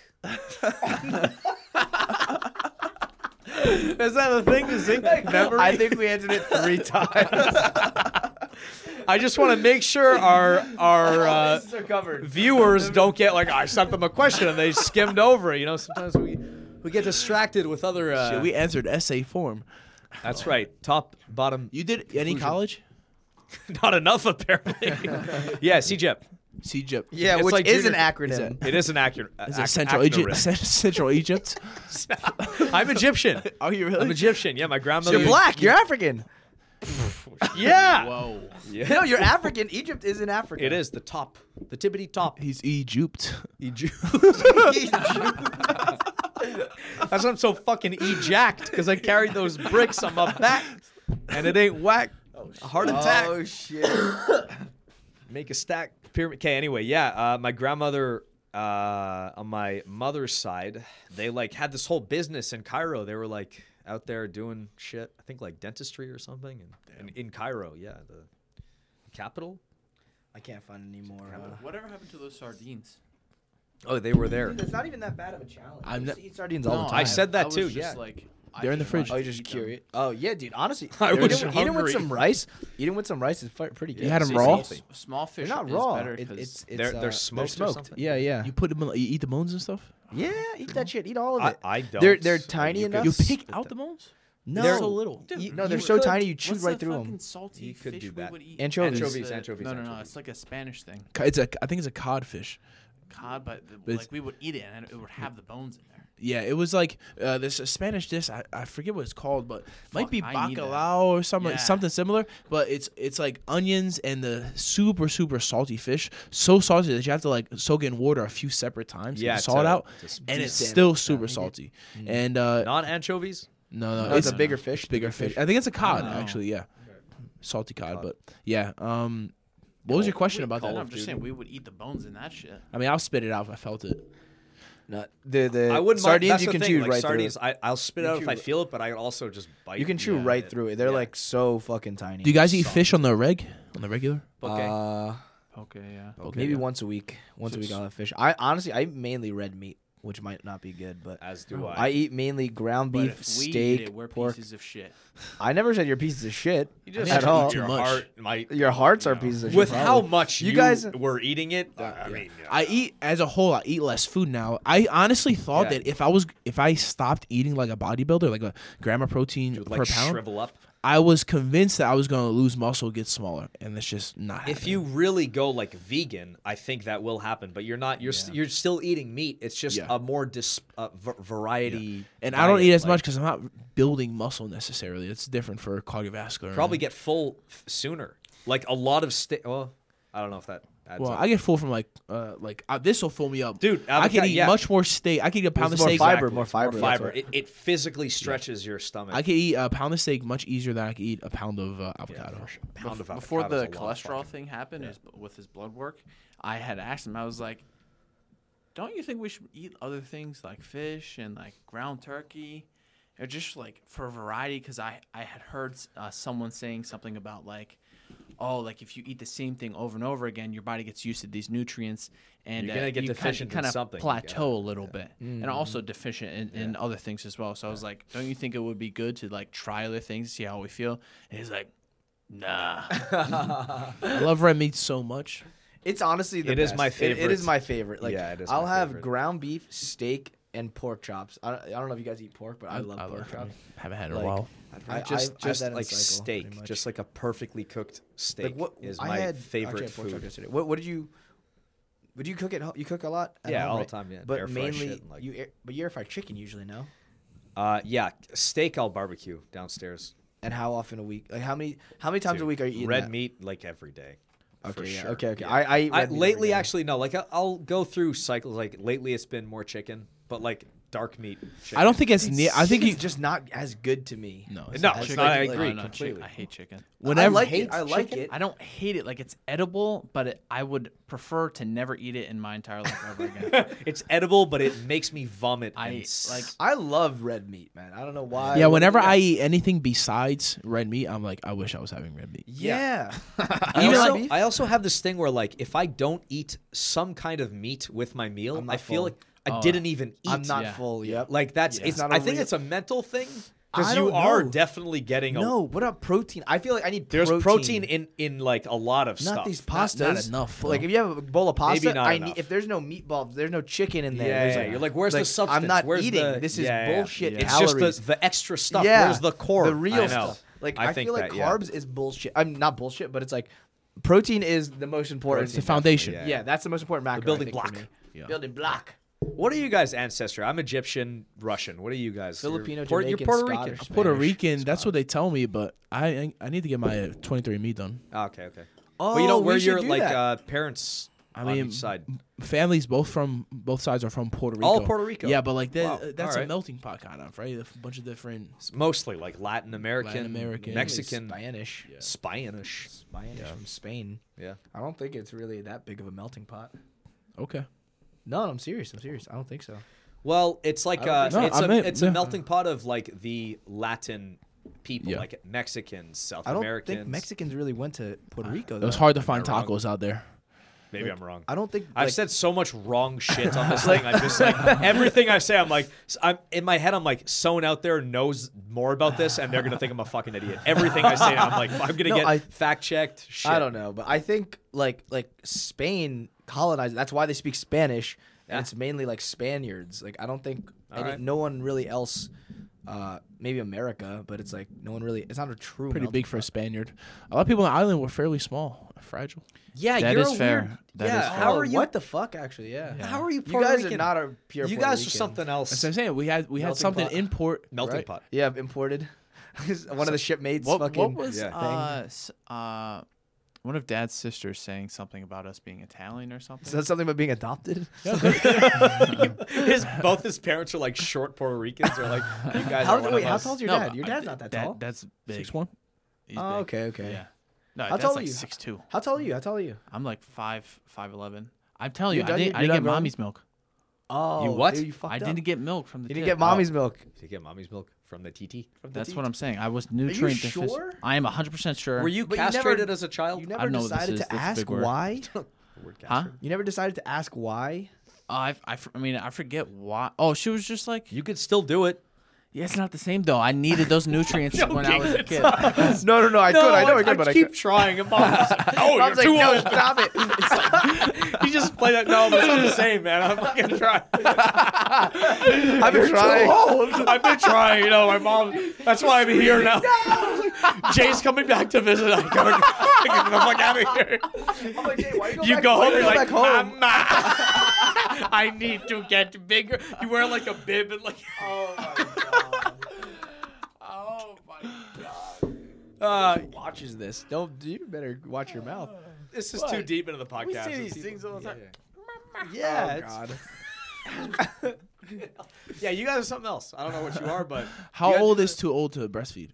Speaker 2: Is that the thing? Is zinc memory?
Speaker 4: I think we answered it three times.
Speaker 2: I just want to make sure our our uh,
Speaker 4: They're covered.
Speaker 2: viewers don't get like I sent them a question and they skimmed over. it. You know, sometimes we we get distracted with other. Uh,
Speaker 3: we answered essay form.
Speaker 2: that's right. Top, bottom.
Speaker 3: You did any college?
Speaker 2: Not enough apparently. yeah, E CJEP.
Speaker 3: Egypt.
Speaker 4: Yeah,
Speaker 2: It's
Speaker 4: which
Speaker 2: like
Speaker 4: is
Speaker 2: junior-
Speaker 4: an acronym.
Speaker 2: It is an accurate. It's
Speaker 3: Is it Central Egypt? Central Egypt?
Speaker 2: I'm Egyptian.
Speaker 3: Are you really?
Speaker 2: I'm Egyptian. Yeah, my grandmother.
Speaker 4: You're black. You're African.
Speaker 2: Yeah.
Speaker 5: Whoa.
Speaker 4: No, you're African. Egypt is in Africa.
Speaker 2: It is the top, the tippity top.
Speaker 3: He's Egypt.
Speaker 2: Egypt. That's why I'm so fucking ejacked because I carried those bricks on my back, and it ain't whack. a heart attack.
Speaker 4: Oh shit.
Speaker 2: Make a stack pyramid. Okay. Anyway, yeah. Uh, my grandmother uh, on my mother's side, they like had this whole business in Cairo. They were like out there doing shit. I think like dentistry or something, and, and in Cairo, yeah, the capital.
Speaker 4: I can't find any more. uh,
Speaker 5: Whatever happened to those sardines?
Speaker 2: Oh, they were there.
Speaker 4: It's not even that bad of a challenge.
Speaker 3: I'm
Speaker 4: You
Speaker 3: not-
Speaker 4: just eat sardines all the time.
Speaker 2: I said that
Speaker 5: was
Speaker 2: too,
Speaker 5: Just
Speaker 2: yeah.
Speaker 5: Like, I
Speaker 3: They're in the
Speaker 5: can't
Speaker 3: fridge.
Speaker 4: Oh,
Speaker 5: watch
Speaker 4: you're
Speaker 5: you
Speaker 4: just
Speaker 5: eat them.
Speaker 4: curious. Oh yeah, dude. Honestly,
Speaker 2: I
Speaker 4: eating,
Speaker 2: was
Speaker 4: eating with
Speaker 2: hungry.
Speaker 4: some rice, eating with some rice is fu- pretty good.
Speaker 3: You had 'em
Speaker 5: See,
Speaker 3: raw?
Speaker 5: s- Small fish.
Speaker 4: They're not
Speaker 5: is
Speaker 4: raw.
Speaker 5: better
Speaker 4: It-
Speaker 5: 'cause
Speaker 4: it's, it's,
Speaker 2: They're-
Speaker 4: uh,
Speaker 2: they're smoked or something?
Speaker 4: Yeah, yeah,
Speaker 3: You put them. In, you eat the bones and stuff.
Speaker 4: yeah. Eat that shit. Eat all of
Speaker 2: I-
Speaker 4: it.
Speaker 2: I don't.
Speaker 4: They're they're
Speaker 2: But
Speaker 4: tiny
Speaker 2: you could-
Speaker 4: enough.
Speaker 3: You pick out the bones.
Speaker 4: no,
Speaker 2: They're
Speaker 4: so
Speaker 2: so
Speaker 4: little.
Speaker 5: Dude,
Speaker 4: no, they're
Speaker 5: you
Speaker 4: so
Speaker 5: could-
Speaker 4: tiny. You chew
Speaker 5: what's
Speaker 4: right
Speaker 5: that
Speaker 4: through
Speaker 5: fucking
Speaker 4: them.
Speaker 5: Salty
Speaker 2: You could
Speaker 5: fish
Speaker 2: do
Speaker 5: we
Speaker 2: that.
Speaker 5: would eat.
Speaker 4: Anchovies.
Speaker 5: It's
Speaker 2: Anchovies,
Speaker 5: the-
Speaker 2: anchovies,
Speaker 5: No, no, no.
Speaker 2: anchovies.
Speaker 5: It's like a Spanish thing.
Speaker 3: Ca- It's a. I think it's a cod fish.
Speaker 5: cod, but, the-
Speaker 3: it's-
Speaker 5: like we would eat it and it would have the bones in there.
Speaker 3: Yeah, it was like uh, this a Spanish dish. I, I forget what it's called, but might be
Speaker 5: I need that.
Speaker 3: bacalao or something
Speaker 5: Yeah.
Speaker 3: something similar. But it's it's like onions and the super super salty fish, so salty that you have to like soak it in water a few separate times.
Speaker 2: Yeah,
Speaker 3: to salt
Speaker 2: to-
Speaker 3: out,
Speaker 2: to
Speaker 3: and it's
Speaker 2: stand it.
Speaker 3: still super salty. And uh,
Speaker 2: Not anchovies.
Speaker 3: no, no,
Speaker 4: No, it's a bigger fish.
Speaker 3: bigger fish. I think it's a cod actually. Yeah, salty cod, But yeah, um, what was your question about
Speaker 5: No,
Speaker 3: that?
Speaker 5: I'm just saying we would eat the bones in that shit.
Speaker 3: I mean, I'll spit it out if I felt it.
Speaker 4: No, the the
Speaker 2: I wouldn't mind-
Speaker 4: Uh, sardines
Speaker 2: that's
Speaker 4: you
Speaker 2: the
Speaker 4: can
Speaker 2: thing,
Speaker 4: chew
Speaker 2: like,
Speaker 4: right
Speaker 2: sardines, I, I'll spit out if
Speaker 4: chew
Speaker 2: I
Speaker 4: it.
Speaker 2: feel it, but I also just bite.
Speaker 4: through. it. You can chew
Speaker 2: Yeah.
Speaker 4: right through it. They're
Speaker 2: Yeah.
Speaker 4: like so fucking tiny.
Speaker 3: Do you guys eat fish on the reg on the regular?
Speaker 2: Okay.
Speaker 4: Uh,
Speaker 5: Okay, yeah.
Speaker 4: maybe once a week. Once a week I'll have fish. I honestly I eat mainly red meat, which might not be good, but
Speaker 2: As do I.
Speaker 4: I eat mainly ground
Speaker 5: But
Speaker 4: beef,
Speaker 5: if we
Speaker 4: steak,
Speaker 5: eat it, we're
Speaker 4: pork.
Speaker 5: pieces of shit.
Speaker 4: I never said you're pieces of shit
Speaker 2: You just
Speaker 4: at
Speaker 2: eat
Speaker 4: all.
Speaker 2: Your
Speaker 3: much.
Speaker 2: heart might.
Speaker 4: Your hearts are pieces of shit.
Speaker 2: With how
Speaker 4: probably.
Speaker 2: much
Speaker 4: You
Speaker 2: you,
Speaker 4: guys-
Speaker 2: guys were eating it, I mean, yeah.
Speaker 3: I eat as a whole. I eat less food now. I honestly thought
Speaker 2: Yeah.
Speaker 3: that if I was if I stopped eating like a bodybuilder, like a gram of protein
Speaker 2: would,
Speaker 3: per
Speaker 2: like
Speaker 3: pound,
Speaker 2: shrivel up.
Speaker 3: I was convinced that I was going to lose muscle, get smaller, and it's just not.
Speaker 2: If you really go like vegan, I think that will happen. But you're not. You're st- you're still eating meat. It's just
Speaker 3: Yeah.
Speaker 2: a more dis- uh, v- variety.
Speaker 3: and I don't eat
Speaker 2: diet,
Speaker 3: as
Speaker 2: like,
Speaker 3: much because I'm not building muscle necessarily. It's different for cardiovascular.
Speaker 2: Probably
Speaker 4: Mm.
Speaker 3: and-
Speaker 2: get full f- sooner. Like a lot of steak. Well, I don't know if that. Adds
Speaker 3: well.
Speaker 2: up.
Speaker 3: I get full from like uh like uh, this will fill me up,
Speaker 2: Dude,
Speaker 3: I can
Speaker 2: avocado-
Speaker 3: eat
Speaker 2: yeah.
Speaker 3: much more steak. I could eat a pound
Speaker 4: There's
Speaker 3: of
Speaker 4: more
Speaker 3: steak.
Speaker 4: fiber, more fiber, that's
Speaker 2: fiber.
Speaker 4: what-
Speaker 2: It, it physically stretches your stomach.
Speaker 3: I could eat a pound of steak much easier than I could eat a pound of uh, avocado.
Speaker 2: Pound of
Speaker 5: Before
Speaker 2: avocados
Speaker 5: the
Speaker 2: is a lot of
Speaker 5: cholesterol
Speaker 2: fucking-
Speaker 5: thing happened his- with his blood work, I had asked him. I was like, "Don't you think we should eat other things like fish and like ground turkey, or just like for variety?" Because I I had heard uh, someone saying something about like, "Oh, like if you eat the same thing over and over again, your body gets used to these nutrients, and uh,
Speaker 2: You're gonna get
Speaker 5: you
Speaker 2: deficient in
Speaker 5: kind of
Speaker 2: something.
Speaker 5: plateau a little bit,
Speaker 2: Mm-hmm.
Speaker 5: and also deficient in, in other things as well." So I was like, "Don't you think it would be good to like try other things, see how we feel?" And he's like. Nah.
Speaker 3: I love red meat so much.
Speaker 4: It's honestly the
Speaker 2: It is
Speaker 4: best.
Speaker 2: my
Speaker 4: it
Speaker 2: favorite.
Speaker 4: is my favorite. Like
Speaker 2: Yeah, it is
Speaker 4: I'll
Speaker 2: my
Speaker 4: have
Speaker 2: favorite.
Speaker 4: ground beef, steak, and pork chops. I, I don't know if you guys eat pork, but I, love
Speaker 3: I
Speaker 4: pork
Speaker 3: love
Speaker 4: chops.
Speaker 3: haven't had it in
Speaker 4: Like,
Speaker 3: a while.
Speaker 4: I, I-
Speaker 2: just
Speaker 4: I've had
Speaker 2: just
Speaker 4: that in
Speaker 2: like
Speaker 4: cycle, pretty
Speaker 2: steak,
Speaker 4: much.
Speaker 2: just like a perfectly cooked steak
Speaker 4: Like what
Speaker 2: is
Speaker 4: I
Speaker 2: my
Speaker 4: had- actually
Speaker 2: favorite
Speaker 4: had pork chop
Speaker 2: food.
Speaker 4: yesterday. What what did you? Would you cook it? You cook a lot? at
Speaker 2: Yeah,
Speaker 4: home,
Speaker 2: all the
Speaker 4: right?
Speaker 2: time, yeah.
Speaker 4: But
Speaker 2: Air fry
Speaker 4: mainly
Speaker 2: shit and, like-
Speaker 4: you. Air, but you air fry chicken usually, no?
Speaker 2: Uh, yeah, steak I'll barbecue downstairs.
Speaker 4: And how often a week? Like how many? How many times a
Speaker 2: Dude,
Speaker 4: week are you eating
Speaker 2: red
Speaker 4: that?
Speaker 2: meat like every day?
Speaker 4: Okay,
Speaker 2: for
Speaker 4: yeah,
Speaker 2: sure.
Speaker 4: okay, okay.
Speaker 2: Yeah.
Speaker 4: I, I, eat
Speaker 2: I
Speaker 4: red meat every
Speaker 2: lately
Speaker 4: day.
Speaker 2: actually no, like I, I'll go through cycles. Like lately, it's been more chicken, but like dark meat. Chicken.
Speaker 3: I don't think it's near. I think you
Speaker 4: it's just not as good to me.
Speaker 3: no. it's
Speaker 2: No,
Speaker 3: not.
Speaker 2: it's
Speaker 5: Chicken.
Speaker 2: not. I
Speaker 5: No,
Speaker 2: agree
Speaker 5: no, chick-
Speaker 2: completely.
Speaker 5: I hate chicken.
Speaker 4: I
Speaker 3: Whenever
Speaker 4: like it. I like it.
Speaker 5: I don't hate it. Like it's edible, but it, I would prefer to never eat it in my entire life ever again.
Speaker 2: It's edible, but it makes me vomit.
Speaker 5: I
Speaker 2: and
Speaker 5: like.
Speaker 2: s-
Speaker 4: I love red meat, man. I don't know why.
Speaker 3: yeah, whenever I eat anything besides red meat, I'm like, I wish I was having red meat.
Speaker 4: Yeah.
Speaker 2: I
Speaker 4: Even
Speaker 2: also,
Speaker 4: like-
Speaker 2: I also have this thing where like if I don't eat some kind of meat with my meal,
Speaker 4: not
Speaker 2: I feel
Speaker 4: full. Uh,
Speaker 2: like I didn't even eat.
Speaker 4: I'm not
Speaker 5: yeah.
Speaker 4: full. Yep.
Speaker 2: Like that's it's.
Speaker 4: It's not a
Speaker 2: I think
Speaker 4: real-
Speaker 2: it's a mental thing
Speaker 4: I
Speaker 2: because you
Speaker 4: don't
Speaker 2: are
Speaker 4: know.
Speaker 2: definitely getting a.
Speaker 4: no. What about protein? I feel like I need
Speaker 2: There's protein,
Speaker 4: protein.
Speaker 2: in in like a lot of
Speaker 4: not
Speaker 2: stuff.
Speaker 4: these pastas.
Speaker 3: not enough,
Speaker 4: Like
Speaker 3: though.
Speaker 4: if you have a bowl of pasta,
Speaker 2: Maybe not
Speaker 4: I
Speaker 2: enough.
Speaker 4: need. If there's no meatball, if there's no chicken in there.
Speaker 2: yeah,
Speaker 4: there's
Speaker 2: yeah, you're like, where's the substance?
Speaker 4: I'm not
Speaker 2: Where's
Speaker 4: eating.
Speaker 2: the-
Speaker 4: this is
Speaker 2: Yeah, yeah,
Speaker 4: bullshit.
Speaker 2: yeah.
Speaker 4: Calories.
Speaker 2: It's just the, the extra stuff.
Speaker 4: Yeah,
Speaker 2: Where's the core?
Speaker 4: the real
Speaker 2: I know.
Speaker 4: stuff. Like I,
Speaker 2: think
Speaker 4: feel like
Speaker 2: that, yeah.
Speaker 4: carbs is bullshit. I'm not bullshit, but it's like protein is the most important.
Speaker 3: It's the foundation.
Speaker 4: Yeah, that's the most important macro. I
Speaker 2: building
Speaker 4: think, for
Speaker 2: block.
Speaker 4: me. Building block.
Speaker 2: What are you guys ancestry? I'm Egyptian, Russian. What are you guys? You're
Speaker 4: Filipino,
Speaker 2: Puerto-
Speaker 4: Jamaican,
Speaker 2: You're Puerto
Speaker 4: Scottish.
Speaker 2: Rican.
Speaker 3: Puerto
Speaker 4: Spanish,
Speaker 3: Rican, that's what they tell me, but I I need to get my 23andMe done.
Speaker 2: Ah, okay, okay.
Speaker 4: Oh,
Speaker 2: but you don't
Speaker 4: we
Speaker 2: wear
Speaker 4: should
Speaker 2: your
Speaker 4: do
Speaker 2: like
Speaker 4: that.
Speaker 2: uh, parents
Speaker 3: I
Speaker 2: on
Speaker 3: mean,
Speaker 2: each side.
Speaker 3: Families both from both sides are from Puerto Rico.
Speaker 2: All Puerto Rico?
Speaker 3: Yeah, but like that,
Speaker 2: Wow,
Speaker 3: uh, that's
Speaker 2: all
Speaker 3: a
Speaker 2: right.
Speaker 3: melting pot kind of right. A bunch of different.
Speaker 2: It's mostly like Latin American,
Speaker 3: Latin American,
Speaker 2: Mexican,
Speaker 4: Spanish.
Speaker 2: Spanish.
Speaker 4: Spanish from Spain.
Speaker 2: Yeah.
Speaker 4: I don't think it's really that big of a melting pot.
Speaker 3: Okay.
Speaker 4: No, I'm serious. I'm serious. I don't think so.
Speaker 2: Well, it's like uh,
Speaker 3: so. No,
Speaker 2: it's
Speaker 3: I
Speaker 2: a
Speaker 3: meant-
Speaker 2: it's
Speaker 3: yeah.
Speaker 2: a melting pot of like the Latin people,
Speaker 3: Yeah.
Speaker 2: like Mexicans, South
Speaker 4: I don't
Speaker 2: Americans.
Speaker 4: think Mexicans really went to Puerto Rico.
Speaker 3: It was
Speaker 4: though.
Speaker 3: hard to find tacos out there.
Speaker 2: Maybe I'm wrong.
Speaker 4: I don't think.
Speaker 2: I've
Speaker 4: like,
Speaker 2: said so much wrong shit on this thing. I'm just like everything I say. I'm like s- I'm in my head. I'm like someone out there knows more about this, and they're gonna think I'm a fucking idiot. Everything I say, I'm like I'm gonna
Speaker 4: No,
Speaker 2: get
Speaker 4: I-
Speaker 2: fact checked. Shit.
Speaker 4: I don't know, but I think like like Spain colonized. That's why they speak Spanish, and it's mainly like Spaniards. Like I don't think any,
Speaker 2: right.
Speaker 4: no one really else uh, maybe America, but it's like no one really. It's not a true.
Speaker 3: Pretty
Speaker 4: melting
Speaker 3: big for a
Speaker 4: pot.
Speaker 3: Spaniard. A lot of people on the island were fairly small, fragile.
Speaker 2: Yeah,
Speaker 5: That
Speaker 2: you're
Speaker 5: is
Speaker 2: a
Speaker 5: fair.
Speaker 2: Weird,
Speaker 5: That is
Speaker 2: yeah,
Speaker 5: fair.
Speaker 2: how are you?
Speaker 4: What the fuck? Actually, yeah.
Speaker 2: How are you?
Speaker 4: You
Speaker 2: Puerto
Speaker 4: guys
Speaker 2: Rican?
Speaker 4: are not a pure.
Speaker 2: You
Speaker 4: Puerto
Speaker 2: guys are
Speaker 4: Rican.
Speaker 2: something
Speaker 3: That's
Speaker 2: else.
Speaker 3: what I'm saying. We had we had
Speaker 2: Melting
Speaker 3: something
Speaker 2: pot.
Speaker 3: import
Speaker 2: Melting
Speaker 3: right?
Speaker 2: pot.
Speaker 4: Yeah, imported. One of the shipmates.
Speaker 5: What,
Speaker 4: fucking
Speaker 5: what was
Speaker 2: yeah.
Speaker 5: uh, s- uh, one of Dad's sisters saying something about us being Italian or something?
Speaker 4: Is that something about being adopted?
Speaker 2: his both his parents are like short Puerto Ricans. They're like, you guys
Speaker 4: How,
Speaker 2: are one
Speaker 4: wait,
Speaker 2: of
Speaker 4: how
Speaker 2: us.
Speaker 4: tall's your
Speaker 5: No,
Speaker 4: dad?
Speaker 5: but
Speaker 4: Your
Speaker 5: I-
Speaker 4: dad's not that,
Speaker 5: that-
Speaker 4: tall.
Speaker 5: That's big.
Speaker 3: Six one.
Speaker 5: He's
Speaker 4: Oh,
Speaker 5: big.
Speaker 4: okay, okay.
Speaker 5: Yeah. No,
Speaker 4: How
Speaker 5: that's
Speaker 4: tall are
Speaker 5: like
Speaker 4: you?
Speaker 5: six two.
Speaker 4: How tall are you? How tall are you?
Speaker 5: I'm like five five eleven. I'm telling you,
Speaker 4: You're
Speaker 5: I
Speaker 4: done-
Speaker 5: didn't, I
Speaker 4: you're
Speaker 5: didn't get
Speaker 4: done growing?
Speaker 5: mommy's milk.
Speaker 4: Oh,
Speaker 2: what?
Speaker 4: Dude, you fucked
Speaker 5: I
Speaker 4: up.
Speaker 5: didn't get milk from the.
Speaker 4: You didn't
Speaker 5: tip.
Speaker 4: get mommy's milk.
Speaker 2: Did you get mommy's milk from the TT?
Speaker 5: That's what I'm saying. I was nutrient deficient.
Speaker 4: sure?
Speaker 5: I am 100 percent sure.
Speaker 2: Were you
Speaker 4: But you never-
Speaker 2: castrated as a child?
Speaker 4: You
Speaker 5: I
Speaker 4: never
Speaker 5: don't know what this
Speaker 4: decided
Speaker 5: is.
Speaker 4: to
Speaker 5: That's a
Speaker 4: ask
Speaker 5: big word.
Speaker 4: why.
Speaker 2: Word
Speaker 5: Huh?
Speaker 2: castrated.
Speaker 4: You never decided to ask why.
Speaker 5: Uh, I, I, fr- I mean, I forget why. Oh, she was just like,
Speaker 2: You could still do it.
Speaker 5: yeah, it's not the same though. I needed those nutrients when I was a kid.
Speaker 4: No, no, no. I could. I know I could, but I
Speaker 2: keep
Speaker 4: could.
Speaker 2: trying. And mom's like, no,
Speaker 4: Mom's
Speaker 2: you're
Speaker 4: like,
Speaker 2: too
Speaker 4: no,
Speaker 2: old.
Speaker 4: stop it. It's like,
Speaker 2: You just play that. No, but it's not the same, man. I'm fucking trying.
Speaker 4: I've been trying.
Speaker 2: I've been trying. You know, my mom. That's why I'm here now. Jay's coming back to visit. I go, get the fuck out of here.
Speaker 4: I'm like, Jay, why you go
Speaker 2: You
Speaker 4: back-
Speaker 2: go
Speaker 4: why
Speaker 2: home,
Speaker 4: you
Speaker 2: you're like,
Speaker 4: back
Speaker 2: Mama,
Speaker 4: home?
Speaker 2: I need to get bigger. You wear like a bib and like. Oh my god.
Speaker 4: Uh, watches this. Don't you better watch your mouth.
Speaker 2: This is too deep into the podcast.
Speaker 4: We
Speaker 2: It's
Speaker 4: see these
Speaker 2: too-
Speaker 4: things all the time. Oh,
Speaker 2: Yeah,
Speaker 4: Yeah.
Speaker 2: it's- yeah, you guys are something else. I don't know what you are, but
Speaker 3: How old is too old to breastfeed?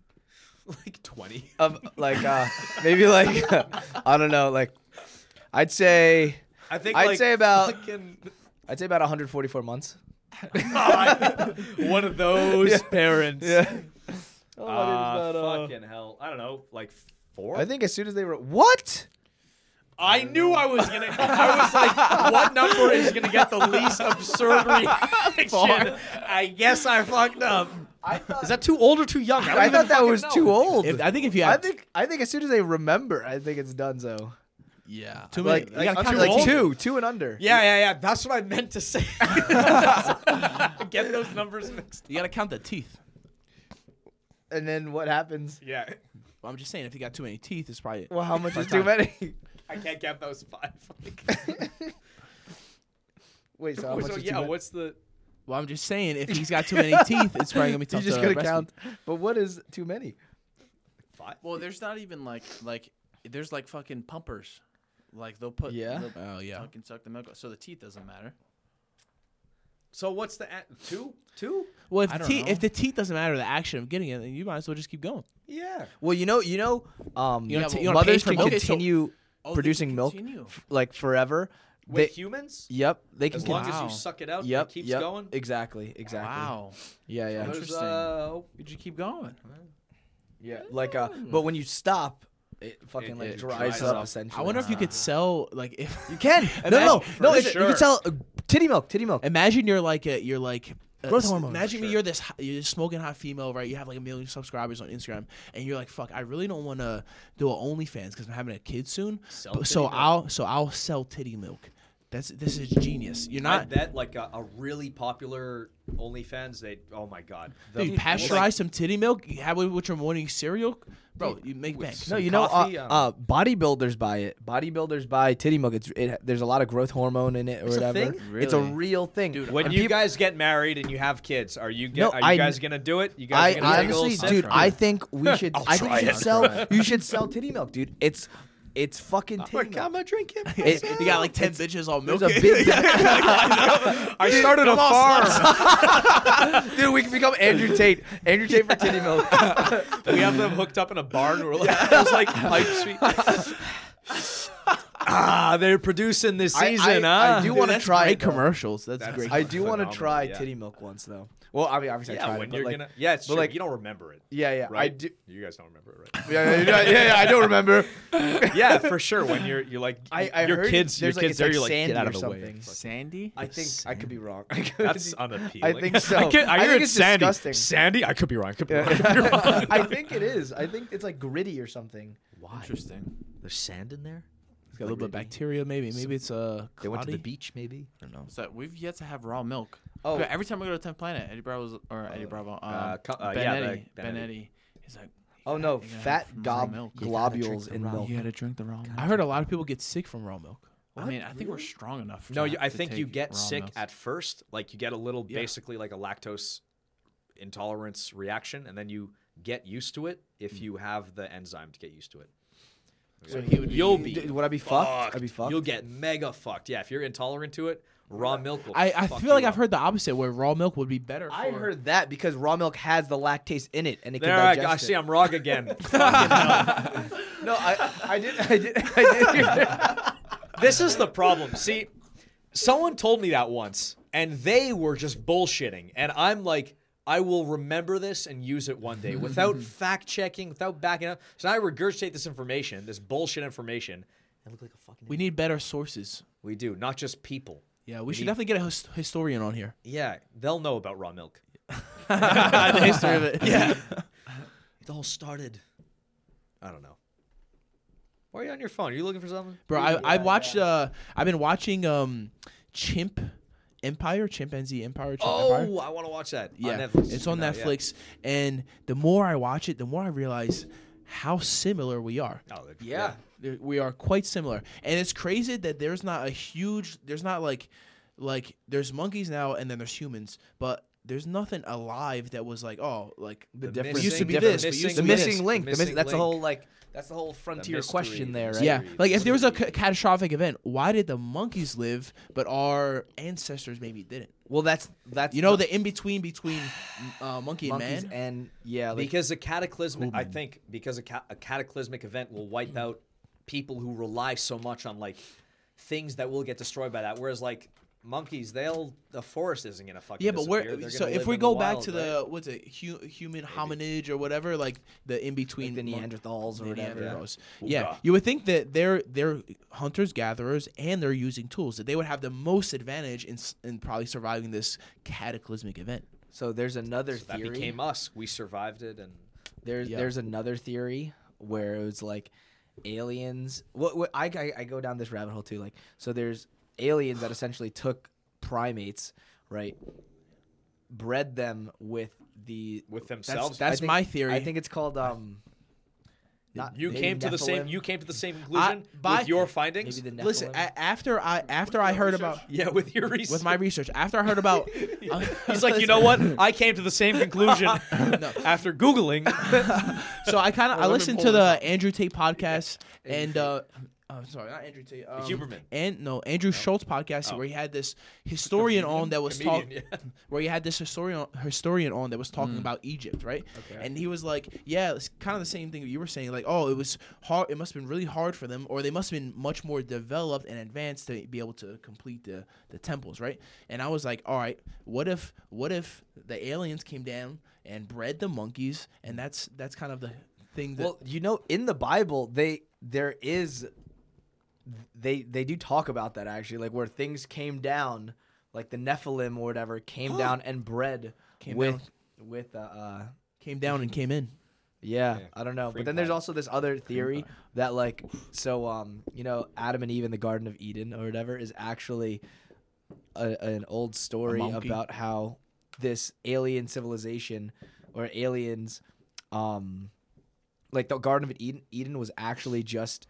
Speaker 2: like twenty.
Speaker 4: Of like uh maybe like I don't know, like I'd say
Speaker 2: I think
Speaker 4: I'd
Speaker 2: like,
Speaker 4: say about-
Speaker 2: fucking-
Speaker 4: I'd say about 144 months.
Speaker 2: one of those parents.
Speaker 4: Oh,
Speaker 5: Ah,
Speaker 2: Uh, fucking hell. I don't know, like four.
Speaker 4: I think as soon as they were what?
Speaker 2: I knew I was gonna. I was like, what number is gonna get the least absurd reaction? I guess I fucked up.
Speaker 4: I thought,
Speaker 2: Is that too old or too young? I, don't
Speaker 4: I
Speaker 2: even
Speaker 4: thought that
Speaker 2: fucking
Speaker 4: was
Speaker 2: know.
Speaker 4: too old.
Speaker 3: If, I think if you
Speaker 4: I
Speaker 3: have
Speaker 4: think I think as soon as they remember, I think it's done. So
Speaker 5: yeah.
Speaker 3: too many,
Speaker 4: like
Speaker 3: you gotta
Speaker 4: like,
Speaker 3: count
Speaker 4: under,
Speaker 2: too
Speaker 4: like
Speaker 2: old?
Speaker 4: two, two and under.
Speaker 2: Yeah, yeah, yeah. That's what I meant to say. Get those numbers mixed.
Speaker 3: You gotta count the teeth.
Speaker 4: And then what happens?
Speaker 2: Yeah,
Speaker 3: Well, I'm just saying, if you got too many teeth, it's probably
Speaker 4: Well, how much is too many?
Speaker 2: I can't get those five. Like,
Speaker 4: Wait, so how much
Speaker 2: so
Speaker 4: is
Speaker 2: yeah,
Speaker 4: too many?
Speaker 2: what's the?
Speaker 3: Well, I'm just saying, if he's got too many teeth, it's probably gonna be tough.
Speaker 4: You just
Speaker 3: to
Speaker 4: gotta
Speaker 3: breastfeed.
Speaker 4: count. But what is too many?
Speaker 5: Well, there's not even like like there's like fucking pumpers, like they'll put
Speaker 4: Yeah?
Speaker 5: they'll
Speaker 3: Oh yeah.
Speaker 5: fucking suck the milk, out, so the teeth doesn't matter.
Speaker 2: So what's the at- two? Two?
Speaker 3: Well, if
Speaker 5: I
Speaker 3: the,
Speaker 5: don't
Speaker 3: teeth,
Speaker 5: know.
Speaker 3: if the teeth doesn't matter, the action of getting it, then you might as well just keep going.
Speaker 2: Yeah.
Speaker 4: Well, you know, you know, um,
Speaker 3: You know,
Speaker 5: t- you wanna pay
Speaker 4: mothers
Speaker 3: for
Speaker 4: can
Speaker 3: milk?
Speaker 5: Okay, so-
Speaker 4: continue
Speaker 5: Oh, they
Speaker 4: producing
Speaker 5: can
Speaker 4: milk
Speaker 5: continue.
Speaker 4: f- like forever.
Speaker 2: With
Speaker 4: They-
Speaker 2: humans,
Speaker 4: yep, they can.
Speaker 2: as long as
Speaker 5: Wow.
Speaker 2: you suck it out,
Speaker 4: yep,
Speaker 2: it keeps
Speaker 4: yep,
Speaker 2: going.
Speaker 4: Exactly, exactly.
Speaker 5: Wow,
Speaker 4: Yeah, yeah,
Speaker 2: There's,
Speaker 5: Interesting.
Speaker 2: uh,
Speaker 5: you just keep going.
Speaker 4: yeah. Like, uh, but when you stop, it fucking like
Speaker 2: it
Speaker 4: dries,
Speaker 2: dries
Speaker 4: up,
Speaker 2: up.
Speaker 4: essentially.
Speaker 3: I wonder if you could sell like if
Speaker 4: You can. No, no, no, no.
Speaker 2: For
Speaker 4: it's- You
Speaker 2: sure.
Speaker 4: can sell uh, titty milk. Titty milk.
Speaker 3: imagine you're like a you're like a-
Speaker 4: Growth
Speaker 3: s-
Speaker 4: hormone.
Speaker 3: Imagine me, you're this hot- you're this smoking hot female, right? You have like a million subscribers on Instagram, and you're like, "Fuck, I really don't want to do an OnlyFans because I'm having a kid soon." But- so I'll so I'll sell titty milk. That's this is genius. You're
Speaker 2: I
Speaker 3: not
Speaker 2: bet like a, a really popular OnlyFans, they oh my god, the
Speaker 3: dude, pasteurize some titty milk. You have it with your morning cereal, bro. you make bank.
Speaker 4: No,
Speaker 2: some
Speaker 4: you know, uh,
Speaker 2: coffee, I don't
Speaker 4: uh, bodybuilders buy it. Bodybuilders buy titty milk. It's it, there's a lot of growth hormone in it or whatever.
Speaker 2: thing?
Speaker 4: It's a
Speaker 5: Really?
Speaker 4: real thing.
Speaker 5: Dude,
Speaker 2: when
Speaker 4: And
Speaker 2: you
Speaker 4: peop-
Speaker 2: guys get married and you have kids, are you get,
Speaker 4: No,
Speaker 2: are you
Speaker 4: I-
Speaker 2: guys gonna do it? You guys
Speaker 4: I
Speaker 2: are gonna take a
Speaker 4: honestly,
Speaker 2: little sip?
Speaker 4: dude, I think we should. i think you should sell. You should sell titty milk, dude. It's it's fucking titty milk.
Speaker 2: gonna drink it.
Speaker 4: It-
Speaker 3: You got like ten bitches all
Speaker 4: uh, there's
Speaker 3: milk.
Speaker 4: a big
Speaker 2: I started a farm.
Speaker 4: dude. We can become Andrew Tate. Andrew Tate for titty milk.
Speaker 2: we have them hooked up in a barn. We're like, it was like pipe sweet. ah, they're producing this
Speaker 4: I-
Speaker 2: season,
Speaker 4: I- I
Speaker 2: huh?
Speaker 4: do want to try
Speaker 3: great
Speaker 4: it. though.
Speaker 3: commercials. That's,
Speaker 2: That's
Speaker 3: great.
Speaker 4: I do want to
Speaker 2: Phenomenal,
Speaker 4: try
Speaker 2: yeah.
Speaker 4: titty milk once though. Well, I mean, obviously I
Speaker 2: yeah,
Speaker 4: tried
Speaker 2: when
Speaker 4: it,
Speaker 2: you're
Speaker 4: but like,
Speaker 2: gonna, yeah, it's
Speaker 4: but
Speaker 2: true.
Speaker 4: like-
Speaker 2: you don't remember it,
Speaker 4: yeah, yeah,
Speaker 2: right?
Speaker 4: I do.
Speaker 2: You guys don't remember it, right?
Speaker 4: Yeah, yeah, yeah, yeah, yeah, I don't remember.
Speaker 2: yeah, for sure. When you're, you're like,
Speaker 4: I, I
Speaker 2: your
Speaker 4: heard
Speaker 2: kids, your
Speaker 4: there's,
Speaker 2: kids
Speaker 4: like, it's
Speaker 2: there,
Speaker 4: like
Speaker 2: you're like,
Speaker 4: sandy
Speaker 2: get out
Speaker 4: or
Speaker 2: of the way.
Speaker 4: something.
Speaker 5: Sandy.
Speaker 4: I think I could be wrong.
Speaker 2: That's unappealing.
Speaker 4: I think so.
Speaker 2: can't-
Speaker 4: I
Speaker 2: heard
Speaker 4: think it's
Speaker 2: Sandy.
Speaker 4: disgusting.
Speaker 2: Sandy, I could be wrong. I could be wrong.
Speaker 4: I think it is. I think it's like gritty or something.
Speaker 6: Why?
Speaker 5: Interesting.
Speaker 6: There's sand in there.
Speaker 3: It's got a little bit of bacteria, maybe. Maybe it's a. Uh,
Speaker 6: They went to the
Speaker 3: cloudy.
Speaker 6: beach, maybe. I don't know.
Speaker 5: So we've yet to have raw milk. Oh, every time I go to Tenth Planet, Eddie Bravo's or Eddie Bravo, um,
Speaker 2: uh, co- uh,
Speaker 5: Benetti,
Speaker 2: yeah, the- Benetti.
Speaker 5: Benetti, he's like,
Speaker 4: Oh no, fat gob
Speaker 5: milk. You
Speaker 4: globules in milk.
Speaker 5: gotta drink the raw. Milk.
Speaker 3: I heard a lot of people get sick from raw milk.
Speaker 5: I mean, I think we're strong enough.
Speaker 2: No,
Speaker 5: to-
Speaker 2: you, I
Speaker 5: to
Speaker 2: think you
Speaker 5: take
Speaker 2: get
Speaker 5: raw
Speaker 2: sick
Speaker 5: milk.
Speaker 2: at first. Like you get a little, basically like a lactose intolerance reaction, and then you get used to it if you have the enzyme to get used to it. So you'll be.
Speaker 4: Would I be fucked? I'd be fucked.
Speaker 2: You'll get mega fucked. Yeah, if you're intolerant to it, raw milk will.
Speaker 3: I, I
Speaker 2: fuck
Speaker 3: feel like
Speaker 2: you
Speaker 3: I've
Speaker 2: up.
Speaker 3: heard the opposite, where raw milk would be better. For,
Speaker 4: I heard that because raw milk has the lactase in it, and it
Speaker 2: There,
Speaker 4: can
Speaker 2: I,
Speaker 4: digest
Speaker 2: I
Speaker 4: it.
Speaker 2: see. I'm wrong again.
Speaker 4: No, I, I did, I did, I did. Hear
Speaker 2: this is the problem. See, someone told me that once, and they were just bullshitting. And I'm like, I will remember this and use it one day without fact checking, without backing up. So I regurgitate this information, this bullshit information. and look like a fucking.
Speaker 3: we need better sources.
Speaker 2: We do, not just people.
Speaker 3: Yeah, we should
Speaker 2: need-
Speaker 3: definitely get a his- historian on here.
Speaker 2: Yeah, they'll know about raw milk.
Speaker 3: the history of it. Yeah.
Speaker 2: It all started. I don't know. Why are you on your phone? Are you looking for something?
Speaker 3: bro. I, I watched. Uh, I've been watching um, Chimp Empire, Chimpanzee Empire. Chimp Empire.
Speaker 2: Oh, I want to watch that. on
Speaker 3: yeah,
Speaker 2: Netflix.
Speaker 3: it's on
Speaker 2: No, yeah.
Speaker 3: Netflix. And the more I watch it, the more I realize how similar we are.
Speaker 2: Oh, they're-
Speaker 4: Yeah.
Speaker 3: There- We are quite similar, and it's crazy that there's not a huge. There's not like, like there's monkeys now, and then there's humans, but. There's nothing alive that was like, oh, like
Speaker 4: The
Speaker 3: it
Speaker 4: difference-
Speaker 3: used to be
Speaker 2: difference-
Speaker 3: this, but it used
Speaker 4: the
Speaker 3: to be this.
Speaker 4: missing link.
Speaker 2: The
Speaker 4: The miss-
Speaker 2: missing
Speaker 4: that's the
Speaker 2: link.
Speaker 4: whole like. That's the whole frontier
Speaker 2: mystery,
Speaker 4: question
Speaker 2: the
Speaker 4: there, right?
Speaker 2: mystery.
Speaker 3: Yeah, like if there was a
Speaker 2: Literally.
Speaker 3: ca- catastrophic event, why did the monkeys live but our ancestors maybe didn't?
Speaker 4: Well, that's that's
Speaker 3: You know, the in between between uh, monkey and
Speaker 4: monkeys
Speaker 3: man.
Speaker 4: and yeah, like
Speaker 2: because a cataclysmic, I think, because a, ca- a cataclysmic event will wipe out people who rely so much on like things that will get destroyed by that. Whereas like monkeys, they'll the forest isn't gonna fucking
Speaker 3: yeah, but
Speaker 2: disappear.
Speaker 3: we're
Speaker 2: They're
Speaker 3: so
Speaker 2: gonna
Speaker 3: if
Speaker 2: live
Speaker 3: we
Speaker 2: in
Speaker 3: go
Speaker 2: the
Speaker 3: back
Speaker 2: wild,
Speaker 3: to
Speaker 2: right?
Speaker 3: the what's it hu- human hominid or whatever, like the in between
Speaker 4: the Neanderthals or whatever.
Speaker 3: Yeah, you would think that they're they're hunters gatherers and they're using tools that they would have the most advantage in s- in probably surviving this cataclysmic event.
Speaker 4: So there's another
Speaker 2: that
Speaker 4: theory.
Speaker 2: became us, we survived it, and
Speaker 4: There's
Speaker 3: Yeah.
Speaker 4: there's another theory where it was like aliens. What, what I, I I go down this rabbit hole too. Like so, there's aliens that essentially took primates, right? Bred them with the
Speaker 2: with
Speaker 3: That's,
Speaker 2: themselves.
Speaker 3: that's
Speaker 4: I think-
Speaker 3: my theory.
Speaker 4: I think it's called um. Not
Speaker 2: you
Speaker 4: maybe
Speaker 2: came to the same.
Speaker 4: Nephilim.
Speaker 2: You came to the same conclusion
Speaker 3: by-
Speaker 2: with your findings.
Speaker 4: maybe the Nephilim.
Speaker 3: Listen, a- after I after I heard about
Speaker 2: yeah, with your research.
Speaker 3: with my research after I heard about.
Speaker 2: He's like, you know what? I came to the same conclusion after googling.
Speaker 3: So I kind of I listened to the Andrew Tate podcast and uh, oh, sorry, not Andrew Tate, um,
Speaker 2: Huberman. Oh.
Speaker 3: and no Andrew Schultz podcast where he had this historian on that was talking
Speaker 2: Comedian, yeah.
Speaker 3: where he had this historian historian on that was talking about Egypt, right? And he was like, yeah, it's kind of the same thing you were saying, like, oh, it was hard, it must have been really hard for them, or they must have been much more developed and advanced to be able to complete the the temples, right? And I was like, all right, what if what if the aliens came down and bred the monkeys, and that's that's kind of the thing that
Speaker 4: Well, you know, in the Bible, they there is they they do talk about that actually, like where things came down, like the Nephilim or whatever came down and bred with with uh, uh
Speaker 3: came down and came in.
Speaker 4: yeah, I don't know. But then there's
Speaker 2: pie.
Speaker 4: also this other theory that like so um you know Adam and Eve in the Garden of Eden or whatever is actually a, an old story
Speaker 3: monkey.
Speaker 4: about how this alien civilization or aliens um like the Garden of Eden Eden was actually just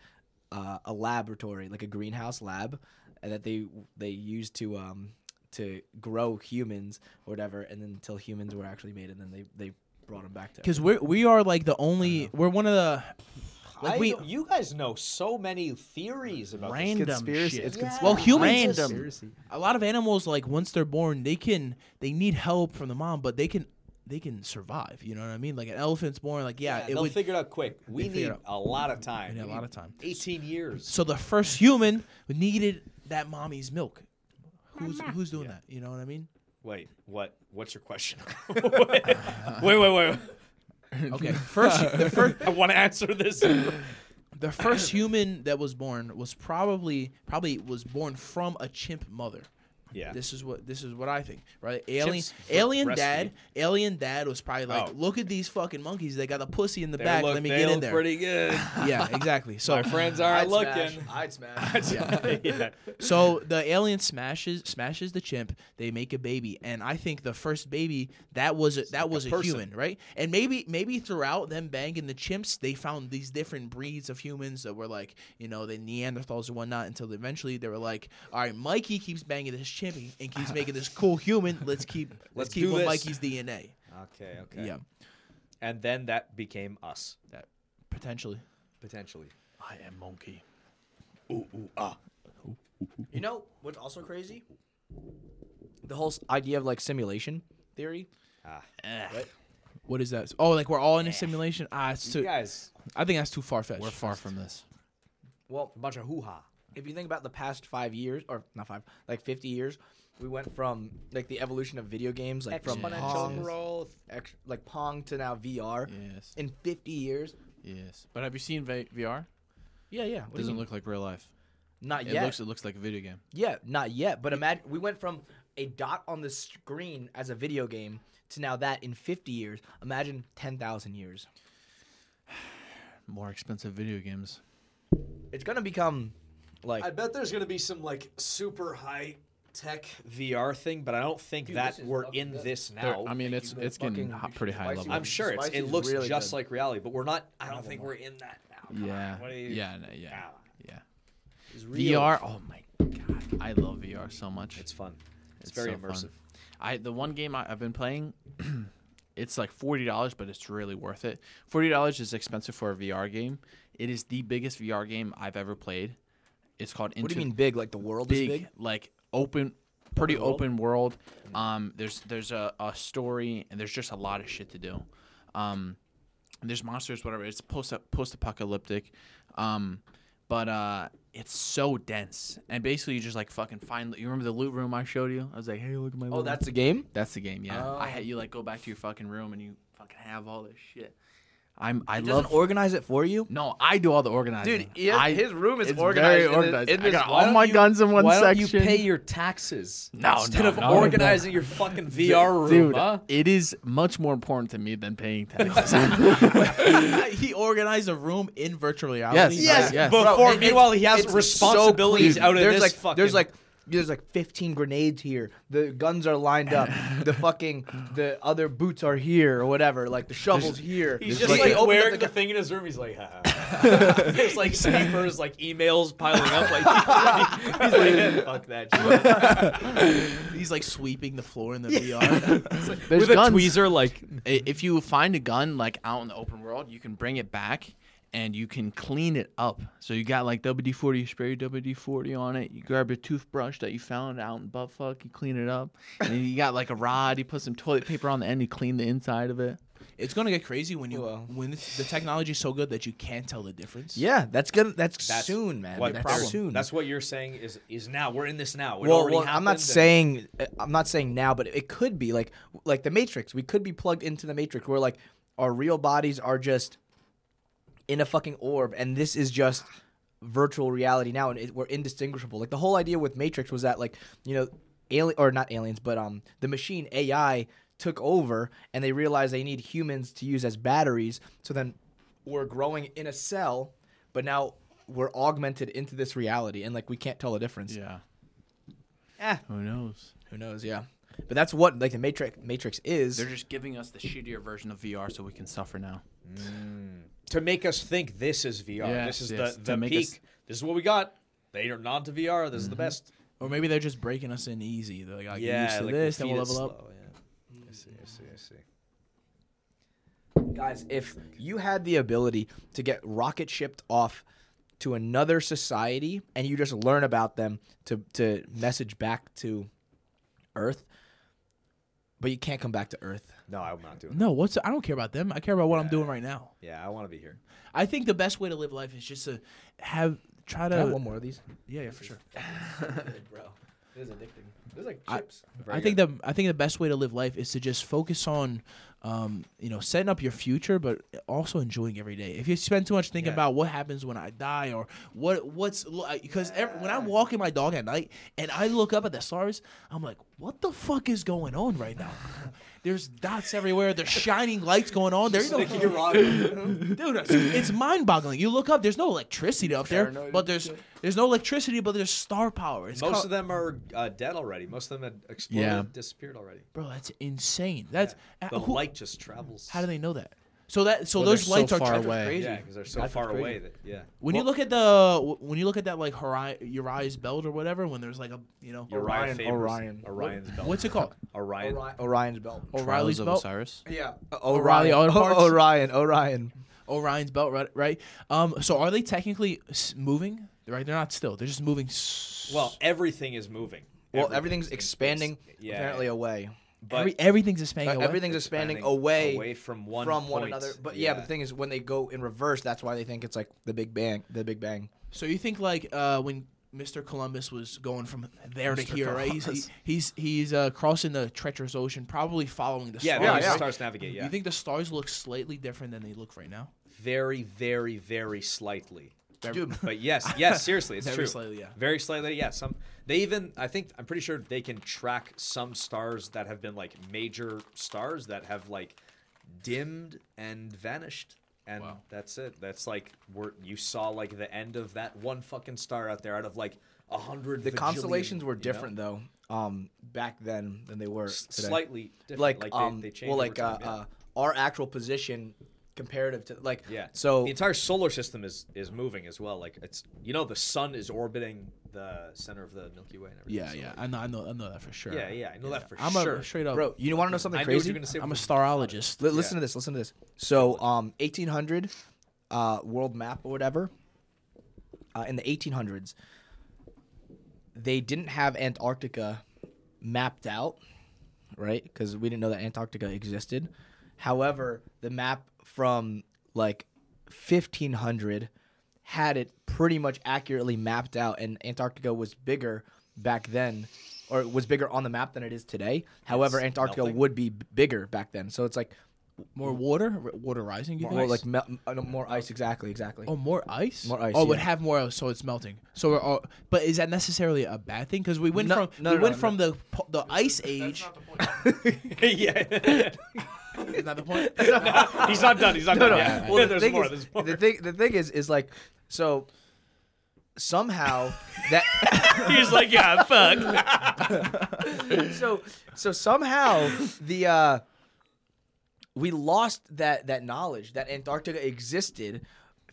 Speaker 4: uh, a laboratory like a greenhouse lab and that they they used to um to grow humans or whatever and then until humans were actually made and then they they brought them back to
Speaker 3: Because we we are like the only we're one of the like
Speaker 2: I
Speaker 3: we
Speaker 2: know- you guys know so many theories about this.
Speaker 5: Random
Speaker 4: conspiracy.
Speaker 5: shit.
Speaker 4: It's conspiracy.
Speaker 3: well humans
Speaker 5: Random.
Speaker 3: a lot of animals like once they're born they can they need help from the mom but they can they can survive you know what I mean like an elephant's born like yeah,
Speaker 2: Yeah,
Speaker 3: it
Speaker 2: they'll
Speaker 3: would
Speaker 2: figure it out quick. We
Speaker 3: figure
Speaker 2: need
Speaker 3: it out.
Speaker 2: a lot of time.
Speaker 3: need a
Speaker 2: We
Speaker 3: lot of time.
Speaker 2: Eighteen years.
Speaker 3: so the first human needed that mommy's milk who's who's doing that you know what I mean
Speaker 2: Wait, what? What's your question? wait, wait, wait, wait.
Speaker 3: okay first the first
Speaker 2: I want to answer this.
Speaker 3: the first human that was born was probably probably was born from a chimp mother
Speaker 2: Yeah.
Speaker 3: This is what this is what I think, right? Alien Alien
Speaker 2: breastfeed.
Speaker 3: Dad, Alien Dad was probably like,
Speaker 2: Oh.
Speaker 3: "Look at these fucking monkeys. They got a pussy in the
Speaker 2: They
Speaker 3: back.
Speaker 2: look-
Speaker 3: Let me
Speaker 2: they
Speaker 3: get in
Speaker 2: look
Speaker 3: there."
Speaker 2: Pretty good.
Speaker 3: yeah, exactly. So
Speaker 2: My friends aren't looking.
Speaker 6: I'd smash.
Speaker 2: yeah.
Speaker 3: So the alien smashes smashes the chimp. They make a baby, and I think the first baby that was a, that was a,
Speaker 2: person.
Speaker 3: human, right? And maybe maybe throughout them banging the chimps, they found these different breeds of humans that were like you know the Neanderthals and whatnot. Until eventually they were like, all right, Mikey keeps banging this chimp and keeps making this cool human. Let's keep let's,
Speaker 2: Let's
Speaker 3: keep
Speaker 2: do
Speaker 3: with
Speaker 2: this."
Speaker 3: Mikey's DNA.
Speaker 2: Okay. Okay.
Speaker 3: Yeah,
Speaker 2: And then that became us
Speaker 3: that potentially.
Speaker 2: potentially.
Speaker 5: I am monkey.
Speaker 4: You know what's also crazy? The whole s- idea of like simulation theory.
Speaker 3: What is that? Oh, like we're all in a simulation. Ah, it's too,
Speaker 2: You guys,
Speaker 3: I think that's too far fetched.
Speaker 5: We're far from this.
Speaker 4: Well,
Speaker 6: A bunch of hoo ha.
Speaker 4: if you think about the past five years, or not five, like fifty years, we went from like the evolution of video games, like from Pong,
Speaker 6: growth.
Speaker 4: ex- like Pong to now VR.
Speaker 5: Yes.
Speaker 4: In fifty years,
Speaker 5: Yes. But have you seen v- VR?
Speaker 4: yeah, yeah,
Speaker 5: It doesn't look like real life.
Speaker 4: not
Speaker 5: It
Speaker 4: yet.
Speaker 5: looks it looks like a video game.
Speaker 4: yeah, not yet. But imagine we went from a dot on the screen as a video game to now that in fifty years. Imagine ten thousand years.
Speaker 5: More expensive video games.
Speaker 4: It's gonna become like
Speaker 6: I bet there's gonna be some like super high tech.
Speaker 2: VR thing, but I don't think that we're in this now.
Speaker 5: I mean, it's it's getting hot, pretty high level.
Speaker 2: I'm sure it's, it
Speaker 4: Spicy's
Speaker 2: looks
Speaker 4: really
Speaker 2: just
Speaker 4: good.
Speaker 2: like reality, but we're not. I don't think we're in that now. Come on,
Speaker 5: yeah.
Speaker 2: Ah, what do you-
Speaker 5: yeah. No, yeah.
Speaker 2: Ah.
Speaker 5: Yeah. VR. Oh my god. I love VR so much.
Speaker 2: It's fun. It's, very
Speaker 5: so fun.
Speaker 2: immersive.
Speaker 5: I the one game I, I've been playing, it's like forty dollars, but it's really worth it. Forty dollars is expensive for a VR game. It is the biggest VR game I've ever played. It's called. Into
Speaker 4: what do you mean big? Like the world
Speaker 5: big,
Speaker 4: is big.
Speaker 5: like open, pretty open world. Um, there's there's a, a story and there's just a lot of shit to do. Um, there's monsters, whatever. It's post post apocalyptic, um, but uh, it's so dense and basically you just like fucking find. You remember the loot room I showed you? I was like, hey, look at my.
Speaker 4: Oh, that's Oh. a game.
Speaker 5: that's the game. Yeah, I had you like go back to your fucking room and you fucking have all this shit. I'm I
Speaker 4: Doesn't
Speaker 5: love.
Speaker 4: organize it for you.
Speaker 5: no, I do all the organizing.
Speaker 4: Dude, yeah,
Speaker 5: I-
Speaker 4: his room is
Speaker 5: it's
Speaker 4: organized in
Speaker 5: Very
Speaker 4: the-
Speaker 5: organized.
Speaker 4: in
Speaker 5: I
Speaker 4: this-
Speaker 5: got
Speaker 4: why
Speaker 5: all
Speaker 4: don't
Speaker 5: my
Speaker 4: you-
Speaker 5: guns in one
Speaker 2: Why don't
Speaker 5: section.
Speaker 2: you pay your taxes
Speaker 5: No,
Speaker 2: instead
Speaker 5: no,
Speaker 2: of
Speaker 5: no.
Speaker 2: organizing your fucking VR room?
Speaker 5: Dude,
Speaker 2: huh?
Speaker 5: it is much more important to me than paying taxes.
Speaker 3: he organized a room in virtual
Speaker 5: yes,
Speaker 3: reality.
Speaker 4: Yes,
Speaker 5: yes.
Speaker 2: Before,
Speaker 4: Bro, it-
Speaker 2: meanwhile, he
Speaker 4: it's
Speaker 2: has
Speaker 4: so
Speaker 2: responsibilities
Speaker 4: cool.
Speaker 2: out of
Speaker 4: there's
Speaker 2: this
Speaker 4: like,
Speaker 2: fucking.
Speaker 4: There's like there's like 15 grenades here. The guns are lined up. the fucking the other boots are here or whatever. Like the shovels here.
Speaker 2: He's
Speaker 4: Like,
Speaker 2: just
Speaker 4: they
Speaker 2: like,
Speaker 4: opened up
Speaker 2: wearing
Speaker 4: the
Speaker 2: the,
Speaker 4: gu-
Speaker 2: thing in his room. He's like, ha. ha. There's like snipers, like emails piling up. Like, he's like, fuck that. shit."
Speaker 3: He's like sweeping the floor in the VR.
Speaker 5: There's
Speaker 2: With a
Speaker 5: guns.
Speaker 2: tweezer, like
Speaker 5: I- If you find a gun like out in the open world, you can bring it back and you can clean it up. So you got like WD-40, you spray WD-40 on it. You grab your toothbrush that you found out in buttfuck, you clean it up. And then you got like a rod, you put some toilet paper on the end, you clean the inside of it.
Speaker 3: it's gonna get crazy when you
Speaker 4: Well.
Speaker 3: when the technology is so good that you can't tell the difference.
Speaker 4: Yeah, that's gonna that's,
Speaker 2: That's
Speaker 4: soon, man.
Speaker 2: what
Speaker 4: that's
Speaker 2: they're-
Speaker 4: soon.
Speaker 2: That's what you're saying is is now. We're in this now. It
Speaker 4: well,
Speaker 2: already
Speaker 4: well, I'm not
Speaker 2: happened.
Speaker 4: saying uh, I'm not saying now, but it could be like like the Matrix. We could be plugged into the Matrix where like our real bodies are just in a fucking orb, and this is just virtual reality now, and it, we're indistinguishable. Like the whole idea with Matrix was that like you know, alien or not aliens, but um the machine AI took over, and they realized they need humans to use as batteries. So then we're growing in a cell, but now we're augmented into this reality, and like we can't tell the difference.
Speaker 5: Yeah.
Speaker 4: Eh.
Speaker 5: Who knows?
Speaker 4: Who knows? Yeah, but that's what like the Matrix Matrix is.
Speaker 5: They're just giving us the shittier version of VR so we can suffer now.
Speaker 2: to make us think this is VR.
Speaker 5: Yes,
Speaker 2: this is
Speaker 5: yes,
Speaker 2: the,
Speaker 5: to
Speaker 2: the
Speaker 5: make
Speaker 2: peak.
Speaker 5: us-
Speaker 2: This is what we got. They are not to VR. This is the best.
Speaker 3: Or maybe they're just breaking us in easy. They're like, I Mm-hmm. get
Speaker 2: yeah,
Speaker 3: used to
Speaker 2: like
Speaker 3: this,
Speaker 2: the
Speaker 3: then we'll
Speaker 2: feet is
Speaker 3: level up.
Speaker 2: slow, yeah. I see. I see. I see.
Speaker 4: Guys, if you had the ability to get rocket shipped off to another society and you just learn about them to to message back to Earth, but you can't come back to Earth.
Speaker 2: No, I'm not doing.
Speaker 3: No, what's I don't care about them. I care about what I'm doing right now.
Speaker 2: That. Yeah, I want to be here.
Speaker 3: I think the best way to live life is just to have try
Speaker 4: Can I
Speaker 3: to
Speaker 4: have one more of these,
Speaker 3: yeah yeah for sure.
Speaker 4: bro. This is addicting. This is like
Speaker 3: I think the I think the best way to live life is to just focus on um, you know, setting up your future, but also enjoying every day. If you spend too much thinking
Speaker 2: Yeah.
Speaker 3: about what happens when I die or what what's because when I'm walking my dog at night and I look up at the stars, I'm like, what the fuck is going on right now? There's dots everywhere. There's shining lights going on. There's no dude. It's, it's mind-boggling. You look up. There's no electricity up there, but there's there's no electricity, but there's star power. It's
Speaker 2: Most
Speaker 3: called-
Speaker 2: of them are uh, dead already. Most of them had exploded,
Speaker 3: Yeah.
Speaker 2: disappeared already.
Speaker 3: bro, that's insane. That's
Speaker 2: The
Speaker 3: uh, who-
Speaker 2: light just travels.
Speaker 3: How do they know that? So that so
Speaker 8: Well,
Speaker 3: those
Speaker 8: they're so
Speaker 3: lights are
Speaker 8: far
Speaker 3: that's
Speaker 8: away.
Speaker 3: crazy.
Speaker 2: Yeah, because they're so
Speaker 3: That's
Speaker 2: far
Speaker 3: crazy.
Speaker 2: away that yeah.
Speaker 3: When you look at the when you look at that like Hori- Uriah's belt or whatever, when there's like a you know
Speaker 2: Orion, favors
Speaker 4: Orion.
Speaker 2: Orion's belt.
Speaker 3: what's it called?
Speaker 2: Orion.
Speaker 4: Orion's belt.
Speaker 3: O'Reilly's
Speaker 5: Trials of
Speaker 3: belt.
Speaker 5: Osiris.
Speaker 4: Yeah.
Speaker 3: O'Reilly Auto Parts.
Speaker 4: Orion. Orion.
Speaker 3: Orion's belt, right? Right. Um. So are they technically s- moving? Right. They're not still. They're just moving. S-
Speaker 2: Well, everything is moving.
Speaker 4: Well,
Speaker 2: Everything
Speaker 4: everything's
Speaker 2: is in space.
Speaker 4: expanding
Speaker 2: Yeah,
Speaker 4: apparently
Speaker 2: yeah.
Speaker 4: away.
Speaker 2: But
Speaker 3: every, everything's expanding. away.
Speaker 4: Everything's expanding
Speaker 2: expanding
Speaker 4: away,
Speaker 2: away from one
Speaker 4: from one
Speaker 2: point.
Speaker 4: another. But yeah. but
Speaker 2: Yeah.
Speaker 4: the thing is, when they go in reverse, that's why they think it's like the Big Bang. The Big Bang.
Speaker 3: So you think like uh, when Mr. Columbus was going from there to here, right? He's he, he's he's uh, crossing the treacherous ocean, probably following the
Speaker 2: yeah,
Speaker 3: stars.
Speaker 2: yeah, yeah.
Speaker 3: right?
Speaker 2: Stars navigate. Yeah,
Speaker 3: You think the stars look slightly different than they look right now?
Speaker 2: very, very, very slightly.
Speaker 3: Dude.
Speaker 2: But yes, yes, seriously, it's
Speaker 3: Very
Speaker 2: true.
Speaker 3: slightly, yeah.
Speaker 2: Very slightly, yeah. Some they even I think I'm pretty sure they can track some stars that have been like major stars that have like dimmed and vanished. And that's it. That's like where you saw like the end of that one fucking star out there out of like a hundred.
Speaker 4: The constellations were different though, um, back then than they were today.
Speaker 2: Slightly different.
Speaker 4: like,
Speaker 2: Like, they,
Speaker 4: um,
Speaker 2: they changed.
Speaker 4: well,
Speaker 2: over
Speaker 4: like uh,
Speaker 2: time, yeah.
Speaker 4: uh, our actual position comparative to like
Speaker 2: Yeah.
Speaker 4: So
Speaker 2: the entire solar system is is moving as well. Like it's you know the sun is orbiting the center of the Milky Way and everything.
Speaker 3: Yeah,
Speaker 2: so,
Speaker 3: yeah.
Speaker 2: like,
Speaker 3: I know, I know, I know that for sure.
Speaker 2: yeah, yeah. I know that for
Speaker 3: I'm
Speaker 2: sure.
Speaker 3: a straight up.
Speaker 4: bro, you want to know something
Speaker 2: I knew what
Speaker 4: crazy?
Speaker 2: you were gonna say.
Speaker 3: I'm a
Speaker 2: but-
Speaker 3: starologist.
Speaker 4: Li- listen to this. Listen to this. So, um, 1800 uh, world map or whatever. Uh, in the 1800s, they didn't have Antarctica mapped out, right? Because we didn't know that Antarctica existed. However, the map from like 1500 had it pretty much accurately mapped out, and Antarctica was bigger back then, or it was bigger on the map than it is today. However, Antarctica
Speaker 2: melting.
Speaker 4: would be b- bigger back then. So it's like
Speaker 3: More water, r- water rising. You
Speaker 4: more,
Speaker 3: think?
Speaker 4: like mel- uh, no, more ice. Exactly, exactly.
Speaker 3: oh, more ice.
Speaker 4: More ice,
Speaker 3: Oh, it would
Speaker 4: yeah.
Speaker 3: have more, ice, so it's melting. So, we're all, but is that necessarily a bad thing? Because we went
Speaker 4: No-
Speaker 3: from
Speaker 4: no,
Speaker 3: we
Speaker 4: no,
Speaker 3: went
Speaker 4: no,
Speaker 3: from the po- the ice age.
Speaker 2: yeah.
Speaker 3: Is that the point?
Speaker 2: He's not done. He's not done. yet.
Speaker 4: Well, the
Speaker 2: there's
Speaker 4: thing
Speaker 2: more.
Speaker 4: is-
Speaker 2: there's more.
Speaker 4: The thing, the thing is, is like so. Somehow that
Speaker 5: He's like, yeah, fuck.
Speaker 4: so so somehow the uh we lost that that knowledge that Antarctica existed.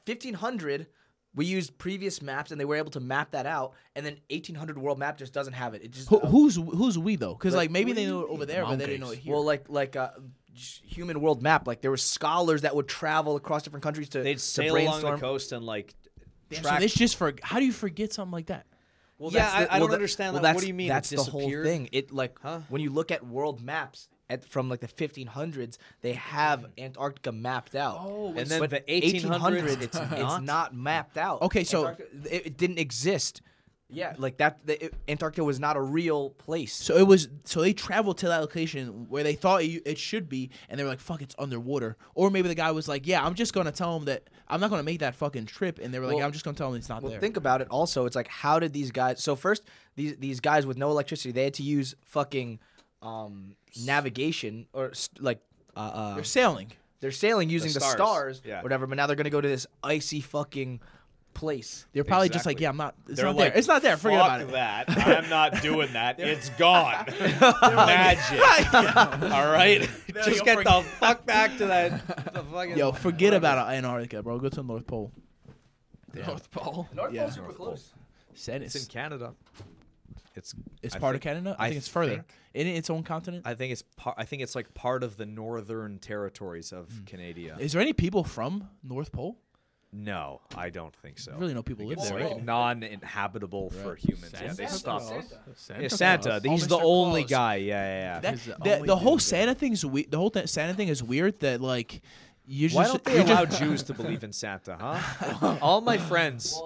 Speaker 4: 1500 we used previous maps and they were able to map that out and then 1800 world map just doesn't have it. It just uh,
Speaker 3: Who, who's who's we though? Because like maybe
Speaker 4: what
Speaker 3: they
Speaker 4: do
Speaker 3: know
Speaker 4: you
Speaker 3: it over there, but they didn't know it here.
Speaker 4: well like like uh j- human world map like there were scholars that would travel across different countries to
Speaker 2: They'd
Speaker 4: to
Speaker 2: sail along
Speaker 4: brainstorm
Speaker 2: the coast and like
Speaker 3: Damn,
Speaker 2: track.
Speaker 3: so it's just for how do you forget something like that?
Speaker 2: well,
Speaker 4: That's
Speaker 2: yeah, I,
Speaker 4: the-
Speaker 2: I
Speaker 4: well,
Speaker 2: don't
Speaker 4: that-
Speaker 2: understand
Speaker 4: well,
Speaker 2: that. What
Speaker 4: that's-
Speaker 2: do you mean?
Speaker 4: That's
Speaker 2: it
Speaker 4: the whole
Speaker 2: disappeared?
Speaker 4: thing. It like when you look at world maps at from like the 1500s, they have Antarctica mapped out. Oh,
Speaker 2: And then the 1800s,
Speaker 4: it's, it's not mapped out.
Speaker 3: Okay, so-
Speaker 4: Antarctica- it, it didn't exist. Yeah, like that. The, it, Antarctica was not a real place.
Speaker 3: So it was so they traveled to that location where they thought it, it should be, and they were like, "Fuck, it's underwater." Or maybe the guy was like, "Yeah, I'm just gonna tell him that I'm not gonna make that fucking trip," and they were like,
Speaker 4: Well-
Speaker 3: "I'm just gonna tell him it's not
Speaker 4: Well,
Speaker 3: there."
Speaker 4: think about it. Also, it's like how did these guys? So first, these these guys with no electricity, they had to use fucking um, navigation or st- like uh, uh,
Speaker 3: They're sailing.
Speaker 4: they're sailing using the
Speaker 2: stars.
Speaker 4: stars,
Speaker 2: Yeah.
Speaker 4: whatever. But now they're gonna go to this icy fucking place.
Speaker 3: They're probably just like,
Speaker 2: Exactly.
Speaker 3: "Yeah, I'm not. It's
Speaker 2: They're
Speaker 3: not
Speaker 2: like,
Speaker 3: there. It's not there. Forget
Speaker 2: Fuck
Speaker 3: about it."
Speaker 2: that. I'm not doing that. it's gone. Magic. All right. Just get the fuck back to that. The fucking
Speaker 3: Yo, forget about Antarctica, bro. Go to the North Pole.
Speaker 5: North Pole.
Speaker 4: North
Speaker 3: Yeah. Pole's
Speaker 4: super close.
Speaker 3: It's,
Speaker 2: It's in Canada. It's
Speaker 3: it's
Speaker 2: I
Speaker 3: part
Speaker 2: think-
Speaker 3: of Canada. I,
Speaker 2: I
Speaker 3: think it's further.
Speaker 2: think-
Speaker 3: Isn't it its own continent?
Speaker 2: I think it's par- I think it's like part of the northern territories of Canada.
Speaker 3: Hmm. Is there any people from North Pole?
Speaker 2: no, I don't think so.
Speaker 3: really know people live
Speaker 2: it's
Speaker 3: there,
Speaker 2: like
Speaker 3: right?
Speaker 2: non-inhabitable for humans. Yeah, they stopped.
Speaker 5: Santa
Speaker 2: Yeah, Santa.
Speaker 5: Claus.
Speaker 2: He's
Speaker 3: Oh,
Speaker 2: the
Speaker 3: Mr.
Speaker 2: only
Speaker 3: Claus.
Speaker 2: guy. Yeah, yeah, yeah.
Speaker 3: That, the, the whole Santa thing's we- the whole th- Santa thing is weird. That like You
Speaker 2: Why
Speaker 3: just-
Speaker 2: don't they
Speaker 3: you just-
Speaker 2: allow Jews to believe in Santa, huh? All my friends,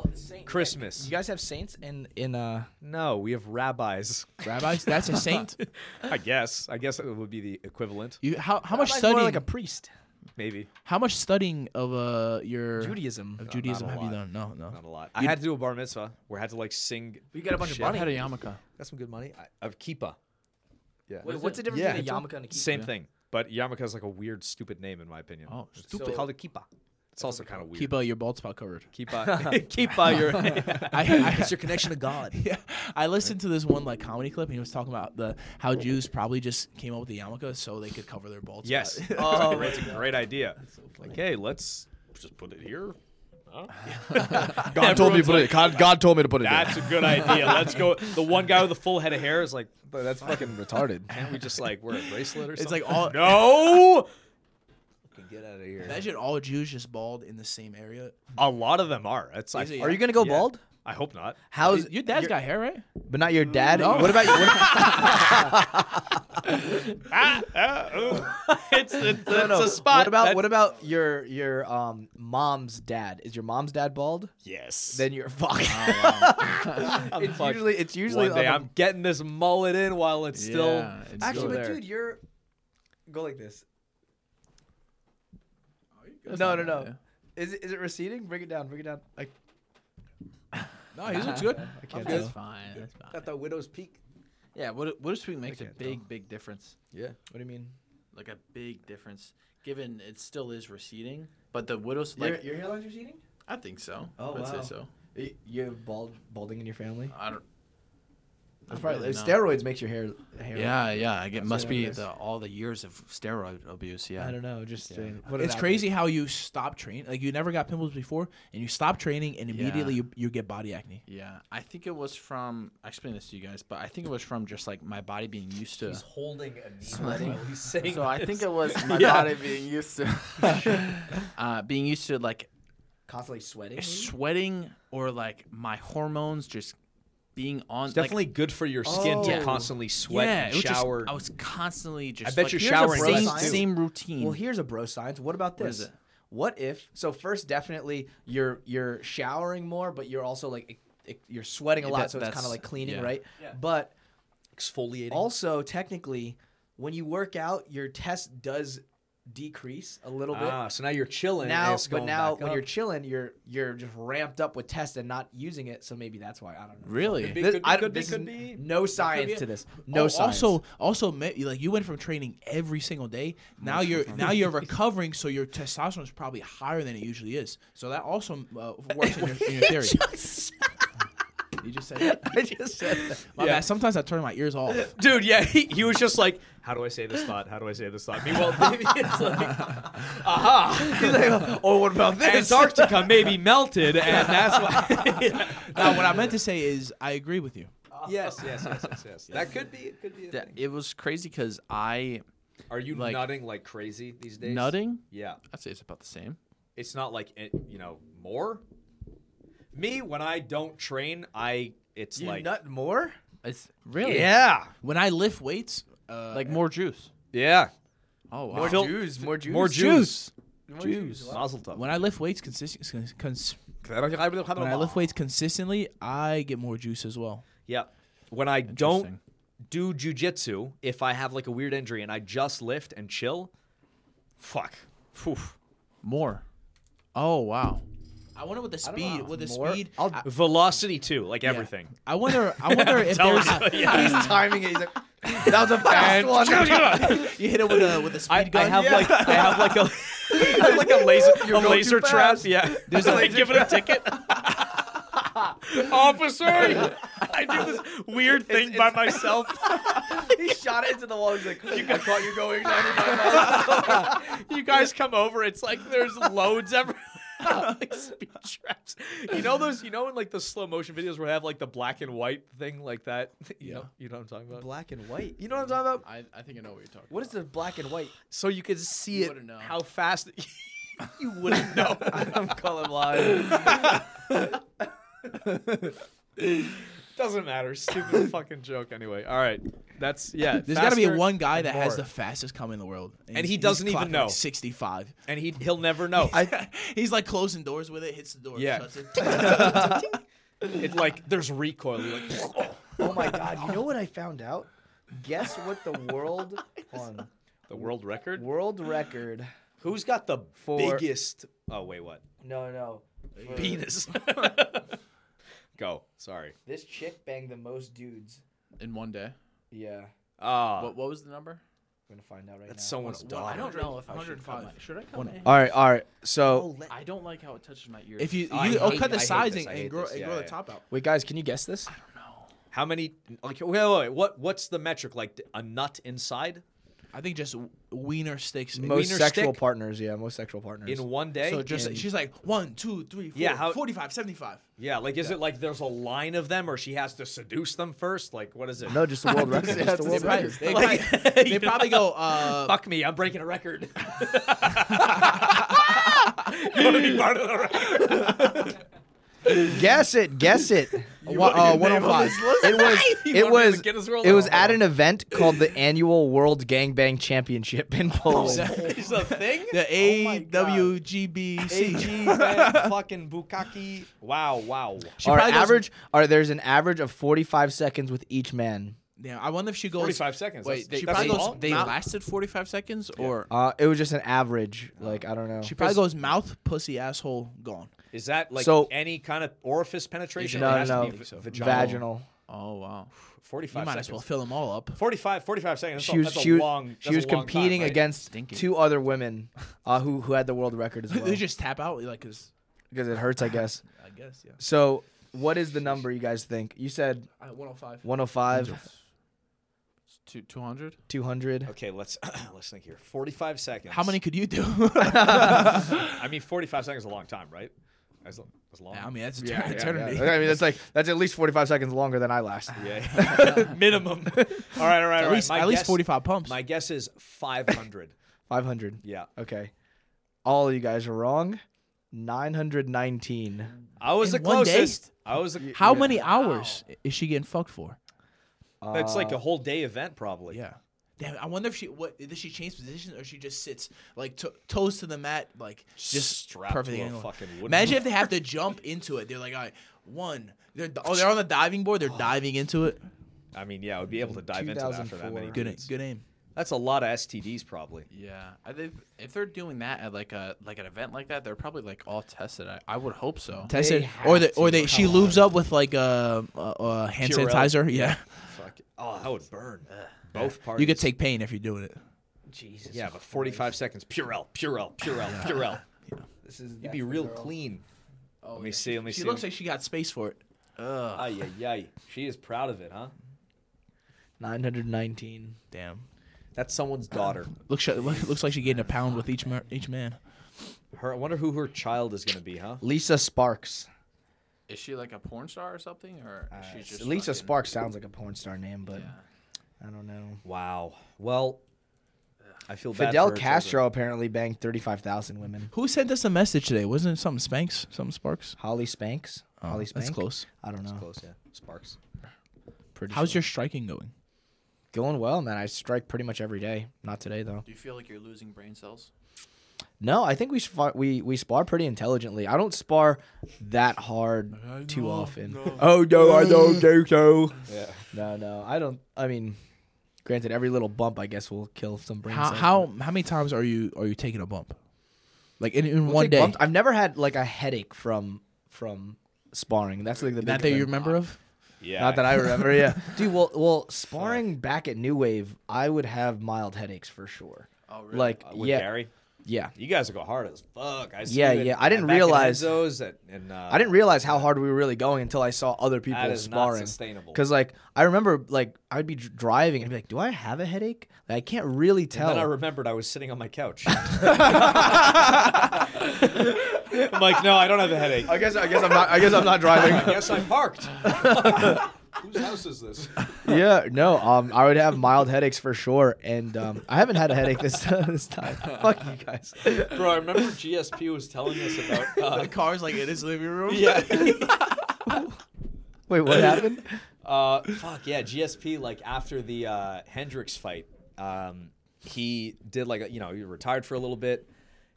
Speaker 2: Christmas.
Speaker 4: You guys have saints in in uh
Speaker 2: no, we have rabbis.
Speaker 3: rabbis? That's a saint.
Speaker 2: I guess. I guess it would be the equivalent,
Speaker 3: You how how much
Speaker 4: Rabbi's
Speaker 3: studying?
Speaker 4: more like a priest.
Speaker 2: maybe.
Speaker 3: how much studying of uh your
Speaker 4: Judaism.
Speaker 3: of Judaism
Speaker 2: not a
Speaker 3: have you
Speaker 2: lot.
Speaker 3: done? No, no.
Speaker 2: Not a lot. I had to do a bar mitzvah where I had to like sing.
Speaker 4: You got a bunch of
Speaker 2: shit.
Speaker 4: money.
Speaker 5: I had a yarmulke.
Speaker 2: Got some good money. I, of kippah. Yeah.
Speaker 4: Wait, what's the difference
Speaker 2: Yeah,
Speaker 4: between a
Speaker 2: it's all-
Speaker 4: yarmulke and a kippah?
Speaker 2: Same thing, but yarmulke is like a weird, stupid name in my opinion.
Speaker 5: Oh,
Speaker 2: It's
Speaker 5: stupid.
Speaker 2: called a kippah. It's also kind of weird.
Speaker 3: Keep uh, your bald spot covered.
Speaker 2: Kippah. kippah. Your.
Speaker 3: I, I,
Speaker 6: It's your connection to God.
Speaker 3: yeah, I listened to this one like comedy clip and he was talking about the how Jews probably just came up with the yarmulke so they could cover their bald spot.
Speaker 2: yes. Oh, that's a great idea. like, hey, let's just put it here.
Speaker 12: God told me to put it. God, God told me to put it.
Speaker 2: That's a good idea. Let's go. The one guy with the full head of hair is like,
Speaker 12: there. that's fucking retarded.
Speaker 2: can't we just like wear a bracelet or
Speaker 3: It's
Speaker 2: something?
Speaker 3: like all
Speaker 2: no.
Speaker 6: Get out of here.
Speaker 3: imagine all Jews just bald in the same area.
Speaker 2: A lot of them are. It's like,
Speaker 3: Easy.
Speaker 4: Are you gonna go
Speaker 2: Yeah.
Speaker 4: bald?
Speaker 2: I hope not.
Speaker 4: How's
Speaker 3: Your dad's got hair, right?
Speaker 4: but not your dad? What about you?
Speaker 2: Ah, ah, oh. it's it's, it's a spot.
Speaker 4: What about
Speaker 2: that-
Speaker 4: what about your your um mom's dad? Is your mom's dad bald?
Speaker 2: Yes.
Speaker 4: Then you're fucked. it's
Speaker 2: Oh, fucked.
Speaker 4: usually it's usually
Speaker 2: one day
Speaker 4: on
Speaker 2: I'm getting this mullet in while it's
Speaker 5: Yeah,
Speaker 2: still
Speaker 5: it's
Speaker 4: the, actually,
Speaker 2: still
Speaker 4: but
Speaker 2: there.
Speaker 4: dude, you're go like this. Oh, No, no, no. Is it, is it receding? Bring it down. Bring it down. Like
Speaker 3: No, he Oh, looks good.
Speaker 4: I can't
Speaker 5: That's
Speaker 4: tell.
Speaker 5: fine. That's fine.
Speaker 6: Got that widow's peak.
Speaker 5: Yeah, what what does we makes a big big difference?
Speaker 6: Yeah.
Speaker 4: What do you mean?
Speaker 5: Like a big difference, given it still is receding. But the widow's
Speaker 4: Your,
Speaker 5: like
Speaker 4: your hairline's receding?
Speaker 5: I think so.
Speaker 4: Oh,
Speaker 5: I'd
Speaker 4: wow.
Speaker 5: say so.
Speaker 4: Y- You have bald balding in your family?
Speaker 5: I don't.
Speaker 4: That's probably
Speaker 5: really not.
Speaker 4: steroids makes your hair hair.
Speaker 5: Yeah, yeah. I get must
Speaker 4: what
Speaker 5: be
Speaker 4: it is.
Speaker 5: the, all the years of steroid abuse. Yeah.
Speaker 4: I don't know. Just uh, saying. Put it
Speaker 3: It's
Speaker 4: out
Speaker 3: crazy how you stop training. Like you never got pimples before, and you stop training, and immediately you, you get body acne.
Speaker 5: Yeah, I think it was from. I explained this to you guys, but I think it was from just like my body being used
Speaker 2: uh,
Speaker 5: to.
Speaker 2: holding a needle while he's saying
Speaker 5: So I think it was my body being used to, uh, being used to like
Speaker 4: there. constantly sweating.
Speaker 5: sweating or like my hormones just being on.
Speaker 2: it's definitely good for your skin to
Speaker 5: Yeah.
Speaker 2: constantly sweat
Speaker 5: like, yeah,
Speaker 2: and
Speaker 5: it was just-
Speaker 2: shower.
Speaker 5: I was constantly just.
Speaker 2: bet
Speaker 5: like,
Speaker 2: you're
Speaker 5: here's a
Speaker 2: showering
Speaker 5: Same,
Speaker 4: less, too.
Speaker 5: same routine.
Speaker 4: Well, here's a bro science. What about this?
Speaker 5: is it?
Speaker 4: What if? So first, definitely you're you're showering more, but you're also like it- it- you're sweating a
Speaker 5: Yeah,
Speaker 4: lot,
Speaker 5: that-
Speaker 4: so it's kind of
Speaker 5: that's-
Speaker 4: like cleaning,
Speaker 5: yeah.
Speaker 4: right? But
Speaker 2: exfoliating.
Speaker 4: also technically, when you work out, your test does decrease a little bit.
Speaker 2: ah, so now you're chilling. and
Speaker 4: now,
Speaker 2: it's
Speaker 4: but
Speaker 2: going
Speaker 4: now
Speaker 2: back
Speaker 4: when
Speaker 2: up.
Speaker 4: you're chilling, you're you're just ramped up with tests and not using it. So maybe that's why I don't know.
Speaker 5: really?
Speaker 2: Could be,
Speaker 4: This-
Speaker 2: could be,
Speaker 4: I-
Speaker 2: could be,
Speaker 4: this
Speaker 2: could
Speaker 4: is
Speaker 2: be.
Speaker 4: No science to this. No
Speaker 3: Oh,
Speaker 4: science.
Speaker 3: Also, also, ma- like you went from training every single day. Now you're now you're recovering, so your testosterone is probably higher than it usually is. So that also uh, works in your, in your theory. you just said it.
Speaker 4: I just said that.
Speaker 3: My bad. Sometimes I turn my ears off.
Speaker 2: Dude, yeah, he, he was just like, how do I say this thought? How do I say this thought? Meanwhile, maybe it's like, aha. He's like, oh, what about this? Antarctica maybe melted, and that's why.
Speaker 3: now, what I meant to say is, I agree with you.
Speaker 2: yes, yes, yes, yes, yes. That could be. It could be. A
Speaker 5: That-
Speaker 2: thing.
Speaker 5: It was crazy because I
Speaker 2: Are you
Speaker 5: Like-
Speaker 2: nutting like crazy these days?
Speaker 5: nutting.
Speaker 2: Yeah.
Speaker 5: I'd say it's about the same.
Speaker 2: It's not like it, you know more. Me when I don't train, I it's
Speaker 4: you
Speaker 2: like
Speaker 4: nut more.
Speaker 5: It's really
Speaker 2: yeah,
Speaker 3: When I lift weights, uh,
Speaker 5: like more juice.
Speaker 2: yeah,
Speaker 5: Oh wow.
Speaker 2: Fil-
Speaker 4: Jews, more Jews.
Speaker 2: more juice, juice, mazel tov.
Speaker 3: when I lift weights consist- cons- cons-
Speaker 2: Oh,
Speaker 3: when I lift weights consistently, I get more juice as well.
Speaker 2: Yeah. When I don't do
Speaker 5: Interesting.
Speaker 2: jujitsu, if I have like a weird injury and I just lift and chill, fuck. Phew.
Speaker 5: More. Oh wow.
Speaker 3: I wonder what the speed, what the
Speaker 4: More-
Speaker 3: speed.
Speaker 4: I'll
Speaker 2: Velocity too, like everything.
Speaker 3: I wonder. I wonder if
Speaker 2: Tell
Speaker 3: there's.
Speaker 2: us.
Speaker 4: He's timing it. He's like, that was a fast one.
Speaker 3: you hit it with a with a speed
Speaker 2: I, I
Speaker 3: gun.
Speaker 2: have like I have like a I have like a laser a
Speaker 4: going
Speaker 2: laser
Speaker 4: too
Speaker 2: trap.
Speaker 4: fast.
Speaker 2: Yeah. There's a laser give it a ticket. Officer, I do this weird thing by myself.
Speaker 4: he shot it into the wall. He's like, I caught you going. 95 miles."
Speaker 2: you guys come over, it's like there's loads everywhere. like speed traps. You know those you know in like the slow motion videos where they have like the black and white thing like that? You know you know what I'm talking about?
Speaker 4: Black and white. You know what I'm talking about?
Speaker 5: I, I think I know what you're talking
Speaker 4: What is the black and white?
Speaker 2: So you could see
Speaker 5: You
Speaker 2: it
Speaker 5: wouldn't know.
Speaker 2: how fast you wouldn't know.
Speaker 4: I'm colorblind.
Speaker 2: Doesn't matter. Stupid fucking joke anyway. All right. That's yeah.
Speaker 3: There's got to be
Speaker 2: faster
Speaker 3: one guy that
Speaker 2: and
Speaker 3: has
Speaker 2: more.
Speaker 3: the fastest cum in the world,
Speaker 2: And he
Speaker 3: he's- he's
Speaker 2: doesn't even
Speaker 3: clocking like
Speaker 2: know.
Speaker 3: 65.
Speaker 2: and he he'll never know.
Speaker 3: he's like closing doors with it, hits the door,
Speaker 2: Yeah.
Speaker 3: shuts it.
Speaker 2: It's like there's recoil. You're like
Speaker 4: Oh my god! You know what I found out? Guess what the world on
Speaker 2: the world record.
Speaker 4: world record
Speaker 2: Who's got the
Speaker 4: For-
Speaker 2: biggest? Oh wait, what?
Speaker 4: No, no.
Speaker 2: Penis. Go. Sorry.
Speaker 4: This chick banged the most dudes.
Speaker 5: in one day.
Speaker 4: Yeah, I'm
Speaker 2: Ah,
Speaker 5: What, what was the number?
Speaker 4: gonna find out right
Speaker 2: that's
Speaker 4: now.
Speaker 2: someone's
Speaker 5: Oh, I
Speaker 2: daughter.
Speaker 5: don't know if I should cut my, Should I cut my
Speaker 4: all right, all right. So,
Speaker 2: Oh,
Speaker 5: I don't like how it touches my ear.
Speaker 3: If you, you
Speaker 2: I
Speaker 3: oh,
Speaker 2: hate-
Speaker 3: cut the
Speaker 2: I hate
Speaker 3: sizing
Speaker 2: this, I hate
Speaker 3: and grow,
Speaker 2: this.
Speaker 3: and
Speaker 2: Yeah,
Speaker 3: grow the
Speaker 2: yeah.
Speaker 3: top out.
Speaker 4: wait, guys, can you guess this?
Speaker 2: How many? Like, wait, wait, wait, what? What's the metric? Like a nut inside
Speaker 3: I think just wiener sticks.
Speaker 4: Most
Speaker 2: wiener
Speaker 4: sexual
Speaker 2: stick?
Speaker 4: partners. Yeah, most sexual partners.
Speaker 2: in one day?
Speaker 3: so just
Speaker 4: in-
Speaker 3: she's like one, two, three, four,
Speaker 2: Yeah, how-
Speaker 3: 45, 75.
Speaker 2: yeah, like is it like there's a line of them, or she has to seduce them first? Like, what is it?
Speaker 4: no, just the world record. just the world
Speaker 3: Right.
Speaker 4: record.
Speaker 3: They, probably, they probably go. Uh,
Speaker 2: Fuck me, I'm breaking a record. you want to be part of the record?
Speaker 4: Guess it. Guess it. Wa- uh, 105. It was. It
Speaker 2: wanna be
Speaker 4: was.
Speaker 2: the Guinness World
Speaker 4: It was
Speaker 2: Record.
Speaker 4: at an event called the annual World Gangbang Championship in
Speaker 2: Oh,
Speaker 4: Poland.
Speaker 2: Is a thing?
Speaker 3: the AWGBC.
Speaker 2: AG, man, fucking Bukaki. Wow, wow.
Speaker 4: All right,
Speaker 3: probably goes-
Speaker 4: average. All right, there's an average of 45 seconds with each man.
Speaker 3: Damn, I wonder if she goes.
Speaker 2: 45 seconds.
Speaker 3: Wait,
Speaker 2: That's-
Speaker 3: she
Speaker 2: that's
Speaker 3: probably
Speaker 2: long?
Speaker 3: goes.
Speaker 5: they
Speaker 3: mouth,
Speaker 5: lasted 45 seconds or
Speaker 4: Uh, it was just an average. Like I don't know.
Speaker 3: she probably goes mouth, pussy, asshole, gone.
Speaker 2: Is that like
Speaker 4: So-
Speaker 2: any kind of orifice penetration? It
Speaker 4: no,
Speaker 2: has to
Speaker 4: no,
Speaker 2: be
Speaker 4: no.
Speaker 2: v- vaginal.
Speaker 4: Vaginal.
Speaker 5: oh wow.
Speaker 2: 45
Speaker 3: You might
Speaker 2: seconds.
Speaker 3: as well fill them all up.
Speaker 2: 45, 45 seconds.
Speaker 4: She was.
Speaker 2: that's a
Speaker 4: She was.
Speaker 2: long,
Speaker 4: she
Speaker 2: that's
Speaker 4: was
Speaker 2: a long time,
Speaker 4: competing
Speaker 2: right?
Speaker 4: against
Speaker 5: Stinky.
Speaker 4: two other women, uh, who who had the world record as well.
Speaker 3: They just tap out like cause
Speaker 4: because it hurts, I guess.
Speaker 3: I guess yeah.
Speaker 4: So, what is the number you guys think? You said
Speaker 3: I, 105.
Speaker 4: 105,
Speaker 5: Two, 200?
Speaker 4: 200.
Speaker 2: Okay, let's let's think here. 45 seconds.
Speaker 3: How many could you do?
Speaker 2: I mean, 45 seconds is a long time, right? As, as long.
Speaker 3: I mean, that's yeah,
Speaker 4: Yeah,
Speaker 3: eternity.
Speaker 4: I mean, that's like that's at least 45 seconds longer than I last.
Speaker 2: yeah. Minimum. All right, all right, all right.
Speaker 3: At least,
Speaker 2: my
Speaker 3: at least
Speaker 2: guess-
Speaker 3: 45 pumps.
Speaker 2: My guess is 500.
Speaker 4: 500.
Speaker 2: yeah.
Speaker 4: Okay. All of you guys are wrong. 919.
Speaker 2: I was
Speaker 3: In
Speaker 2: the
Speaker 3: one day?
Speaker 2: closest. I was. The,
Speaker 3: How many hours is she getting fucked for?
Speaker 2: That's like a whole day event, probably.
Speaker 3: Yeah. Damn, I wonder if she what does she change position or she just sits like to, toes to the mat like just
Speaker 2: Strapped
Speaker 3: perfect
Speaker 2: to a
Speaker 3: angle.
Speaker 2: fucking wooden-
Speaker 3: Imagine if they have to jump into it. They're like, all right, one. They're oh they're on the diving board. They're diving into it.
Speaker 2: I mean, yeah, I would be able to dive into that for that many.
Speaker 4: 2004.
Speaker 3: Good
Speaker 2: dudes.
Speaker 3: good aim.
Speaker 2: That's a lot of STDs, probably.
Speaker 5: Yeah. I think if they're doing that at like a like an event like that, they're probably like all tested. I, I would hope so.
Speaker 3: Test
Speaker 4: They
Speaker 3: it. or
Speaker 4: have
Speaker 3: they or
Speaker 4: to.
Speaker 3: they she lubes up with like a uh, uh, hand
Speaker 2: Purell.
Speaker 3: sanitizer. Yeah.
Speaker 2: Fuck. Oh, that would burn. Both parties.
Speaker 3: you could take pain if you're doing it.
Speaker 4: Jesus.
Speaker 2: Yeah, but 45 seconds. Purell, Purell, Purell, Purell.
Speaker 4: This is
Speaker 2: You'd be real clean. let me see. Let me
Speaker 3: She
Speaker 2: see.
Speaker 3: looks like she got space for it.
Speaker 2: Ay, ay, ay. She is proud of it, huh?
Speaker 4: 919.
Speaker 3: Damn.
Speaker 2: That's someone's daughter.
Speaker 3: Looks looks like she getting a pound with each mer- each man.
Speaker 2: Her. I wonder who her child is gonna be, huh?
Speaker 4: Lisa Sparks.
Speaker 5: Is she like a porn star or something or is
Speaker 3: Uh,
Speaker 5: she just
Speaker 4: Lisa
Speaker 5: fucking-
Speaker 4: Sparks sounds like a porn star name, but I don't know.
Speaker 2: Wow. Well, I feel bad.
Speaker 4: Fidel
Speaker 2: for her
Speaker 4: Castro
Speaker 2: children.
Speaker 4: apparently banged 35,000 women.
Speaker 3: Who sent us a message today? Wasn't it something Spanks? Something Sparks?
Speaker 4: Holly Spanks. Holly
Speaker 3: Oh,
Speaker 4: Spanks.
Speaker 3: That's close.
Speaker 4: I don't know.
Speaker 2: Close, yeah. Sparks.
Speaker 4: Pretty
Speaker 3: How's
Speaker 4: sure.
Speaker 3: your striking going?
Speaker 4: going well, man? I strike pretty much every day. Not today though.
Speaker 5: Do you feel like you're losing brain cells?
Speaker 4: No, I think we spar, we we spar pretty intelligently. I don't spar that hard too often. Oh no, I don't think so.
Speaker 2: Yeah.
Speaker 4: No, no, I don't. I mean, granted, every little bump I guess will kill some brain
Speaker 3: How
Speaker 4: cells,
Speaker 3: how
Speaker 4: but-
Speaker 3: how many times are you are you taking a bump? Like in, in
Speaker 4: We'll
Speaker 3: one
Speaker 4: take
Speaker 3: day
Speaker 4: bumps. I've never had like a headache from from sparring. That's like the
Speaker 3: that
Speaker 4: big
Speaker 3: that
Speaker 4: thing.
Speaker 3: you remember of?
Speaker 2: Yeah.
Speaker 4: Not that I remember. Yeah, dude. Well, well, sparring back at New Wave, I would have mild headaches for sure.
Speaker 5: Oh, really?
Speaker 4: Like
Speaker 2: Uh, with
Speaker 4: yeah,
Speaker 2: Gary.
Speaker 4: yeah.
Speaker 2: You guys go hard as fuck. I see
Speaker 4: Yeah,
Speaker 2: you at-
Speaker 4: yeah. I didn't
Speaker 2: back in
Speaker 4: realize-
Speaker 2: Enzo's at- and, uh,
Speaker 4: I didn't realize how hard we were really going until I saw other people
Speaker 2: That is not
Speaker 4: sparring.
Speaker 2: sustainable.
Speaker 4: Because like I remember, like I'd be dr- driving and I'd be like, "Do I have a headache?" Like, I can't really
Speaker 2: And
Speaker 4: tell.
Speaker 2: then I remembered I was sitting on my couch. I'm like, no, I don't have a headache.
Speaker 4: I guess I guess I'm not. I guess I'm not driving.
Speaker 2: I guess I parked. Whose house is this?
Speaker 4: yeah, no. Um, I would have mild headaches for sure, and um, I haven't had a headache this this time. Fuck you guys.
Speaker 2: Bro, I remember GSP was telling us about. Uh,
Speaker 3: The car's like in his living room.
Speaker 2: yeah.
Speaker 4: Wait, what happened?
Speaker 2: Uh, fuck yeah, GSP. Like after the uh, Hendricks fight, um, he did like a, you know he retired for a little bit,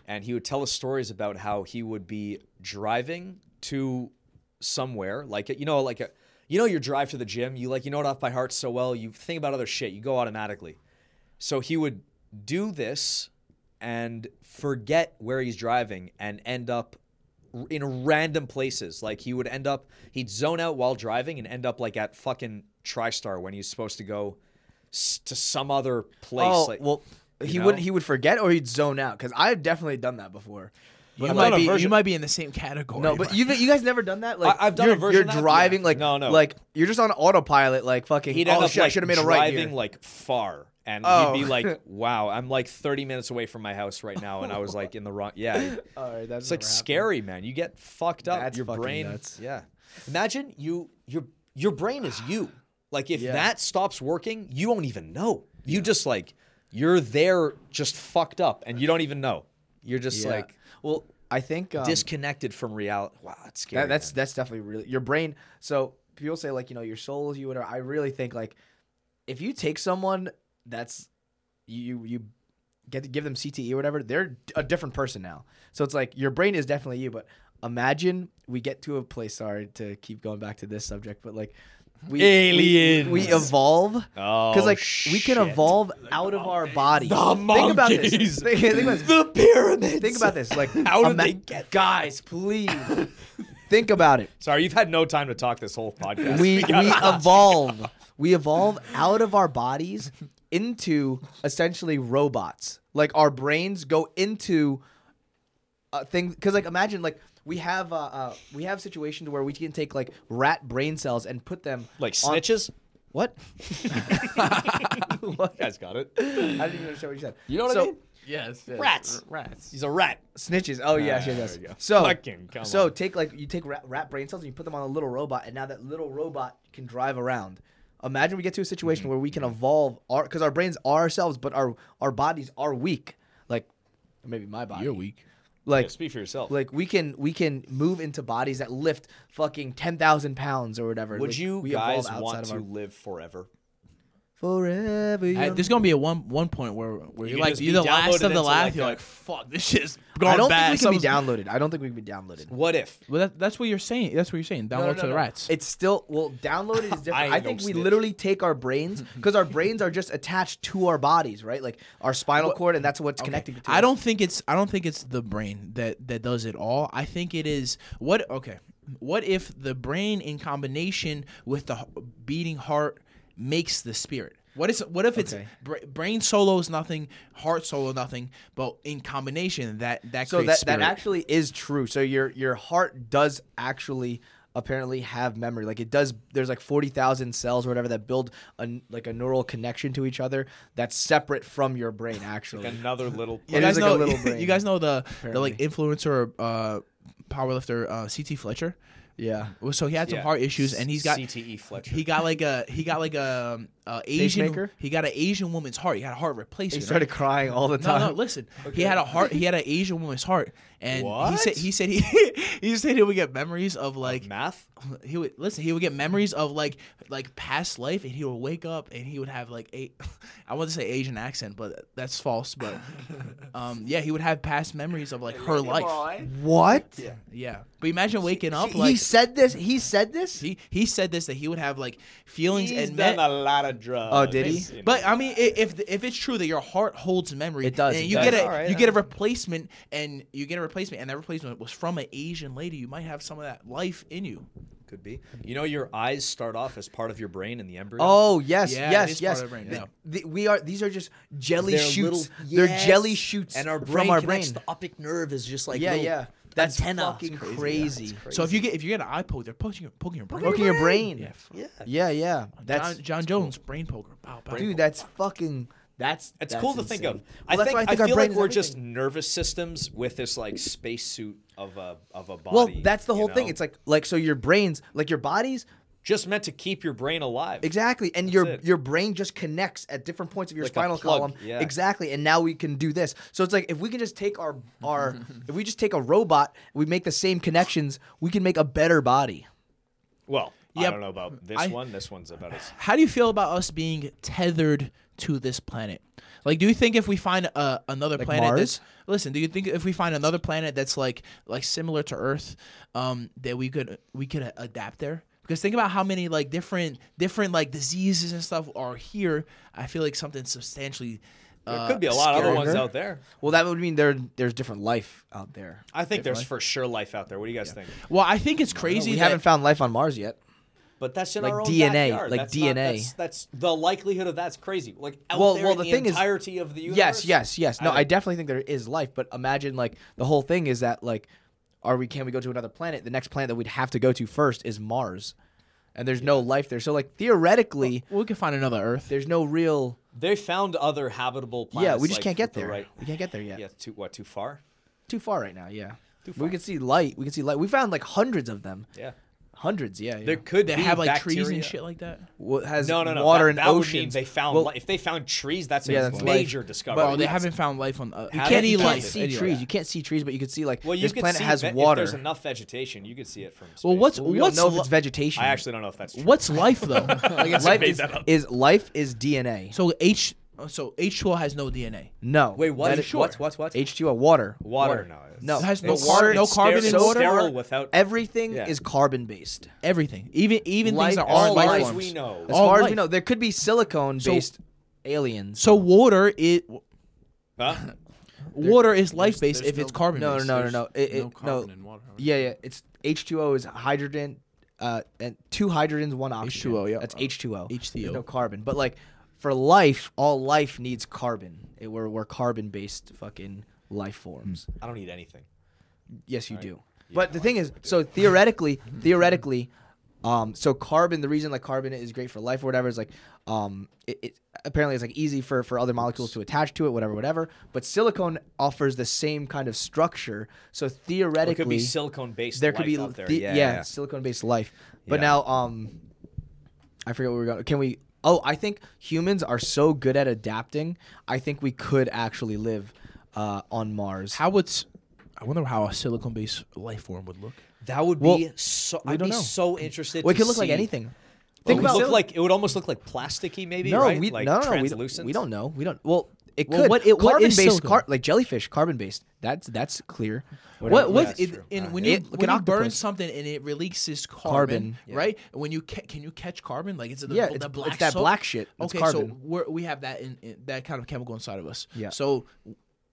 Speaker 2: and he would tell us stories about how he would be driving to somewhere like you know like a, you know your drive to the gym. You like you know it off by heart so well. You think about other shit. You go automatically. So he would do this and forget where he's driving and end up r- in random places. Like he would end up, he'd zone out while driving and end up like at fucking TriStar when he's supposed to go s- to some other place.
Speaker 4: Oh,
Speaker 2: like,
Speaker 4: well,
Speaker 2: you
Speaker 4: he
Speaker 2: know?
Speaker 4: would he would forget or he'd zone out because I've definitely done that before.
Speaker 3: You
Speaker 4: But
Speaker 3: might
Speaker 4: like-
Speaker 3: be you might be in the same category.
Speaker 4: no, but you you guys never done that. Like
Speaker 2: I- I've done a
Speaker 4: you're,
Speaker 2: version
Speaker 4: You're
Speaker 2: of that, yeah.
Speaker 4: driving like
Speaker 2: No, no.
Speaker 4: like you're just on autopilot. Like fucking.
Speaker 2: he'd
Speaker 4: oh
Speaker 2: end up
Speaker 4: shit! I
Speaker 2: like
Speaker 4: should have made a
Speaker 2: driving
Speaker 4: right here.
Speaker 2: like far. And
Speaker 4: Oh.
Speaker 2: he'd be like, "Wow, I'm like 30 minutes away from my house right now," and I was like in the wrong. Yeah,
Speaker 4: All right, that's
Speaker 2: it's like scary, man. You get fucked up.
Speaker 4: That's
Speaker 2: your
Speaker 4: fucking
Speaker 2: brain.
Speaker 4: nuts.
Speaker 2: Yeah. Imagine you your your brain is you. Like if
Speaker 4: Yeah.
Speaker 2: that stops working, you won't even know. You just like you're there, just fucked up, and you don't even know. You're just like
Speaker 4: well, I think um,
Speaker 2: disconnected from reality. Wow, that's scary.
Speaker 4: That, that's
Speaker 2: man.
Speaker 4: that's definitely really your brain. So people say like you know your soul is you whatever. I really think like if you take someone that's you you get to give them CTE or whatever, they're a different person now. So it's like your brain is definitely you. But imagine we get to a place. Sorry to keep going back to this subject, but like. We, we-
Speaker 2: Aliens.
Speaker 4: We, evolve because,
Speaker 2: Oh,
Speaker 4: like, we can
Speaker 2: shit.
Speaker 4: evolve out of our body. think about this.
Speaker 2: monkeys.
Speaker 4: Think, think about this.
Speaker 2: the pyramids.
Speaker 4: Think about this. Like,
Speaker 2: How did
Speaker 4: ima-
Speaker 2: they get that?
Speaker 4: guys? Please think about it.
Speaker 2: Sorry, you've had no time to talk this whole podcast.
Speaker 4: we we
Speaker 2: gotta-
Speaker 4: evolve. We evolve out of our bodies into essentially robots. Like our brains go into a thing because like imagine like we have uh, uh we have situations where we can take like rat brain cells and put them
Speaker 2: like
Speaker 4: on-
Speaker 2: snitches.
Speaker 4: what?
Speaker 2: You guys got it.
Speaker 4: I didn't even understand what you said.
Speaker 2: You know what
Speaker 4: So-
Speaker 2: I mean?
Speaker 5: Yes, yes.
Speaker 2: Rats.
Speaker 5: Rats.
Speaker 2: He's a rat.
Speaker 4: Snitches. Oh yes,
Speaker 2: Ah,
Speaker 4: yes,
Speaker 2: there we
Speaker 4: yes.
Speaker 2: go.
Speaker 4: So,
Speaker 2: Fucking come
Speaker 4: so
Speaker 2: on.
Speaker 4: take like you take rat, rat brain cells and you put them on a little robot, and now that little robot can drive around. Imagine we get to a situation
Speaker 2: Mm-hmm.
Speaker 4: where we can evolve our because our brains are ourselves, but our our bodies are weak. Like maybe my body.
Speaker 3: you're weak.
Speaker 4: Like
Speaker 2: Yeah, speak for yourself.
Speaker 4: like we can we can move into bodies that lift fucking ten thousand pounds or whatever.
Speaker 2: Would
Speaker 4: Like,
Speaker 2: you
Speaker 4: we
Speaker 2: guys
Speaker 4: evolve outside
Speaker 2: want
Speaker 4: of
Speaker 2: to
Speaker 4: our-
Speaker 2: live forever?
Speaker 4: forever?
Speaker 3: I-
Speaker 4: young.
Speaker 3: there's gonna be a one one point where where
Speaker 2: You
Speaker 3: you're
Speaker 2: can
Speaker 3: like
Speaker 2: just be
Speaker 3: you're the last
Speaker 2: downloaded
Speaker 3: of the
Speaker 2: into,
Speaker 3: last.
Speaker 2: like,
Speaker 3: you're
Speaker 2: a-
Speaker 3: like fuck this shit's gone
Speaker 4: I don't
Speaker 3: bad.
Speaker 4: think we can be
Speaker 3: Something's-
Speaker 4: downloaded. I don't think we can be downloaded.
Speaker 2: What if?
Speaker 3: Well, that, that's what you're saying. That's what you're saying. Download
Speaker 4: No, no,
Speaker 3: to
Speaker 4: no,
Speaker 3: the
Speaker 4: no.
Speaker 3: rats.
Speaker 4: It's still well downloaded is different.
Speaker 2: I
Speaker 4: I,
Speaker 2: ain't
Speaker 4: think
Speaker 2: no
Speaker 4: we
Speaker 2: snitch.
Speaker 4: literally take our brains because our brains are just attached to our bodies, right? Like our spinal cord, and that's what's connected to.
Speaker 3: I
Speaker 4: us.
Speaker 3: don't think it's I don't think it's the brain that that does it all. I think it is what okay. What if the brain in combination with the h- beating heart makes the spirit? What is what if it's
Speaker 4: Okay.
Speaker 3: bra- brain solo is nothing, heart solo nothing, but in combination that that
Speaker 4: So that
Speaker 3: creates
Speaker 4: that
Speaker 3: spirit.
Speaker 4: actually is true. So your your heart does actually apparently have memory. Like it does. There's like forty thousand cells or whatever that build a like a neural connection to each other that's separate from your brain. Actually,
Speaker 2: Another little.
Speaker 3: you
Speaker 4: It is
Speaker 3: guys
Speaker 4: like a
Speaker 3: know
Speaker 4: little brain,
Speaker 3: you guys know the the like
Speaker 4: apparently.
Speaker 3: influencer uh powerlifter uh CT Fletcher?
Speaker 4: yeah.
Speaker 3: Well, so he had some
Speaker 2: Yeah.
Speaker 3: heart issues, and he's got
Speaker 2: CTE Fletcher.
Speaker 3: He got like a he got like a, um, a Asian
Speaker 4: Pacemaker?
Speaker 3: he got an Asian woman's heart. He had a heart replacement.
Speaker 4: He started
Speaker 3: right?
Speaker 4: crying all the
Speaker 3: No,
Speaker 4: time.
Speaker 3: no, listen. He had a heart. He had an Asian woman's heart, and he
Speaker 2: What?
Speaker 3: said he said he he said he would get memories of like
Speaker 2: math.
Speaker 3: he would listen. He would get memories of like like past life, and he would wake up and he would have like a I want to say Asian accent, but that's false. But um, yeah, he would have past memories of like her life.
Speaker 4: What?
Speaker 3: Yeah, but imagine waking up
Speaker 4: He
Speaker 3: like
Speaker 4: said this. He said this.
Speaker 3: he he said this that he would have like feelings
Speaker 2: He's
Speaker 3: and
Speaker 2: done
Speaker 3: me-
Speaker 2: a lot of drugs.
Speaker 4: Oh, did he?
Speaker 2: You know.
Speaker 3: But I mean, i- if if it's true that your heart holds memory,
Speaker 4: It does,
Speaker 3: And
Speaker 4: it
Speaker 3: you
Speaker 4: does.
Speaker 3: get a
Speaker 4: All right,
Speaker 3: you
Speaker 4: all
Speaker 3: get a replacement, and you get a replacement, and that replacement was from an Asian lady. You might have some of that life in you.
Speaker 2: could be. You know, your eyes start off as part of your brain in the embryo.
Speaker 4: Oh yes,
Speaker 3: Yeah, it
Speaker 4: yes,
Speaker 3: is part
Speaker 4: yes.
Speaker 3: of the brain,
Speaker 4: Th-
Speaker 3: yeah.
Speaker 4: th- we are. These are just jelly
Speaker 2: They're
Speaker 4: shoots.
Speaker 2: little-
Speaker 4: They're jelly
Speaker 2: Yes.
Speaker 4: shoots
Speaker 2: and our brain
Speaker 4: from our brain.
Speaker 2: connects The optic nerve is just like
Speaker 4: yeah,
Speaker 2: little
Speaker 4: yeah. That's
Speaker 2: antenna.
Speaker 4: fucking
Speaker 2: It's
Speaker 4: crazy.
Speaker 2: Yeah, it's
Speaker 3: So if you get if you get an eye poke, they're poking your poking your brain.
Speaker 4: poking your brain.
Speaker 3: Yeah,
Speaker 4: Yeah,
Speaker 3: f-
Speaker 2: yeah.
Speaker 4: yeah. That's
Speaker 3: John, John Jones brain poker. Pow, pow.
Speaker 4: dude. That's fucking. That's
Speaker 2: It's
Speaker 4: that's
Speaker 2: cool to think of.
Speaker 4: insane. Well,
Speaker 2: I
Speaker 4: that's
Speaker 2: think
Speaker 4: why
Speaker 2: I,
Speaker 4: I think our
Speaker 2: feel
Speaker 4: brain
Speaker 2: like
Speaker 4: is
Speaker 2: we're just
Speaker 4: everything.
Speaker 2: nervous systems with this like spacesuit of a of a body.
Speaker 4: Well, that's the
Speaker 2: you
Speaker 4: whole thing.
Speaker 2: know?
Speaker 4: It's like like so your brains, like your bodies,
Speaker 2: just meant to keep your brain alive.
Speaker 4: Exactly, and your
Speaker 2: it.
Speaker 4: your brain just connects at different points of your
Speaker 2: Like a
Speaker 4: spinal
Speaker 2: plug,
Speaker 4: column.
Speaker 2: yeah.
Speaker 4: Exactly, and now we can do this. So it's like if we can just take our our if we just take a robot, we make the same connections, we can make a better body.
Speaker 2: Well,
Speaker 13: I don't know about this
Speaker 3: I-
Speaker 13: one. This one's about as
Speaker 3: How do you feel about us being tethered to this planet? Like, do you think if we find uh, another
Speaker 14: Like
Speaker 3: planet,
Speaker 14: Mars?
Speaker 3: that's listen, do you think if we find another planet that's like like similar to Earth, um, that we could we could uh, adapt there? Because think about how many like different different like diseases and stuff are here. I feel like something substantially.
Speaker 13: There
Speaker 3: Uh,
Speaker 13: could be a lot of other
Speaker 3: scarier.
Speaker 13: ones out there.
Speaker 4: Well, that would mean there there's different life out there.
Speaker 13: I think there's for sure life out there. What do you guys think?
Speaker 3: Well, I think it's crazy.
Speaker 4: we
Speaker 3: that-
Speaker 4: haven't found life on Mars yet.
Speaker 2: But that's in
Speaker 4: Like
Speaker 2: our own
Speaker 4: DNA,
Speaker 2: backyard.
Speaker 4: like
Speaker 2: that's
Speaker 4: DNA.
Speaker 2: Not, that's, that's the likelihood of that's crazy. Like out
Speaker 4: well,
Speaker 2: there
Speaker 4: well,
Speaker 2: in
Speaker 4: the,
Speaker 2: the,
Speaker 4: thing
Speaker 2: entirety
Speaker 4: is,
Speaker 2: of the universe.
Speaker 4: Yes, yes, yes. No, I,
Speaker 2: think-
Speaker 4: definitely think there is life, but imagine like the whole thing is that like, are we can we go to another planet? The next planet that we'd have to go to first is Mars, and there's no life there. So like theoretically,
Speaker 3: we could find another Earth.
Speaker 4: There's no real.
Speaker 2: They found other habitable planets.
Speaker 4: yeah, we just
Speaker 2: like,
Speaker 4: can't get
Speaker 2: with the
Speaker 4: there.
Speaker 2: Right.
Speaker 4: We can't get there yet.
Speaker 2: Yeah, too what? Too far?
Speaker 4: Too far right now. Yeah. We can see light. We can see light. We found like hundreds of them.
Speaker 2: Yeah.
Speaker 4: Hundreds. Yeah. yeah.
Speaker 2: There could
Speaker 3: They
Speaker 2: be
Speaker 3: have like
Speaker 2: bacteria.
Speaker 3: trees and shit like that.
Speaker 4: What has
Speaker 2: no, no, no.
Speaker 4: water
Speaker 2: that,
Speaker 4: and
Speaker 2: that would mean
Speaker 4: oceans.
Speaker 2: They found
Speaker 4: Well,
Speaker 2: li- if they found trees, that's a
Speaker 4: Yeah, that's life.
Speaker 2: major discovery.
Speaker 3: Well, they haven't found life on. Uh,
Speaker 4: You
Speaker 2: How
Speaker 4: can't,
Speaker 2: do
Speaker 4: you
Speaker 2: you
Speaker 4: can't
Speaker 2: find it?
Speaker 4: see
Speaker 3: Anyway.
Speaker 4: trees. You can't see trees, but you could see like
Speaker 2: Well, you
Speaker 4: this
Speaker 2: could
Speaker 4: planet
Speaker 2: see
Speaker 4: has
Speaker 2: ve- if
Speaker 4: water.
Speaker 2: there's enough vegetation, you could see it from space.
Speaker 3: Well, what's
Speaker 4: we
Speaker 3: what's
Speaker 4: don't know if
Speaker 3: li-
Speaker 4: it's vegetation.
Speaker 2: I actually don't know if that's true.
Speaker 3: what's life though?
Speaker 4: life
Speaker 2: made
Speaker 4: is,
Speaker 2: that up.
Speaker 4: is life is DNA.
Speaker 3: So H, so H two O has no DNA.
Speaker 4: No.
Speaker 2: Wait, what?
Speaker 4: That
Speaker 2: What?
Speaker 4: is-
Speaker 2: What? What? what?
Speaker 4: H2O water.
Speaker 2: Water, no. it's-
Speaker 4: No.
Speaker 3: It has no
Speaker 2: it's
Speaker 3: carbon, no
Speaker 2: it's
Speaker 3: carbon in
Speaker 2: sterile-
Speaker 3: water.
Speaker 2: sterile without
Speaker 4: Everything
Speaker 2: Yeah.
Speaker 4: is carbon based.
Speaker 3: Everything, even even things
Speaker 4: Life-
Speaker 3: that
Speaker 4: all
Speaker 3: aren't life
Speaker 4: life
Speaker 3: forms.
Speaker 2: we know.
Speaker 4: As
Speaker 3: All
Speaker 4: far as we
Speaker 3: life.
Speaker 4: know, there could be silicone based aliens.
Speaker 3: So water it
Speaker 2: Huh?
Speaker 3: water is life based
Speaker 15: there's
Speaker 3: if it's
Speaker 15: no-
Speaker 3: carbon.
Speaker 4: No, no, no, no, no. It, it,
Speaker 15: no carbon
Speaker 4: no.
Speaker 15: in water. I would
Speaker 4: Yeah, yeah. It's H2O is hydrogen, uh, and two hydrogens, one oxygen.
Speaker 3: H2O, yeah.
Speaker 4: That's H2O.
Speaker 3: H2O.
Speaker 4: There's no carbon. But like for life, all life needs carbon. It, we're we're carbon based fucking life forms.
Speaker 2: I don't need anything.
Speaker 4: Yes, you do. but the thing is, so theoretically, theoretically, um, so carbon. The reason like carbon is great for life or whatever is like, um, it, it apparently it's like easy for for other molecules to attach to it, whatever, whatever. But silicone offers the same kind of structure. So
Speaker 2: It
Speaker 4: theoretically,
Speaker 2: could be silicone based.
Speaker 4: there could be
Speaker 2: out there.
Speaker 4: the-
Speaker 2: yeah,
Speaker 4: silicone based life. But
Speaker 2: Yeah.
Speaker 4: now, um, I forget where we're going. Can we? Oh, I think humans are so good at adapting. I think we could actually live uh, on Mars.
Speaker 3: How it's? I wonder how a silicon based life form would look.
Speaker 2: That would
Speaker 4: Well,
Speaker 2: be so. I'd
Speaker 4: don't
Speaker 2: be
Speaker 4: know.
Speaker 2: so interested.
Speaker 4: Well, it
Speaker 2: to
Speaker 4: could look like
Speaker 2: see-
Speaker 4: anything.
Speaker 2: Think
Speaker 4: Think
Speaker 2: about
Speaker 4: about
Speaker 2: look like it would almost look like plasticky, maybe.
Speaker 4: no,
Speaker 2: right?
Speaker 4: we
Speaker 2: like
Speaker 4: no, no, no, we don't-
Speaker 2: translucent.
Speaker 4: We don't know. We don't. Well, it
Speaker 3: Well,
Speaker 4: could.
Speaker 3: what it- what
Speaker 4: carbon
Speaker 3: is
Speaker 4: based,
Speaker 3: silicone?
Speaker 4: like jellyfish, carbon based. That's that's clear.
Speaker 3: What
Speaker 4: Whatever.
Speaker 3: what Uh, it, and when you,
Speaker 4: Uh, It- like
Speaker 3: when
Speaker 4: an
Speaker 3: you burn
Speaker 4: octopus.
Speaker 3: something and it releases carbon,
Speaker 4: Carbon. Yeah.
Speaker 3: right? And When you ca- can you catch carbon like it's the,
Speaker 4: Yeah,
Speaker 3: the
Speaker 4: it's-
Speaker 3: black
Speaker 4: it's that
Speaker 3: soap?
Speaker 4: black shit. It's
Speaker 3: Okay, so
Speaker 4: carbon.
Speaker 3: we're, we have that in, in that kind of chemical inside of us.
Speaker 4: Yeah.
Speaker 3: So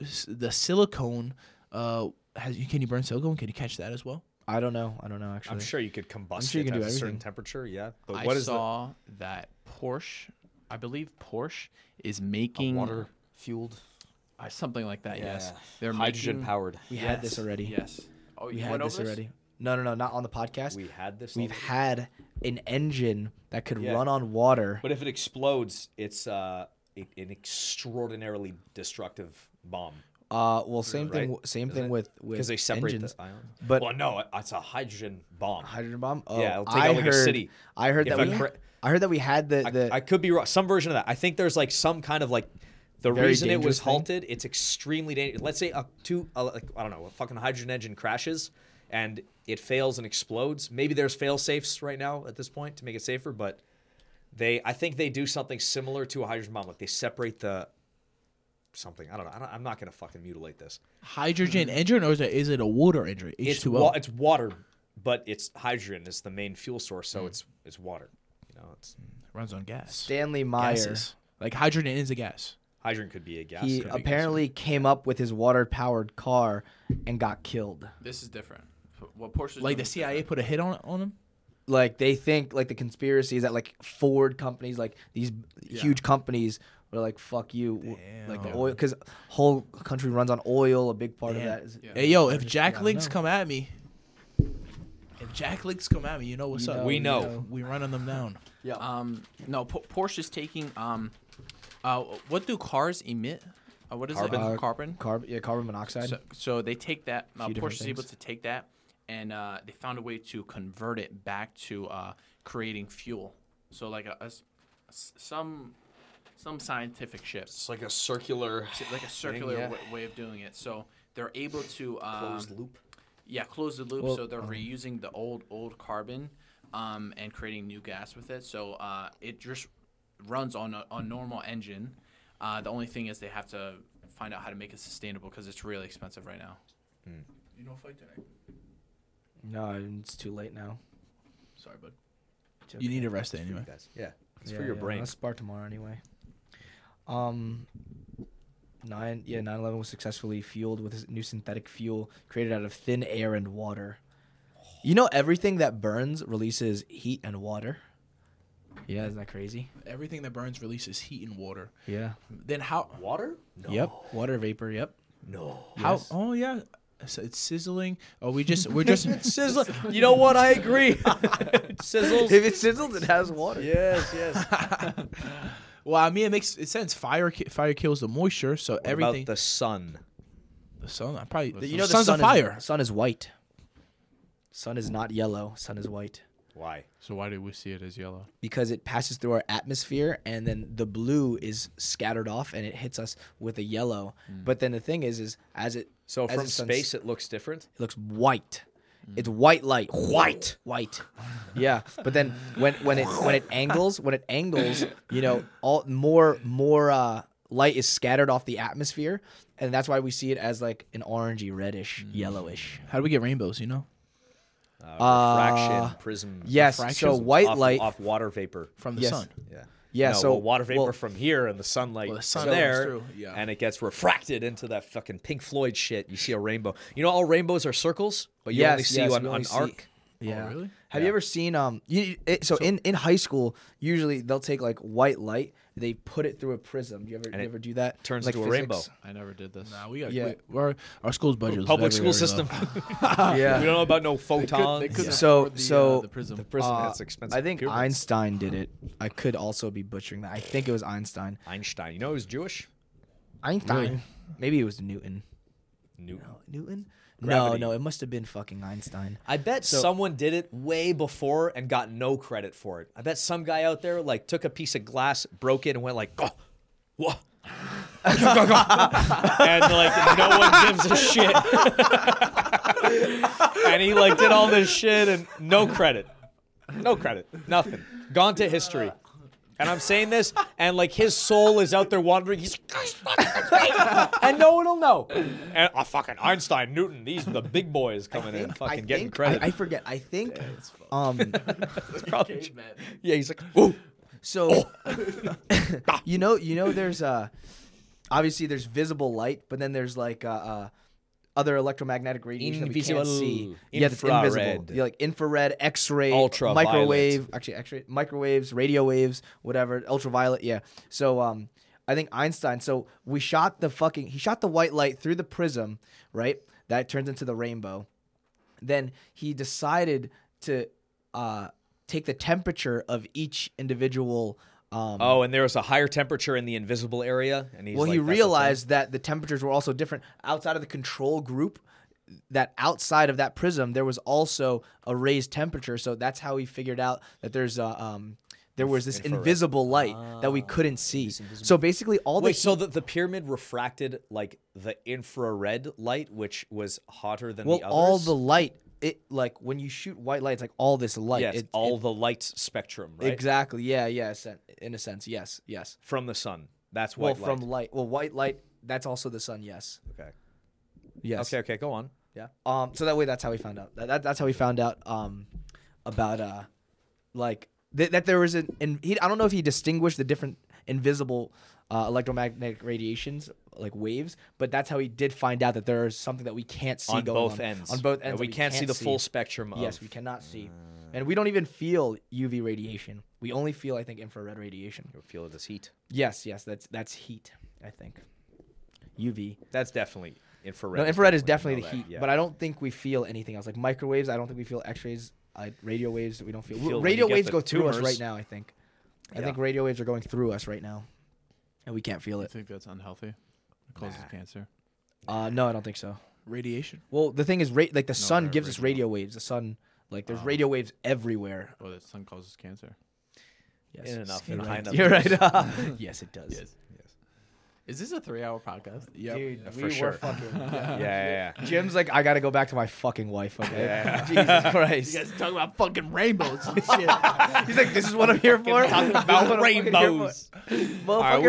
Speaker 3: s- the silicone, uh, has you can you burn silicone? Can you catch that as well?
Speaker 4: I don't know. I don't know actually.
Speaker 2: I'm sure you could combust
Speaker 4: sure you
Speaker 2: it
Speaker 4: can do
Speaker 2: at a certain
Speaker 4: everything.
Speaker 2: temperature. Yeah, but
Speaker 5: I
Speaker 2: what is
Speaker 5: saw that Porsche, I believe Porsche is making
Speaker 2: water fueled?
Speaker 5: uh, something like that. Yes,
Speaker 2: Yeah.
Speaker 5: they're
Speaker 2: hydrogen
Speaker 5: making-
Speaker 2: powered.
Speaker 4: we had this already.
Speaker 5: Yes. Oh,
Speaker 4: we
Speaker 5: you
Speaker 4: had
Speaker 5: went
Speaker 4: this
Speaker 5: over
Speaker 4: already. No, no, no, not on the podcast.
Speaker 2: We had this.
Speaker 4: We've
Speaker 2: already.
Speaker 4: had an engine that could
Speaker 2: Yeah.
Speaker 4: run on water.
Speaker 2: But if it explodes, it's uh, a, an extraordinarily destructive bomb
Speaker 4: Uh, well, same thing.
Speaker 2: right?
Speaker 4: Same
Speaker 2: Isn't
Speaker 4: thing
Speaker 2: it?
Speaker 4: with with
Speaker 2: because they separate
Speaker 4: engines.
Speaker 2: the ions.
Speaker 4: but-
Speaker 2: well, no, it- it's a hydrogen bomb.
Speaker 4: hydrogen bomb. Oh,
Speaker 2: it'll take
Speaker 4: I
Speaker 2: out, like, a
Speaker 4: heard.
Speaker 2: city.
Speaker 4: I heard
Speaker 2: If
Speaker 4: that
Speaker 2: I
Speaker 4: we.
Speaker 2: cor-
Speaker 4: I heard that we had the
Speaker 2: I,
Speaker 4: the.
Speaker 2: I could be wrong. Some version of that. I think there's like some kind of like the
Speaker 4: Very
Speaker 2: reason it was
Speaker 4: dangerous thing.
Speaker 2: halted. It's extremely dangerous. Let's say a two, a, like, I don't know, a fucking hydrogen engine crashes and it fails and explodes. Maybe there's fail safes right now at this point to make it safer, but they, I think they do something similar to a hydrogen bomb. Like they separate the something. I don't know. I don't, I'm not gonna fucking mutilate this.
Speaker 3: Hydrogen engine or is it, is it a water engine? H2O.
Speaker 2: It's wa- it's water, but it's hydrogen is the main fuel source,
Speaker 4: Hmm.
Speaker 2: so it's it's water. You know, it's
Speaker 3: runs on gas.
Speaker 4: Stanley Meyer.
Speaker 3: Gases. Like hydrogen is a gas.
Speaker 2: hydrogen could be a gas.
Speaker 4: he
Speaker 2: could be a gas.
Speaker 4: apparently came up with his water powered car and got killed.
Speaker 5: This is different. What Porsche?
Speaker 3: Like the CIA put a hit on on him.
Speaker 4: Like they think like the conspiracy is that like Ford companies, like these huge companies were like fuck you w- like the oil cuz whole country runs on oil, a big part of that is
Speaker 3: Hey yo, if Jack Links come at me, if Jack Links come at me, you know what's up.
Speaker 2: we know.
Speaker 3: we running them down.
Speaker 5: Um, no, P- Porsche is taking. Um, uh, what do cars emit? Uh, what is
Speaker 2: Carbon.
Speaker 5: it?
Speaker 4: Uh,
Speaker 5: carbon.
Speaker 4: carbon yeah, carbon monoxide.
Speaker 5: So, so they take that. Uh,
Speaker 4: Few different
Speaker 5: Porsche is able
Speaker 4: things.
Speaker 5: to take that, and uh, they found a way to convert it back to uh, creating fuel. So like a, a s- s- some some scientific ship,
Speaker 15: It's like a circular.
Speaker 5: like a circular
Speaker 15: yeah.
Speaker 5: wa- way of doing it. So they're able to um,
Speaker 2: closed loop.
Speaker 4: uh-huh.
Speaker 5: yeah, close the loop. so they're reusing the old old carbon, um, and creating new gas with it. So uh, it just runs on a, a normal engine. Uh, the only thing is they have to find out how to make it sustainable because it's really expensive right now. You don't fight tonight.
Speaker 4: No, it's too late now.
Speaker 5: Sorry, bud.
Speaker 3: You need to rest it anyway.
Speaker 2: guys. Yeah. It's
Speaker 4: Yeah,
Speaker 2: for your
Speaker 4: yeah,
Speaker 2: brain.
Speaker 4: Let's spar tomorrow anyway. Um, nine. Yeah, nine eleven was successfully fueled with this new synthetic fuel created out of thin air and water. You know, everything that burns releases heat and water. Yeah, isn't that crazy?
Speaker 3: Everything that burns releases heat and water.
Speaker 4: Yeah.
Speaker 3: Then how?
Speaker 2: Water?
Speaker 4: Yep. Water vapor. Yep.
Speaker 2: No.
Speaker 3: How? Oh yeah, so it's sizzling. Oh, we just we're just sizzling.
Speaker 16: You know what? I agree.
Speaker 2: Sizzles.
Speaker 4: If it sizzles, it has water.
Speaker 2: yes, yes.
Speaker 3: Well, I mean, it makes it sense. Fire ki- fire kills the moisture, so everything.
Speaker 16: About the sun.
Speaker 3: the sun, I probably
Speaker 4: You know, the
Speaker 3: sun's
Speaker 4: sun
Speaker 3: a
Speaker 4: is-
Speaker 3: fire.
Speaker 4: sun is white. Sun is not yellow. Sun is white.
Speaker 2: Why?
Speaker 5: So why do we see it as yellow?
Speaker 4: because it passes through our atmosphere and then the blue is scattered off and it hits us with a yellow. But then the thing is, is as it
Speaker 2: Mm. So
Speaker 4: as
Speaker 2: from
Speaker 4: the sun's-
Speaker 2: space, it Mm. looks different.
Speaker 4: it looks white. It's white light, white, white. Yeah, but then when when it when it angles, when it angles, you know, all more more uh, light is scattered off the atmosphere, and that's why we see it as like an orangey, reddish,
Speaker 2: Mm.
Speaker 4: yellowish.
Speaker 3: How do we get rainbows? You know,
Speaker 2: Refraction, prism.
Speaker 4: Yes, so
Speaker 2: refraction
Speaker 4: white
Speaker 2: off,
Speaker 4: light.
Speaker 2: off water vapor.
Speaker 3: from the
Speaker 4: Yes.
Speaker 3: sun.
Speaker 2: Yeah.
Speaker 4: Yeah,
Speaker 2: No,
Speaker 4: so
Speaker 2: well, water vapor
Speaker 4: well,
Speaker 2: from here and the sunlight
Speaker 3: the
Speaker 2: is
Speaker 3: sun
Speaker 2: there,
Speaker 3: comes through, yeah.
Speaker 2: and it gets refracted into that fucking Pink Floyd shit. You see a rainbow. You know, all rainbows are circles, but you
Speaker 4: Yes,
Speaker 2: only see
Speaker 4: yes,
Speaker 2: one
Speaker 4: we only
Speaker 2: on
Speaker 4: see-
Speaker 2: arc.
Speaker 4: Yeah.
Speaker 3: really?
Speaker 4: Have you ever seen um? You, it, so, in in high school, usually they'll take like white light, they put it through a prism. Do you ever you
Speaker 2: it
Speaker 4: ever do that?
Speaker 2: turns
Speaker 4: like
Speaker 2: into a rainbow.
Speaker 5: I never did this.
Speaker 3: Nah, we got
Speaker 4: Yeah.
Speaker 3: yeah. we, our our school's budget. was
Speaker 2: Public
Speaker 3: very,
Speaker 2: school
Speaker 3: very low.
Speaker 2: system. Ah, We
Speaker 4: yeah.
Speaker 2: don't know about no photons.
Speaker 4: couldn't So-
Speaker 5: afford the,
Speaker 4: so
Speaker 5: uh, the prism.
Speaker 2: Prism,
Speaker 4: Uh,
Speaker 2: that's expensive.
Speaker 4: I think
Speaker 2: Pyramids.
Speaker 4: Einstein did it. I could also be butchering that. I think it was Einstein.
Speaker 2: Einstein. You know who's Jewish?
Speaker 4: Einstein. Maybe it was Newton.
Speaker 2: Newton.
Speaker 4: Newton.
Speaker 2: Gravity.
Speaker 4: No, no, it must have been fucking Einstein.
Speaker 2: I bet someone did it way before and got no credit for it. I bet some guy out there like took a piece of glass, broke it, and went like, "Oh, whoa." and like no one gives a shit. and he like did all this shit and no credit. No credit. Nothing. Gone to history. And I'm saying this, and like his soul is out there wandering. He's like, "Guys, fuck, that's right." and no one will know. And oh, fucking Einstein, Newton, these the big boys coming in,
Speaker 4: I
Speaker 2: fucking getting
Speaker 4: think-
Speaker 2: credit.
Speaker 4: I, I forget. I think. um.
Speaker 2: yeah, he's like, ooh, Oh. Ah.
Speaker 4: So you know, you know, there's uh, obviously there's visible light, but then there's like uh, uh other electromagnetic radiation that we
Speaker 2: Invisible.
Speaker 4: can't see. Yeah, that's
Speaker 2: Infrared.
Speaker 4: invisible. Yeah, like infrared, X-ray,
Speaker 2: Ultraviolet.
Speaker 4: microwave. Actually, X-ray, microwaves, radio waves, whatever, ultraviolet. Yeah. So um, I think Einstein. So we shot the fucking. He shot the white light through the prism, right? That turns into the rainbow then he decided to uh, take the temperature of each individual. Um,
Speaker 2: oh, and there was a higher temperature in the invisible area, and he's
Speaker 4: well,
Speaker 2: like,
Speaker 4: he
Speaker 2: "That's what's
Speaker 4: realized that the temperatures were also different outside of the control group. That outside of that prism, there was also a raised temperature. So that's how he figured out that there's a. Um, there was this invisible light that we couldn't see. So basically, all
Speaker 2: up." Ah, Wait,
Speaker 4: the
Speaker 2: so the, the pyramid refracted like the infrared light, which was hotter than
Speaker 4: well,
Speaker 2: the others.
Speaker 4: all the light, it like when you shoot white lights, like all this light,
Speaker 2: yes,
Speaker 4: it-
Speaker 2: all
Speaker 4: it-
Speaker 2: the light spectrum, right?
Speaker 4: exactly, yeah, yeah, sen- in a sense, yes, yes.
Speaker 2: From the sun. That's white
Speaker 4: well,
Speaker 2: light.
Speaker 4: from light. Well, white light. That's also the sun. Yes.
Speaker 2: Okay.
Speaker 4: Yes.
Speaker 2: Okay. Okay. Go on. Yeah.
Speaker 4: Um. So that way, that's how we found out. That, that that's how we found out. Um, about uh, like th- that there was an. And he, I don't know if he distinguished the different invisible. Uh, electromagnetic radiations, like waves, but that's how he did find out that there is something that we can't see
Speaker 2: on
Speaker 4: going
Speaker 2: both
Speaker 4: on,
Speaker 2: ends.
Speaker 4: On both
Speaker 2: Yeah,
Speaker 4: ends, that
Speaker 2: we, can't, see the full spectrum. Of, Mm.
Speaker 4: Yes, we cannot see, and we don't even feel UV radiation. We only feel, I think, infrared radiation.
Speaker 2: We feel this heat.
Speaker 4: Yes, yes, that's that's heat. I think UV.
Speaker 2: That's definitely infrared.
Speaker 4: No,
Speaker 2: is
Speaker 4: infrared is
Speaker 2: definitely-
Speaker 4: definitely
Speaker 2: know
Speaker 4: the
Speaker 2: that,
Speaker 4: heat,
Speaker 2: yeah.
Speaker 4: but I don't think we feel anything else. Like microwaves, I don't think we feel X-rays. I, radio waves, we don't feel.
Speaker 2: feel when
Speaker 4: radio
Speaker 2: you get
Speaker 4: waves
Speaker 2: the
Speaker 4: go through us
Speaker 2: tumors.
Speaker 4: right now. I think. I think radio waves are going through us right now, and we can't feel
Speaker 5: I
Speaker 4: it.
Speaker 5: think that's unhealthy. It causes cancer.
Speaker 4: Uh, no, I don't think so.
Speaker 5: Radiation.
Speaker 4: Well, the thing is, ra- like the sun
Speaker 5: they're
Speaker 4: gives us radio waves. The sun, like
Speaker 2: Oh.
Speaker 4: there's radio waves everywhere.
Speaker 5: Oh, that sun causes cancer.
Speaker 4: Yes,
Speaker 2: In enough, in high enough.
Speaker 4: You're right. yes, it does.
Speaker 5: Is this a three-hour podcast?
Speaker 3: Yep.
Speaker 4: Dude,
Speaker 17: for
Speaker 4: we
Speaker 17: sure.
Speaker 4: were fucking.
Speaker 17: Yeah, yeah, yeah.
Speaker 4: Jim's like, I gotta go back to my fucking wife. Okay.
Speaker 17: Yeah.
Speaker 4: Jesus Christ.
Speaker 5: You guys talking about fucking rainbows and shit.
Speaker 4: He's like, this is what I'm here for. Talking about
Speaker 2: rainbows.
Speaker 4: Motherfucking
Speaker 2: All right, we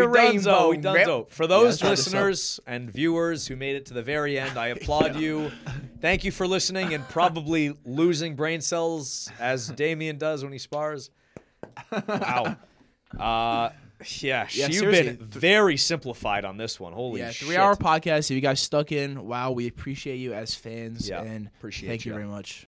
Speaker 2: donezo.
Speaker 4: rainbow.
Speaker 2: We
Speaker 4: rip.
Speaker 2: donezo. For those listeners and viewers who made it to the very end, I applaud you. Thank you for listening and probably losing brain cells as Damien does when he spars. Wow. Uh, yeah, you've
Speaker 5: seriously.
Speaker 2: been very simplified on this one. Holy
Speaker 5: Yeah,
Speaker 2: shit.
Speaker 5: three-hour
Speaker 3: Our podcast. If you guys stuck in, wow, we appreciate you as fans.
Speaker 2: Yeah,
Speaker 3: and
Speaker 2: appreciate
Speaker 3: thank you
Speaker 2: ya.
Speaker 3: very much.